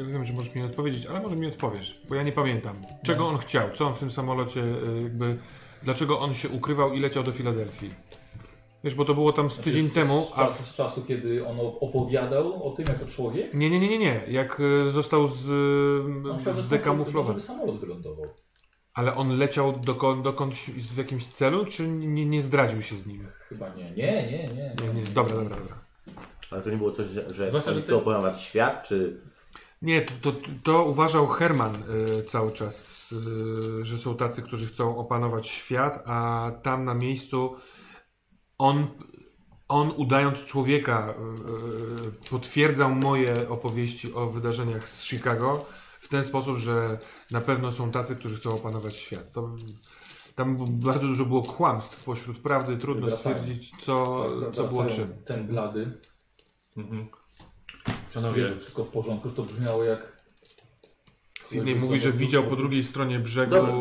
e, Wiem, że możesz mi nie odpowiedzieć, ale może mi odpowiesz, bo ja nie pamiętam. Czego on chciał? Co on w tym samolocie e, jakby. Dlaczego on się ukrywał i leciał do Filadelfii? Wiesz, bo to było tam z
Znaczy,
tydzień temu,
Z
a.
czasu, z czasu, kiedy on opowiadał o tym jako człowiek,
Nie, nie, nie, nie, nie. Jak e, został z,
on chciał,
e,
że
zdekamuflowany.
żeby samolot wylądował.
Ale on leciał dokąd, dokądś w jakimś celu, czy nie, nie zdradził się z nim?
Chyba nie. Nie, nie, nie.
Nie, nie, dobra, dobra, dobra.
Ale to nie było coś, że, że
Zwłaszcza,
oni
że
chcą
ty-
opanować świat, czy...
Nie, to, to, to uważał Herman y, cały czas, y, że są tacy, którzy chcą opanować świat, a tam na miejscu on, on udając człowieka, y, potwierdzał moje opowieści o wydarzeniach z Chicago w ten sposób, że na pewno są tacy, którzy chcą opanować świat. To, tam bardzo dużo było kłamstw pośród prawdy, trudno
Wracają.
stwierdzić, co,
Tak,
co było Mhm.
wracają
czym.
Ten blady.
Panowie.
Panowie. Wszystko w porządku, to brzmiało jak...
Sydney mówi, że widział po drugiej stronie brzegu
Dobra.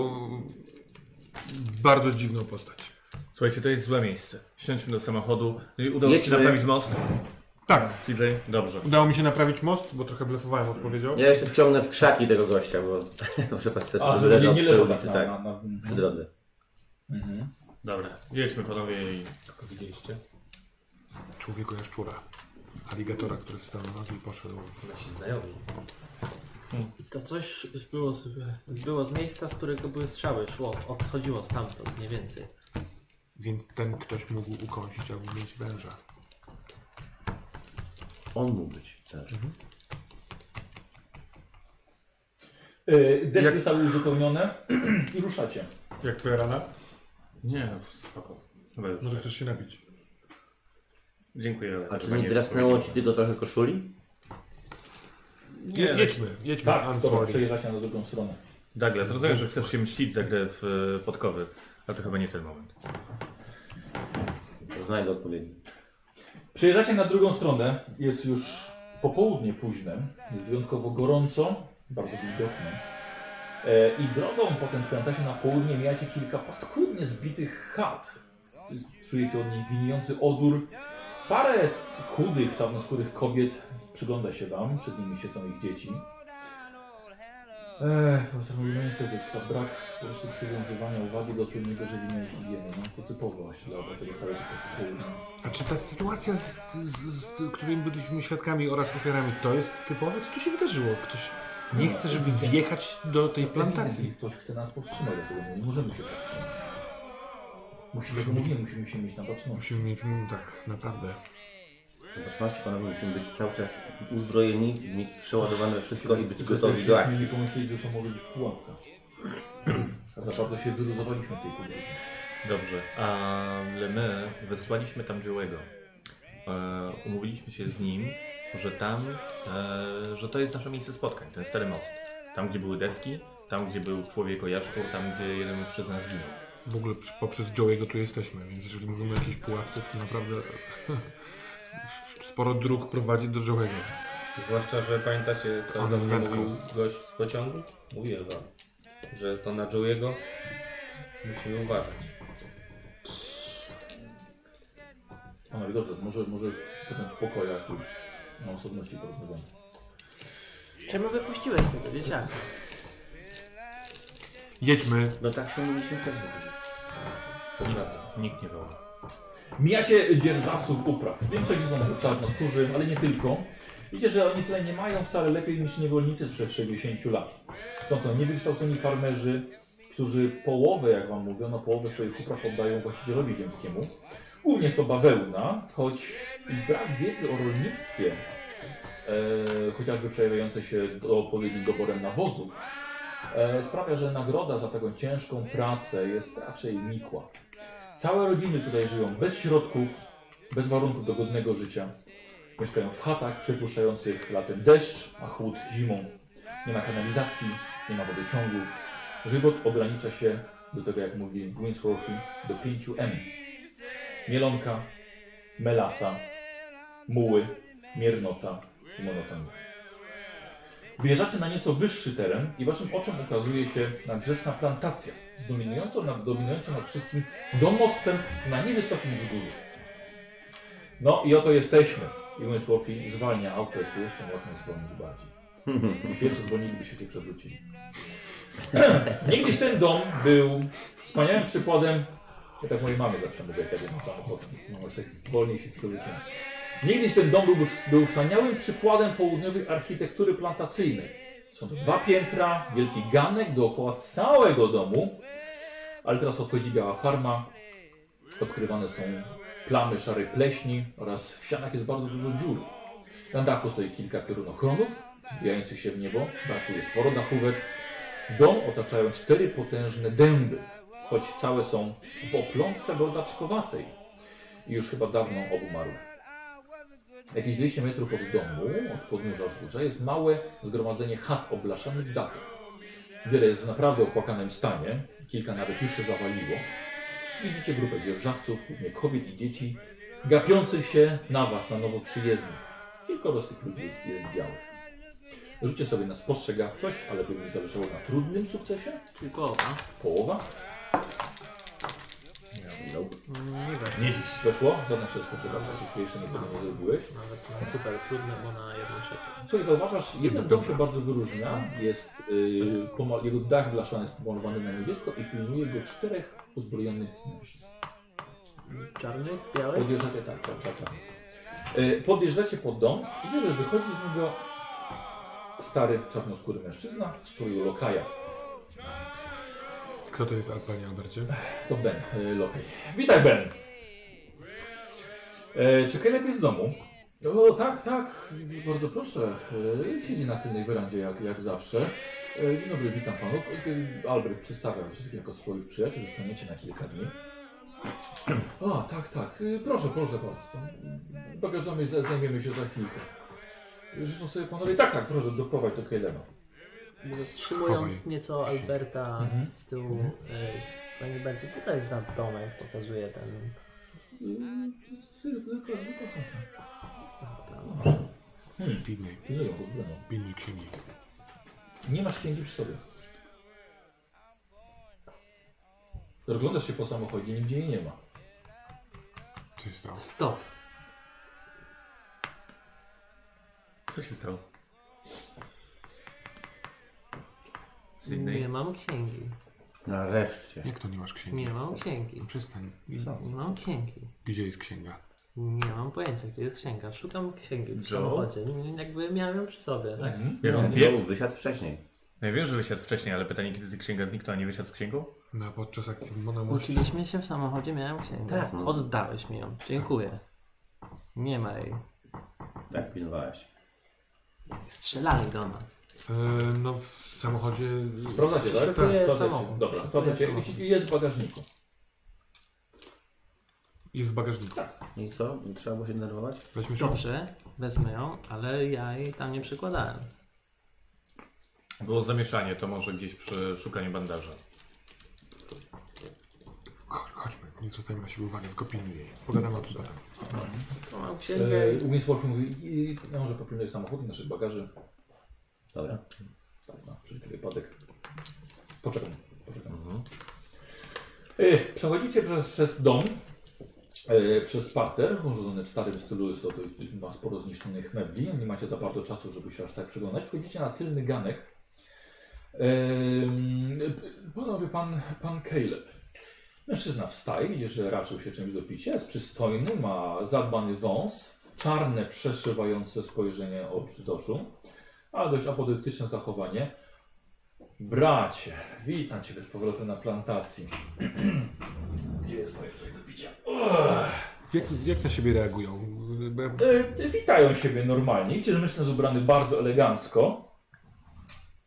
bardzo dziwną postać.
tak- Słuchajcie, to jest złe miejsce. Siądźmy do samochodu. No I Udało ci się
Jedźmy.
naprawić most,
Tak,
TJ? Dobrze.
udało mi się naprawić most, bo trochę blefowałem odpowiedzią.
Ja jeszcze wciągnę w krzaki tego gościa, bo muszę was sobie
A, że nie,
leżał
nie
przy
leżał no.
ulicy,
na,
tak,
na, na,
przy drodze.
Mhm.
Dobra. Jedźmy panowie i...
Widzieliście?
Człowieku jaszczura. Aligatora, który stał na nogi i poszedł.
Nasi znajomi.
Hmm.
To coś było z, było z miejsca, z którego były strzały, szło, odchodziło stamtąd mniej więcej.
Więc ten ktoś mógł ukąsić albo mieć węża.
On mógł być też.
Y, Deszcz
Jak-
zostały uzupełnione i ruszacie.
Jak twoja rana?
Nie, spoko. Dobra, już. tak.
Może chcesz się napić.
Dziękuję. ale
A
to
czy
chyba
nie drasnęło ci
powiedziałem.
tylko trochę koszuli?
Nie, jedźmy, jedźmy.
Tak,
I'm
dobra,
sorry.
przejeżdżacie na drugą stronę.
Douglas, rozumiem, że chcesz się mścić za grę w e, podkowy, ale to chyba nie ten moment.
Znajdę odpowiedni.
Przejeżdżacie na drugą stronę, jest już popołudnie późne, jest wyjątkowo gorąco, bardzo wilgotne. E, I drogą potem skręcacie na południe, mijacie kilka paskudnie zbitych chat. To jest- Czujecie od nich gnijący odór. Parę chudych, czarnoskórych kobiet przygląda się wam, przed nimi siedzą ich dzieci. Ech, po prostu mówimy, niestety jest to brak po prostu przywiązywania uwagi do tylnego żywienia i higieny. No to typowo właśnie dla tego całego popołudnia.
A czy ta sytuacja, z, z, z, którymi byliśmy świadkami oraz ofiarami, to jest typowe? Co tu się wydarzyło? Ktoś nie chce, żeby wjechać do tej plantacji.
No, Ewidentnie tak. Ktoś chce nas powstrzymać, dlatego my nie możemy się powstrzymać. Musimy, jak mówię, musimy się mieć na baczności.
Musimy mieć, mm, tak, naprawdę.
Zobaczności panowie, musimy być cały czas uzbrojeni, mieć przeładowane wszystko i być
Że
gotowi
też
do
mieli
akcji.
pomyśleć, że to może być pułapka. A za bardzo się wyluzowaliśmy w tej podróży.
Dobrze, ale my wysłaliśmy tam Joe'ego. E, umówiliśmy się z nim, że tam, e, że to jest nasze miejsce spotkań, ten stary most. Tam, gdzie były deski, tam, gdzie był człowiek o jaszczur, tam, gdzie jeden mężczyzna zginął.
W ogóle przy- poprzez Joey'ego tu jesteśmy, więc jeżeli mówimy o jakiejś pułapce, to naprawdę sporo dróg prowadzi do Joey'ego.
Zwłaszcza, że pamiętacie, co
On
do
z
mnie
wędką.
mówił gość z pociągu? Mówiłem wam, że to na Joe'ego musimy uważać.
Panowie, dobrze, może, może w- potem w pokojach już na osobności porozmawiamy.
Czemu wypuściłeś tego dzieciaka?
Jedźmy.
No tak się mówiliśmy wcześniej przecież.
To prawda.
Nikt nie woła.
Mijacie dzierżawców upraw. Większość są czarnoskórzy, ale nie tylko. Widzicie, że oni tyle nie mają wcale lepiej niż niewolnicy sprzed 60 lat. Są to niewykształceni farmerzy, którzy połowę, jak wam mówiono, połowę swoich upraw oddają właścicielowi ziemskiemu. Głównie jest to bawełna, choć ich brak wiedzy o rolnictwie, e, chociażby przejawiające się do odpowiednim doborem nawozów, e, sprawia, że nagroda za taką ciężką pracę jest raczej nikła. Całe rodziny tutaj żyją bez środków, bez warunków do godnego życia. Mieszkają w chatach przepuszczających latem deszcz, a chłód zimą. Nie ma kanalizacji, nie ma wodociągu. Żywot ogranicza się do tego, jak mówi Winsworthy, do 5 M. Mielonka, melasa, muły, miernota i monotonia. Wyjeżdżacie na nieco wyższy teren i waszym oczom ukazuje się nadrzeczna plantacja z dominującą nad, dominującą nad wszystkim domostwem na niewysokim wzgórzu. No i oto jesteśmy. I Winsworthy zwalnia auto, jeśli jeszcze można zwolnić bardziej. Jeśli jeszcze zwolnilibyście się przewrócili. Niegdyś ten dom był wspaniałym przykładem. Ja tak mojej mamie zawsze mówię, jak jadę na samochód. Mama sobie wolniej się przewróciła. Niegdyś ten dom był, był wspaniałym przykładem południowej architektury plantacyjnej. Są to dwa piętra, wielki ganek dookoła całego domu, ale teraz odchodzi biała farma. Odkrywane są plamy szarej pleśni oraz w ścianach jest bardzo dużo dziur. Na dachu stoi kilka piorunochronów, wzbijających się w niebo. Brakuje sporo dachówek. Dom otaczają cztery potężne dęby, choć całe są w oplące rodaczkowatej. I już chyba dawno obumarły. Jakieś 200 metrów od domu, od podnóża wzgórza, jest małe zgromadzenie chat oblaszanych dachem. Wiele jest w naprawdę opłakanym stanie, kilka nawet już się zawaliło. Widzicie grupę dzierżawców, głównie kobiet i dzieci, gapiących się na was, na nowo przyjezdnych. Kilkoro z tych ludzi jest, jest białych. Rzućcie sobie na spostrzegawczość, ale by mi zależało na trudnym sukcesie.
Tylko owa.
Połowa. no,
Nie wiem.
Nie dziś.
Weszło? Zadam się spostrzegawczość, jeśli jeszcze nigdy tego nie zrobiłeś.
Nawet na super trudne, bo na jedną szybkę.
Słuchaj, zauważasz, jeden dom się bardzo wyróżnia. Jest, yy, pomal- jego dach blaszany jest pomalowany na niebiesko i pilnuje go czterech uzbrojonych mężczyzn.
Czarny, biały.
Podjeżdżacie tak, czar, czar, czar. Y, Podjeżdżacie pod dom i widzisz, że wychodzi z niego stary, czarnoskóry mężczyzna w stroju lokaja.
Kto to jest Alpania, Albercie?
To Ben, y, lokaj. Witaj, Ben! E, Czy Caleb jest w domu? O, tak, tak, bardzo proszę. E, Siedzi na tylnej werandzie jak, jak zawsze. E, Dzień dobry, witam panów. E, Albert przedstawia wszystkich jako swoich przyjaciół, zostaniecie na kilka dni. A, tak, tak, E, proszę, proszę bardzo. Bagażami za- zajmiemy się za chwilkę. Życzą sobie panowie, tak, tak, proszę doprowadź do E, Caleba.
Zatrzymując
Chowaj.
nieco Alberta
Mhm.
z tyłu, y, panie Bercie, co to jest za domek? Pokazuje ten.
Zwykła, zwykła chata.
Sydney,
Pilnują go z bronią.
pilnuj księgi.
Nie masz księgi przy sobie. Rozglądasz się po samochodzie, nigdzie jej nie ma.
Co się stało?
Stop.
Co się stało?
Nie mam księgi.
Nareszcie.
Jak to nie masz księgi?
Nie mam księgi.
No Przestań.
Nie mam księgi.
Gdzie jest księga?
Nie mam pojęcia, gdzie jest księga. Szukam księgi w
Joe?
samochodzie. Jakby miałem ją przy sobie, tak?
Mhm.
Jak on
Joe
wiesz?
wysiadł wcześniej.
No Ja wiem, że wysiadł wcześniej, ale pytanie, kiedy księga zniknęła, nie wysiadł z księgą?
No a podczas akcji monomości.
Kłóciliśmy się w samochodzie, miałem księgę.
Tak, no.
Oddałeś mi ją. Dziękuję. Nie ma jej.
Tak pilnowałeś.
Strzelali do nas.
E, no w samochodzie...
Sprawdzacie, tak?
Szykuję
Sprawdzacie.
samochód.
Dobra,
Szykuję
sprawdzacie.
samochód.
I ci- i Jest w bagażniku.
Jest w bagażniku.
I co? Trzeba było się denerwować?
Weźmy szybko.
Dobrze, wezmę ją, ale ja jej tam nie przykładałem.
Było zamieszanie, to może gdzieś przy szukaniu bandaża.
Chodź, chodźmy, nie zwracajmy na siebie uwagi, tylko pilnuj jej. Pogadamy o tym potem.
Tu Mam księgę.
E, Winsworth mówi, i- ja może popilnuję samochód i naszych bagaży.
Dobra.
Tak, na wszelki wypadek. Poczekam, poczekam. E, Przechodzicie przez, przez dom, e, przez parter, urządzony w starym stylu, jest to, to jest, ma sporo zniszczonych mebli, nie macie za bardzo czasu, żeby się aż tak przyglądać. Wchodzicie na tylny ganek. Em, Panowie, pan, pan Caleb. Mężczyzna wstaje, widzisz, że raczył się czymś do picia, jest przystojny, ma zadbany wąs, czarne, przeszywające spojrzenie oczy- z oczu, ale dość apodytyczne zachowanie. Bracie, witam Ciebie z powrotem na plantacji. Gdzie jest moje coś do picia?
Jak, jak na siebie reagują? Bo ja-
E, witają siebie normalnie. Widzicie, że mężczyzna jest ubrany bardzo elegancko.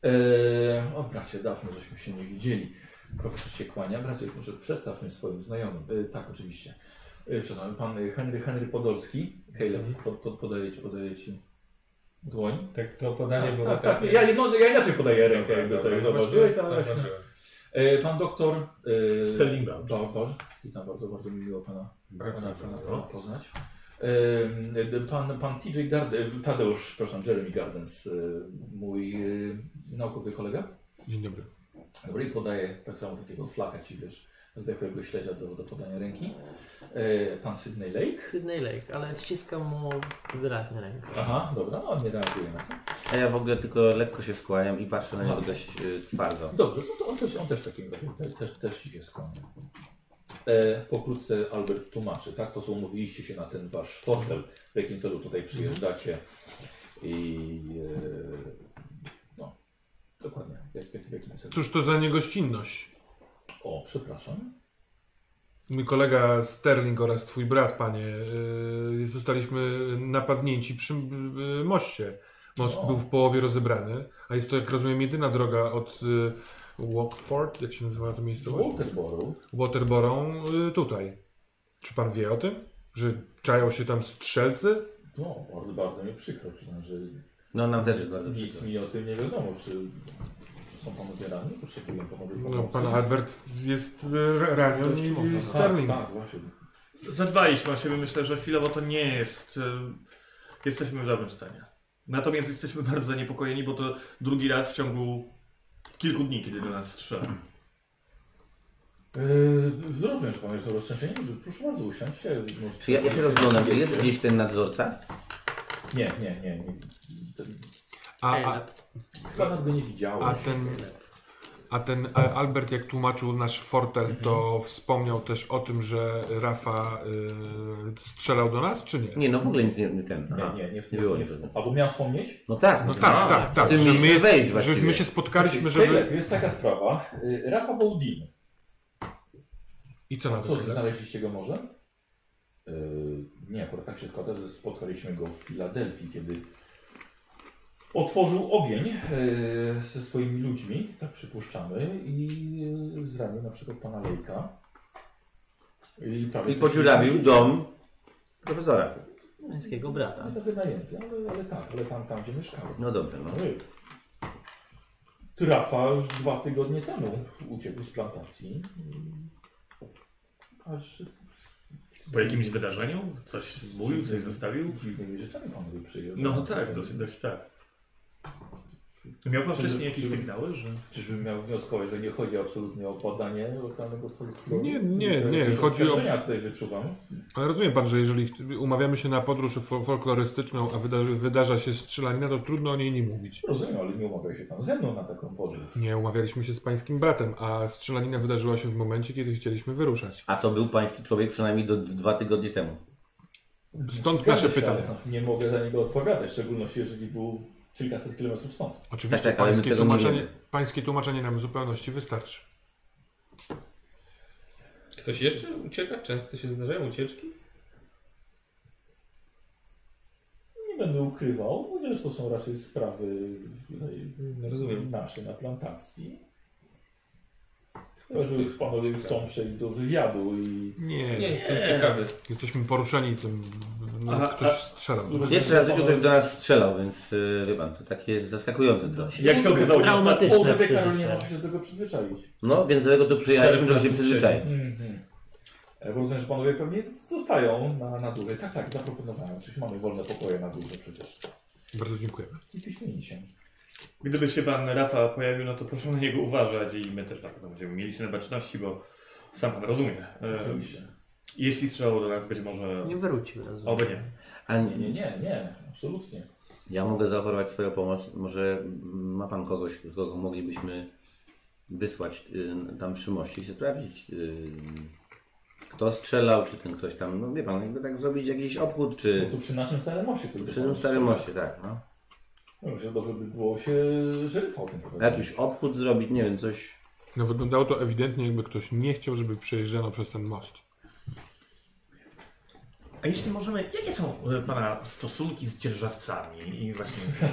E, o bracie, dawno żeśmy się nie widzieli. Profesor się kłania. Bracie, może przedstaw mnie swoim znajomym. E, tak, oczywiście. E, przepraszam, pan e, Henry, Henry Podolski. Caleb, pod, pod, podaję, ci, podaję ci dłoń.
Mhm. Tak, to podanie było
tak, tak.
takie.
Ja, no, ja inaczej podaję rękę,
Dobra,
jakby
dobra,
sobie
właśnie
zobaczyłeś. ale właśnie-
zauważyłem.
E, Pan doktor e,
Sterling Brown.
Ba- Ba- Witam bardzo, bardzo mi miło pana, pana, pana, pana poznać. E, pan, pan TJ Garden, e, Tadeusz, przepraszam, Jeremy Gardens, e, mój e, naukowy kolega.
Dzień dobry.
Dobra, i podaje tak samo takiego flaka ci, wiesz, zdechłego śledzia do, do podania ręki. E, pan Sydney Lake.
Sydney Lake, ale ściskam mu wyraźnie rękę.
Aha, dobra, no on nie reaguje na to.
A ja w ogóle tylko lekko się skłaniam i patrzę na niego dość y, twardo.
Dobrze, no to on też, on też takim też, też, też ci się skłania. E, pokrótce Albert tłumaczy, tak? To co umówiliście się na ten wasz fotel, w jakim celu tutaj przyjeżdżacie i e, no, dokładnie, jak, jak, w jakim celu.
Cóż to za niegościnność?
O, przepraszam.
Mój kolega Sterling oraz y, twój brat, panie, yy, zostaliśmy napadnięci przy yy, moście. No, był w połowie rozebrany, a jest to, jak rozumiem, jedyna droga od y, Walkford, jak się nazywa to miejscowość?
Waterboru.
Waterborą y, tutaj. Czy pan wie o tym? Że czają się tam strzelcy?
No, bardzo, bardzo mi przykro, przyznam, że
No nam też jest bardzo
nic
przykro.
mi o tym nie wiadomo, czy są panowie ranni, potrzebują panowie
No,
pomocy.
pan Albert jest y, ra- raniony i
No,
i Sterling.
Tak, tak, właśnie.
Zadbaliśmy o siebie, myślę, że chwilowo to nie jest. em, Jesteśmy w dobrym stanie. Natomiast jesteśmy bardzo zaniepokojeni, bo to drugi raz w ciągu kilku dni, kiedy do nas strzela.
Yy, rozumiem, że panowie są roztrzęsieni, że proszę bardzo, usiądźcie. Może-
Czy ja, ja się rozglądam, czy jest gdzieś ten nadzorca?
Nie, nie, nie. nie.
A, a,
Chyba nawet go nie widziałeś.
A ten, a ten e, Albert, jak tłumaczył nasz fortel, to wspomniał też o tym, że Rafa y, strzelał do nas, czy nie?
Nie, no w ogóle nic nie, nie ten.
Nie,
Aha.
nie, nie, w
Nie
nie,
było
nie,
nic.
Albo miał wspomnieć?
No tak,
No tak, tak, tak.
tym
Że my,
mieliśmy wejść
że
właściwie.
my się spotkaliśmy,
Caleb,
żeby...
Jest taka sprawa. Yy, Rafa Boldin.
I co na to?
Co,
Caleb?
znaleźliście go może? Yy, nie, akurat tak się składa, że spotkaliśmy go w Filadelfii, kiedy otworzył ogień yy, ze swoimi ludźmi, tak przypuszczamy, i yy, zranił na przykład pana Lejka. I, prawie
I
coś
podziurawił
zniszczył.
dom profesora.
Pańskiego brata.
Nie wynajęty, ale, ale tak, ale tam, tam gdzie mieszkał.
No dobrze, no.
Ojej. Trafa już dwa tygodnie temu uciekł z plantacji. Aż
Po jakimś wydarzeniu? Coś zbulił, coś zostawił?
dziwnymi rzeczami panowie przyjeżdżał.
No tak, dosyć, dość tak. Miał pan wcześniej jakieś sygnały, że...
Czyżbym miał wnioskować, że nie chodzi absolutnie o badanie lokalnego folkloru?
Nie, nie,
To
nie,
jakieś
chodzi o-
oskarżenia tutaj wyczuwam.
Ale rozumiem pan, że jeżeli ch- umawiamy się na podróż fol- folklorystyczną, a wydarzy, wydarza się strzelanina, to trudno o niej nie mówić.
Rozumiem, ale nie umawiał się pan ze mną na taką podróż.
Nie umawialiśmy się z pańskim bratem, a strzelanina wydarzyła się w momencie, kiedy chcieliśmy wyruszać.
A to był pański człowiek przynajmniej do, dwa tygodnie temu.
Stąd
Zgadza
nasze
się, Tak,
pytanie.
ale no, Nie mogę za niego odpowiadać, w szczególności jeżeli był kilkaset kilometrów stąd.
Oczywiście
Tak, tak, ale my
pańskie,
tego nie
tłumaczenie,
wiemy.
pańskie tłumaczenie nam w zupełności wystarczy.
Ktoś jeszcze ucieka? Często się zdarzają ucieczki?
Nie będę ukrywał, ponieważ to są raczej sprawy tutaj
No, rozumiem.
nasze na plantacji. Chyba, że już panowie chcą przejść do wywiadu i...
Nie,
Nie, jestem ciekawy.
jesteśmy poruszeni tym, no,
Aha,
ktoś strzelał. no.
Pierwszy raz w życiu ktoś do nas strzelał, więc yy, wie pan, to takie jest zaskakujące trochę.
Jak się okazało, nie ostatnio.
Traumatyczne
Połowę Karol nie
przeżycia.
może się do tego przyzwyczaić.
No, więc dlatego tu przyjechaliśmy, żeby się przyzwyczaić.
Mhm. E, Bo rozumiem, że panowie pewnie zostają na, na dłużej. Tak, tak, zaproponowałem. Przecież mamy wolne pokoje na dłużej przecież.
Bardzo dziękujemy.
I wyśmienicie.
Gdyby się pan Rafa pojawił, no to proszę na niego uważać i my też na pewno będziemy mieli się na baczności, bo sam pan rozumie. E,
Oczywiście.
Jeśli strzelało do nas, być może...
Nie wrócił razem.
Oby nie.
A
Nie, nie, nie, nie. Absolutnie.
ja mogę zaoferować swoją pomoc. Może mm, ma pan kogoś, kogo moglibyśmy wysłać yy, tam przy moście i się sprawdzić, yy, kto strzelał, czy ten ktoś tam, no wie pan, jakby tak zrobić jakiś obchód,
Bo
czy
tu przy naszym starym moście. tylko
przy tym
pan
starym
strzela.
moście, tak, no.
No, Myślę, że dobrze by było się szeryfa o tym powiedzieć.
Jakiś obchód zrobić, nie wiem, coś.
No wyglądało to ewidentnie, jakby ktoś nie chciał, żeby przejeżdżano przez ten most.
A jeśli możemy, jakie są e, Pana stosunki z dzierżawcami i właśnie z...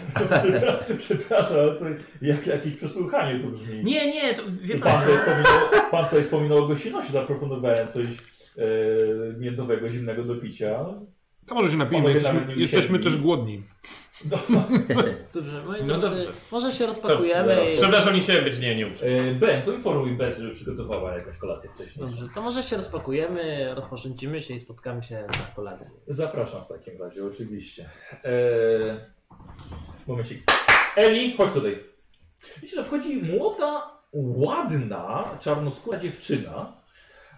Przepraszam, ale to jak, jakieś przesłuchanie tu brzmi.
Nie, nie, to wie pan.
Pan tutaj wspominał, pan tutaj wspominał o gościnności, zaproponowałem coś e, miętowego, zimnego do picia.
To może się napijmy,
Panowie
jesteśmy,
nawet nie
jesteśmy
usiedli.
też głodni.
Dobrze, moi
No
drodzy,
dobrze.
może się rozpakujemy
To-
i...
Przepraszam, nie chciałem być nie, nie uprzejmy.
E, ben, poinformuj Bez, żeby przygotowała jakąś kolację wcześniej.
Dobrze, to może się rozpakujemy, rozporządzimy się i spotkamy się na kolacji.
Zapraszam w takim razie, oczywiście. E, momencik. Eli, chodź tutaj. Widzisz, że wchodzi młoda, ładna, czarnoskóra dziewczyna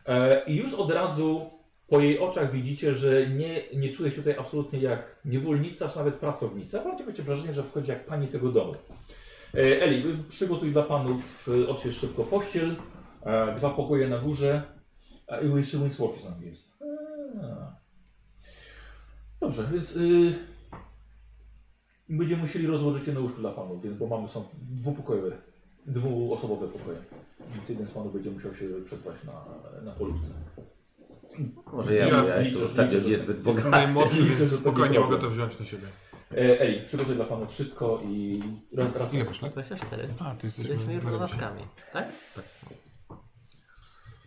e, i już od razu po jej oczach widzicie, że nie, nie czuje się tutaj absolutnie jak niewolnica, czy nawet pracownica. Bardziej macie wrażenie, że wchodzi jak pani tego domu. E, Eli, przygotuj dla panów, e, odśwież szybko pościel, e, dwa pokoje na górze a, i jeszcze Winsworth z nami jest. Eee. Dobrze, więc y, będziemy musieli rozłożyć je na łóżku dla panów, więc, bo mamy są dwupokojowe, dwuosobowe pokoje. Więc jeden z panów będzie musiał się przespać na, na polówce.
Może ja,
Ja
ja,
liczę,
jestem ostatnio
liczę, że-
niezbyt
Jestem
bogaty.
najmłodszy,
Liczę, że
więc
to nie
spokojnie
problem.
mogę to wziąć na siebie.
E, Eli, przygotuj dla panów wszystko i raz, raz
Ile masz tak? lat?
24.
A, to jesteśmy...
Jesteśmy
na rewizie.
równolatkami, tak? Tak.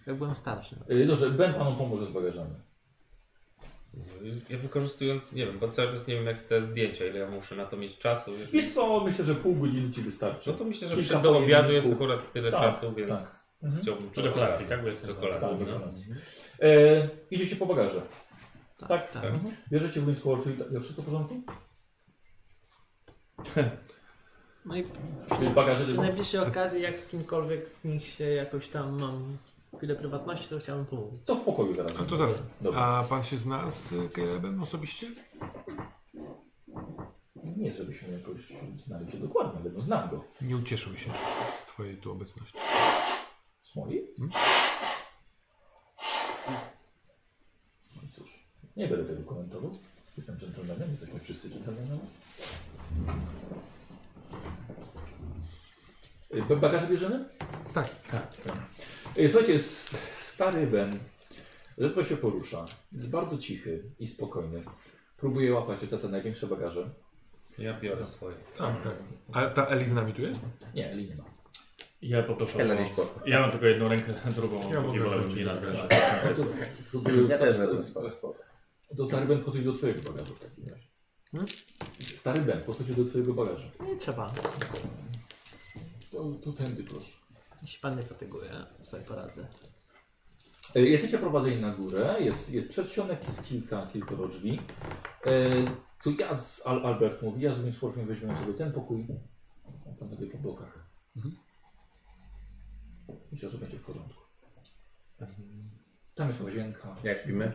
Ja byłem starszy.
E, Dobrze, Ben panu pomoże z bagażami.
Ja wykorzystując, nie wiem, bo cały czas nie wiem jak z te zdjęcia, ile ja muszę na to mieć czasu. Wiesz?
Wiesz co, myślę, że pół godziny ci wystarczy.
No to myślę, że
Kilka
przed do obiadu jest
pojedynków.
akurat tyle
Tak,
czasu, więc
tak. Mhm.
chciałbym...
Czy do kolacji, tak? Bo jest
Do kolacji,
Tak,
no.
dokładnie. E, idzie się po bagaże. Tak, tak.
tak.
Mhm. Bierzecie w Winsku Warfield. Ja wszystko w porządku?
No i
Y, Bagaże
przy
tylko.
najbliższej okazji, jak z kimkolwiek z nich się jakoś tam mam chwilę prywatności, to chciałbym pomówić.
To w pokoju zaraz.
No to zaraz.
Dobra.
A pan się zna z y, Calebem osobiście?
Nie, żebyśmy jakoś znali się dokładnie, ale no znam go.
Nie ucieszył się z twojej tu obecności. Hmm?
Z mojej? No i cóż, nie będę tego komentował. Jestem dżentelmenem, jesteśmy wszyscy dżentelmenami. Y, ba- Bagaże bierzemy?
Tak.
Tak. tak. Y, Słuchajcie, s- stary Ben ledwo się porusza. Jest bardzo cichy i spokojny. Próbuje łapać za te największe bagaże.
Ja biorę swoje.
Tak, tak. A ta Eli z nami tu jest?
Nie, Eli nie ma.
Ja poproszę.
Ela
o-
gdzieś poszła.
Ja mam tylko jedną rękę, drugą
Ja
nie
mogę
wolę
wrzucić.
nie nadgrać.
No to próbuje
Ja też
to-
będę spał.
To stary Ben podchodzi do twojego bagażu w takim razie.
Hmm?
Stary Ben podchodzi do twojego bagażu.
Nie No trzeba.
To, to tędy proszę.
Jeśli pan nie fatyguje, sobie poradzę.
E, Jesteście prowadzeni na górę, jest, jest przedsionek, jest kilka, kilkoro drzwi. E, tu ja z Al Albert mówi, ja z Winsworthem weźmiemy sobie ten pokój. A Panowie po blokach. Myślę, że będzie w porządku. Tam jest łazienka.
Jak śpimy?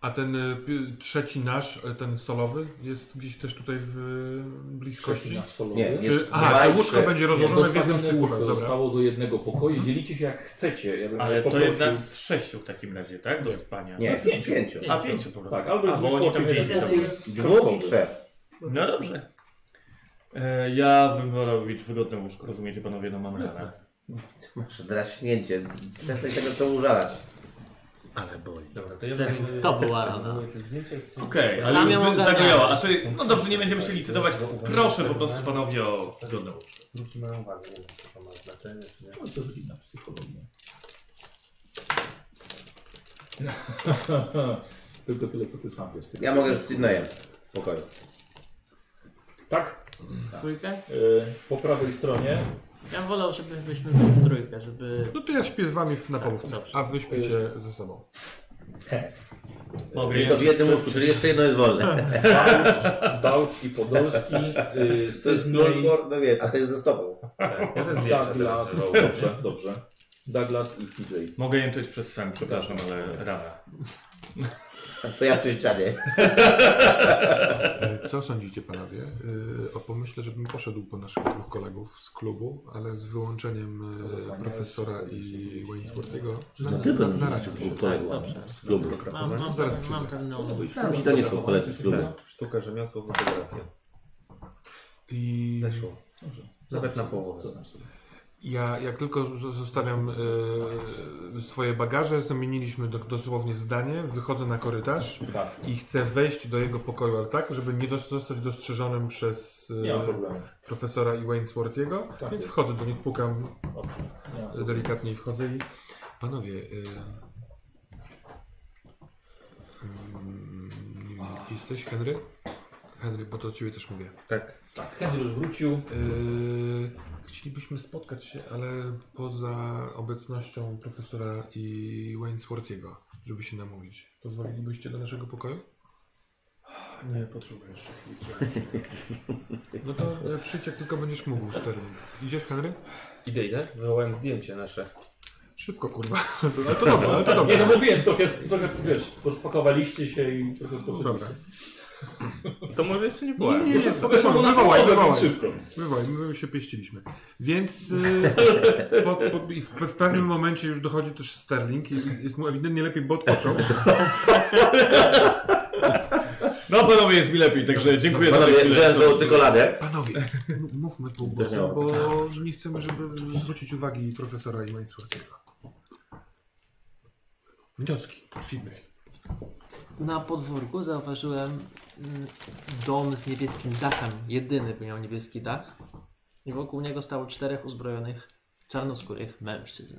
A ten y, pi- trzeci nasz, y, ten solowy, jest gdzieś też tutaj w y,
Trzeci
bliskości?
nasz solowy.
Nie, nie.
Czy,
Jest
aha,
dwaj,
to łóżko
trzy.
będzie
Nie,
rozłożone w jednym
dostawione
z tych łóżek,
łóżko
dobra.
zostało do jednego pokoju. Dzielicie się jak chcecie. Ja bym
Ale to
poprosił-
jest nas sześciu w takim razie, tak? Do spania.
Nie,
No,
jest pięciu.
A pięciu po prostu.
Tak, albo
A,
jest
bo oni tam
Winsworthem
dzieli.
jeden
dobra.
pokój.
Dwóch i trzech.
No dobrze. E, ja bym wolał mieć wygodne łóżko, rozumiecie panowie, no mam ranę.
Masz draśnięcie. Przestań tego co użalać.
Dobra, to ja
Wtedy To była rada.
Okej,
Sam
ale już
ją ogarniałeś.
zagojała, a ty, no dobrze, nie będziemy się licytować, proszę po prostu panowie o wygodne łóżko.
Zwróćmy na uwagę, nie wiem, czy to ma znaczenie, czy nie.
No to rzucić na psychologię. Tylko tyle, co ty sam wiesz. Tyle.
Ja mogę z Sydneyem w pokoju.
Tak?
Trójkę?
Y, po prawej stronie
Ja bym wolał, żebyśmy byli w trójkę, żeby...
No to ja śpię z wami w- na
Tak,
połówce,
dobrze. E,
a wy śpicie ze sobą.
Mogę
Tylko w jednym łóżku, czyli jeszcze jedno jest wolne.
Bałcz, Bałcz i Podolski, y,
To jest
Sydney,
Norwor, no wie, a to jest ze stopą.
Douglas, dobrze, dobrze. Douglas i TJ.
Mogę jęczeć przez sen, przepraszam, ale rana.
To ja przy ścianie.
E, Co sądzicie panowie? E, O pomyśle, żebym poszedł po naszych dwóch kolegów z klubu, ale z wyłączeniem e, profesora i Wainsworthiego. Na,
No tylko
na, na
musisz
razie
się
przyjdę.
kolegów z klubu.
Mam, mam,
Zaraz
mam,
przyjdę.
pewną...
Tam ci doniosą koledzy z klubu.
Sztuka, rzemiosło, fotografia.
I
Weszło.
Dobrze.
Nawet na
Zobacz,
połowę.
zobacz sobie.
ja jak tylko z- zostawiam e, swoje bagaże, zamieniliśmy do, dosłownie zdanie, wychodzę na korytarz
Tak,
i chcę wejść do jego pokoju, ale tak, żeby nie dos- zostać dostrzeżonym przez e,
nie ma problemu.
profesora i Wainsworthiego,
Tak.
więc wchodzę do nich, pukam,
Dobrze. Nie ma problemu.
delikatniej wchodzę i... Panowie, y... mm, nie wiem, jesteś Henry? Henry, bo to do ciebie też mówię.
Tak, Henry już wrócił.
Y, Chcielibyśmy spotkać się, ale poza obecnością profesora i Wainsworthiego, żeby się namówić. Pozwolilibyście do naszego pokoju?
Nie, potrzebuję jeszcze
No to y, przyjdź jak tylko będziesz mógł, stary. Idziesz, Henry?
Idę, idę. Wywołałem zdjęcie nasze.
Szybko, kurwa. Ale to dobrze, ale to
Nie no
dobrze.
mówiłem, trochę, trochę wiesz, rozpakowaliście się i trochę
Dobra.
spoczyliście.
To może jeszcze nie było.
nie, nie,
Pokaż mu na
wywołaj,
połowę, więc
wywołaj.
szybko.
Bywaj, my się pieściliśmy. Więc y, po, po, i w, w pewnym momencie już dochodzi też Sterling i jest mu ewidentnie lepiej, bo odpoczął.
No panowie, jest mi lepiej, także dziękuję za tę
Panowie,
chwilę.
wziąłem złą cykoladę.
Panowie, m- mówmy po
Też miałem.
bo nie chcemy, żeby zwrócić uwagi profesora i Wainsworthiego. Wnioski, feedback.
Na podwórku zauważyłem mm, dom z niebieskim dachem. Jedyny miał niebieski dach. I wokół niego stało czterech uzbrojonych czarnoskórych mężczyzn.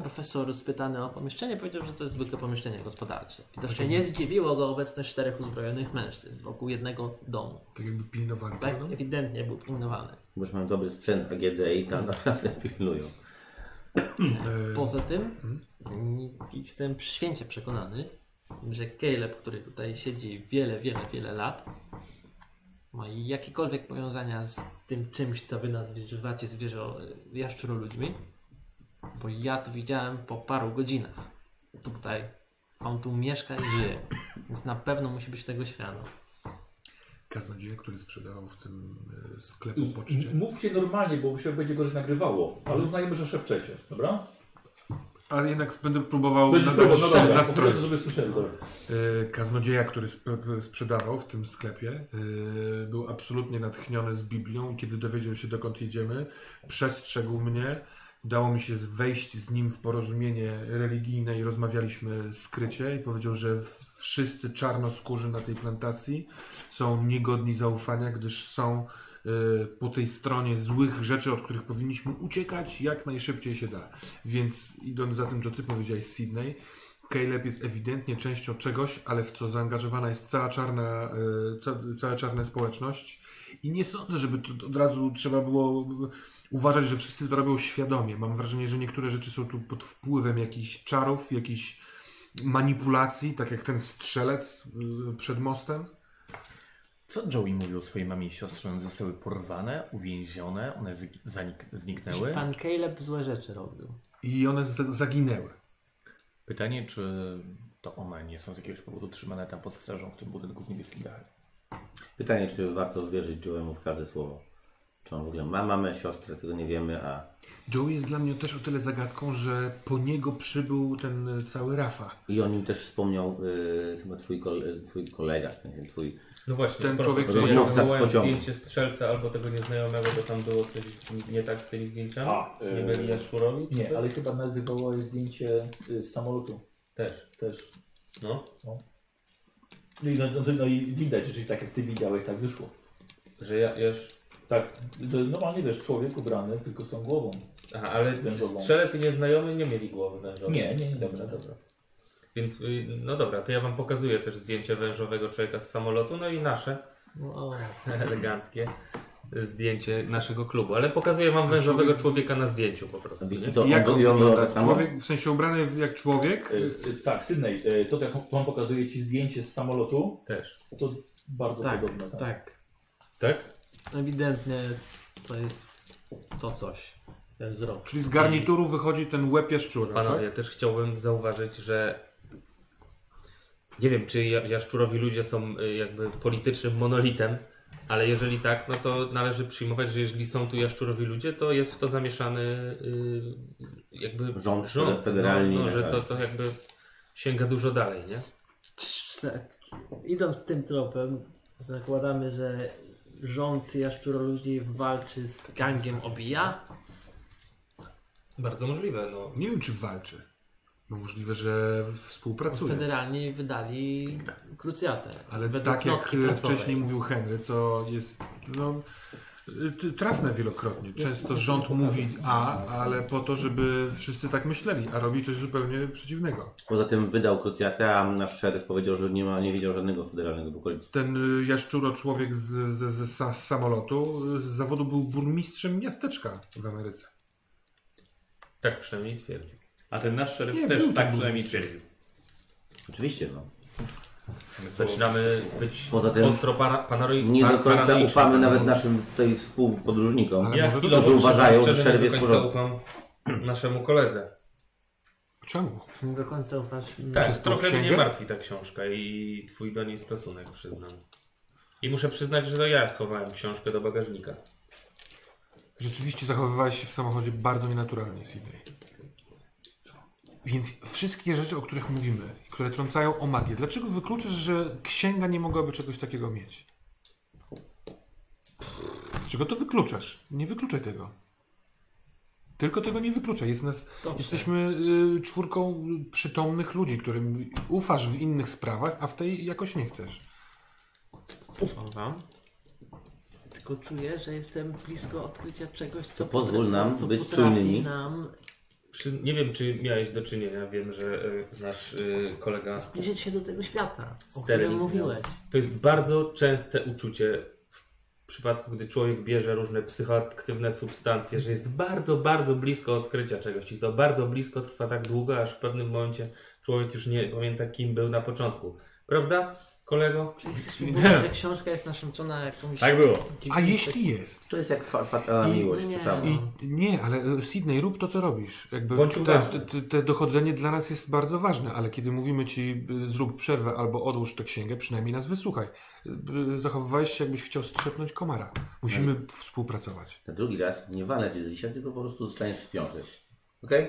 Profesor spytany o pomieszczenie powiedział, że to jest zwykłe pomieszczenie gospodarcze. Widocznie nie zdziwiło go obecność czterech uzbrojonych mężczyzn wokół jednego domu.
Tak jakby pilnowali.
Tak
tego, no?
ewidentnie był pilnowany.
Bo już mam dobry sprzęt AGD i tam naprawdę pilnują.
E,
Poza tym mm, jestem święcie przekonany, że Caleb, który tutaj siedzi wiele, wiele, wiele lat, ma jakiekolwiek powiązania z tym czymś, co wy nazywacie zwierzę jaszczuro ludźmi, bo ja to widziałem po paru godzinach tutaj. a On tu mieszka i żyje, więc na pewno musi być tego świadom.
Kaznodzieja, który sprzedawał w tym e, sklepu
I
poczcie.
m- mówcie normalnie, bo się będzie gorzej nagrywało, ale uznajemy, że szepczecie, dobra?
Ale jednak będę próbował
Będzie
nadać
próba, no dobra,
nastroj.
to żeby słyszeli, dobra.
E, Kaznodzieja, który sp- p- sprzedawał w tym sklepie, e, był absolutnie natchniony z Biblią i kiedy dowiedział się dokąd jedziemy, przestrzegł mnie. Udało mi się wejść z nim w porozumienie religijne i rozmawialiśmy skrycie i powiedział, że w- wszyscy czarnoskórzy na tej plantacji są niegodni zaufania, gdyż są e, po tej stronie złych rzeczy, od których powinniśmy uciekać jak najszybciej się da. Więc idąc za tym, co ty powiedziałeś, Sydney, Caleb jest ewidentnie częścią czegoś, ale w co zaangażowana jest cała czarna, y, ca, cała czarna społeczność. I nie sądzę, żeby to od razu trzeba było y, uważać, że wszyscy to robią świadomie. Mam wrażenie, że niektóre rzeczy są tu pod wpływem jakichś czarów, jakichś manipulacji, tak jak ten strzelec y, przed mostem.
Co Joey mówił o swojej mamie i siostrze? One zostały porwane, uwięzione, one zik- zanik- zniknęły.
Pan Caleb złe rzeczy robił.
I one z- zaginęły.
Pytanie, czy to one nie są z jakiegoś powodu trzymane tam pod strażą w tym budynku z niebieskim dachem?
Pytanie, czy warto wierzyć Joe'emu w każde słowo? Czy on w ogóle ma mamę, siostrę, tego nie wiemy, a
Joey jest dla mnie też o tyle zagadką, że po niego przybył ten y, cały Rafa.
I o nim też wspomniał y, chyba twój, kol- twój kolega, w sensie twój
No właśnie,
Ten
pro-
człowiek z
rozmawiałem
pociągu.
wywołałem
z pociągu.
zdjęcie strzelca albo tego nieznajomego, bo tam było coś nie tak z tymi zdjęciami.
A,
nie
yy,
byli Jaszkurowi?
Nie, ale chyba nawet wywołałeś zdjęcie y, z samolotu
Też,
też.
no.
No i, no, no, no i widać, że tak jak ty widziałeś, tak wyszło.
Że ja, Jasz...
Tak, że normalnie wiesz, człowiek ubrany tylko z tą głową.
Aha, ale
Wężową.
strzelec i nieznajomy nie mieli głowy wężowej.
Nie, nie, nie,
Dobra,
nie.
dobra. Więc, y, no dobra, to ja wam pokazuję też zdjęcie wężowego człowieka z samolotu, no i nasze,
Wow.
eleganckie zdjęcie naszego klubu. Ale pokazuję wam wężowego człowieka na zdjęciu po prostu, nie?
I to
Jak on
i on
wygląda?
tak samo?
Człowiek, w sensie ubrany jak człowiek,
Y, y, tak, Sydney, y, to jak wam pokazuje ci zdjęcie z samolotu,
Też.
to bardzo
Tak,
podobne. Tak.
tak.
Tak?
Ewidentnie to jest to coś. Ten wzrok.
Czyli z garnituru wychodzi ten łeb jaszczura,
Panowie,
tak?
też chciałbym zauważyć, że nie wiem, czy ja- jaszczurowi ludzie są y, jakby politycznym monolitem, ale jeżeli tak, no to należy przyjmować, że jeżeli są tu jaszczurowi ludzie, to jest w to zamieszany y, jakby
Rząd federalny,
federalny. No, no, że
tak.
to, to jakby sięga dużo dalej, nie?
Idąc tym tropem, zakładamy, że rząd jaszczuro ludzi walczy z gangiem obija.
Bardzo możliwe, no.
Nie wiem, czy walczy. No możliwe, że współpracuje.
Federalni wydali krucjatę.
Ale
według
tak jak
notki
e,
prasowej.
wcześniej mówił Henry, co jest no, y, t- trafne wielokrotnie. Często rząd mówi A, ale po to, żeby wszyscy tak myśleli, a robi coś zupełnie przeciwnego.
Poza tym wydał krucjatę, a nasz szeryf powiedział, że nie, ma, nie widział żadnego federalnego w okolicy.
Ten y, jaszczuro człowiek z, z, z, sa- z samolotu y, z zawodu był burmistrzem miasteczka w Ameryce.
Tak przynajmniej twierdzi.
A ten nasz szeryf
Nie,
też
był
tak
tam
przynajmniej
burmistrz.
twierdził.
Oczywiście, no.
Zaczynamy być
Poza tym
ostro para, panaroi-
Tak,
Nie do
par-
końca
paranoiczni.
ufamy nawet naszym tutaj współpodróżnikom,
Ale może
Chwilowo,
którzy uważają, że
szczerze,
szeryf
nie
jest
do
w
końca
porządku.
ufam naszemu koledze.
Czemu?
Nie do końca ufasz.
Tak,
Przez tą
trochę mnie
księgę?
martwi ta książka i twój do niej stosunek, przyznam. I muszę przyznać, że to ja schowałem książkę do bagażnika.
Rzeczywiście zachowywałeś się w samochodzie bardzo nienaturalnie, Sydney. Więc wszystkie rzeczy, o których mówimy, które trącają o magię, dlaczego wykluczasz, że księga nie mogłaby czegoś takiego mieć? Dlaczego to wykluczasz? Nie wykluczaj tego. Tylko tego nie wykluczaj. Jest nas, jesteśmy y, czwórką przytomnych ludzi, którym ufasz w innych sprawach, a w tej jakoś nie chcesz.
Ufam wam. Tylko czuję, że jestem blisko odkrycia czegoś, co
To pozwól nam
co
być
potrafi
czujnymi.
nam
Przy, nie wiem, czy miałeś do czynienia. Wiem, że y, nasz y, kolega.
zbliżyć się do tego świata, o
Sterling
którym
miał.
mówiłeś.
To jest bardzo częste uczucie w przypadku, gdy człowiek bierze różne psychoaktywne substancje, że jest bardzo, bardzo blisko odkrycia czegoś. I to bardzo blisko trwa tak długo, aż w pewnym momencie człowiek już nie pamięta, kim był na początku. Prawda, kolego?
Czyli chcesz mi powiedzieć, że książka jest naszęcona jakąś...
Tak było.
A jeśli
tak-
jest?
To jest jak fa fatalna
I-
miłość,
nie.
to samo.
I nie, ale y, Sydney, rób to, co robisz. Jakby
Bądź
te,
uważny.
te, te dochodzenie dla nas jest bardzo ważne, ale kiedy mówimy ci y, zrób przerwę albo odłóż tę księgę, przynajmniej nas wysłuchaj. Y, y, Zachowywałeś się, jakbyś chciał strzepnąć komara. Musimy
Tak.
współpracować.
Na drugi raz nie walę cię z dzisiaj, tylko po prostu zostaniesz w piąty. Okej?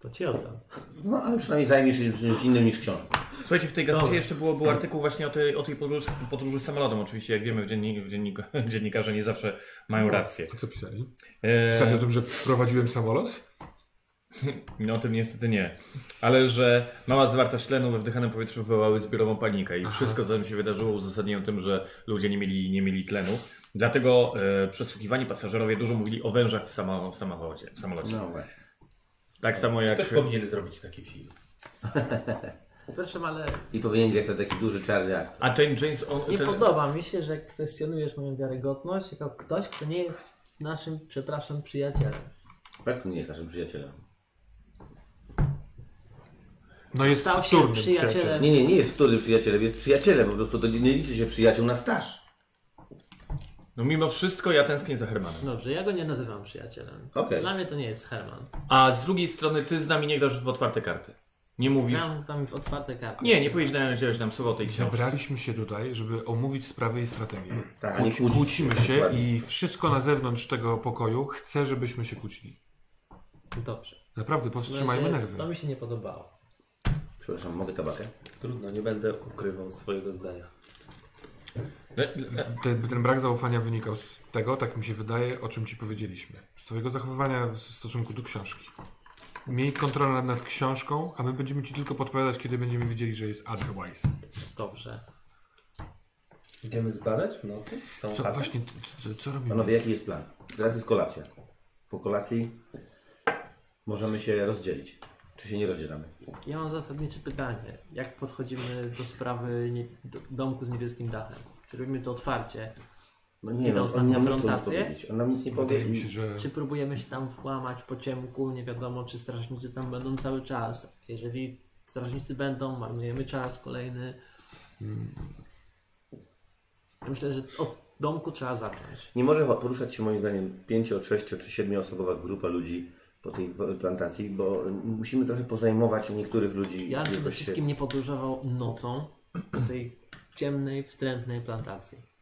To ci oddam.
No, ale przynajmniej zajmiesz się czymś innym niż książką.
Słuchajcie, w tej gazecie jeszcze było, był
Tak.
artykuł właśnie o tej, o tej podróży, podróży samolotem. Oczywiście, jak wiemy, w dziennik, w dziennik, dziennikarze nie zawsze
No.
mają rację.
A co pisali? Pisali o
E,
tym, że prowadziłem samolot?
no o tym niestety nie. Ale że mała zawartość tlenu we wdychanym powietrzu wywołały zbiorową panikę i wszystko, co im się wydarzyło, uzasadniają tym, że ludzie nie mieli, nie mieli tlenu. Dlatego e, przesłuchiwani pasażerowie dużo mówili o wężach w, samo, w samolocie. W samolocie.
No właśnie.
Tak samo jak...
Ktoś powinien zrobić taki film.
Przepraszam, ale
I powinien grać na taki duży czarny akt.
A ten James... On,
nie
ten,
podoba mi się, że kwestionujesz moją wiarygodność jako ktoś, kto nie jest naszym, przepraszam, przyjacielem.
Barton nie jest naszym przyjacielem.
No jest
Stał się
wtórnym przyjacielem.
przyjacielem.
Nie, nie, nie jest wtórnym przyjacielem, jest przyjacielem. Po prostu to nie nie liczy się przyjaciół na staż.
no mimo wszystko ja tęsknię za Hermanem.
Dobrze, ja go nie nazywam przyjacielem.
Okej.
Dla mnie to nie jest Herman.
A z drugiej strony ty z nami nie grasz w otwarte karty. Nie mówisz...
Grałem z wami w otwarte karty.
Nie, nie powiedziałeś nam słowa o tej książce.
Zabraliśmy się tutaj, żeby omówić sprawy i strategię.
Mm.
Tak, a nie
Kłóci-
kłócić
Kłócimy się
Dokładnie.
i wszystko na zewnątrz tego pokoju chce, żebyśmy się kłócili.
Dobrze.
Naprawdę, powstrzymajmy nerwy.
To mi się nie podobało.
Przepraszam, mogę tabakę?
Trudno, nie będę ukrywał swojego zdania.
Ten, ten brak zaufania wynikał z tego, tak mi się wydaje, o czym ci powiedzieliśmy. Z twojego zachowywania w stosunku do książki. Miej kontrolę nad, nad książką, a my będziemy ci tylko podpowiadać, kiedy będziemy wiedzieli, że jest otherwise.
Dobrze.
Idziemy zbadać w nocy? Tą
Co,
chatę?
właśnie, t- co, co robimy?
Panowie, jaki jest plan? Teraz jest kolacja. Po kolacji możemy się rozdzielić. Czy się nie rozdzielamy?
Ja mam zasadnicze pytanie. Jak podchodzimy do sprawy nie, do, domku z niebieskim dachem? Czy robimy to otwarcie?
No nie wiem,
Idą
on
na
nam nic nie chce
konfrontację?
powiedzieć. On nam nic nie powie.
Wydaje mi się,
I...
że
Czy próbujemy się tam włamać po ciemku? Nie wiadomo, czy strażnicy tam będą cały czas. Jeżeli strażnicy będą, marnujemy czas kolejny. Ja myślę, że od domku trzeba zacząć.
Nie może cho- poruszać się moim zdaniem 5, 6 czy 7 osobowa grupa ludzi po tej wo- plantacji, bo musimy trochę pozajmować niektórych ludzi.
Ja bym przede
jakoś
wszystkim
się-
nie podróżował nocą po tej ciemnej, wstrętnej plantacji.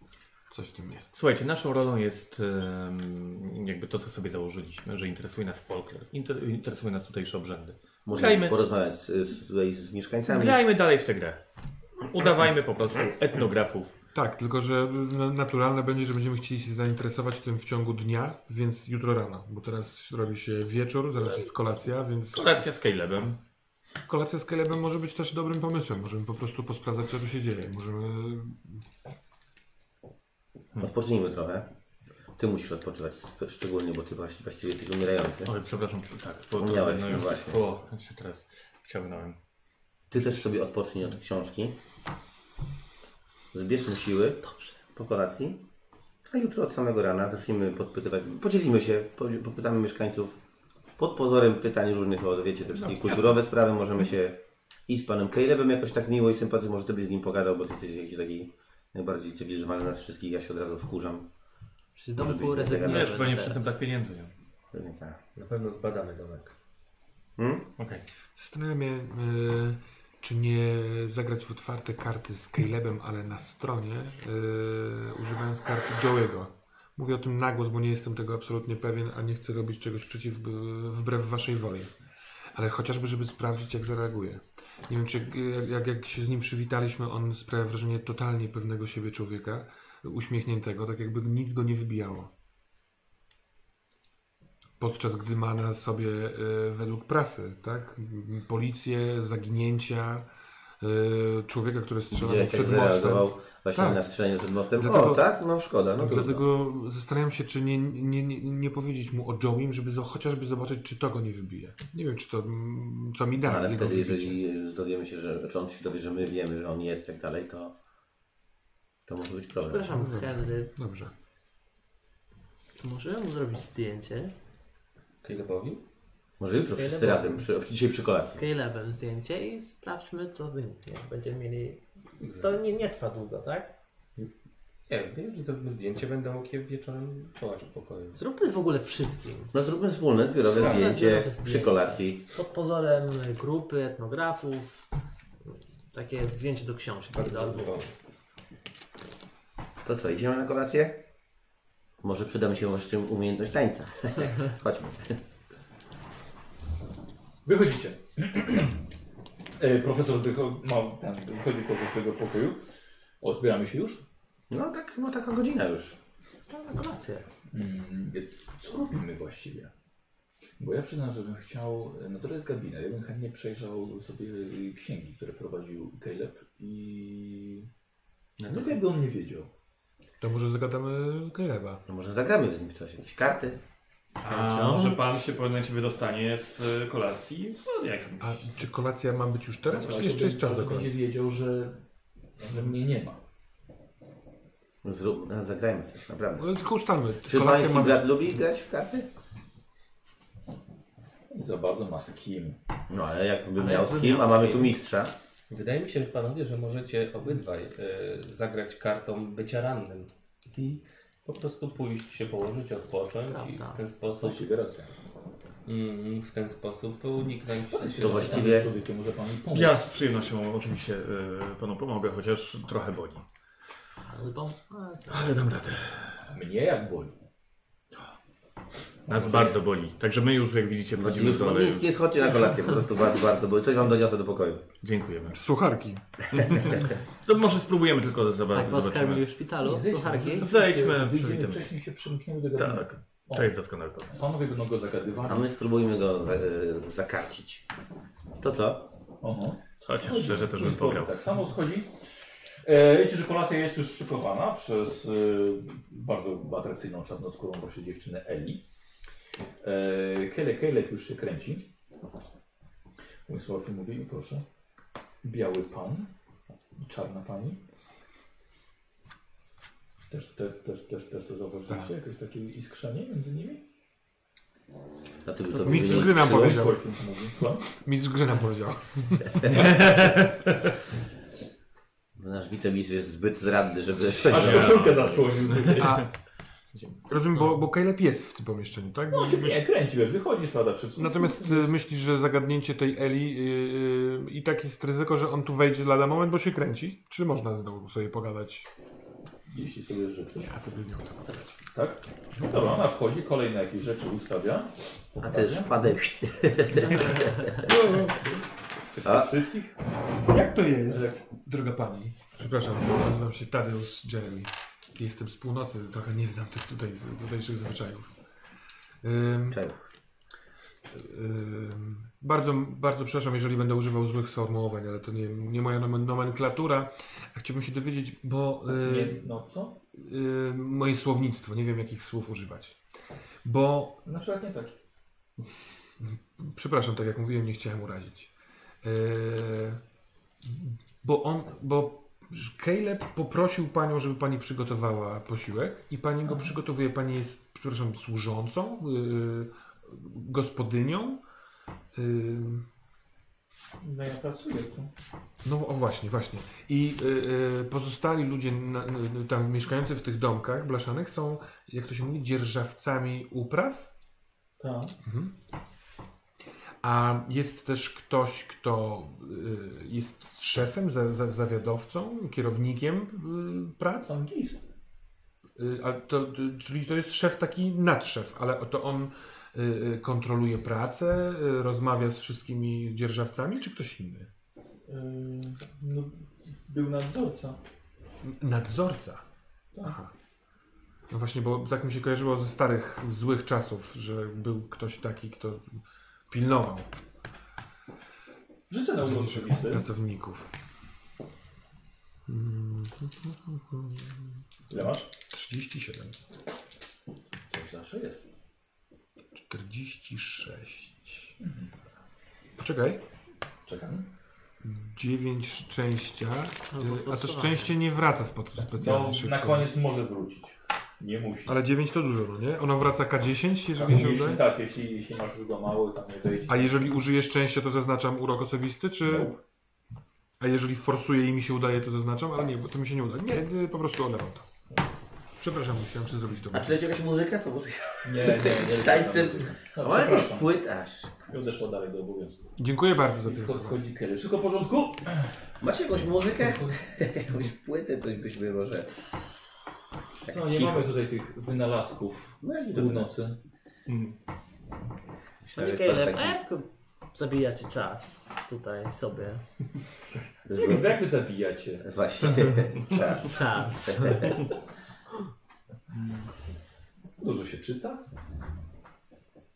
coś w tym jest.
Słuchajcie, naszą rolą jest em, jakby to, co sobie założyliśmy, że interesuje nas folklor, inter, interesuje nas tutejsze obrzędy.
Można
Grajmy.
porozmawiać z, z, tutaj z mieszkańcami.
Grajmy dalej w tę grę. Udawajmy po prostu etnografów.
Tak, tylko że no, naturalne będzie, że będziemy chcieli się zainteresować tym w ciągu dnia, więc jutro rano, bo teraz robi się wieczór, zaraz jest kolacja, więc
Kolacja z Calebem.
Kolacja z Calebem może być też dobrym pomysłem. Możemy po prostu posprawdzać, co tu się dzieje. Możemy.
No, Odpocznijmy trochę. Ty musisz odpoczywać sp- szczególnie, bo ty właści- właściwie jesteś umierający.
Oj, przepraszam, przy- tak, bo to
Wspomniałeś,
już
właśnie.
było, ja się teraz wciągnąłem.
Ty też sobie odpocznij od książki. Zbierzmy siły po kolacji. A jutro od samego rana zacznijmy podpytywać. Podzielimy się, podzi- podpytamy mieszkańców. Pod pozorem pytań różnych, o, wiecie, te wszystkie kulturowe sprawy możemy się i z panem Calebem jakoś tak miło i sympatycznie, może ty byś z nim pogadał, bo ty jesteś jakiś taki najbardziej cywilizowany z nas wszystkich, ja się od razu wkurzam.
Przy
Może być
domku
tak,
rezygnujemy.
Wiesz, pewnie przy tym
teraz.
tak pieniędzy nie ma.
Pewnie tak.
Na pewno zbadamy domek.
Okej.
Zastanawiam się, y, czy nie zagrać w otwarte karty z Calebem, ale na stronie, y, używając karty Joe'ego. Mówię o tym na głos, bo nie jestem tego absolutnie pewien, a nie chcę robić czegoś przeciw, wbrew waszej woli. Ale chociażby, żeby sprawdzić, jak zareaguje. Nie wiem, czy jak, jak, jak się z nim przywitaliśmy, on sprawia wrażenie totalnie pewnego siebie człowieka, uśmiechniętego, tak jakby nic go nie wybijało. Podczas gdy ma e, na sobie y, według prasy, tak? m, Policję, zaginięcia, y, y, człowieka, który strzelał
Widziałeś jak
tak przed mostem.
zareagował właśnie
Tak.
na strzelaniu przed mostem.
Dlatego-
o, tak? No szkoda, no trudno.
Dlatego zastanawiam się, czy nie, nie, nie, nie powiedzieć mu o Joeym, żeby zo- chociażby zobaczyć, czy to go nie wybije. Nie wiem, czy to, mm, co mi da.
No, Ale
jego
wtedy,
wybicie.
jeżeli dowiemy się, że, czy on się dowie, że my wiemy, że on jest i tak dalej, to, to może być problem.
Przepraszam, Henry,
Dobrze.
czy możemy mu zrobić zdjęcie?
Calebowi?
Może jutro wszyscy razem, przy, dzisiaj przy kolacji.
Calebem zdjęcie i sprawdźmy, co wyniknie. Będziemy mieli... To nie, nie trwa długo, tak?
Nie, wiem, że zrobimy zdjęcie, będę mógł je wieczorem wołać w pokoju.
Zróbmy w ogóle wszystkim.
No zróbmy wspólne zbiorowe
Tak,
Wspólne
zdjęcie
zbiorowe zdjęcie.
przy kolacji.
Pod pozorem grupy etnografów. Takie zdjęcie do książki. do albumu.
To co, idziemy na kolację? Może przyda mi się właśnie umiejętność tańca. Chodźmy.
Wychodzicie. E, Profesor tylko, no, ten, wychodzi po ze swojego pokoju. Odbieramy się już.
No tak, no taka godzina już.
Na kolację.
Mm, co robimy właściwie? Bo ja przyznam, że bym chciał, no to jest gabinet, ja bym chętnie przejrzał sobie księgi, które prowadził Caleb i... No to jakby on nie wiedział.
To może zagadamy Kaleba.
No może zagramy z nim w coś, jakieś karty.
A może pan się pewnie ciebie dostanie z y, kolacji? No, jakimś.
A czy kolacja ma być już teraz,
Ale
czy
to
jeszcze jest
będzie-
czas do
ale to
kolacji?
będzie wiedział, że, że mnie nie ma.
Zrób, no, zagrajmy w coś, naprawdę.
Ale tylko ustalmy.
Czy
Kolacja
pański
ma być...
brat lubi grać w karty?
Nie za bardzo ma z kim.
No ale jakby
Ale
miał
jakby
z kim,
miał
a
z
mamy
kim.
tu mistrza.
Wydaje mi się, panowie, że możecie obydwaj y, zagrać kartą bycia rannym i po prostu pójść się położyć, odpocząć
Tak,
Prawda.
i w ten sposób
Właściwie racja.
mm, w ten sposób uniknąć
To właściwie
Człowiekiem może pan mi pomóc.
Ja z przyjemnością oczywiście y, panu pomogę, chociaż trochę boli.
Albo... A,
Ale dam radę.
Mnie jak boli.
Nas bardzo boli. Także my już, jak widzicie, wchodzimy
Już,
w dole.
nie, nie schodźcie na kolację, po prostu bardzo, bardzo, bo coś wam doniosę do pokoju.
Dziękujemy.
Sucharki.
To może spróbujemy tylko ze
tak was
zobaczymy.
karmili w szpitalu,
Zejdźmy,
sucharki.
może
Zejdźmy,
Wyjdziemy
przywitamy.
wcześniej się przymkniemy do gabinetu.
Tak, to jest doskonałe.
Tak. Panowie będą go
A
zagadywali.
my spróbujmy go za, e, zakarcić. To co?
Oho.
Chociaż szczerze też bym
Już powiem,
pograł.
Tak samo schodzi. E, wiecie, że kolacja jest już szykowana przez e, bardzo atrakcyjną czarnoskórą właśnie dziewczynę Eli. E, Kele Kelek już się kręci. Umysław mówi, proszę. Biały pan i czarna pani. Też, też, też, też, też to zauważyliście? Jakieś takie iskrzenie między nimi?
Dlatego to
mistrz
mówienie
gry nam
skrzyło.
powiedział.
Umysław mówi, słucham?
Mistrz gry nam powiedział.
Nasz wicemistrz jest zbyt zradny, żeby...
Aż koszulkę zasłonił.
Rozumiem, bo, bo Caleb jest w tym pomieszczeniu, tak?
No on się nie kręci, wiesz, wychodzi, spada przed
Natomiast y, myślisz, że zagadnięcie tej Eli y, y, i tak jest ryzyko, że on tu wejdzie lada moment, bo się kręci? Czy można znowu sobie pogadać?
Jeśli sobie życzysz.
Ja sobie z nią tak.
Tak? No dobra, ona wchodzi, kolejne jakieś rzeczy ustawia.
A ty szpadek.
A wszystkich?
Jak to jest, droga pani? Przepraszam, nazywam się Tadeusz Jeremy. Jestem z północy, trochę nie znam tych tutaj, tutejszych zwyczajów. Ym,
Czajów.
Ym, Bardzo, bardzo przepraszam, jeżeli będę używał złych sformułowań, ale to nie, nie moja nomen- nomenklatura. A chciałbym się dowiedzieć, bo
Nie,
y,
no co?
y, moje słownictwo, nie wiem jakich słów używać. Bo,
Na przykład nie tak. taki.
przepraszam, tak jak mówiłem, nie chciałem urazić. Y, bo on, bo Caleb poprosił panią, żeby pani przygotowała posiłek i pani go przygotowuje. Pani jest, przepraszam, służącą, y, gospodynią. Y,
No ja pracuję tu.
No o właśnie, właśnie. I y, y, pozostali ludzie na, y, tam mieszkający w tych domkach blaszanych są, jak to się mówi, dzierżawcami upraw.
Tak.
A jest też ktoś, kto y, jest szefem, za, za, zawiadowcą, kierownikiem y, prac.
Sam gis.
Y, a to, to, czyli to jest szef taki nadszef, ale to on y, y, kontroluje pracę, y, rozmawia z wszystkimi dzierżawcami, czy ktoś inny?
Yy, no, był nadzorca.
Nadzorca.
Tak.
Aha. No właśnie, bo tak mi się kojarzyło ze starych, złych czasów, że był ktoś taki, kto pilnował
Rzucę na urząd osobisty.
pracowników.
Ile masz?
37.
Tak, Coś zawsze jest.
46. Poczekaj.
Czekam.
9 szczęścia. y, A to
forsowanie.
szczęście nie wraca spod
No,
specjalnie szybko.
na koniec może wrócić. Nie musi.
Ale 9 to dużo, no nie? Ono wraca K10,
A
jeżeli się
jeśli,
uda.
tak, jeśli, jeśli masz już go mało, tam nie wejdzie.
A jeżeli użyję szczęścia, to zaznaczam urok osobisty, czy...
No.
A jeżeli forsuję i mi się udaje, to zaznaczam, ale nie, bo to mi się nie uda. Nie, nie, po prostu olewam to. Przepraszam, musiałem sobie zrobić to.
A czy leci jakaś muzyka? To może
Nie, nie, nie.
Z tańcem.
No,
O, jakiś
przepraszam.
płyt aż.
I odeszła dalej do obowiązku.
Dziękuję bardzo za
I
tę
wcho-
informację.
wchodzi Kelly. Wszystko w porządku?
Macie jakąś muzykę? jakąś płytę, coś byśmy może... Tak
No, nie
cicho.
mamy tutaj tych wynalazków
No,
z
nie
północy.
Myślałem,
Panie
że to
Caleb,
taki-
a jak zabijacie czas tutaj sobie?
to
Jak,
jest-
jak wy zabijacie?
Właśnie, czas.
Czas.
Dużo się czyta.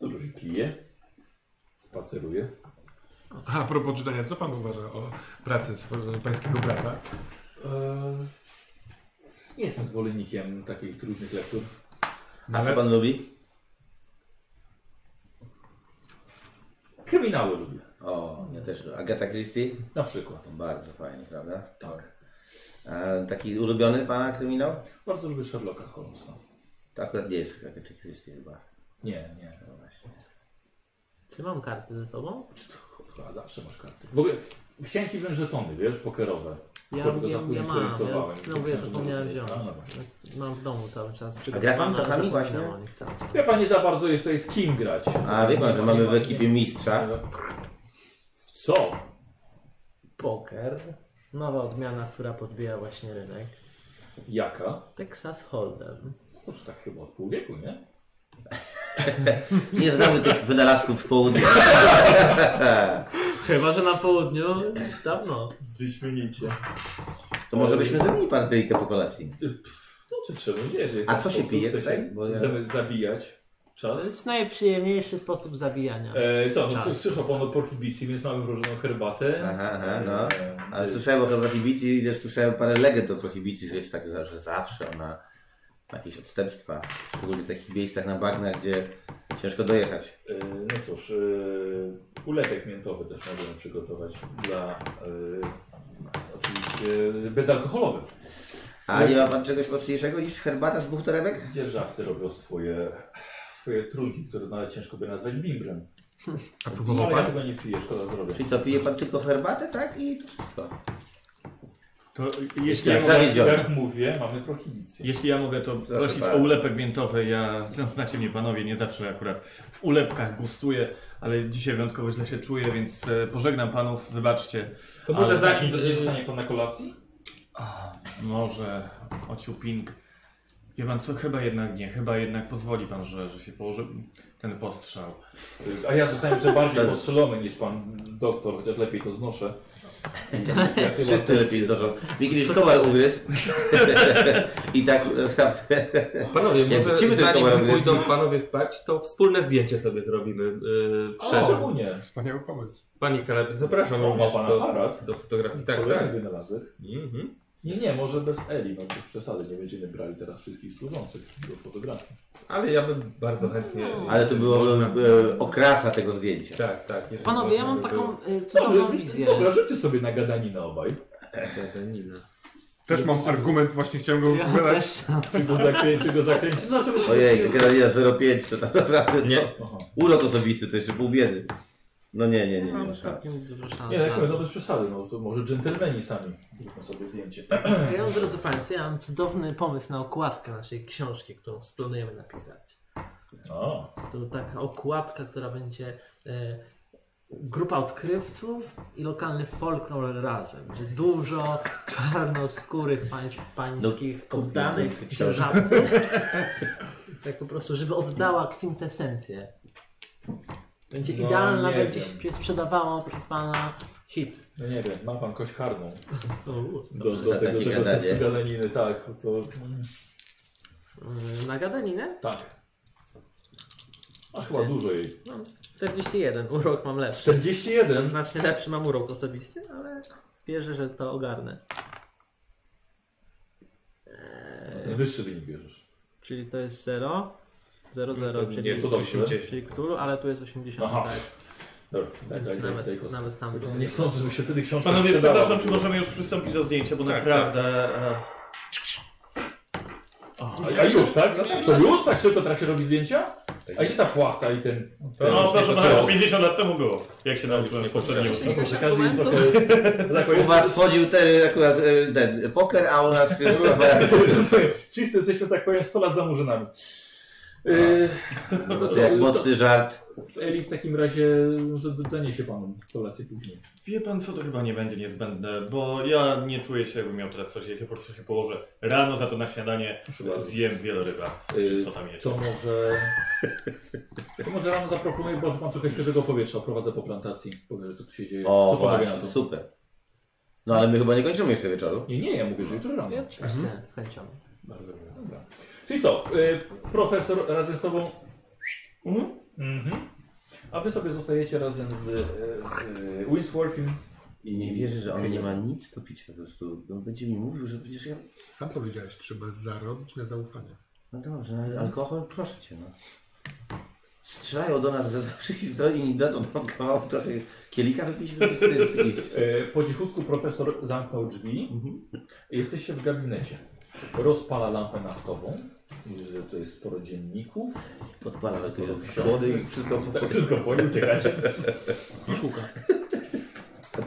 Dużo się pije. Spaceruje.
A propos czytania, co pan uważa o pracy swojego pańskiego brata?
Nie jestem zwolennikiem takich trudnych lektur.
A co pan lubi?
Kryminały lubię.
O, ja też. lubię. Agata Christie?
Na przykład.
Bardzo fajnie, prawda?
Tak.
A taki ulubiony pana kryminał?
Bardzo lubię Sherlocka Holmesa.
To akurat nie jest Agata Christie chyba.
Nie, nie.
No właśnie.
Czy mam karty ze sobą?
Chyba zawsze masz karty. W ogóle chciałem ci wziąć żetony, wiesz, pokerowe.
Ja,
Tylko
ja, ja
zapomniałem,
mam,
zorientowałem.
ja, no, ja zapomniałem
Myślałem,
wziąć.
że może być. A, no
Mam w domu cały czas
gra pan
ale
czasami
zapominam
właśnie?
o nich cały czas.
Ja pan nie za bardzo jest tutaj z kim grać.
A wie pan, że
Nie
mamy
ma-
w ekipie
nie-
mistrza?
W co?
Poker. Nowa odmiana, która podbija właśnie rynek.
Jaka?
Texas Hold'em.
To już tak chyba od pół wieku, nie?
Nie znamy tych wynalazków z południa.
Chyba, że na południu już dawno.
Wyśmienicie.
To może byśmy zrobili partyjkę po kolacji.
No czy czemu nie, że jest
A
taki
co się
sposób,
pije
chce
tutaj? Bo ja-
zamy- zabijać
To
czas.
jest najprzyjemniejszy sposób zabijania.
E, co, no,
Czas.
s- słyszał pan o prohibicji, więc mamy różną herbatę.
Aha, aha, no.
E,
Ale słyszałem o prohibicji i też słyszałem parę legend o prohibicji, że jest tak, za- że zawsze ona ma jakieś odstępstwa. Szczególnie w takich miejscach na bagnach, gdzie ciężko dojechać.
e, no cóż, e, ulepek miętowy też możemy przygotować dla e, oczywiście bezalkoholowy.
A nie ma pan czegoś mocniejszego niż herbata z dwóch torebek?
Dzierżawcy robią swoje, swoje trunki, które nawet ciężko by nazwać bimbrem.
A
No,
próbował
ale ja
pan?
tego nie piję, szkoda zdrowia.
Czyli co, pije pan tylko herbatę, tak? I to wszystko.
To
Jeśli
jeśli
ja
ja, mogę,
Tak, zawiedziony.
Jak mówię, mamy prohibicję.
jeśli ja mogę, to prosić
pana.
o ulepek miętowy. Ja, no, znacie mnie panowie, nie zawsze akurat w ulepkach gustuję, ale dzisiaj wyjątkowo źle się czuję, więc e, pożegnam panów, wybaczcie.
To może
Ale-
zanim nie zostanie pan na kolacji?
Może ociuping. Wie pan co, chyba jednak nie, chyba jednak pozwoli pan, że, że się położy ten postrzał.
A ja zostałem jeszcze bardziej postrzelony niż pan doktor, chociaż lepiej to znoszę. Ja chyba
Wszyscy lepiej zdożą. Mi kiedyś kowal ugryzł. I tak naprawdę.
Panowie,
Nie,
może
wrócimy do
zanim
towaru, więc-
pójdą panowie spać, to wspólne zdjęcie sobie zrobimy. Yy,
O,
przed...
czemu nie?
Wspaniały pomysł.
Panie Kaleb, zapraszam
O, ma
również
pan
do,
aparat?
do fotografii. Tak,
Kolejny
tak.
wynalazek.
Mhm.
Nie, nie, może bez Eli, no bez przesady, nie będziemy brali teraz wszystkich służących do fotografii.
Ale ja bym bardzo chętnie...
Ale to byłoby e, okrasa tego zdjęcia.
Tak, tak. jeżeli
Panowie, ja
można, żeby
mam taką y,
Dobra,
cudowną wizję.
dobra, rzućcie sobie na gadaninę obaj.
była Danina.
Też mam argument, właśnie chciałem go
Ja
wydać.
też.
Czy go zakręci, czy go zakręci. Dlaczego się
Ojej, Granina 05 to tak naprawdę.
Nie.
Nie.
Aha.
Urok osobisty to jeszcze pół biedy. No nie, nie, nie. nie, nie szans.
Całkiem dużo szans
Nie, tak, no
na to.
bez przesady, no to może dżentelmeni sami. Zróbmy sobie zdjęcie.
Ja, mam, drodzy Państwo, ja mam cudowny pomysł na okładkę naszej książki, którą planujemy napisać.
O,
To taka okładka, która będzie e, grupa odkrywców i lokalny folklor razem. Będzie dużo czarnoskórych państw pańskich
No,
poddanych
kurde,
księżawców. tak po prostu, żeby oddała kwintesencję. Będzie
No,
idealna,
nie
będzie
wiem.
się sprzedawała przez pana hit.
no nie wiem, ma pan kość karną. Do,
Dobrze,
do
za
tego,
takie
tego
gadanie.
testu galeniny, tak. To,
E, Na gadaninę?
tak. A chyba dużo jej.
No, 41. Urok mam lepszy.
41.
Znacznie lepszy mam urok osobisty, ale wierzę, że to ogarnę. E.
Wyższy wynik bierzesz.
Czyli to jest 0. 0, 0, czyli,
nie, to dobrze.
czyli Cthulhu, ale tu jest 80.
Aha. Tak,
tak.
Dobra, daj,
Więc
daj, daj,
nawet,
daj kostkę.
nawet tam.
No, Nie sądzę, żeby się wtedy książka
Panowie,
sprzedała.
przepraszam, czy możemy już przystąpić do zdjęcia, bo naprawdę... e,
A, a już, tak? No tak? To już? Tak szybko teraz się robi zdjęcia? A gdzie ta płachta i ten... ten
No, proszę pana,
ten-
50 lat temu było, jak się nauczyłem poprzednio.
Tylko, że każdy jest trochę... że tak powiem,
U was wchodził ten, akurat e, ten poker, a u nas jest
Wszyscy jesteśmy, tak powiem, 100 lat za murzynami. Yy,
no to jak mocny żart.
Eli w takim razie może doniesie panu kolację później.
Wie pan co, to chyba nie będzie niezbędne, bo ja nie czuję się, jakbym miał teraz coś jeść, ja po prostu się położę rano, za to na śniadanie
Proszę bardzo.
zjem wieloryba,
Yy,
czy co tam jest.
To może... To może rano zaproponuję, bo mam trochę świeżego powietrza, oprowadzę po plantacji. Powiem, co tu się dzieje.
O,
co powie na
właśnie, super. No ale my chyba nie kończymy jeszcze wieczoru.
Nie, nie, ja mówię, że jutro rano.
Ja oczywiście,
Mhm.
z chęcią.
Bardzo miło. Dobra. Czyli co, y, profesor razem z tobą. Mhm. A wy sobie zostajecie razem z, y, z y, Winsworthiem i
Nie wierzę, że on nie ma
Calebem.
nic do picia po prostu. On będzie mi mówił, że przecież ja...
Sam powiedziałeś, trzeba zarobić na zaufanie.
No dobrze, no, ale alkohol, proszę cię, no. Strzelają do nas ze wszystkich stron i da to nam kawał trochę kielika wypić, no to jest jakiś...
Y, Po cichutku profesor zamknął drzwi. Jesteście w gabinecie. Rozpala lampę naftową. Widzę, że to jest sporo dzienników.
Podpala jakieś przywody i wszystko...
Tak, wszystko po nim uciekacie. I szuka.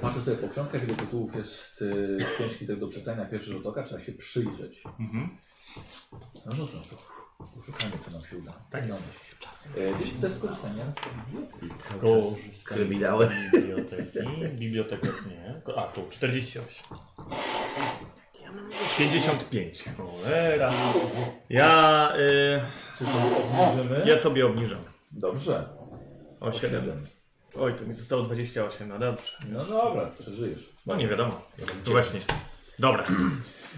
Patrzę sobie po książkach, ile tytułów jest y, książki tak do przeczytania. Pierwszy rzut oka trzeba się przyjrzeć. No dobrze, no to poszukamy, co nam się uda. Tak jest. Jeśli to jest korzystanie z biblioteki.
Cały czas z kryminałem.
Biblioteki, biblioteka nie. A tu 48. 55. Cholera. Ja, y,
Czy sobie obniżymy?
ja sobie obniżam.
Dobrze.
O 7. Oj, tu mi zostało 28, no dobrze.
No dobra, przeżyjesz.
No nie wiadomo. To właśnie. Dobra.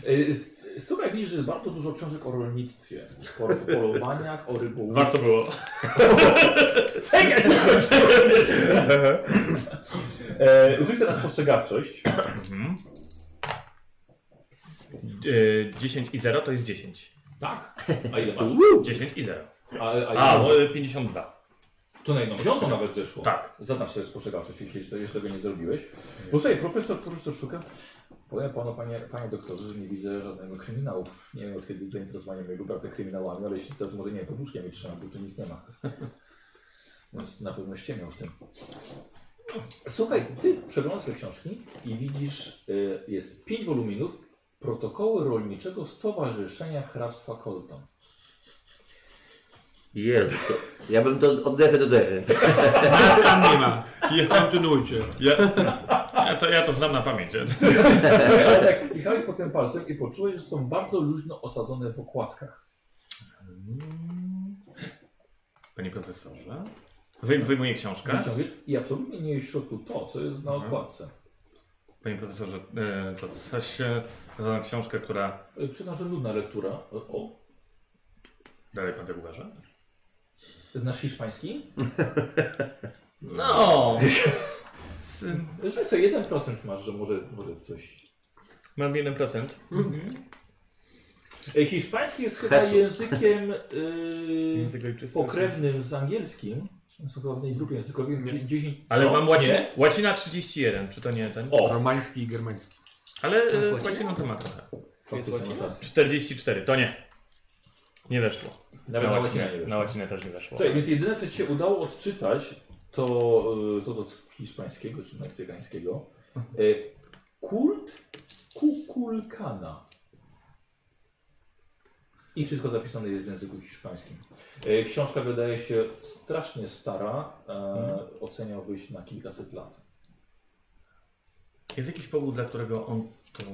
Y, s- Słuchaj, widzisz, że jest bardzo dużo książek o rolnictwie, sporo o polowaniach, o rybołówstwie.
Warto było.
E, Rzuć teraz postrzegawczość.
Y, 10 i 0 to jest 10.
Tak. A ile masz?
10 i 0.
A, a,
A,
ile-
no, y, 52.
to na jedną piątą nawet wyszło.
Tak.
Zaznacz sobie spostrzegawczość, jeśli to- jeszcze tego nie zrobiłeś. Bo słuchaj, profesor, profesor szuka. Powiem panu, panie, panie doktorze, że nie widzę żadnego kryminału. Nie wiem, od kiedy zainteresowanie mojego brata kryminałami, ale jeśli to, to może nie, pod łóżkiem i trzymam, bo tu nic nie ma. Więc na pewno ściemniał w tym. Słuchaj, ty przeglądasz te książki i widzisz, y, jest pięć woluminów protokoły rolniczego Stowarzyszenia Hrabstwa Colton.
Jezu, to- ja bym to oddechy do dechy.
Nas tam nie ma. Kontynuujcie.
Ja to, ja to znam na pamięć.
Ale tak, jechałeś po tym palcem i poczułeś, że są bardzo luźno osadzone w okładkach.
Panie profesorze. Wyjm- Wyjmuję książkę.
Wyciągniesz i absolutnie nie jest w środku to, co jest na okładce.
Panie profesorze, y, to coś y, za książkę, która...
Y, Przyznam, że nudna lektura. O, o.
Dalej pan tak uważa?
Znasz hiszpański?
No!
Że co, 1% masz, że może, może coś.
Mam 1%.
Y, Hiszpański jest chyba
Jesus.
językiem y,
Język ojczysty.
pokrewnym z angielskim. Są chyba w tej grupie językowej. Dzie- 10...
Ale
Co?
mam łacina,
Nie?
łacina 31, czy to nie ten?
O,
Romański i germański.
Ale e, z łaciną to ma trochę.
faktycznie masz rację.
44, to nie. Nie weszło.
Nawet na łacinę nie wiesz.
Na łacinę też nie weszło.
Słuchaj, więc jedyne co ci się udało odczytać, to y, to, co z hiszpańskiego czy meksykańskiego. Y, Kult kukulkana. I wszystko zapisane jest w języku hiszpańskim. Y, Książka wydaje się strasznie stara. E, oceniałbyś na kilkaset lat.
Jest jakiś powód, dla którego on to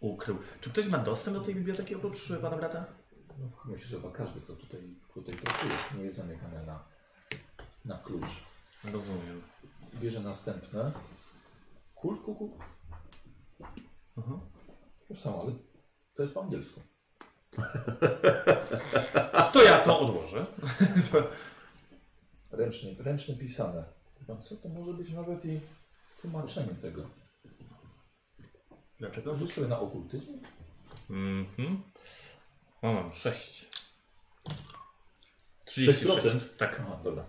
ukrył. Czy ktoś ma dostęp do tej biblioteki oprócz e, pana brata?
No, myślę, że chyba każdy, kto tutaj, tutaj pracuje, nie jest zamykany na, na klucz.
Rozumiem.
Bierze następne. Kult kuku.
Mhm.
Już sam, ale to jest po angielsku.
A to ja to odłożę.
Ręcznie, ręcznie pisane. Chyba Co to może być nawet i tłumaczenie tego?
Dlaczego?
Rzuć sobie na okultyzm.
Mhm. No mam 6.
6%?
Tak.
Aha, dobra.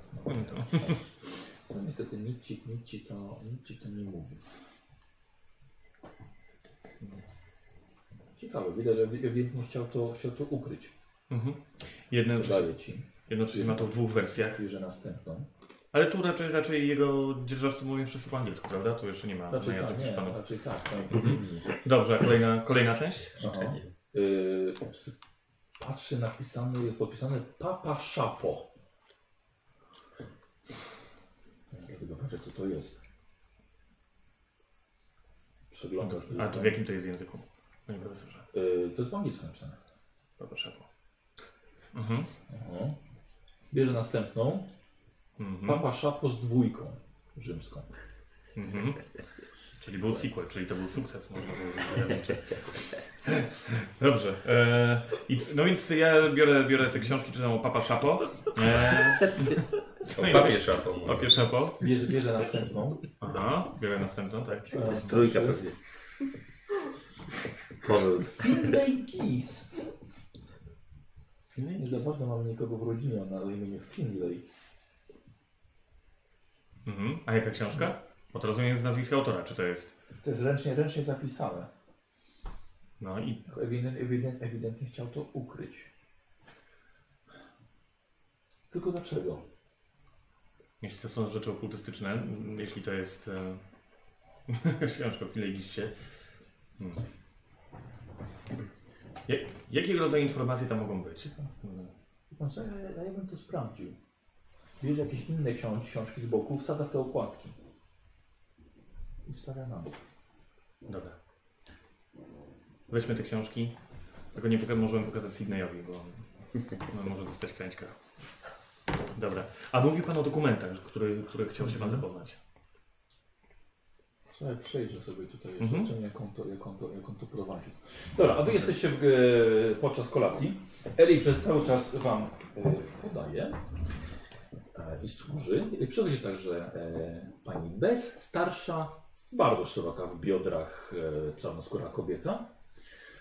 Co niestety nic ci, nic ci, to, nic ci to nie mówi. Ciekawe, widać, że ewidentnie chciał to, chciał to ukryć.
Jednocześnie,
Daję ci.
jednocześnie ma to w dwóch wersjach.
Piszę następną.
Ale tu raczej, raczej jego dzierżawcy mówią wszyscy po angielsku, prawda? Tu jeszcze nie ma na
Raczej tak,
język
nie,
hiszpanów.
raczej tak. tak.
Dobrze, a kolejna, kolejna część?
Aha. Y, patrzę napisane, jest podpisane Papa Szapo. Dlatego patrzę, co to jest. Przeglądam.
A
tylko.
to w jakim to jest języku? Panie profesorze.
Y, to jest po angielsku napisane.
Proszę. Mhm.
Aha. No. Bierze następną.
Mhm.
Papa Szapo z dwójką rzymską.
Mhm. Czyli był sequel, czyli to był sukces. Można powiedzieć. Dobrze. E, i, c- no więc ja biorę, biorę te książki, czytam o Papa Szapo. E, co ja-
Papież albo.
Papie Szapo.
Bierze, bierze następną.
Aha, biorę następną, tak.
To jest trójka pewnie. Powrót.
Finlay Gist. Nie za bardzo mamy nikogo w rodzinie na imieniu Finlay.
Mhm. A jaka książka? Bo to rozumiem z nazwiska autora, czy to jest.
To jest ręcznie, ręcznie zapisane.
No i
Tylko Ewident, ewident, ewidentnie chciał to ukryć. Tylko dlaczego?
jeśli to są rzeczy okultystyczne, m, jeśli to jest e, książka w Filegiście. Hmm. Ja, jakiego rodzaju informacje tam mogą być? Hmm.
No co, ja, ja, ja bym to sprawdził. Bierze jakieś inne książ książki z boku, wsadza w te okładki. I stawia nam.
Dobra. Weźmy te książki. Tylko nie poka- możemy pokazać Sydneyowi, bo on może dostać klęczka. Dobra. A mówił Pan o dokumentach, który, który chciał się Pan
Mhm.
zapoznać.
Słuchaj, przejrzę sobie tutaj jeszcze,
Mhm.
czym, jaką, to, jaką, to, jaką to prowadził. Dobra, a wy jesteście w, g- podczas kolacji. Eli przez cały czas wam e, podaje e, i służy. E, Przychodzi także e, pani Bez, starsza, bardzo szeroka w biodrach e, czarnoskóra kobieta.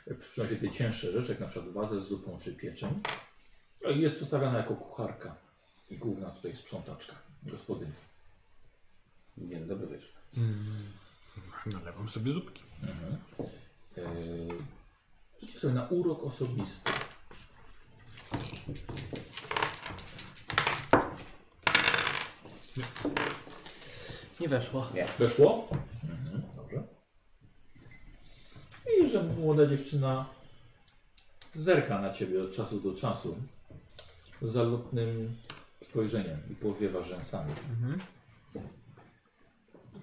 E, Przynosi te cięższe rzeczy, jak na przykład wazę z zupą czy pieczem. E, Jest przedstawiana jako kucharka i główna tutaj sprzątaczka, gospodyni.
Dzień dobry wieczór.
Nalewam sobie zupki.
Eee, Rzućcie sobie na urok osobisty.
Nie weszło.
Weszło? Mhm, Dobrze. I że młoda dziewczyna zerka na ciebie od czasu do czasu z zalotnym spojrzeniem i powiewa rzęsami.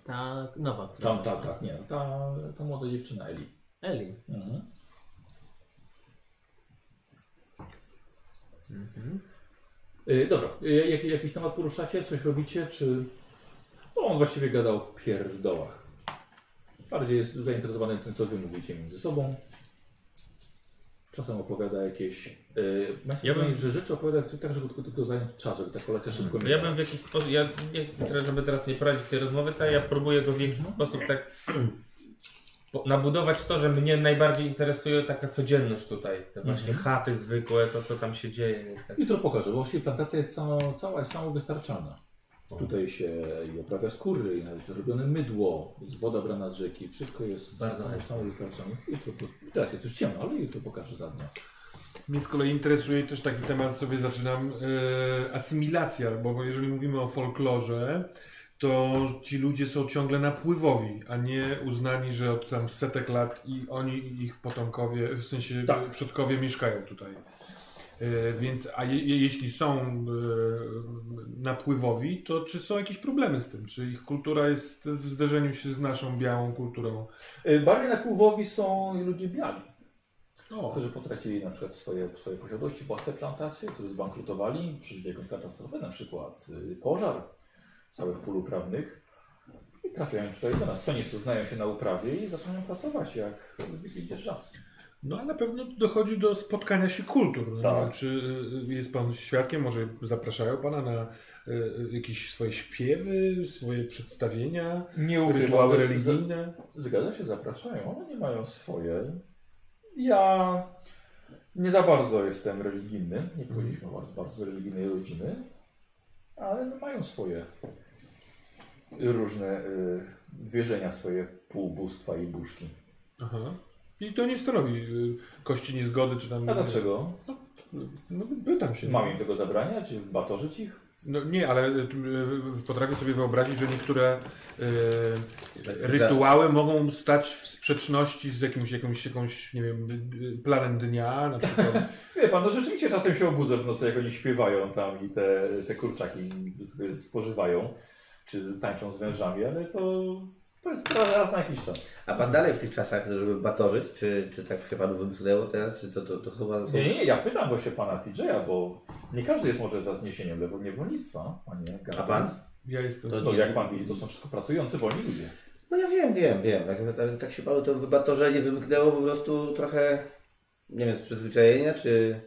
Ta nowa. która
Tam, tak,
weszła.
tak, nie, ta, ta młoda dziewczyna Eli.
Eli.
Mhm.
Mhm.
Y, dobra, y, jak, jakiś temat poruszacie? Coś robicie? Czy. No, on właściwie gada o pierdołach. Bardziej jest zainteresowany tym, co wy mówicie między sobą. Czasem opowiada jakieś. Yy,
Ja
ja
bym- Mm.
że rzeczy opowiada tak, żeby tylko, tylko zająć czas, żeby ta kolacja szybko
Ja
minęła.
bym w jakiś sposób, ja nie, teraz, żeby teraz nie prowadzić tej rozmowy, co ja próbuję go w jakiś
Mhm.
sposób tak po- nabudować to, że mnie najbardziej interesuje taka codzienność tutaj. Te właśnie
Mhm.
chaty zwykłe, to co tam się dzieje. więc tak.
Jutro pokażę, bo właściwie plantacja jest samo, cała jest samowystarczalna. Tutaj się i oprawia skóry, i nawet zrobione mydło, jest woda brana z rzeki, wszystko jest
Bardzo
samo,
fajnie.
samowystarczalne. Jutro, po- teraz jest już ciemno, ale jutro pokażę za dnia.
Mnie z kolei interesuje też taki temat, sobie zaczynam, e, asymilacja, bo jeżeli mówimy o folklorze, to ci ludzie są ciągle napływowi, a nie uznani, że od tam setek lat i oni i ich potomkowie, w sensie
Tak.
przodkowie mieszkają tutaj. E, Więc, a je, je- jeśli są e, napływowi, to czy są jakieś problemy z tym? Czy ich kultura jest w zderzeniu się z naszą białą kulturą?
Y, Bardziej napływowi są ludzie biali,
O,
którzy potracili na przykład swoje, swoje posiadłości, własne plantacje, którzy zbankrutowali, przeżyli jakąś katastrofę, na przykład y, pożar całych pól uprawnych. I trafiają tutaj do nas. Co nic uznają się na uprawie i zaczynają pracować jak zwykli dzierżawcy.
No a na pewno dochodzi do spotkania się kultur. No,
Tak.
Czy y, jest Pan świadkiem, może zapraszają Pana na y, y, jakieś swoje śpiewy, swoje przedstawienia,
Nie
rytuały
że-
religijne?
Zgadza się, zapraszają. One nie mają swoje. Ja Nie za bardzo jestem religijny. Nie
Mhm.
powiedzieliśmy o bardzo, bardzo religijnej rodziny. Ale no mają swoje różne y, wierzenia, swoje półbóstwa i buszki.
Aha. I to nie stanowi y, kości niezgody, czy tam...
A dlaczego?
Mhm. No, pytam się.
Mam im tego zabraniać? Batorzyć ich?
No nie, ale y, y, potrafię sobie wyobrazić, że niektóre y, rytuały mogą stać w sprzeczności z jakimś, jakimś, jakąś, nie wiem, y, planem dnia, na przykład.
Wie pan, no rzeczywiście czasem się obudzę w nocy, jak oni śpiewają tam i te, te kurczaki s- spożywają, czy tańczą z wężami, ale to, to jest raz na jakiś czas.
A pan dalej w tych czasach, żeby batorzyć, czy, czy tak się panu wymknęło teraz, czy co, to, to chyba... Są...
Nie, nie, ja pytam właśnie pana TJ-a, bo nie każdy jest może za zniesieniem lewo niewolnictwa, panie
A
Gardens.
pan?
Ja jestem.
To
No
nie-
jak pan widzi, to są wszystko pracujący wolni ludzie.
No ja wiem, wiem, wiem. Tak, tak, tak się panu to wybatorzenie wymknęło po prostu trochę, nie wiem, z przyzwyczajenia, czy...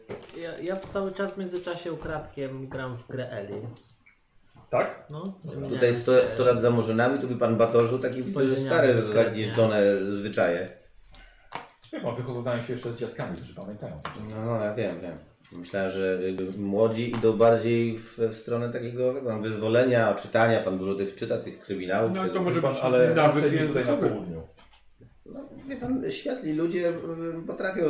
Ja, ja cały czas w międzyczasie ukradkiem gram w grę Eli.
Tak?
No,
Tutaj 100, 100 lat za Murzynami, tu by pan batorzył takie
Spojrzeniami
stare,
dyskretnie.
zagnieżdżone zwyczaje.
Wie pan, wychowywałem się jeszcze z dziadkami, którzy pamiętają.
No, no, ja wiem, wiem. Myślałem, że jakby młodzi idą bardziej w, w stronę takiego wie pan, wyzwolenia, czytania. Pan dużo tych czyta, tych kryminałów.
No,
tego-
to może
Wie pan,
być
ale
nawyk
raczej nie tutaj na
językowy.
południu.
No, wie pan, światli ludzie y, potrafią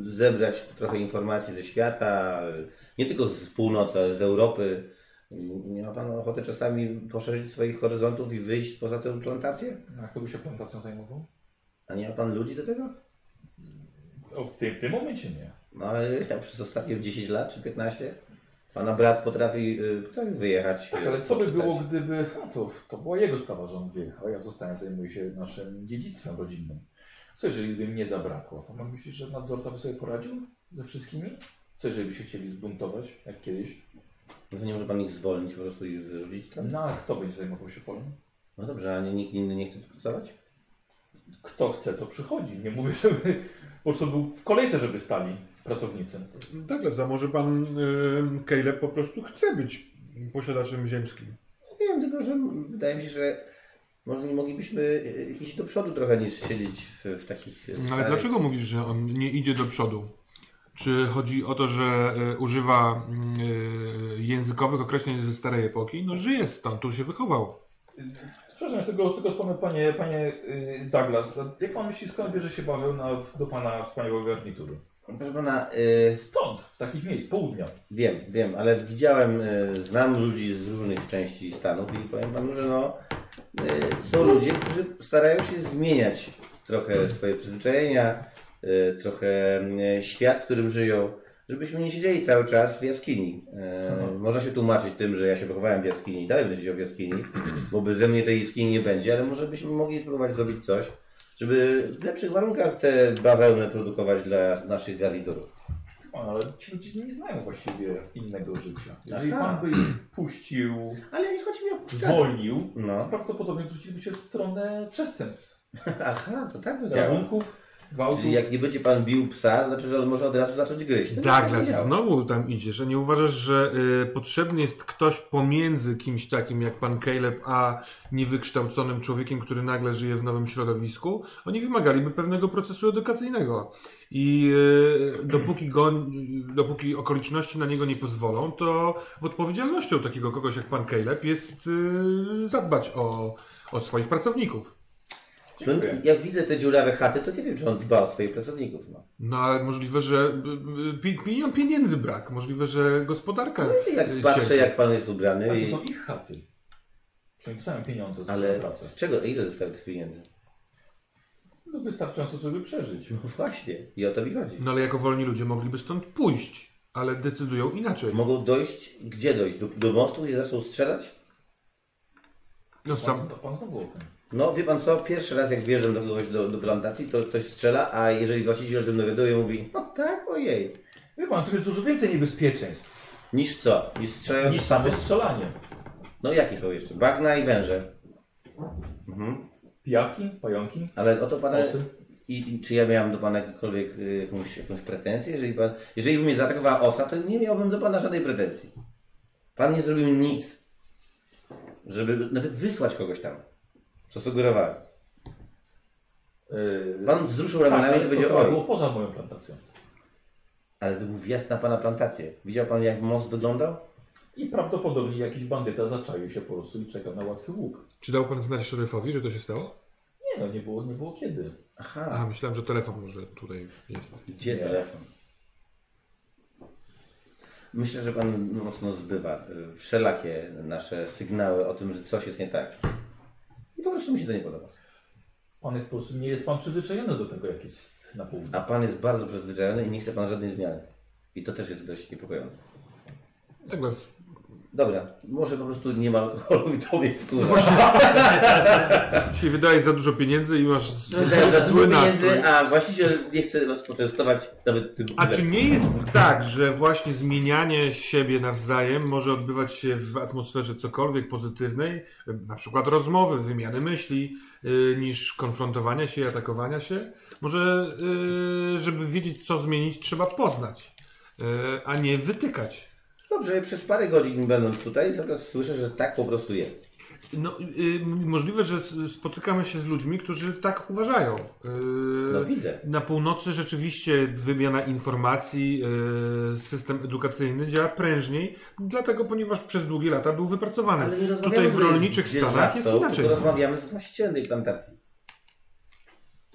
zebrać trochę informacji ze świata, y, nie tylko z północy, ale z Europy. Y, Nie ma pan ochoty czasami poszerzyć swoich horyzontów i wyjść poza tę plantację?
A kto by się plantacją zajmował?
A nie ma pan ludzi do tego?
O, w, tym, w tym momencie nie.
No ale ja przez ostatnie 10 lat czy 15 pana brat potrafi, y, potrafi wyjechać.
Tak,
y,
ale co by
poczytać.
było, gdyby. No to, to była jego sprawa, że on wyjechał. Ja zostałem, zajmuję się naszym dziedzictwem rodzinnym. Co jeżeli by mnie zabrakło? To mam myśleć, że nadzorca by sobie poradził ze wszystkimi? Co jeżeli by się chcieli zbuntować, jak kiedyś?
No to nie może pan ich zwolnić po prostu i wyrzucić tam?
No ale kto będzie zajmował się polem?
No dobrze, a nie- nikt inny nie chce tu pracować?
Kto chce, to przychodzi. Nie mówię, żeby po prostu był w kolejce, żeby stali pracownicy.
Tak, Leza, może pan y, Caleb po prostu chce być posiadaczem ziemskim.
Nie wiem, tylko że wydaje mi się, że może nie moglibyśmy y, iść do przodu trochę niż siedzieć w, w takich... y,
No, Ale
starych-
dlaczego mówisz, że on nie idzie do przodu? Czy chodzi o to, że y, używa y, językowych określeń ze starej epoki? No żyje stąd, tu się wychował.
Przepraszam, jeszcze tylko, tylko wspomnę, panie, panie y, Douglas, a jak pan myśli, skąd bierze się bawełna w- do pana wspaniałego garnituru?
Proszę pana, y,
Stąd, z takich miejsc, z południa.
wiem, wiem, ale widziałem, y, znam ludzi z różnych części Stanów i powiem panu, że no, y, są ludzie, którzy starają się zmieniać trochę swoje przyzwyczajenia, y, trochę y, świat, w którym żyją, żebyśmy nie siedzieli cały czas w jaskini. Y, Można się tłumaczyć tym, że ja się wychowałem w jaskini, dalej będę siedział w jaskini, bo beze mnie tej jaskini nie będzie, ale może byśmy mogli spróbować zrobić coś, żeby w lepszych warunkach te bawełnę produkować dla naszych garniturów.
Pan, ale ci ludzie nie znają właściwie innego życia. Jeżeli
Aha.
pan by ich puścił,
Ale nie chodzi mi o puszczanie.
zwolnił,
No.
prawdopodobnie zwróciliby się w stronę przestępstw,
Aha, to tak to działa.
rabunków, gwałtów.
Czyli jak nie będzie pan bił psa, znaczy, że on może od razu zacząć gryźć. To tak to
Douglas,
działa.
znowu tam idziesz, a nie uważasz, że y, potrzebny jest ktoś pomiędzy kimś takim jak pan Caleb, a niewykształconym człowiekiem, który nagle żyje w nowym środowisku? Oni wymagaliby pewnego procesu edukacyjnego i y, dopóki, go, dopóki okoliczności na niego nie pozwolą, to w odpowiedzialnością takiego kogoś jak pan Caleb jest y, zadbać o, o swoich pracowników.
No,
Dziękuję.
jak widzę te dziurawe chaty, to nie wiem, czy on dba o swoich pracowników. No.
No ale możliwe, że y, y, pi- pi- pieniędzy brak, możliwe, że gospodarka
No Jak
y,
patrzę,
cierpi.
jak pan jest ubrany,
Ale to
i...
są ich chaty. Czyli dostają pieniądze za swoją
ale
pracę.
z czego, ile zostały tych pieniędzy?
No wystarczająco, żeby przeżyć.
No właśnie, i o to mi chodzi.
No ale jako wolni ludzie mogliby stąd pójść, ale decydują inaczej.
Mogą dojść, gdzie dojść? Do, do mostu, gdzie zaczną strzelać?
No sam,
Pan, pan znowu o tym.
No, wie pan co, pierwszy raz jak wjeżdżam do kogoś do, do plantacji, to ktoś strzela, a jeżeli właściciel o tym dowiaduje, mówi, no tak, ojej.
Wie pan, tu jest dużo więcej niebezpieczeństw
Niż co? Niż strzelają
niż
same
samo strzelanie.
No jakie są jeszcze? Bagna i węże.
Pijawki, pająki,
Ale o to pana.
osy.
I, I czy ja miałem do pana jakiekolwiek y, jakąś, jakąś pretensję? Jeżeli, pan, jeżeli by mnie zaatakowała osa, to nie miałbym do pana żadnej pretensji. Pan nie zrobił nic, żeby nawet wysłać kogoś tam, co sugerowałem.
Yy,
Pan wzruszył
tak,
ramionami
ale
i
E, tak, to
powiedział,
chyba było
oj,
poza moją plantacją.
Ale to był wjazd na pana plantację. Widział pan, jak most wyglądał?
I prawdopodobnie jakiś bandyta zaczaił się po prostu i czekał na łatwy łuk.
Czy dał pan znać szeryfowi, że to się stało?
Nie no, nie było, nie było kiedy.
A,
Aha,
myślałem, że telefon może tutaj jest.
gdzie telefon? Myślę, że pan mocno zbywa y, wszelakie nasze sygnały o tym, że coś jest nie tak. I po prostu mi się to nie podoba.
Pan jest po prostu, nie jest pan przyzwyczajony do tego, jak jest na południu.
A pan jest bardzo przyzwyczajony i nie chce pan żadnej zmiany. I to też jest dość niepokojące.
Tak was.
Dobra, może po prostu nie ma alkoholu i to mnie wkurza.
Jeśli wydajesz za dużo pieniędzy i masz z-
Wydaje za dużo
zły nastrój.
pieniędzy, a właściciel nie chce was poczęstować nawet tym
A czy
chlebem.
nie jest tak, że właśnie zmienianie siebie nawzajem może odbywać się w atmosferze cokolwiek pozytywnej, na przykład rozmowy, wymiany myśli, y, niż konfrontowania się i atakowania się? Może, y, żeby wiedzieć, co zmienić, trzeba poznać, y, a nie wytykać.
Dobrze, przez parę godzin będąc tutaj, zaraz słyszę, że tak po prostu jest.
No, y, y, możliwe, że s- spotykamy się z ludźmi, którzy tak uważają. Y,
No widzę.
Na północy rzeczywiście wymiana informacji, yy, system edukacyjny działa prężniej, dlatego ponieważ przez długie lata był wypracowany.
Ale nie rozmawiamy
Tutaj w
tutaj z
rolniczych stanach jest
dzierżawcą,
inaczej.
Tylko rozmawiamy z właścicielem tej plantacji.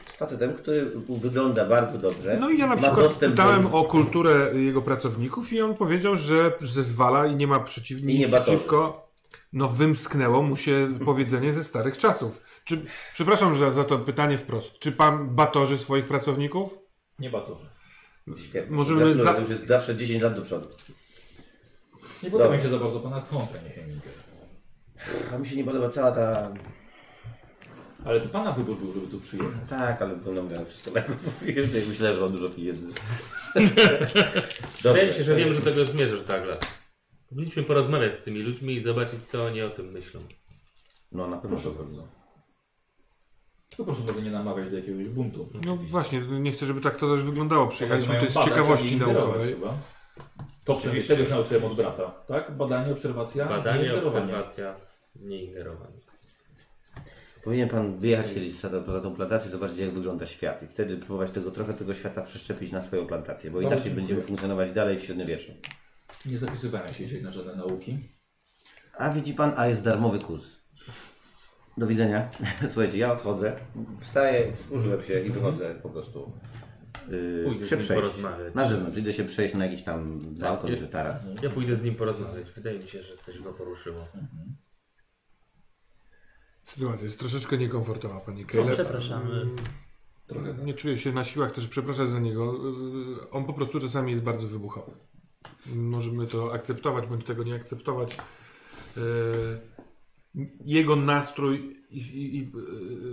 Z facetem, który wygląda bardzo dobrze.
No i ja na
ma
przykład
dostęp
pytałem
do...
o kulturę jego pracowników i on powiedział, że zezwala i nie ma przeciw,
I nie
nic
batorzy.
przeciwko. No wymsknęło mu się powiedzenie ze starych czasów. Czy, przepraszam że za to pytanie wprost. Czy pan batorzy swoich pracowników?
Nie batorze.
Świetnie.
Możemy
Gratuluję,
za-
To już jest zawsze 10 lat do przodu.
Nie podoba mi się za bardzo pana ton, panie Heminger.
A mi się nie podoba cała ta...
Ale to pana wybór był, żeby tu przyjechać.
Tak, ale będą miał wszystko lepiej. Myślałem, że mam dużo pieniędzy. Dobrze.
Wydaje mi się, że wiem, że tego zmierzasz, Douglas. Powinniśmy porozmawiać z tymi ludźmi i zobaczyć, co oni o tym myślą.
No na pewno.
Proszę bardzo. Tylko proszę może nie namawiać do jakiegoś buntu.
No właśnie, nie chcę, żeby tak to też wyglądało. Przyjechaliśmy
Mają
tutaj z
badać, a
ciekawości
nie ingerować
naukowej.
chyba. To przynajmniej
Oczywiście.
tego się nauczyłem od brata, tak? Badanie, obserwacja,
Badanie,
ingerowanie.
obserwacja, nie ingerowanie.
Powinien pan wyjechać kiedyś za, poza tą plantację, zobaczyć jak wygląda świat i wtedy próbować tego trochę tego świata przeszczepić na swoją plantację, bo
No,
Dobrze,
inaczej
dziękuję.
będziemy funkcjonować dalej w średniowieczu.
Nie zapisywałem się dzisiaj na żadne nauki.
A widzi pan, a jest darmowy kurs. Do widzenia. Słuchajcie, ja odchodzę, wstaję, użyłem się i wychodzę po prostu. Yy,
Pójdę z
się
nim
przejść.
porozmawiać. Tak.
Na zewnątrz, idę się przejść na jakiś tam balkon
jest.
czy taras.
Ja pójdę z nim porozmawiać. Wydaje mi się, że coś go poruszyło.
Sytuacja jest troszeczkę niekomfortowa, panie Caleb.
przepraszamy.
Trochę tak.
Nie czuję się na siłach też przepraszać za niego. Yy, On po prostu czasami jest bardzo wybuchowy. Możemy to akceptować, bądź tego nie akceptować. Yy, Jego nastrój i, i, i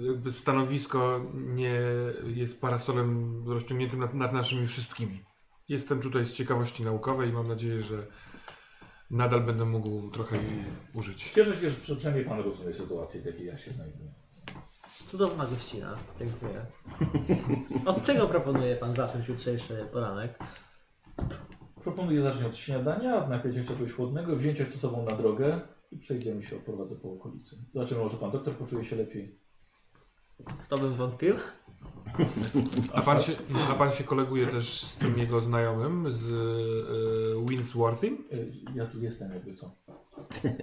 yy, jakby stanowisko nie jest parasolem rozciągniętym nad, nad naszymi wszystkimi. Jestem tutaj z ciekawości naukowej i mam nadzieję, że nadal będę mógł trochę jej użyć.
Cieszę się, że przynajmniej pan rozumie sytuację, w jakiej ja się znajduję.
Cudowna gościna, dziękuję. Od czego proponuje pan zacząć jutrzejszy poranek?
Proponuję zacząć od śniadania, najpierw jeszcze czegoś chłodnego, wzięcie ze sobą na drogę i przejdziemy się, odprowadzę po okolicy. Zobaczymy, może pan doktor poczuje się lepiej.
W to bym wątpił.
A pan, się, a pan się koleguje też z tym jego znajomym, z yy, Winsworthim?
Y, Ja tu jestem jakby co.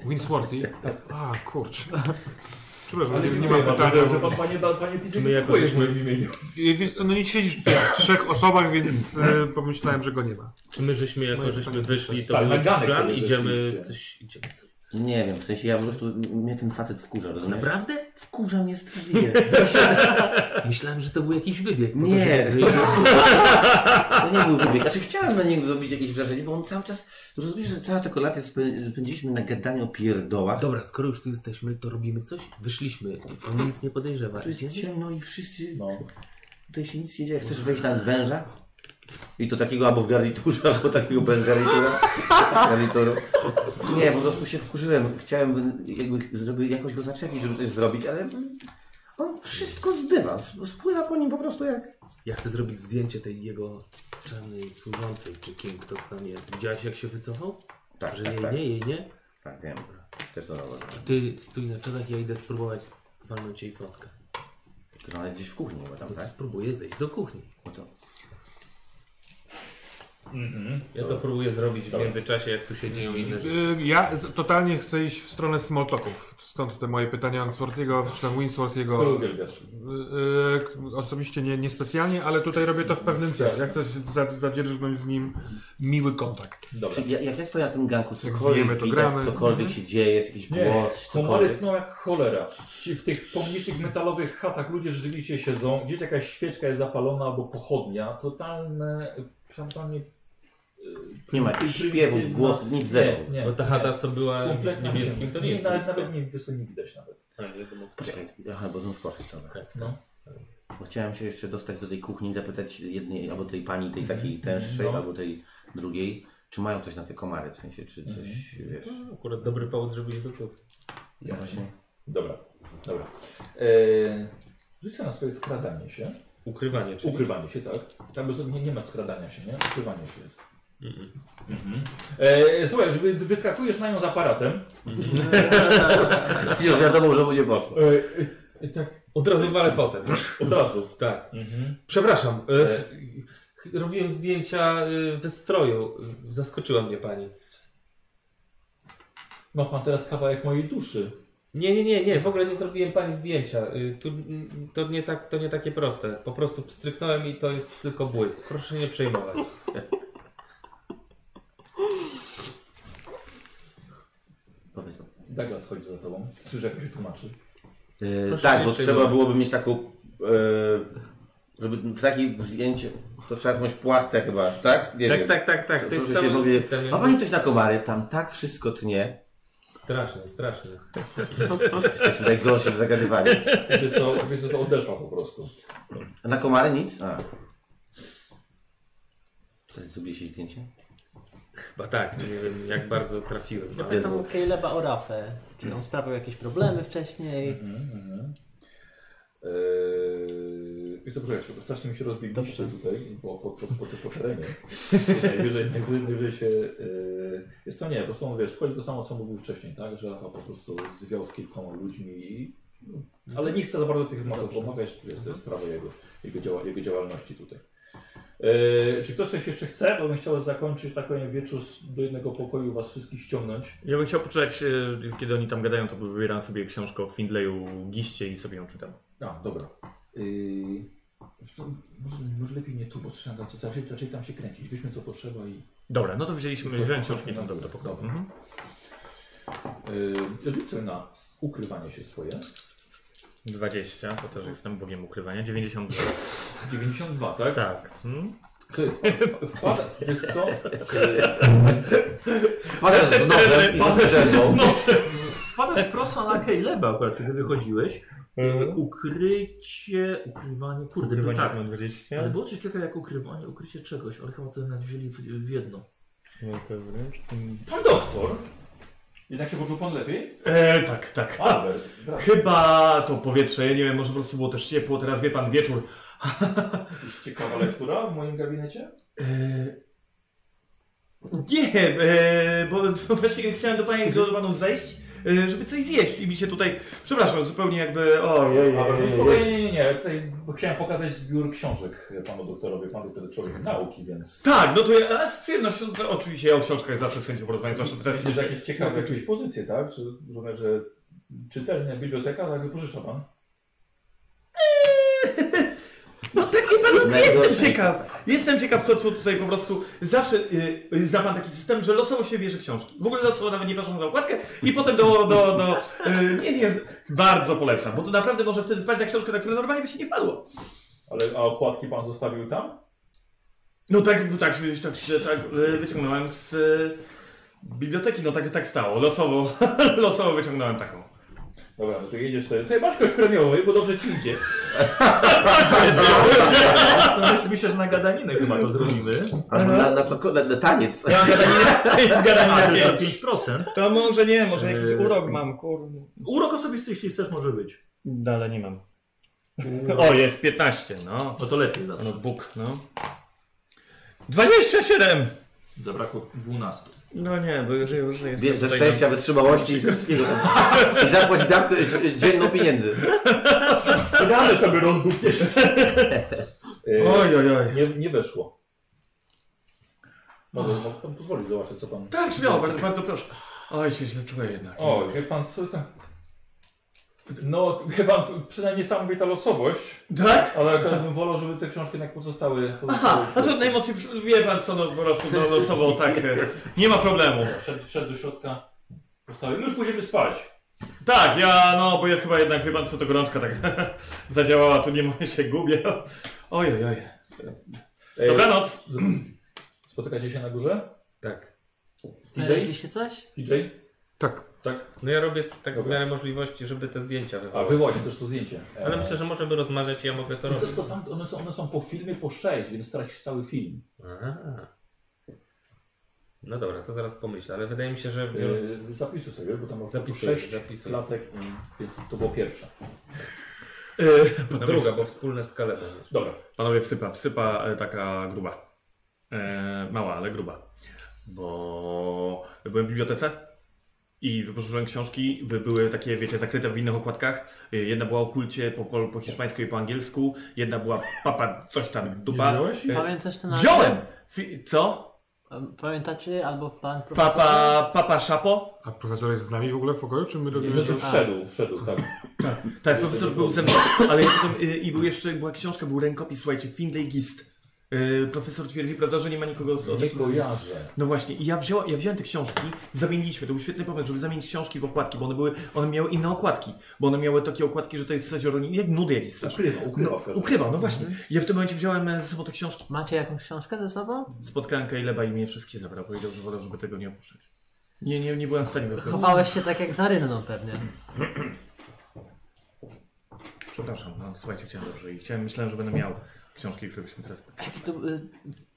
Winsworthy? A, kurczę. Przepraszam,
Ale
nie, nie
dziękuję
mam
bardzo,
pytania.
że
Bo...
pan, No, panie, da- panie TJ,
my jako
dziękuję w
żeśmy-
moim imieniu.
I Wiesz co, no nie siedzisz tutaj w trzech osobach, więc e, pomyślałem, że go nie ma.
Czy my żeśmy jako
No i
żeśmy
tak,
wyszli, to
tak,
był
na
jakiś
ganek
plan,
sobie
idziemy
weszliście.
coś, idziemy coś.
Nie wiem, w sensie ja po prostu, m- mnie ten facet wkurza, rozumiesz?
Naprawdę?
Wkurza mnie straszliwie.
Myślałem, że to był jakiś wybieg.
Nie, to nie był wybieg. Znaczy chciałem na niego zrobić jakieś wrażenie, bo on cały czas, rozumiesz, że cała ta kolacja spę- spędziliśmy na gadaniu o pierdołach.
Dobra, skoro już tu jesteśmy, to robimy coś? Wyszliśmy. On nic nie podejrzewa.
Tu jest ciemno i wszyscy,
No.
tutaj się nic nie dzieje. Chcesz wejść na węża? I to takiego albo w garniturze, albo takiego bez garnitura. garnituru. Nie, po prostu się wkurzyłem. Chciałem jakby, żeby jakoś go zaczepić, żeby coś zrobić, ale on wszystko zbywa. Spływa po nim po prostu jak...
Ja chcę zrobić zdjęcie tej jego czarnej służącej, czy kim, kto tam jest. Widziałaś jak się wycofał?
Tak,
Że
tak,
jej
tak.
nie, jej nie?
Tak, wiem. Też to nałożę.
Ty stój na czatach, ja idę spróbować walnąć jej fotkę.
Tylko, Tak. że ona jest gdzieś w kuchni, bo tam,
No to
tak?
spróbuję zejść do kuchni.
No to...
Ja to próbuję zrobić w międzyczasie, jak tu się dzieją inne rzeczy.
Y, Ja z- totalnie chcę iść w stronę smalltalków. Stąd te moje pytania Answortiego, czy tam
Który
Winswortiego.
uwielbiasz?
Yy, osobiście nie, niespecjalnie, ale tutaj robię to w pewnym celu. Ja chcę za- zadzierżnąć z nim miły kontakt.
Dobra.
Czy ja- jak ja stoję na tym ganku,
zjemy,
cokolwiek
to
widać,
gramy.
cokolwiek się dzieje, jest jakiś
Nie,
głos,
komory
cokolwiek.
tną jak cholera. Ci w tych pognitych metalowych chatach ludzie rzeczywiście siedzą, gdzieś jakaś świeczka jest zapalona albo pochodnia. Totalne, prawda, nie...
Nie ma jakichś śpiewów, głosów, nic zero.
no, Nie, nie.
Bo ta chata, co była
Kompletnie
No tak, niebieskim, to nie jest
nawet,
niebieska.
nawet nie, wiesz, to nie widać nawet.
Poczekaj, aha, bo to już poszedł trochę.
No.
Bo chciałem się jeszcze dostać do tej kuchni i zapytać jednej, albo tej pani, tej
Mhm.
takiej tęższej,
No.
albo tej drugiej, czy mają coś na te komary, w sensie, czy coś, wiesz...
Mhm. No, Akurat dobry powód, żeby No. je dotknąć.
Ja właśnie...
Dobra, dobra. Eee, rzucę na swoje skradanie się.
Ukrywanie, czyli...
Ukrywanie się, tak. Tam bez, nie, nie ma skradania się, nie? Ukrywanie się jest. Mhm. Eee, słuchaj, wy, wyskakujesz na nią z aparatem.
Tak, Już wiadomo, że mu nie poszło.
Eee, e, tak,
Od razu walę fotel.
od razu.
Tak.
Mhm.
Przepraszam. e, ch- Robiłem zdjęcia e, wystroju. E, Zaskoczyła mnie pani.
Ma pan teraz kawałek mojej duszy.
Nie, nie, nie, nie, w ogóle nie zrobiłem pani zdjęcia. Y, Tu, mm, to, nie tak, to nie takie proste. Po prostu pstryknąłem i to jest tylko błysk. Proszę się nie przejmować.
Powiedz mi.
Douglas chodzi za tobą. Słyszę, jak się tłumaczy.
E,
Proszę
tak,
nie
bo
przejmować.
trzeba byłoby mieć taką. E, żeby w takim zdjęciu. To trzeba jakąś płachtę chyba, tak? Nie
Tak,
wiem.
tak, tak, tak. To jest
Proszę się
cały
w ogóle...
system.
Ma pani coś na komary? Tam tak wszystko tnie.
Straszny, straszny.
Jesteśmy najgorsi w zagadywaniu.
Wiecie co, wiecie co, odeszła po prostu.
A na komary nic? A. Teraz zrobię się zdjęcie?
Chyba tak, nie wiem jak bardzo trafiłem. ale-
Zapytam u Caleba o Rafę. Czy on sprawiał jakieś problemy wcześniej?
Mhm.
Eee, I co, poczekajcie, bo strasznie mi się rozbiegliście tutaj po, po, po, po, po terenie. Wiesz, Najwyżej, najwyżej, najwyżej się... Eee, jest to nie, po prostu wiesz, wchodzi to samo, co mówił wcześniej, tak? Że Rafa po prostu zwiał z kilkoma ludźmi i... no, Ale nie chcę za bardzo tych tematów omawiać, wiesz, to jest sprawa jego, jego, działa, jego działalności tutaj. Eee, czy ktoś coś jeszcze chce? Bo bym chciał zakończyć, tak powiem, wieczór z- do jednego pokoju was wszystkich ściągnąć.
Ja bym chciał poczytać, e, kiedy oni tam gadają, to wybieram sobie książkę o Findleyu Giście i sobie ją czytam.
A, dobra. Yy, wiesz co, może, może lepiej nie tu, bo trzeba tam- zaczęli, zaczęli tam się kręcić. Weźmy co potrzeba i
Dobra, no to wzięliśmy,
Tylko-
wziąłem książkę i
no,
tam do pokoju.
dobra.
Mhm.
yy, rzucę na s- ukrywanie się swoje.
20, bo też jestem bogiem ukrywania. 92.
92, tak?
Tak. Hmm?
To jest, wpa- wpada, wiesz co?
Padasz z nożem i ze strzelbą.
Wpadasz prosto na Caleba akurat, kiedy wychodziłeś. E, Ukrycie, ukrywanie, kurde, no tak.
mam
Ale
20.
było coś takiego jak ukrywanie, ukrycie czegoś, ale chyba to jednak wzięli w, w jedno.
Pan doktor! Jednak się poczuł pan lepiej?
E, tak, tak.
Albert, brawo.
Chyba to powietrze, ja nie wiem, może po prostu było też ciepło, teraz wie pan wieczór.
Jakaś ciekawa lektura w moim gabinecie?
E, nie, e, bo bo właśnie chciałem do pani do panów zejść, e, żeby coś zjeść i mi się tutaj, przepraszam, zupełnie jakby, ojej,
Albert, spokojnie, nie, nie, nie. Tutaj chciałem pokazać zbiór książek panu doktorowi. Pan doktor to człowiek nauki, więc...
Tak, no to ja a z przyjemnością, no to oczywiście ja o książkach zawsze z chęcią porozmawiam, zwłaszcza teraz,
Widzisz jakieś ciekawe jakieś pozycje, tak? Czy rozumiem, że czytelna biblioteka, tak wypożycza pan?
No tak wie pan, no, jestem
Najgorsze.
ciekaw. Jestem ciekaw, co co tutaj po prostu zawsze y, y, zna pan taki system, że losowo się bierze książki. W ogóle losowo nawet nie patrzą na okładkę i potem do, do, do y, nie, nie, bardzo polecam, bo to naprawdę może wtedy wpaść na książkę, na którą normalnie by się nie wpadło.
Ale a okładki pan zostawił tam?
No tak, no tak, wiesz, tak, się- tak y, wyciągnąłem z y, biblioteki, no tak, tak stało, losowo, losowo wyciągnąłem taką.
Dobra, no to jedziesz sobie. Słuchaj, masz kogoś premiowy, bo dobrze ci idzie.
Zastanawiasz myślę, że na gadaninę chyba to zrobimy.
Ale na, na, co, na, na taniec.
Ja mam gadanie,
A, to
gadanie na Y,
jest za 5%.
To może nie, może
jakiś
jakiś
urok
urok mam, kurde.
Urok osobisty, jeśli chcesz, może być.
No, ale nie mam. O, jest 15, no.
No to lepiej zawsze.
No Bóg, no. 27!
Zabrakło 12.
No nie, bo już, już jest.
Wiesz, ze szczęścia, wytrzymałości i ze wszystkiego. I zapłać dawkę y, dzienną pieniędzy.
Dane sobie rozdupniesz.
Oj, oj, oj.
nie, nie weszło. Mogę mogę pan pozwolić, no, zobaczę co pan...
Tak, śmiało, bardzo, bardzo proszę. Oj, się źle czuję jednak.
O, wie pan co... tak. No, chyba przynajmniej niesamowita losowość,
Tak?
ale to bym wolał, żeby te książki jednak pozostały. pozostały
Aha,
w
a to
środku.
najmocniej przy- wie pan co, no po prostu no, losowo tak, e, nie ma problemu.
Szedł, szedł do środka, postawił. Już pójdziemy spać.
Tak, ja no, bo ja chyba jednak wie pan co, to gorączka tak zadziałała, tu nie mogę się gubię. Ojej, oj.
Ej,
Dobranoc.
E, Spotykacie się na górze?
Tak.
Z DJ?
Znaleźliście coś?
DJ?
Tak.
Tak.
No ja robię c- tak w
Dobra.
miarę możliwości, żeby te zdjęcia
A
wywołać.
wywołacie też to zdjęcie.
Ale myślę, że możemy rozmawiać i ja mogę to
Wiesz co,
robić.
tylko tam, one, są, one są po filmie po 6, więc stracisz cały film.
A. No dobra, to zaraz pomyślę, ale wydaje mi się, że... y,
Yy, zapisuj sobie, bo tam masz
Zapisuję,
6
zapisuję.
latek i więc to było pierwsze.
E,
No druga, bo wspólne z Kalebem.
Dobra.
Panowie, wsypa, wsypa e, taka gruba. E, mała, ale gruba. Bo byłem w bibliotece i wypożyczyłem książki. By były takie, wiecie, zakryte w innych okładkach. E, Jedna była o kulcie po, po, po hiszpańsku i po angielsku. Jedna była papa coś tam, dupa.
Pamiętasz ten
Wziąłem! Fi- co?
album? Pamiętacie albo pan profesor?
Papa, papa Szapo?
A profesor jest z nami w ogóle w pokoju, czy my robimy...
Znaczy wszedł, wszedł, tak.
Tak, profesor był ze mną, ale ja potem, y, i był jeszcze, była książka, był rękopis, słuchajcie, Findlay Gist. Y, profesor twierdzi, prawda, że nie ma nikogo z...
Nie kojarzę.
No właśnie, i ja, wziął, ja wziąłem te książki, zamieniliśmy, to był świetny pomysł, żeby zamienić książki w okładki, bo one były, one miały inne okładki, bo one miały takie okładki, że to jest coś o rolni- jak nudy jakiś straszny.
Ukrywa, ukrywa.
No,
w każdym razie. Mhm.
ukrywał, no właśnie. Ja w tym momencie wziąłem e, ze sobą te książki.
Macie jakąś książkę ze sobą?
Spotkałem Kejleba i mnie wszystkie zabrał, powiedział, że wolę, żeby tego nie opuszczać. Nie, nie, nie byłem w stanie tego.
Chowałeś się tak jak za rynną pewnie.
Przepraszam, no słuchajcie, chciałem dobrze i chciałem, myślałem, że będę miał książki, żebyśmy teraz...
Jaki to, y,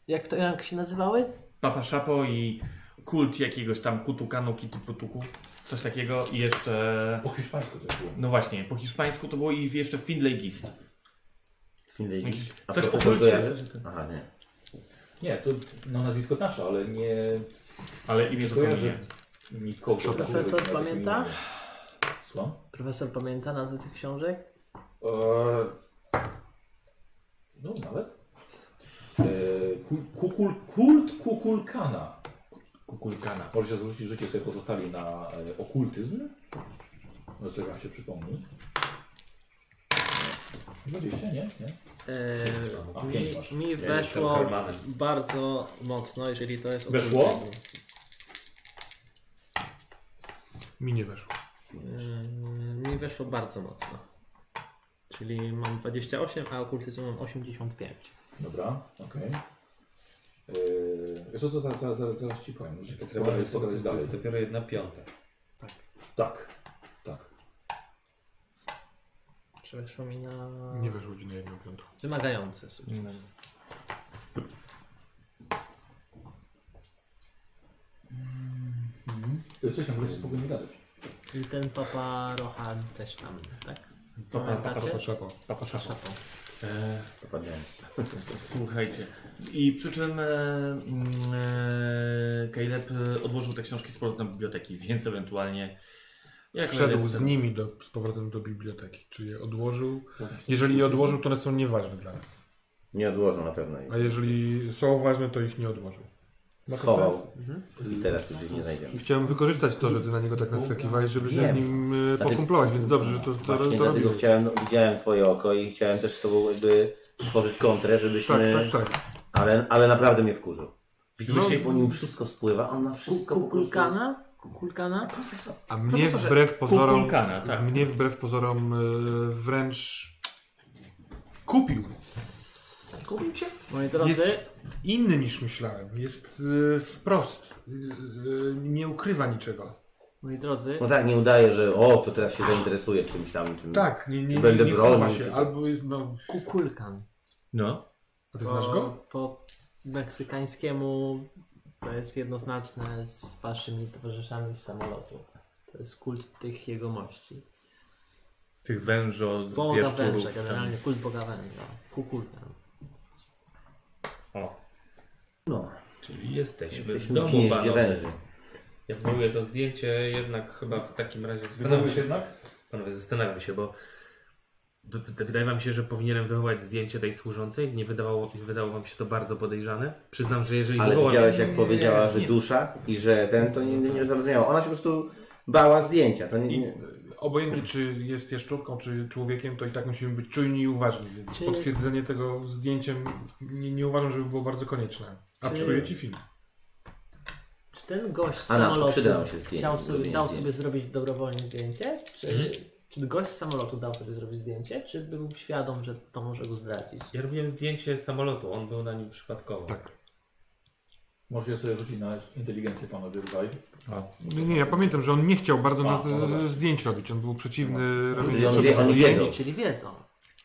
jak to jak się nazywały?
Papa Szapo i kult jakiegoś tam kutukanu, kituputuku, coś takiego i jeszcze...
Po hiszpańsku coś było.
No właśnie, po hiszpańsku to było i jeszcze Findlay Gist.
Innej
Jakiś-
A
Coś po
profesor
kulcie.
kojarzy? Aha, nie.
Nie, to no, nazwisko nasze, ale nie
Ale imię zupełnie
kojarzę
nie.
nikogo. którzy
Profesor
by miał takie
pamięta?
imię. Słucham?
Profesor pamięta nazwy tych książek?
E,
Eee, No nawet. Eee, ku- Kukul, kult kukulkana.
Kukulkana.
Możecie zwrócić życie sobie pozostali na e, okultyzm. Może coś wam się przypomni. 20, nie? Nie? A,
mi,
pięć masz.
Y, mi
Ja jestem
weszło
Hermanem.
bardzo mocno, jeżeli to jest
Weszło?
okultyzm.
Mi nie weszło.
Yy, mi weszło bardzo mocno. Czyli mam 28, a okultyzm mam 85.
Dobra, okej. Eee, co, co zaraz, zaraz, zaraz, zaraz ci powiem. Że to
Ekstremalny
pokażę,
sukces to
dalej.
jest dopiero jedna piąta.
Tak, tak.
Czy weszło mi na
Nie weszło ci na jedną piątą.
wymagający sukces.
Jesteśmy, możecie spokojnie gadać.
I ten papa Rohan też tam, tak? Pamiętacie?
Papa Szapo.
Papa Szapo.
Popadniałem.
Słuchajcie. I przy czym e, mm, e, Caleb e, odłożył te książki z powrotem do biblioteki, więc ewentualnie... Jak
Wszedł
będę
z
chcę-
nimi do, z powrotem do biblioteki, czyli je odłożył.
Tak,
Zaraz.
Jeżeli je odłożył, to one są nieważne dla nas.
Nie odłożą na pewno.
A jeżeli są ważne, to ich nie odłożył. Ma to
Schował.
sens?
I teraz już ich nie znajdziemy.
I Chciałem wykorzystać to, że ty na niego tak naskakiwałeś, żeby się z
Wiem.
nim y,
Dlatego-
pokumplować, więc dobrze, że to, to,
Właśnie
to
dlatego
robiłeś.
chciałem, widziałem twoje oko i chciałem też z tobą jakby stworzyć kontrę,
Tak,
żebyśmy...
tak, tak.
Ale, ale naprawdę mnie wkurzył.
No.
Widzisz, jak po nim wszystko spływa, on na wszystko po prostu-
Kulkana? Kulkana?
Profesor,
A mnie
Profesorze,
wbrew pozorom,
Kukulkana, tak.
mnie wbrew pozorom y, wręcz kupił.
kupił cię?
Moi drodzy,
Jest inny niż myślałem. Jest y, wprost. Y, y, nie ukrywa niczego.
moi drodzy,
No tak, nie udaje, że o, to teraz się zainteresuje czymś tam. Czym...
Tak, nie, nie, nie,
Będę
nie chowa
bronił,
się.
czy co?
Albo jest, no...
kukulkan.
No.
A ty znasz go?
po meksykańskiemu to jest jednoznaczne z waszymi towarzyszami z samolotu. To jest kult tych jegomości.
Tych wężo,
Boga
zwierzchów.
węża, generalnie kult Boga węża. Kukulkan.
O,
No,
czyli jesteśmy,
jesteśmy
w
w
domu,
gnieździe
panowie.
węży.
Ja wywołuję to zdjęcie, jednak chyba w takim razie
Zdenerwujesz
zastanawiam się.
jednak?
Panowie, zastanawiam się, bo wy- wy- Wydaje wam się, że powinienem wywołać zdjęcie tej służącej? Nie wydawało, nie wydało wam się to bardzo podejrzane? Przyznam, że jeżeli
Ale
wywołam...
widziałeś, jak powiedziała, że dusza i że ten, to nie, nie zabrzmiało. Ona się po prostu bała zdjęcia. To nie, nie.
Obojętnie, czy jest jaszczurką, czy człowiekiem, to i tak musimy być czujni i uważni. Więc
Czy-
potwierdzenie tego zdjęciem nie, nie uważam, żeby było bardzo konieczne. A
Czy-
psuje ci film.
Czy ten gość z
A na to
samolotu
przyda nam się zdjęcie,
chciał sobie,
zrobienie
dał
zdjęcia.
sobie zrobić dobrowolnie zdjęcie? Czy,
Mhm.
czy gość z samolotu dał sobie zrobić zdjęcie? Czy był świadom, że to może go zdradzić?
Ja robiłem zdjęcie samolotu, on był na nim przypadkowo.
Tak.
Możecie sobie rzucić na inteligencję panowie dwaj.
Nie, nie, ja pamiętam, że on nie chciał bardzo
A,
na
no dobra.
zdjęć robić. On był przeciwny
Czyli
robieniu
on
sobie
wie, oni
zdjęć.
wiedzą.
Czyli wiedzą.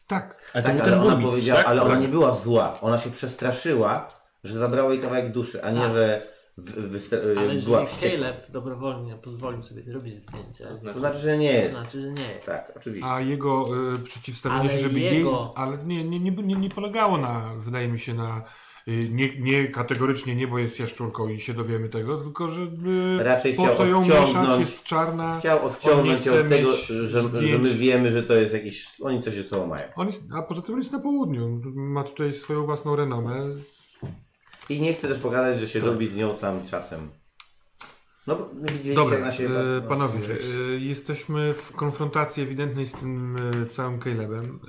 Tak.
Tak,
był
ale ona
burmistrz,
powiedziała, ale ona
Tak.
nie była zła. Ona się przestraszyła, że zabrało jej kawałek duszy, a nie,
Tak.
że w, wysta-
Ale
była
jeżeli
wściekła.
Caleb dobrowolnie pozwolił sobie zrobić zdjęcie, to
To znaczy, że nie jest.
znaczy, że nie jest.
Tak, oczywiście.
A jego y, przeciwstawienie
Ale
się, żeby jej.
jego-
Ale nie, nie, nie, nie, nie polegało na, wydaje mi się, na. y, Nie, nie kategorycznie nie, bo jest jaszczurką i się dowiemy tego, tylko że y,
Raczej
po
chciał
co ją
odciągnąć-
mieszać, jest czarna.
Chciał odciągnąć się
chce
od tego,
mieć
że, że my
zdjęć.
wiemy, że to jest jakiś. Oni coś ze sobą mają.
On jest, a poza tym on jest na południu, On ma tutaj swoją własną renomę.
I nie chcę też pokazać, że się
Tak.
lubi z nią tam czasem. No bo widzieliście
Dobra,
jak na siebie.
e,
no,
panowie,
oczywiście.
e, jesteśmy w konfrontacji ewidentnej z tym e, całym Calebem.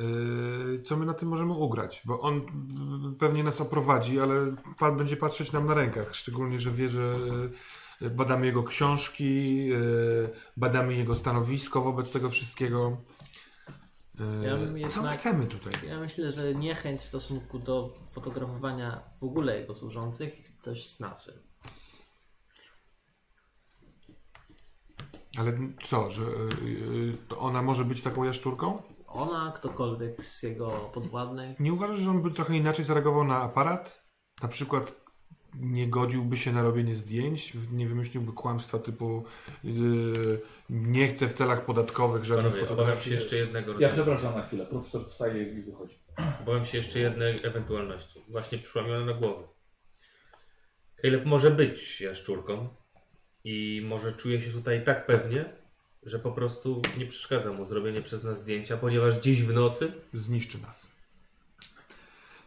E, co my na tym możemy ugrać? Bo on m, pewnie nas oprowadzi, ale pan będzie patrzeć nam na rękach, szczególnie, że wie, że e, badamy jego książki, e, badamy jego stanowisko wobec tego wszystkiego. E,
Ja bym
co my
jednak-
chcemy tutaj?
Ja myślę, że niechęć w stosunku do fotografowania w ogóle jego służących coś znaczy.
Ale co, że e, e, to ona może być taką jaszczurką?
Ona, ktokolwiek z jego podwładnych,
Nie uważasz, że on by trochę inaczej zareagował na aparat? Na przykład nie godziłby się na robienie zdjęć, w- nie wymyśliłby kłamstwa typu yy, nie chcę w celach podatkowych żadnych
Panowie, obawiam się
fotografii.
jeszcze jednego
Ja
rodzaju.
przepraszam na chwilę, profesor wstaje i wychodzi.
Obawiam się jeszcze jednej ewentualności. Właśnie przyszła mi ona na głowę. Caleb może być jaszczurką i może czuje się tutaj tak pewnie, że po prostu nie przeszkadza mu zrobienie przez nas zdjęcia, ponieważ dziś w nocy
Zniszczy nas.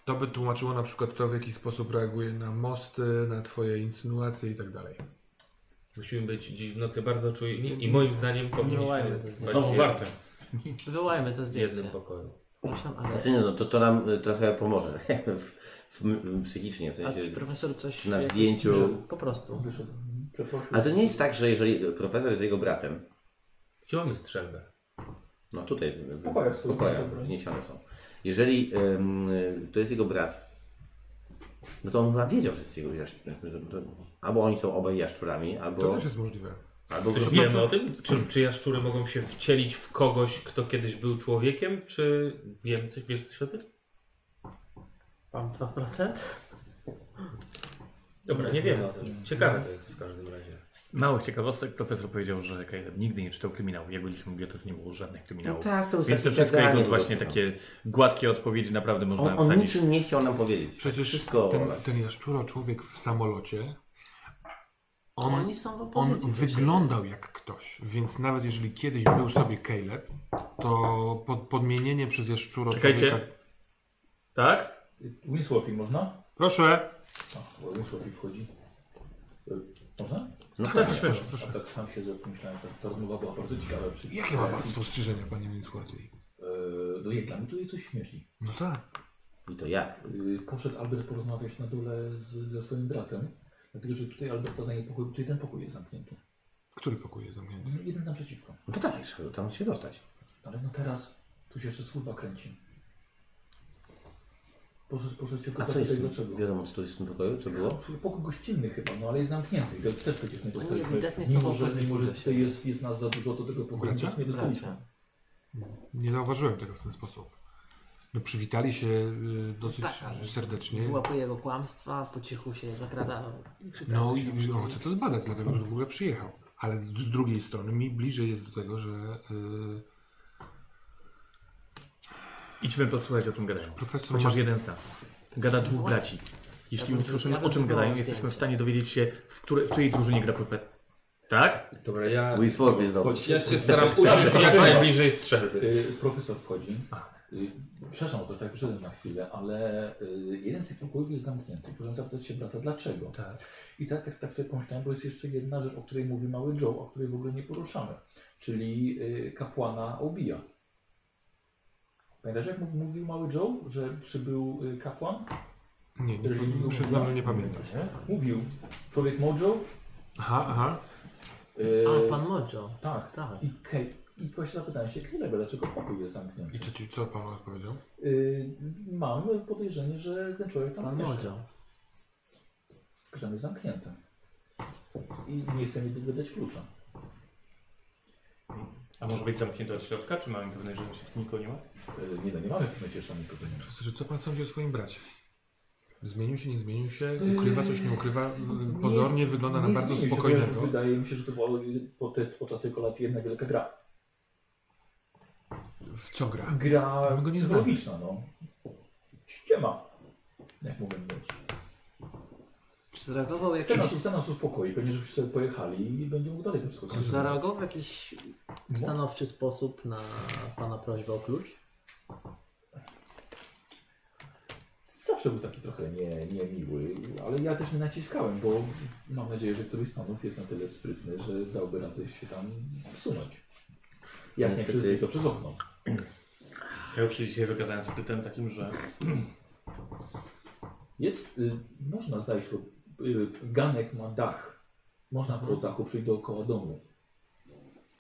To by tłumaczyło na przykład to, w jaki sposób reaguje na mosty, na twoje insynuacje i tak dalej.
musimy być dziś w nocy bardzo czujni i moim zdaniem
wołajmy,
powinniśmy
to jest
spać
Znowu
jed-
warty.
wywołajmy to
w
zdjęcie.
jednym pokoju.
Przepraszam, ale
Znaczy nie, no to, to nam y, trochę pomoże. w, w, w, psychicznie, w
a
sensie.
profesor coś...
na
jakoś-
zdjęciu-
Po prostu.
Wyszedł. Przeprosił.
Ale to nie jest tak, że jeżeli profesor jest jego bratem,
Gdzie mamy strzelbę?
No tutaj, w- w- w
Pokojach
pokojach,
są, dobra.
wzniesione są. Jeżeli ym, y, to jest jego brat, no to on chyba wiedział, że jest jego jaszczurem. Albo oni są obaj jaszczurami,
To
albo...
też jest możliwe.
albo No
Coś wiemy o tym? Czy, czy jaszczury mogą się wcielić w kogoś, kto kiedyś był człowiekiem? Czy wiem coś, wiesz coś o tym?
Mam 2%?
Dobra, nie wiemy o tym. Ciekawe to jest w każdym razie.
Z małych ciekawostek profesor powiedział, że Caleb nigdy nie czytał kryminału. Jak byliśmy w bibliotece, nie było żadnych
No
kryminałów.
tak, to jest
Więc te
takie
wszystkie
gadanie
jego
po
właśnie
prostu.
takie gładkie odpowiedzi naprawdę można
On, on
wsadzić.
niczym nie chciał nam powiedzieć.
Przecież
Wszystko...
ten, ten jaszczuro człowiek w samolocie, on
Oni są w
On
opozycji. do siebie.
wyglądał jak ktoś, więc nawet jeżeli kiedyś był sobie Caleb, to pod, podmienienie przez jaszczuro
Czekajcie. Tak?
Winslowi Yy, można?
Proszę!
A, bo Winslowi wchodzi. Y, Można?
No
Tak,
tak.
śmiesz.
A tak sam się zapomniałem, ta, ta rozmowa była bardzo ciekawa. Przy...
Jakie ma pan spostrzeżenia, panie Minsławiej?
Yy, do jej dla mnie tutaj coś śmierdzi.
No tak.
I to jak?
Yy, poszedł Albert porozmawiać na dole z, ze swoim bratem, dlatego że tutaj Alberta zaniepokoił, tutaj ten pokój jest zamknięty.
Który pokój jest zamknięty?
No, Jeden naprzeciwko.
No to dawaj, trzeba tam się dostać.
Ale no teraz, tu się jeszcze służba kręci. Poszedł, poszedł się
A
tylko
co jest
zapytać
w tym?
dlaczego. No,
Wiadomo, co to jest w tym pokoju? Co było?
Pokój gościnny chyba, no ale jest zamknięty. To też przecież nie dostaliśmy.
No, ewidentnie są
Mimo,
w
że,
opozycji
mimo, że
do
tutaj jest, jest nas za dużo, to tego pokoju
Bracia?
nie dostaliśmy.
Nie zauważyłem tego w ten sposób. No, przywitali się y, dosyć
Tak, ale
serdecznie.
Wyłapuje jego kłamstwa, po cichu się zakrada. tak, Krzyczał
No
coś
i
tam.
i on chce to zbadać, dlatego że w ogóle przyjechał. Ale z, z drugiej strony mi bliżej jest do tego, że y,
Idźmy posłuchać, o czym gadają.
profesor
Chociaż
ma...
jeden z nas. Gada dwóch braci.
Ja
Jeśli
bym-
usłyszymy,
ja
o
bym
czym
wywołał
gadają, jesteśmy w
zdjęcie.
stanie dowiedzieć się, w, które, w czyjej drużynie gra profe- Tak?
Dobra, ja...
Wisworth jest dobry.
Chodź,
Ja się staram uciec jak najbliżej strzelby.
Tak. Y, Profesor wchodzi. Y, Przepraszam, to tak wyszedłem na chwilę, ale y, jeden z tych pokojów jest zamknięty. Proszę zapytać się brata, dlaczego? I tak, tak, tak sobie pomyślałem, bo jest jeszcze jedna rzecz, o której mówi mały Joe, o której w ogóle nie poruszamy, czyli y, kapłana Obija. Pamiętasz, jak mówi- mówił mały Joe, że przybył y, kapłan?
Nie, nie,
Religii
przyznam, że nie pamiętam.
Mówił. Człowiek Mojo?
Aha, aha.
Y,
A, pan Mojo.
Tak.
Tak.
I, Kate, I właśnie zapytałem się Caleba, dlaczego pokój jest zamknięty.
I co, ci, co pan odpowiedział?
Y, mam podejrzenie, że ten człowiek tam
Pan
mieszka.
Mojo.
że tam jest zamknięte. I nie chcę mi wydać klucza.
A może być zamknięte od środka? Czy mamy pewność, że się nikogo nie ma?
Y, Nie, no nie mamy przecież tam nikogo. nie ma.
Profesorze, co pan sądzi o swoim bracie? Zmienił się, nie zmienił się? Ukrywa coś, nie ukrywa? Y, Pozornie
Nie-
wygląda na
nie
bardzo
zmienił się,
spokojnego.
chociaż Wydaje mi się, że to była y, po te, podczas tej kolacji jedna wielka gra.
W co gra?
Gra
My go nie
psychologiczna, no. Ściema. Jak mogę mówić.
Zareagował
Chce
jakiś...
nas, chce nas uspokoić, pewnie, żebyśmy sobie pojechali i będzie mógł dalej to wszystko kontynuować.
Zareagował w jakiś stanowczy sposób na pana prośbę o klucz?
Zawsze był taki trochę nie, niemiły, ale ja też nie naciskałem, bo mam nadzieję, że któryś z panów jest na tyle sprytny, że dałby radę się tam wsunąć. Jak nie
Niestety-
przez to przez okno.
Ja już się dzisiaj wykazałem sprytem takim, że
Jest, y, można zajść, lub- y, ganek ma dach. Można po dachu przyjść dookoła domu.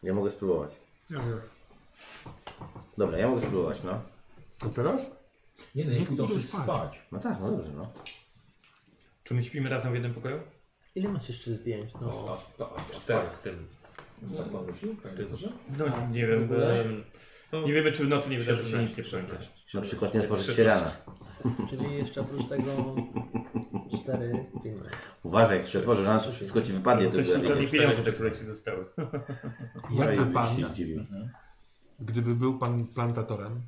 Ja mogę spróbować. Dobra, ja mogę spróbować, no.
To teraz?
Nie, no nie
Niech
pójdą
idą
wszyscy
spać.
spać.
No tak, no dobrze, no.
czy my śpimy razem w jednym pokoju?
Ile masz jeszcze zdjęć? No.
Aż, aż, aż, aż
Cztery
tak.
w tym.
Że tak pan myśli? Panie doktorze?
No nie wiem, bo
No.
nie wiemy czy w nocy nie wydarzy się nic nie przyjdzie.
Na przykład nie otworzyć się rana.
Czyli jeszcze oprócz tego cztery filmy.
Uważaj, jak się otworzy rana, to wszystko ci wypadnie.
To się
tylko
pewnie
jak-
pieniądze, te, które ci zostały.
Ojej,
Jak
byś
pan,
się zdziwił.
gdyby był pan plantatorem,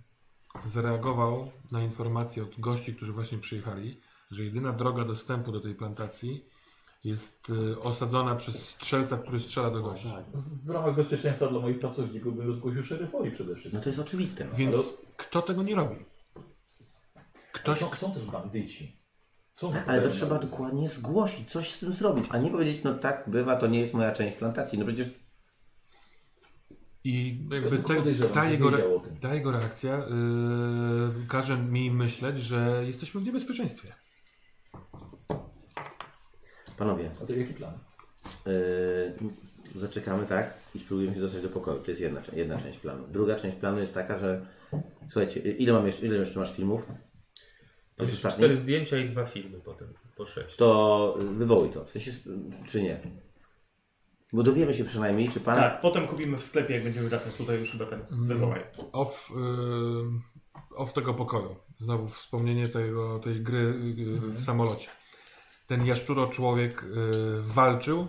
zareagował na informację od gości, którzy właśnie przyjechali, że jedyna droga dostępu do tej plantacji jest y, osadzona przez strzelca, który strzela do gości.
tak. W ramach bezpieczeństwa dla moich pracowników bym zgłosił szeryfowi przede
No
wszystkim.
to jest oczywiste. No.
Więc
Ale-
kto tego nie robi? Ktoś,
Są, są też bandyci. Są
Tak, ale to trzeba dokładnie zgłosić, coś z tym zrobić, a nie powiedzieć, no tak bywa, to nie jest moja część plantacji. No przecież
I
Ja
jakby
tylko
te-
podejrzewam,
ta,
że
jego,
wiedział o tym.
ta jego reakcja yy, każe mi myśleć, że jesteśmy w niebezpieczeństwie.
panowie,
A to jaki plan?
yy, zaczekamy, tak? I spróbujemy się dostać do pokoju. To jest jedna, cze- jedna część planu. Druga część planu jest taka, że słuchajcie, y, ile, mam jeszcze, ile jeszcze masz filmów? To jest ostatni.
Cztery zdjęcia i dwa filmy potem, po sześć.
To y, wywołuj to, w sensie, s- czy nie? Bo dowiemy się przynajmniej, czy pana.
Tak, potem kupimy w sklepie, jak będziemy wracać tutaj już chyba ten
Mm.
wywołaj.
Off, yy, off tego pokoju. Znowu wspomnienie tego, tej gry yy,
Mhm.
w samolocie. Ten jaszczuro człowiek yy, walczył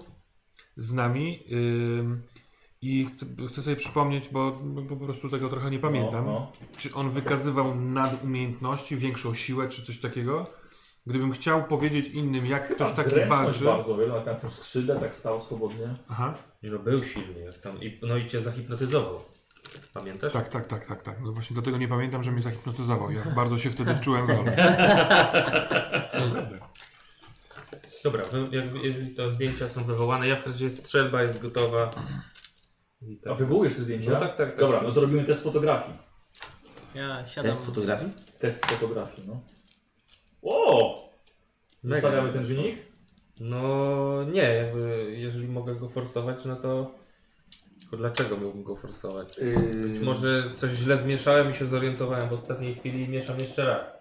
z nami yy, i chcę, chcę sobie przypomnieć, bo, bo po prostu tego trochę nie pamiętam.
No,
Czy on wykazywał nadumiejętności, większą siłę, czy coś takiego? Gdybym chciał powiedzieć innym, jak
no.
ktoś taki
Zręczność
walczy.
bardzo wiele, a tam tym skrzydle tak stał swobodnie.
Aha.
Nie no, był silny jak tam. I, no i cię zahipnotyzował. Pamiętasz?
Tak, tak, tak, tak, tak. No właśnie dlatego nie pamiętam, że mnie zahipnotyzował. Ja bardzo się wtedy wczułem w rolę.
Dobra, wy- jak, jeżeli te zdjęcia są wywołane, jak razie strzelba jest gotowa. I
A
tak.
wywołujesz te zdjęcia?
No tak, tak, tak.
Dobra, no to robimy test fotografii.
Ja siadam.
Test fotografii?
Test fotografii, no. O! Zostawiamy ten wynik?
No nie, jakby, jeżeli mogę go forsować, no to, to dlaczego miałbym go forsować? Yy, Być może coś źle zmieszałem i się zorientowałem w ostatniej chwili i mieszam jeszcze raz.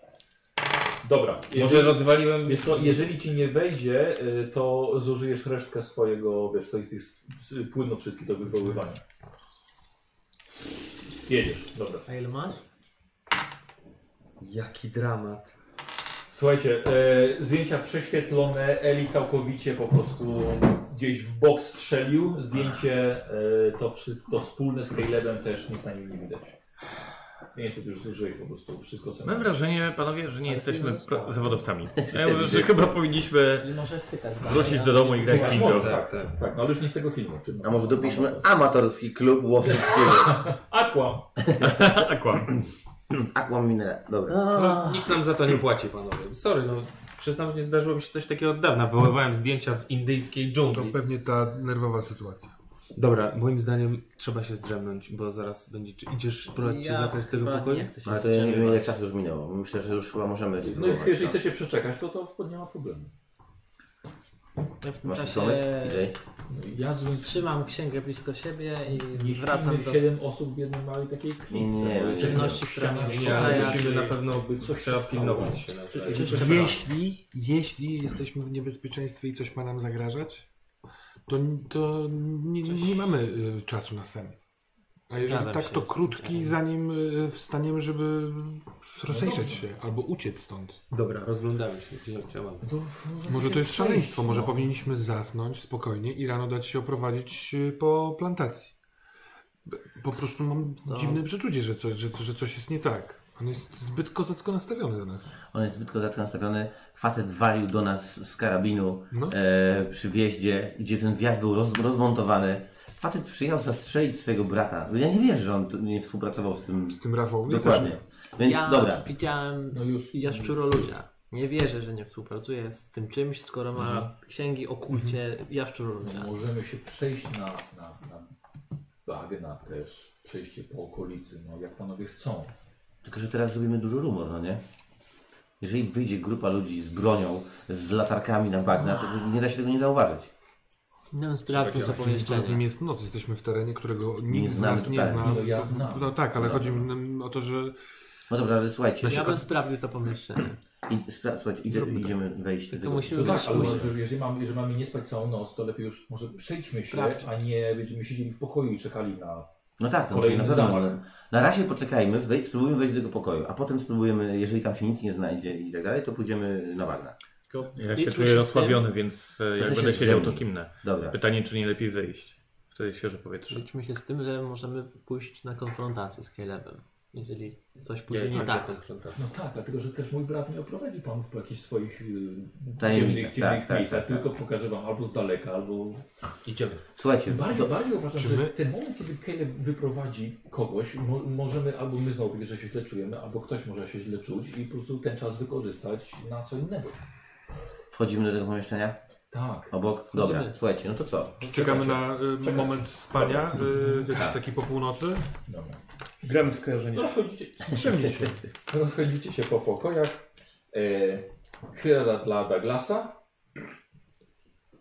Dobra.
Może rozwaliłem...
Wiesz co, jeżeli ci nie wejdzie, y, to zużyjesz resztkę swojego, wiesz, swoich tych s- s- płynów wszystkich do wywoływania. Jedziesz, dobra.
A ile masz?
Jaki dramat.
Słuchajcie, y, zdjęcia prześwietlone, Eli całkowicie po prostu gdzieś w bok strzelił. e, Zdjęcie y, to, wszy- to wspólne z Calebem też nic na nim nie widać. Ty niestety już zużyłeś po prostu wszystko, co
Mam
miałeś.
wrażenie, panowie, że nie jesteśmy
nie zostało.
pro- zawodowcami. Ja mówię, że chyba powinniśmy
I możesz sykać.
wrócić do domu i grać w bingo.
tak, tak, tak. No ale już nie z tego filmu. Czy
A może dopiszmy amatorski klub łowców przygód.
Aqua.
Akłam.
Aquam Mineral. Dobra.
No, nikt nam za to nie płaci, panowie. Sorry, no przyznam, nie zdarzyło mi się coś takiego od dawna. Wyływałem zdjęcia w indyjskiej
To
dżungli.
pewnie ta nerwowa sytuacja.
Dobra, moim zdaniem trzeba się zdrzemnąć, bo zaraz będzie, czy idziesz spróbować się zabrać z tego pokoju?
Nie chcę się
Ale to ja nie wiem ile
wstrzymywać.
czasu już minęło. Myślę, że już chyba możemy
No
spróbować.
i jeżeli chcecie przeczekać, to to nie ma problemu.
Ja w tym
Masz jakiś
czasie
pomysł, DJ?
Ja złoń
trzymam księgę blisko siebie i
Nie
wracam do...
siedem osób w jednej małej takiej klinice.
Nie, nie,
Jesteśmy
nie.
ściana w
Nie, ale
Ja
musimy na pewno by
Coś
coś
się
trzeba
stało.
pilnować się. nawzajem.
Jeśli, jeśli jesteśmy w niebezpieczeństwie i coś ma nam zagrażać, to, to nie, nie mamy y, czasu na sen. A jeżeli
Zgadzam
tak,
się
to
z tym
krótki,
Karolem.
zanim y, wstaniemy, żeby rozejrzeć się albo uciec stąd.
Dobra, rozglądamy się, gdzie chciałam.
To
Może to
się
jest
przejść,
szaleństwo, może
no.
powinniśmy zasnąć spokojnie i rano dać się oprowadzić y, po plantacji. B- Po prostu mam
Co?
dziwne przeczucie, że coś, że, że coś jest nie tak. On jest zbyt kozacko nastawiony do nas.
On jest zbyt kozacko nastawiony. Facet walił do nas z karabinu
No.
e, przy wjeździe, gdzie ten wjazd był roz, rozmontowany. Facet przyjechał zastrzelić swojego brata. Ja nie wierzę, że on tu nie współpracował z tym.
Z tym Rafał.
Dokładnie. Więc
Ja
dobra.
widziałem
No już.
jaszczuroludzia. Nie wierzę, że nie współpracuje z tym czymś, skoro ma księgi o kulcie jaszczuroludzia.
No, możemy się przejść na, na, na bagna też, przejście po okolicy, no jak panowie chcą.
Tylko, że teraz zrobimy dużo rumor, no nie? Jeżeli wyjdzie grupa ludzi z bronią, z latarkami na bagna, to nie da się tego nie zauważyć.
Nie mam sprawdził za
Poza tym
pomieszczenie.
jest noc, jesteśmy w terenie, którego nikt
Nie
z
znamy
nas nie
totalnie.
zna.
No ja znam.
No tak, ale chodzi mi o to, że
No dobra, ale słuchajcie,
Ja bym sprawdził to pomieszczenie.
i, spra- słuchajcie idę, idziemy wejść do
Tylko
tego.
musimy
No tak,
być
ale
czujni.
może, jeżeli, mamy, jeżeli mamy nie spać całą noc, to lepiej już może przejdźmy się,
Sprawdź.
a nie będziemy siedzieli w pokoju i czekali na...
No tak, to
Kolejny
na pewno.
zamach.
Na razie poczekajmy, wejdź, spróbujmy wejść do tego pokoju, a potem spróbujemy, jeżeli tam się nic nie znajdzie i tak dalej, to pójdziemy na bagna.
Tylko
Ja się
liczmy
czuję
z tym.
rozsłabiony, więc e,
ty
jak
się
będę siedział, to
zdrzemnij.
kimnę.
Dobra.
Pytanie, czy nie lepiej wyjść. Wtedy świeże powietrze.
Liczmy się z tym, że możemy pójść na konfrontację z Calebem. Jeżeli coś
Ja
pójdzie nie
jestem za
tak.
konfrontacją.
No tak, dlatego że też mój brat nie oprowadzi panów po jakichś swoich y,
Tajemnicach,
ciemnych, ciemnych
tak, tak,
miejscach,
tak, tak.
tylko pokażę wam albo z daleka, albo
Idziemy.
Słuchajcie,
Bardziej,
do,
bardziej uważam,
Czy
że
my-
ten moment, kiedy Caleb wyprowadzi kogoś, mo możemy albo my znowu powiedzieć, że się źle czujemy, albo ktoś może się źle czuć i po prostu ten czas wykorzystać na co innego.
wchodzimy do tego pomieszczenia
Tak.
obok. Dobra, słuchajcie, no to co?
czekamy na y,
Czekajcie.
moment spania,
Mhm.
y,
Tak.
jakiś taki po północy.
Dobra.
Gram skojarzenia.
Rozchodzicie,
Drzemnie się.
rozchodzicie się po pokojach. E, Chyrada dla Douglasa.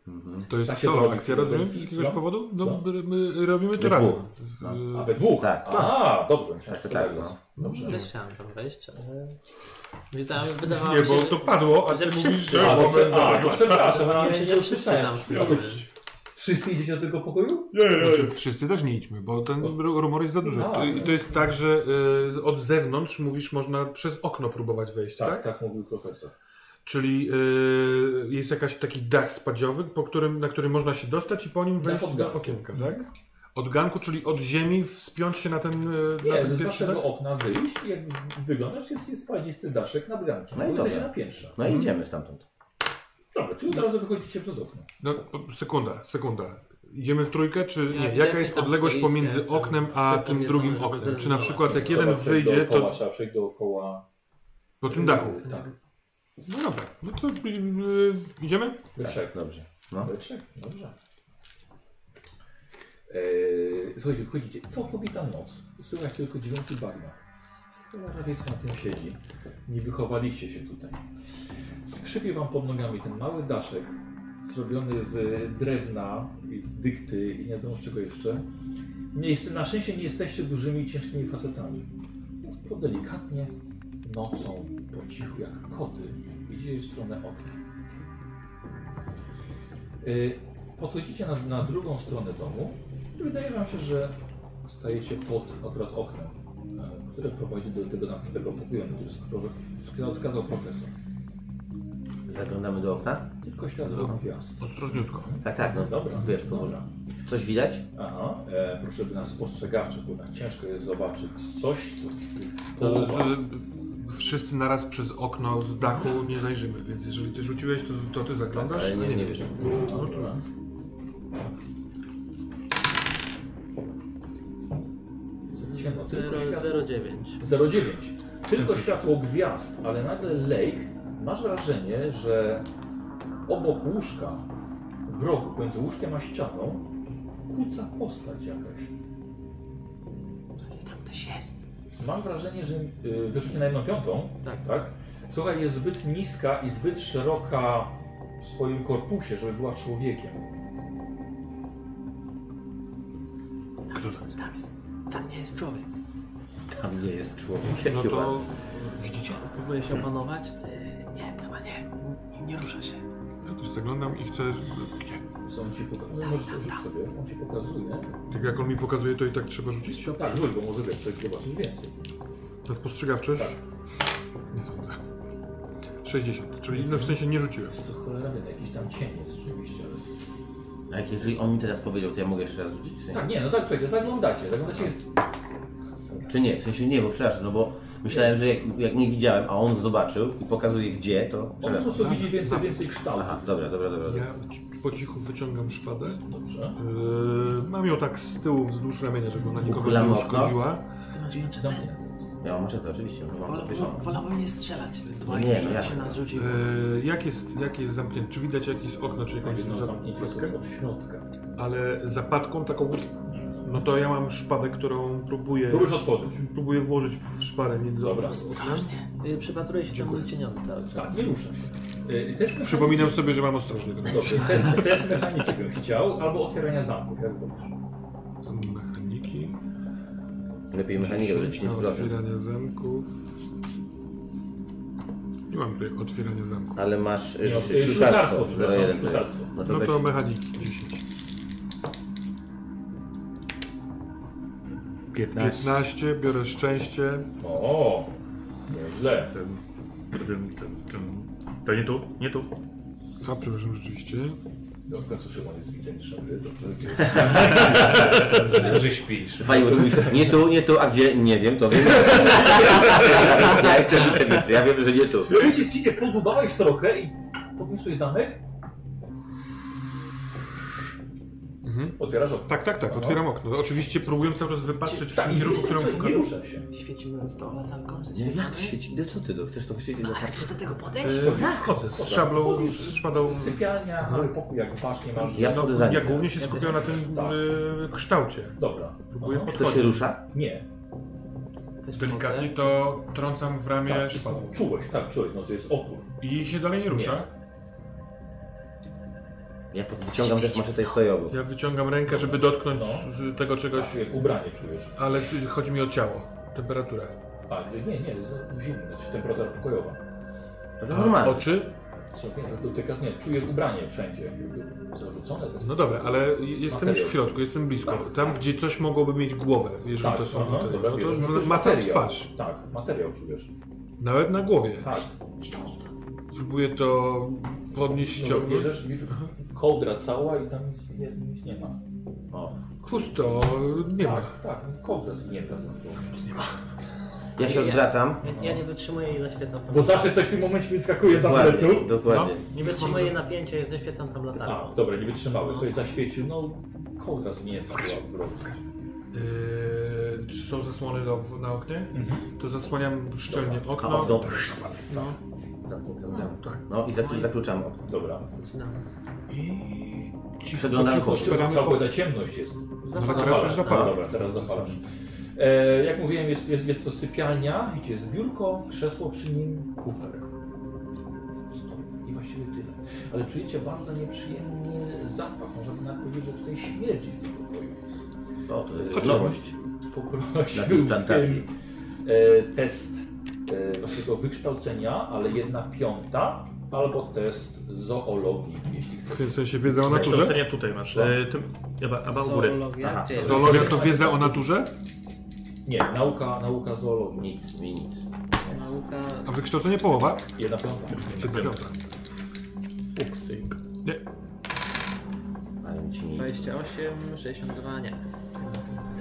Mhm. To jest
Tak się
solo
prowadzi
akcja,
film,
rozumiem?
co?
Z jakiegoś powodu?
Co?
No, my- my robimy to
We
razem.
dwóch.
A we dwóch?
Tak.
A, dobrze, myślałem, że
Tak,
to
tak,
Douglas. Dobrze.
Nie chciałem tam wejść, ale... Widziałem, wydawało
Nie,
mi się,
bo to padło, a
że
ty mówisz,
wszyscy-
że...
A,
mamy-
to, prze- a, to przepraszam,
wydawało
ale
mi się,
nie
że tak. wszyscy tam szpiegują.
Wszyscy idziecie do tego pokoju?
Znaczy, wszyscy też nie idźmy, bo ten ru- rumor jest za duży.
No,
I to jest tak, że y, od zewnątrz, mówisz, można przez okno próbować wejść, tak?
Tak, tak mówił profesor.
Czyli y, jest jakiś taki dach spadziowy, po którym, na który można się dostać i po nim wejść
od
do
ganku.
okienka, tak? Od ganku, czyli od ziemi wspiąć się na ten, y, na
Nie, no,
ten
z
pierwszy dach?
waszego okna wyjść i jak w- wyglądasz, jest, jest spadzisty daszek nad gankiem.
No i
No jesteście
dobra.
na piętrze.
No i idziemy stamtąd.
Dobra, czyli od razu wychodzicie przez okno.
No, po- sekunda, sekunda. Idziemy w trójkę, czy
Ja
nie? Jaka
lepiej
jest
tam
odległość
sobie
pomiędzy
idę, sobie
oknem a
sklepem
tym
jedzą,
drugiem
żeby
oknem? Czy na
zrezygnować.
przykład jak jeden
Trzeba przejść
wyjdzie,
dookoła,
to
Trzeba przejść dookoła...
po tym dachu?
Tak,
No dobra, no to y, y, idziemy?
trzech.
Dobrze. No.
We trzech, dobrze. Eee, słuchajcie, wchodzicie. Całkowita noc. Słychać tylko dźwięki bagna. Larowiec na tym siedzi. Nie wychowaliście się tutaj. Skrzypie wam pod nogami ten mały daszek zrobiony z drewna, i z dykty i nie wiadomo z czego jeszcze. Nie, jest- na szczęście nie jesteście dużymi i ciężkimi facetami. Więc po delikatnie, nocą, po cichu jak koty, idziecie w stronę okna. Y, Podchodzicie na, na drugą stronę domu i wydaje wam się, że stajecie pod akurat oknem, e, które prowadzi do tego zamkniętego pokoju, na który skro- wska- wskazał profesor.
Zaglądamy do okna?
Tylko światło gwiazd.
Ostrożniutko.
Tak, tak, no
Dobra,
wiesz, powoli.
dobra.
Coś widać?
Aha, e, proszę by nas spostrzegawczy, bo tak ciężko jest zobaczyć coś, co w tych Połowa.
y,
Z- Wszyscy naraz przez okno z dachu nie zajrzymy, więc jeżeli ty rzuciłeś, to, to ty zaglądasz?
Ale nie, nie wiesz.
No to na.
Ciemno, tylko światło.
0,9.
09. Tylko światło gwiazd, ale nagle Lake, masz wrażenie, że obok łóżka, w rogu pomiędzy łóżkiem a ścianą, kuca postać jakaś.
I tam też jest.
Masz wrażenie, że yy, wyszliście na jedną piątą, tak. tak? Słuchaj, jest zbyt niska i zbyt szeroka w swoim korpusie, żeby była człowiekiem.
Tam, jest, tam, jest, tam nie jest człowiek.
Tam nie jest człowiek.
No to
Widzicie? Próbuję się opanować. Yy, nie, chyba nie. Nie rusza się.
ja też zaglądam i chcę... Gdzie?
Co on ci pokazuje? No, możesz rzucić sobie, on ci pokazuje.
Tak jak on mi pokazuje, to i tak trzeba rzucić?
No tak, rzuć, bo może wiesz, coś zobaczysz więcej.
Na spostrzegawczość?
Tak.
Nie sądzę. 60, czyli no w sensie nie rzuciłem.
Co cholera wiem, jakiś tam cień jest rzeczywiście, ale...
A jak, jeżeli on mi teraz powiedział, to ja mogę jeszcze raz rzucić w sensie.
Tak, nie, no tak, słuchajcie, zaglądacie, zaglądacie jest.
Czy nie? W sensie nie, bo przepraszam, no bo myślałem, że jak, jak nie widziałem, a on zobaczył i pokazuje gdzie, to
On po
przepraszam.
prostu widzi więcej, więcej kształtów.
Aha, dobra, dobra, dobra. dobra.
Ja ci- po cichu wyciągam szpadę.
Tak. Dobrze.
Yy, mam ją tak z tyłu wzdłuż ramienia, żeby ona nikogo
Uchylam
nie
okno.
uszkodziła.
Ty masz miecze.
Zamknę.
Ja mam maczetę, oczywiście, bo mam
Wola,
wyszło.
wolałbym nie strzelać ewentualnie,
Nie,
No nie, żeby
jasne.
się nas rzucił.
Yy, jak, jest, jak jest zamknięte? Czy widać jakieś okno, czy jakąś
Jedno zamknięcie jest
zapadkę?
od środka.
Ale zapadką taką... No to ja mam szpadę, którą próbuję...
Próbujesz otworzyć.
Próbuję włożyć w szparę między
Dobra.
oknem.
Yy, Przypatruję się temu cieniowi cały czas.
Tak, nie rusza się. Y, Test mechaniki.
Przypominam sobie, że mam ostrożnego.
Dobrze, test, test mechaniki bym chciał, albo otwierania zamków, jak wolisz.
Mechaniki.
Lepiej mechanikę, bo
Rzuć na
10%.
Otwieranie zamków. Nie mam tutaj otwierania zamków.
Ale masz y,
Nie,
sz-
y, ślusarstwo,
ślusarstwo,
przepraszam,
0,1 to jest.
ślusarstwo.
No to
No
weź,
to mechaniki 10.
15.
15, biorę szczęście.
O, nieźle.
Tym, tym, tym, tym. To nie tu, nie tu.
A, przepraszam, rzeczywiście.
No, w końcu Szymon jest widzem trzeby, dobrze.
Że śpisz.
Fajnie, bo ty mówisz, nie tu, nie tu, a gdzie? Nie wiem, to wiem. ja jestem wicemistrzem, ja wiem, że nie tu.
Wiecie, ci nie podubałeś trochę i podniósłeś zamek?
Mhm.
Otwierasz okno.
Tak, tak, tak,
Aha.
otwieram okno. Oczywiście próbuję cały czas wypatrzeć w
No. Tak,
tym
i
kierunku,
rusza,
którą
słuchaj, nie
pokazuję.
rusza się.
Świecimy w to latarką.
Nie, jak
zaświetlamy.
świeci? No co ty, no, chcesz to wyświetlić na
Ale
kartę?
chcesz do tego podejść?
E,
Yy, Wchodzę z szablą, z szpadą.
Sypialnia, mały pokój jak ważki masz.
Ja wchodzę za
Ja
nim.
głównie się skupiam na tym
Tak.
yy, kształcie.
Dobra.
Próbuję
Aha.
To się rusza?
Nie.
Też
Delikatnie
wchodzę.
to trącam w ramię
Tak,
szpadą.
czułeś, tak, czułeś, no to jest opór.
I się dalej nie rusza.
Ja po- wyciągam też maczetę i stoję obok.
Ja wyciągam rękę, żeby dotknąć
No.
tego czegoś,
Tak, jak ubranie czujesz.
ale tu chodzi mi o ciało, temperaturę.
A, nie, nie, nie, z- zimno, znaczy temperatura pokojowa.
Tak.
To normalnie.
Oczy?
Tak. Co nie, jak dotykasz, nie, czujesz ubranie wszędzie. jakby Zarzucone to jest.
No dobra, ale jestem już w środku, jestem blisko.
Tak.
Tam, gdzie coś mogłoby mieć głowę, jeżeli
Tak,
to są
aha,
te,
dobra,
no to
bierzesz,
ma-
czujesz
ma całą
materiał.
twarz.
Tak, materiał czujesz.
Nawet na głowie.
Tak,
Próbuję to podnieść,
no,
ściągnąć.
bierzesz, bierzesz kołdra cała i tam nic nie, nic nie ma.
O.
Pusto, nie ma.
Tak, tak, kołdra zgnięta.
Ja się odwracam.
Ja, ja nie wytrzymuję i zaświecam tam.
Bo zawsze coś w tym momencie wyskakuje za pleców.
Dokładnie, dokładnie.
No.
Nie wytrzymuję napięcia i zaświecam tam latarką.
A, dobra, nie wytrzymałeś, sobie zaświecił, no kołdra zgnięta była w rogu.
Yy, czy są zasłony do, na oknie?
Mhm.
To zasłaniam szczelnie
A
okno.
okno.
No,
Zamknę,
no,
zamknę.
tak.
No i zakl- zakluczam okno.
Dobra.
Zaczynam.
I cicho,
Przeglądamy
cicho
pokój.
szperamy
Cała
po-
ta ciemność jest.
Ale
Zapalam.
teraz
No,
już
Zapalasz.
zapalam.
Dobra, teraz zapalasz. E, jak mówiłem, jest, jest, jest to sypialnia, gdzie jest biurko, krzesło przy nim, kufer. Stoi. I właściwie tyle. Ale czujecie bardzo nieprzyjemny zapach. Można by nawet powiedzieć, że tutaj śmierdzi w tym pokoju.
O, No, to jest nowość.
Pokroś
Na tej plantacji.
e, test e, waszego wykształcenia, ale jedna piąta, albo test zoologii, jeśli
W tym
chcecie.
sensie wiedza o naturze?
Kształcenia tutaj masz. E, tym, chyba, chyba u góry.
Zoologia?
Aha.
Gdzie jest?
Zoologia to wiedza o naturze?
Nie, nauka, nauka zoologii.
Nic, mi nic.
Nauka...
A wykształcenie połowa?
Jedna piąta.
Piąta.
Ale mi ci nic.
28, 62, nie.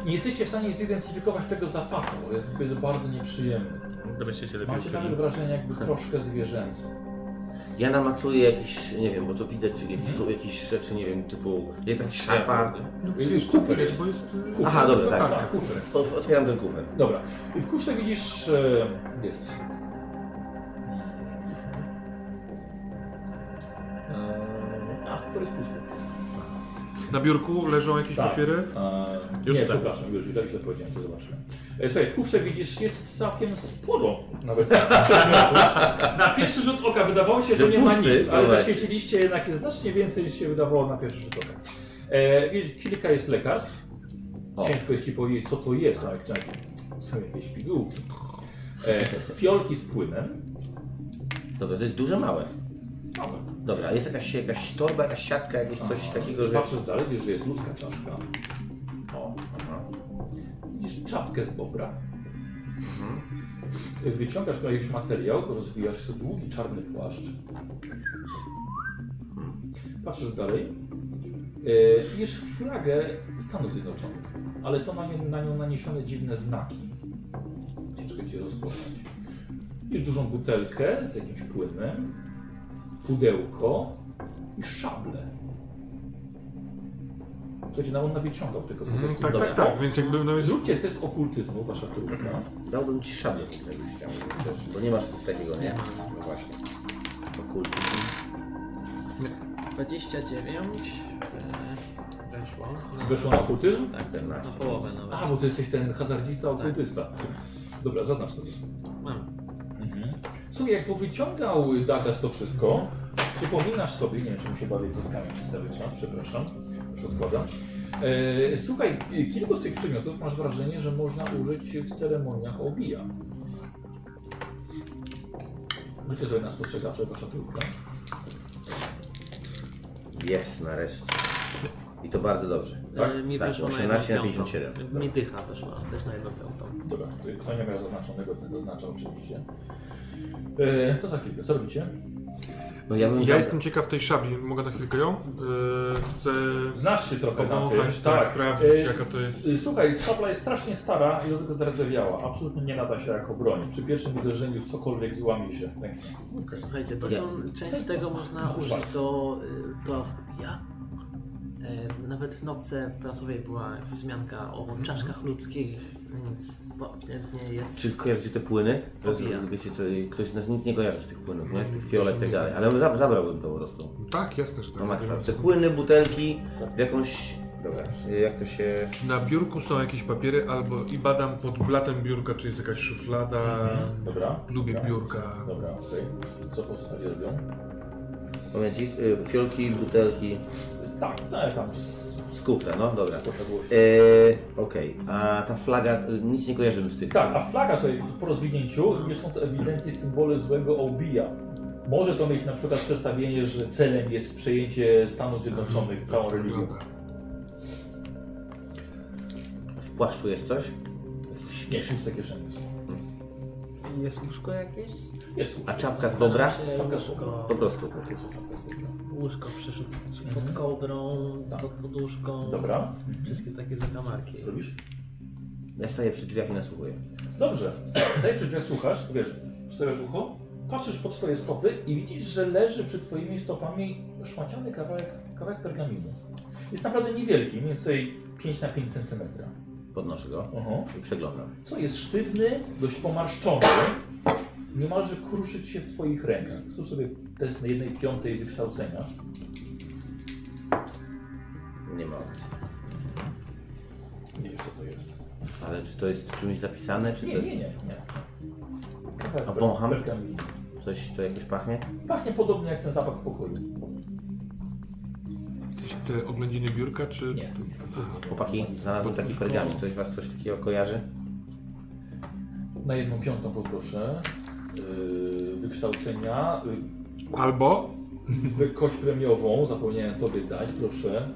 nie jesteście w stanie zidentyfikować tego zapachu, bo jest, jest bardzo nieprzyjemny.
Gdybyście się lepiej
Macie
uczyli.
nawet wrażenie jakby troszkę zwierzęce.
Ja namacuję jakieś, nie wiem, bo to widać, jakieś, są jakieś rzeczy, nie wiem, typu, jest jakaś szafa.
No
Jest
wiesz, to
kufer,
widać,
jest.
bo jest... y,
Kufel.
Aha, dobra,
No
tak.
tak kufel.
Otw- Otwieram ten kufer.
Dobra. I w kufle widzisz, e, jest. E, A, kufer jest pusty.
Na biurku leżą jakieś
Tak.
papiery?
E, nie, przepraszam, już tak źle powiedziałem, to zobaczyłem. E, Słuchaj, w kufrze widzisz, jest całkiem sporo nawet przedmiotów. Na pierwszy rzut oka wydawało się, że
Że
nie ma
pusty,
nic, ale
dobra.
zaświeciliście jednak jest znacznie więcej niż się wydawało na pierwszy rzut oka. E, widzisz, kilka jest lekarstw.
O.
Ciężko jest ci powiedzieć, co to jest, ale tak, są jakieś pigułki. E, fiolki z płynem.
Dobra, to jest duże, małe.
Małe.
Dobra, jest jakaś, jakaś torba, jakaś siatka, jakieś coś takiego, że...
Patrzysz dalej, widzisz, że jest ludzka czaszka. O,
Aha.
Widzisz czapkę z bobra. Wyciągasz go jakiś materiał, rozwijasz sobie długi czarny płaszcz. Patrzysz dalej. E, Widzisz flagę Stanów Zjednoczonych, ale są na, nie, na nią naniesione dziwne znaki. Ciężko cię rozpoznać. Widzisz dużą butelkę z jakimś płynem, pudełko i szablę. Słuchajcie, no on nawyciągał tego po
Mm,
prostu.
tak,
Dobra.
tak, tak, więc jakby... No jest...
Zróbcie test okultyzmu, wasza trójka.
Dałbym ci szablę, jakbyś chciał, też, bo nie masz nic takiego, nie? No właśnie. Okultyzm.
29. e, Weszło. No,
Weszło na okultyzm?
tak,
14.
na połowę nawet.
A, bo ty jesteś ten hazardzista, okultysta. Dobra, zaznacz sobie.
Mam.
Słuchaj, jak powyciągał Douglas to wszystko, przypominasz sobie, nie wiem, czy muszę bardziej kostkami przez cały czas, przepraszam, już odkładam. E, słuchaj, kilku z tych przedmiotów masz wrażenie, że można użyć w ceremoniach obija. Rzućcie sobie na spostrzegawcze, wasza trójka.
Jest, nareszcie. I to bardzo dobrze.
E, mi
tak,
weszło na
18 na
jedną
57.
piątą. Mi dycha weszła też na jedną piątą.
Dobra, kto nie miał zaznaczonego, ten zaznaczał oczywiście. E, to za chwilkę, co robicie?
No ja bym
Ja
zabrał.
jestem ciekaw tej szabli, mogę na chwilkę ją? Yy, chcę...
Znasz się trochę na
No,
tym.
chęć tak, sprawdzić
E,
jaka to jest...
y, Słuchaj, szabla jest strasznie stara i do tego zardzewiała. Absolutnie nie nada się jako broń. Przy pierwszym uderzeniu w cokolwiek złamie się. pęknie.
Słuchajcie, to
Dobra.
są, część z tego można
No,
użyć
warto.
do, y, do ja. E, Nawet w nocce prasowej była wzmianka o czaszkach ludzkich, więc to ewidentnie jest.
Czy kojarzycie te płyny?
Obija.
Wiecie, to, ktoś z nas nic nie kojarzy z tych płynów, nie? Z tych fiolek i tak dalej. Ale za- zabrałbym to po prostu.
Tak, jasne, że tak.
No maksa.
Natomiast-
Te płyny, butelki, w jakąś... Dobra, jak to się...
Czy na biurku są jakieś papiery albo i badam pod blatem biurka, czy jest jakaś szuflada.
Mhm, Dobra.
Lubię
Dobra.
biurka.
Tak. Dobra, okej. Co pozostali robią?
Momencik, y, fiolki, butelki,
Tak, no ale tam z,
z kufra, no dobra.
z poszedłości.
Eee, Okej, a ta flaga, y, nic nie kojarzymy z tych.
Tak, a flaga sobie po rozwinięciu już są to ewidentnie symbole złego obija. Może to mieć na przykład przestawienie, że celem jest przejęcie Stanów Zjednoczonych całą religią.
W płaszczu jest coś?
Nie, szóste kieszenie. są.
Jest łóżko jakieś?
Jest
A czapka z bobra?
Czapka z
Łóżko,
Po prostu.
łóżko przerzucić pod kołdrą, pod poduszką.
Dobra.
Wszystkie takie zakamarki.
Co robisz?
Ja staję przy drzwiach i nasłuchuję.
Dobrze. Stajesz przy drzwiach, słuchasz, wiesz, stawiasz ucho, patrzysz pod swoje stopy i widzisz, że leży przed twoimi stopami szmaciany kawałek, kawałek pergaminu. Jest naprawdę niewielki, mniej więcej 5 na 5 cm.
Podnoszę go i przeglądam.
Co jest sztywny, dość pomarszczony, niemalże kruszyć się w twoich rękach. Tu sobie test na jednej piątej wykształcenia.
Nie ma opcji.
Nie wiesz co to jest.
Ale czy to jest czymś zapisane, czy
Nie,
to
nie, nie. nie. Kawałek
A wącham?
pergaminu.
coś to jakoś pachnie?
Pachnie podobnie jak ten zapach w pokoju.
Jakieś te oględziny biurka, czy...
Nie.
Chłopaki, znalazłem taki pergamin. Ktoś was coś takiego kojarzy?
Na jedną piątą poproszę. Yy, wykształcenia.
Albo...
Yy, wy- kość premiową zapomniałem tobie dać, proszę.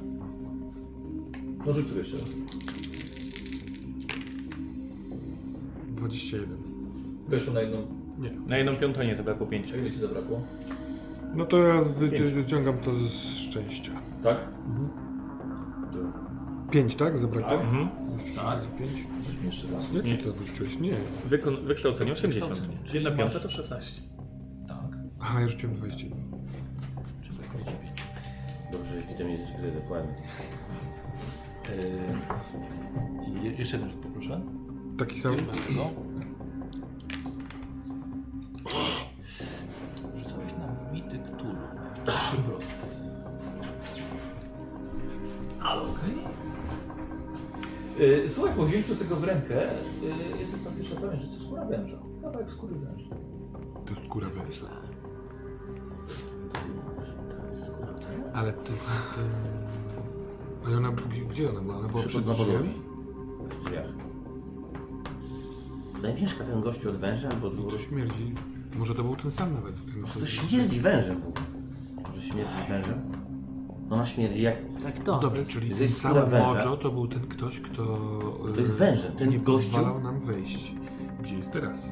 No rzuć sobie jeszcze raz.
21.
Weszło na jedną.
Na jedną piątą nie zabrakło pięć.
A ile ci zabrakło?
No to ja wy- wyciągam to z szczęścia.
Tak?
Pięć, tak? Zabrakło?
Tak.
Mhm.
Tak.
Pięć?
Rzuć mi jeszcze raz.
Jak ty to wyrzuciłeś? Nie.
Wykon- wykształcenie 80.
Wykształcenie.
Czyli na piąte to 16.
Tak.
Aha, ja rzuciłem 21.
Czekaj, kończ pięć.
Dobrze, że widzę mistrz gry, dokładnie.
Yy, je- jeszcze jeden rzut poproszę.
Taki sam?
Już bez tego. Rzucałeś na mity Cthulhu. Miałeś Trzy brody. Ale okej. Yy, Słuchaj, po wzięciu tego w rękę yy, jestem praktycznie pewien, że to skóra węża. Kawałek skóry węża.
To skóra węża. Ale to jest... em, Ale ona, gdzie, gdzie ona była? Ona była przed drzwiami?
W drzwiach. Tutaj mieszka ten gościu od węża, albo
To
od
śmierdzi. Może to był ten sam nawet. Ten
To śmierdzi wężem. Bóg. Może śmierdzi wężem? No ona śmierdzi jak...
Tak to.
Dobra, czyli
to
ten
jest
sam
skóra węża.
Mojo to był ten ktoś, kto... e,
To jest wężem. Ten
nie
gościu-
pozwalał nam wejść. Gdzie jest teraz?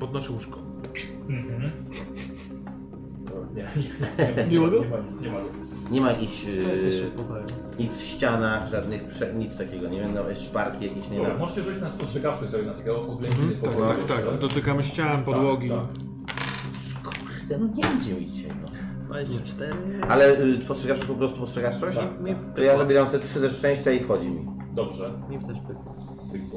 podnoszę łóżko.
Nie, nie, nie, nie, ma, nie ma.
Nie ma jakichś...
Co jest jeszcze w
Yy,
pokoju?
nic w ścianach, żadnych... Prze... Nic takiego. Nie będą szparki jakieś, nie
Dobra,
ma.
możecie rzucić na spostrzegawczy sobie na takiego oględziny po
Tak, tak, tak. Dotykamy ścian, podłogi.
Tak,
Kurde, no nie idzie mi dzisiaj, no.
24.
Ale y, spostrzegasz po prostu, postrzegasz coś?
Tak,
To ja zabieram sobie trzy ze szczęścia i wchodzi mi.
Dobrze.
Nie też pytań.
Tylko.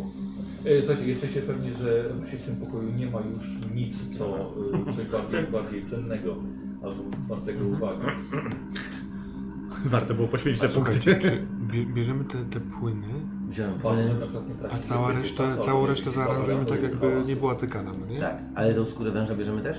E, Słuchajcie, jesteście pewni, że właśnie w tym pokoju nie ma już nic, co e, coś bardziej, bardziej cennego albo wartego
Mhm.
uwagi.
Warto było poświęcić te punkty.
Słuchajcie, czy bie- bierzemy te, te płyny,
Wziąłem
Ważne,
płynę.
żeby na przykład nie
a
tracić
cała
więcej
reszta,
czasu,
całą
albo
resztę
jakichś
zaaranżujemy tak,
paragrafów,
jakby
hałasu.
nie była tykana, no nie?
Tak, ale tą skórę węża bierzemy też?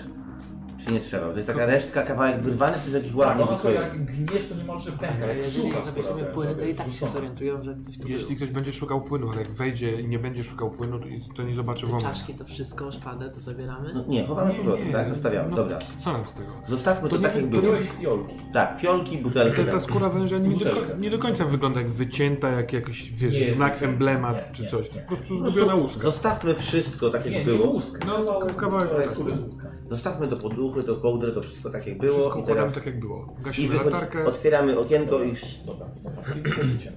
Czy nie trzeba? To jest taka resztka, kawałek wyrwany, czy jest jakiś
Tak,
ładny
ona sobie
wykrojony?
jak gniesz, to niemalże pęka, jak sucha
Jeżeli
skóra
zabierzemy
węża,
płyny, to i
wiesz,
tak się
rzucona.
zorientują, że ktoś tu
Jeśli
był.
ktoś będzie szukał płynu, ale jak wejdzie i nie będzie szukał płynu, to, to nie zobaczy
Te
wąsa.
czaszki to wszystko, szpadę to zabieramy.
No nie, chowamy z powrotem, tak? Zostawiamy,
no,
dobra.
Co nam z tego?
Zostawmy to,
To nie-
tak jak
to
było.
Wziąłeś fiolki.
Tak, fiolki, butelkę.
Ta, ta
tak.
skóra węża nie do,
Butelka.
koń- nie do końca wygląda jak wycięta, jak jakiś wiesz,
Nie,
znak,
nie,
emblemat
nie,
czy
nie,
coś.
nie.
Po prostu zrobiona łuska.
Zostawmy wszystko tak jak
Nie, nie
było.
łuska.
No, kawałek
Ale
tak.
skóry z łuska.
Zostawmy to podłuchy, to kołdrę, to wszystko tak jak było.
Wszystko
I
układam
teraz
tak jak było.
i
Gasimy
wychodzi,
latarkę.
otwieramy okienko i
Dobra, dobra, i wychodzicie.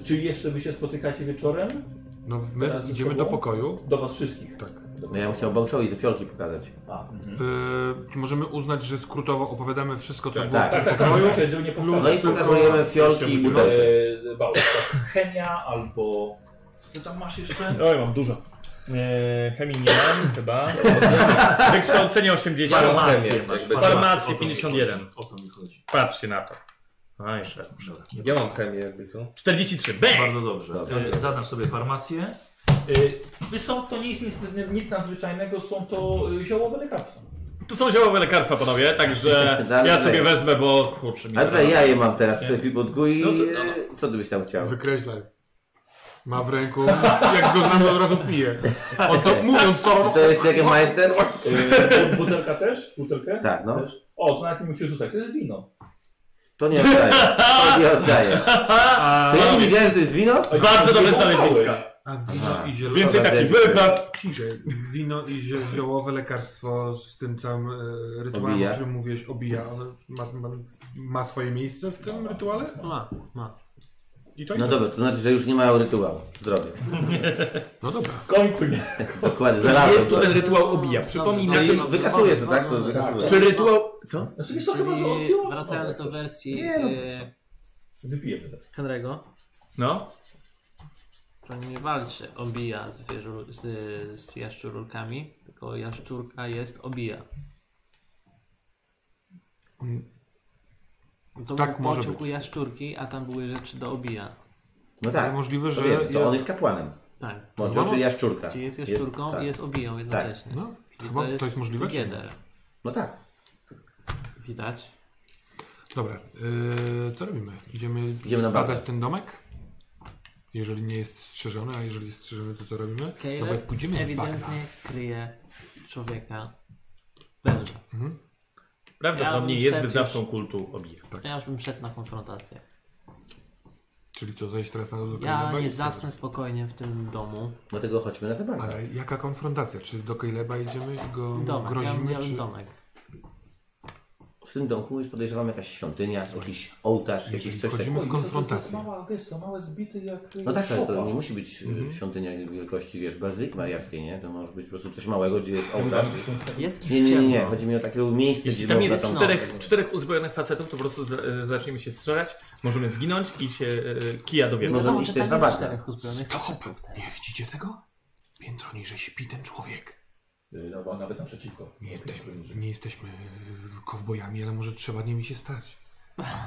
Y, Czy jeszcze wy się spotykacie wieczorem?
No my
teraz ze
idziemy
sobą?
do pokoju.
Do was wszystkich.
Tak.
No ja bym chciał Bałczowi te fiolki pokazać.
A, mhm.
Yy, możemy uznać, że skrótowo opowiadamy wszystko, co
Tak,
było
tak,
w tym
Tak, tak, tak,
pokoju.
oczywiście, żeby nie powtarzać.
No i pokazujemy fiolki i butelkę.
Eee, Bał, tak. Chemia albo. Co ty tam masz jeszcze?
Oj, mam dużo. Eee, chemii nie mam chyba. Wykształcenie 80.
Farmację
Chemię.
masz.
Farmację 51.
O to mi chodzi.
Patrzcie na to. No A jeszcze.
Ja mam chemię jakby co.
43. Bang!
Bardzo dobrze.
Dobrze.
Y,
E, Zadasz sobie farmację.
Yy, są to nic, nic, nic nadzwyczajnego, są to y, ziołowe lekarstwa.
Tu są ziołowe lekarstwa, panowie, także
Dalej
ja sobie
leje.
wezmę, bo kurczę mi
A
teraz-
dobrze, ja je mam teraz sobie pibotku i e, co ty byś tam chciał?
Wykreślaj. Ma w ręku, jak go znam, od razu pije. O, to, mówiąc to,
Czy to jest jakiś majster?
Yy, butelka też? Butelkę?
Tak, no.
Też? O, to nawet nie musisz rzucać, to jest wino.
To nie oddaję. To nie oddaję. To ja nie wiedziałem, że to jest wino?
Bardzo dobre znalezisko.
znaleziska.
A
Tak.
wino i zielone.
Więcej
Dobra,
takich
dziękuję.
wypraw.
Ciszej. Wino i zio- ziołowe lekarstwo z tym całym e, rytuałem,
Obija.
o którym mówiłeś, obija. On ma, ma, ma swoje miejsce w tym rytuale?
Ma, ma.
I to i
No
to.
dobra, to znaczy, że już nie mają rytuału. Zdrowie.
No dobra.
W końcu nie.
Dokładnie, znalazłem
Jest tu
to.
ten rytuał obija. Przypomnij mi,
Znaczy, wykasuje to, tak? To wykasuje.
czy rytuał... Co?
Znaczy, wiesz, to chyba, że
Czyli
odcięło.
wracając
Dobra,
do
coś.
wersji
Nie, no,
e,
Wypijemy zaraz.
Henry'ego,
No.
to nie walczy obija z, wieżu, z, z jaszczurkami, tylko jaszczurka jest obija. No To
Mm. Tak
był
może
pociąg
być.
u jaszczurki, a tam były rzeczy do obija.
No
Ale
tak.
możliwe,
To,
że.
wiem, to
ja-
on jest kapłanem.
Tak.
Mądrze, czyli jaszczurka.
Czyli jest jaszczurką
tak.
i jest obiją jednocześnie.
No,
Czyli
chyba to jest, możliwe. czy nie?
together.
No tak.
Widać.
Dobra, y, co robimy? Idziemy,
Idziemy na
zbadać
bazę.
ten domek? Jeżeli nie jest strzeżony, a jeżeli jest strzeżony, to co robimy? no bo jak pójdziemy w bagna,
ewidentnie kryje człowieka węża.
Prawdopodobnie
Ja bym
jest
wszedł
wyznawcą kultu obija.
Ja już bym szedł na konfrontację.
czyli co, zejść teraz na dół do
Ja
Kejleba i
nie
co?
zasnę spokojnie w tym domu.
Dlatego chodźmy na tę bankę.
Ale jaka konfrontacja? Czy do Kejleba idziemy i go
Domek, ja
grozimy?
miałem
czy...
domek.
w tym domku jest podejrzewam jakaś świątynia, jakiś ołtarz,
Jeżeli
jakiś coś
wchodzimy
takiego.
w konfrontację.
mała, wiesz co, małe zbity jak y,
No tak, ale to
szopa.
nie musi być mhm. świątynia wielkości, wiesz, bazyk mariackiej, nie? To może być po prostu coś małego, gdzie jest ołtarz.
Jest
Nie, nie, nie, nie.
ciemno.
chodzi mi o takie miejsce,
Jeśli
gdzie
tam
można
jest
tam...
czterech, czterech uzbrojonych facetów, to po prostu z, e, zaczniemy się strzelać, możemy zginąć i się e, kija dowiemy.
Może
Wiadomo,
iść
że
też
No, tam
na
jest
baśnię.
czterech uzbrojonych facetów teraz.
Nie widzicie tego? Piętro niżej śpi ten człowiek.
No, nawet naprzeciwko.
Nie jesteśmy, nie jesteśmy y, kowbojami, ale może trzeba nimi się stać.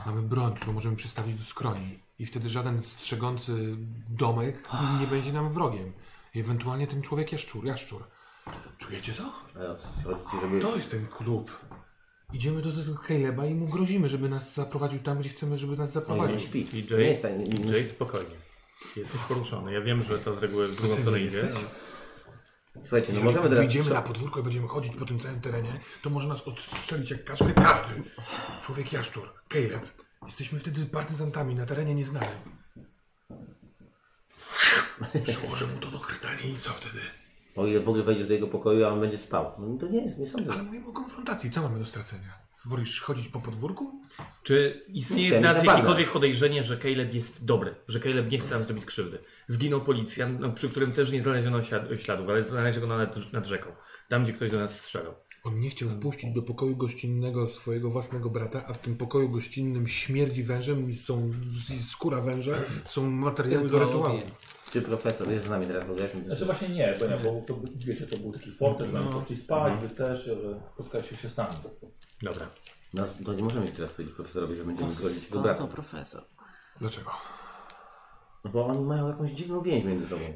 Mamy broń, którą możemy przystawić do skroni. I wtedy żaden strzegący domek nie będzie nam wrogiem. I ewentualnie ten człowiek jaszczur, jaszczur. Czujecie to?
Ale o co- Chodzi ci, żeby...
To jest ten klub. Idziemy do tego Caleba i mu grozimy, żeby nas zaprowadził tam, gdzie chcemy, żeby nas
No i nie
zaprowadził.
śpi.
I
Nie
Jay-
jest tak, nie, nie,
Jay, spokojnie. Jesteś poruszony. Ja wiem, że to z reguły
No
w
tak,
drugą
Ty
stronę
nie
idzie.
jesteś?
Słuchajcie, no
Jeżeli
możemy teraz...
wyjdziemy na podwórko i będziemy chodzić po tym całym terenie, to może nas odstrzelić jak każdy, każdy. Człowiek jaszczur, Caleb. Jesteśmy wtedy partyzantami na terenie nieznanym. Przyłożę mu to do krtani i co wtedy?
O ile w ogóle wejdziesz do jego pokoju, a on będzie spał. No to nie jest, nie sądzę.
Ale mówimy o konfrontacji, co mamy do stracenia? Wolisz chodzić po podwórku?
Czy istnieje
Chciałem
w nas
zapadać.
jakiekolwiek podejrzenie, że Caleb jest dobry, że Caleb nie chce nam zrobić krzywdy? Zginął policjant, no, przy którym też nie znaleziono siad- śladów, ale znaleziono go nad, nad rzeką. Tam, gdzie ktoś do nas strzelał.
On nie chciał wpuścić do pokoju gościnnego swojego własnego brata, a w tym pokoju gościnnym śmierdzi wężem i są i skóra węża, są materiały do rytuału.
Czy profesor jest z nami teraz w ogóle?
Znaczy właśnie nie, bo, nie, bo to, był- wiecie, to był taki fortel, że oni
No.
poszli spać, wy też, że spotkaliście się sami.
Dobra.
No to nie możemy jeszcze teraz powiedzieć profesorowi, że będziemy grozić jego
Stąd to
bratem.
profesor.
Dlaczego?
No bo oni mają jakąś dziwną więź między sobą.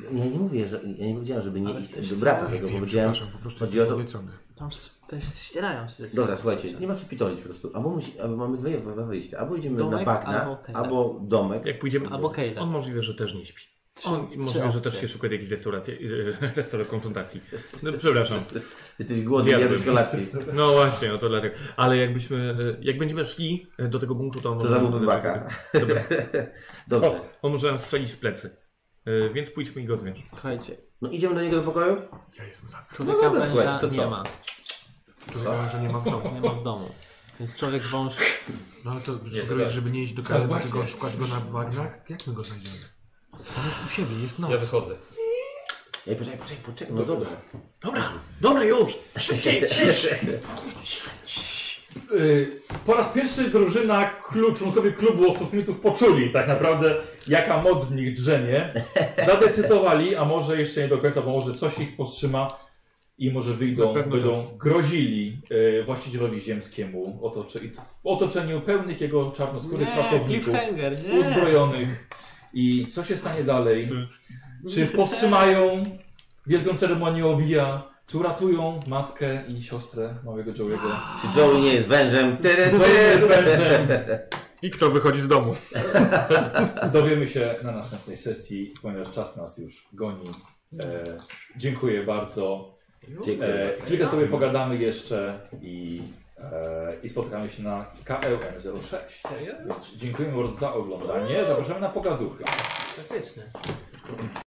Ja nie mówię, że ja nie powiedziałem, żeby nie
Ale
iść
też
do brata
są-
tego, bo
Wiem,
powiedziałem.
przepraszam, po prostu
Chodzi o
jestem
to.
powiecony.
Tam s- też ścierają się. ze
Dobra,
sobą
słuchajcie,
cały
nie ma
czas.
co pitolić po prostu. Albo, musi, albo mamy dwie dwa wyjścia. Albo idziemy na
Domek
bagna,
albo
albo,
kelner.
domek.
Jak pójdziemy...
Albo Caleb.
On możliwe, że też nie śpi. On
Trzy-
możliwe,
trzy
że też
opcje.
się szuka jakiejś restauracji, yy, restauracji konfrontacji. No przepraszam.
Jesteś głodny,
Zjadłem.
jadłeś kolację.
No właśnie, no to dlatego. Ale jakbyśmy, e, jak będziemy szli e, do tego bunkru, to on
To
może...
zamówmy baka.
Dobra.
Dobrze.
O, on może nam strzelić w plecy. E, Więc pójdźmy i go zmierz.
Słuchajcie,
No idziemy do niego do pokoju?
Ja jestem za tym.
człowieka
dobra,
węża
słuchajcie, to
nie
co?
ma.
Człowieka, że nie ma w domu.
Nie ma w domu. Więc człowiek wąż
No ale to sugerujesz, żeby nie iść do Kaleba, tylko szukać go na bagnach? Jak my go znajdziemy? Tak On jest u siebie, jest noc.
Ja wychodzę.
Ej, poczekaj, poczekaj, poczekaj. No dobrze.
Y, Po raz pierwszy drużyna, klub, członkowie klubu owców mitów poczuli tak naprawdę, jaka moc w nich drzemie. Zadecydowali, a może jeszcze nie do końca, bo może coś ich powstrzyma i może wyjdą,
Na pewno
będą
czas.
grozili y, właścicielowi ziemskiemu otocze, i- w otoczeniu pełnych jego czarnoskórych
Nie,
pracowników,
cliffhanger, nie.
uzbrojonych. I co się stanie dalej? Czy powstrzymają wielką ceremonię obija? Czy uratują matkę i siostrę małego Joe'ego?
Czy Joey nie jest wężem? Ty, ty,
To jest wężem.
I kto wychodzi z domu?
Dowiemy się na następnej sesji, ponieważ czas nas już goni. E, dziękuję bardzo.
Dziękuję.
E, chwilkę sobie pogadamy jeszcze i, e, i spotkamy się na KLM06. Więc dziękujemy bardzo za oglądanie. Zapraszamy na pogaduchy.
faktycznie.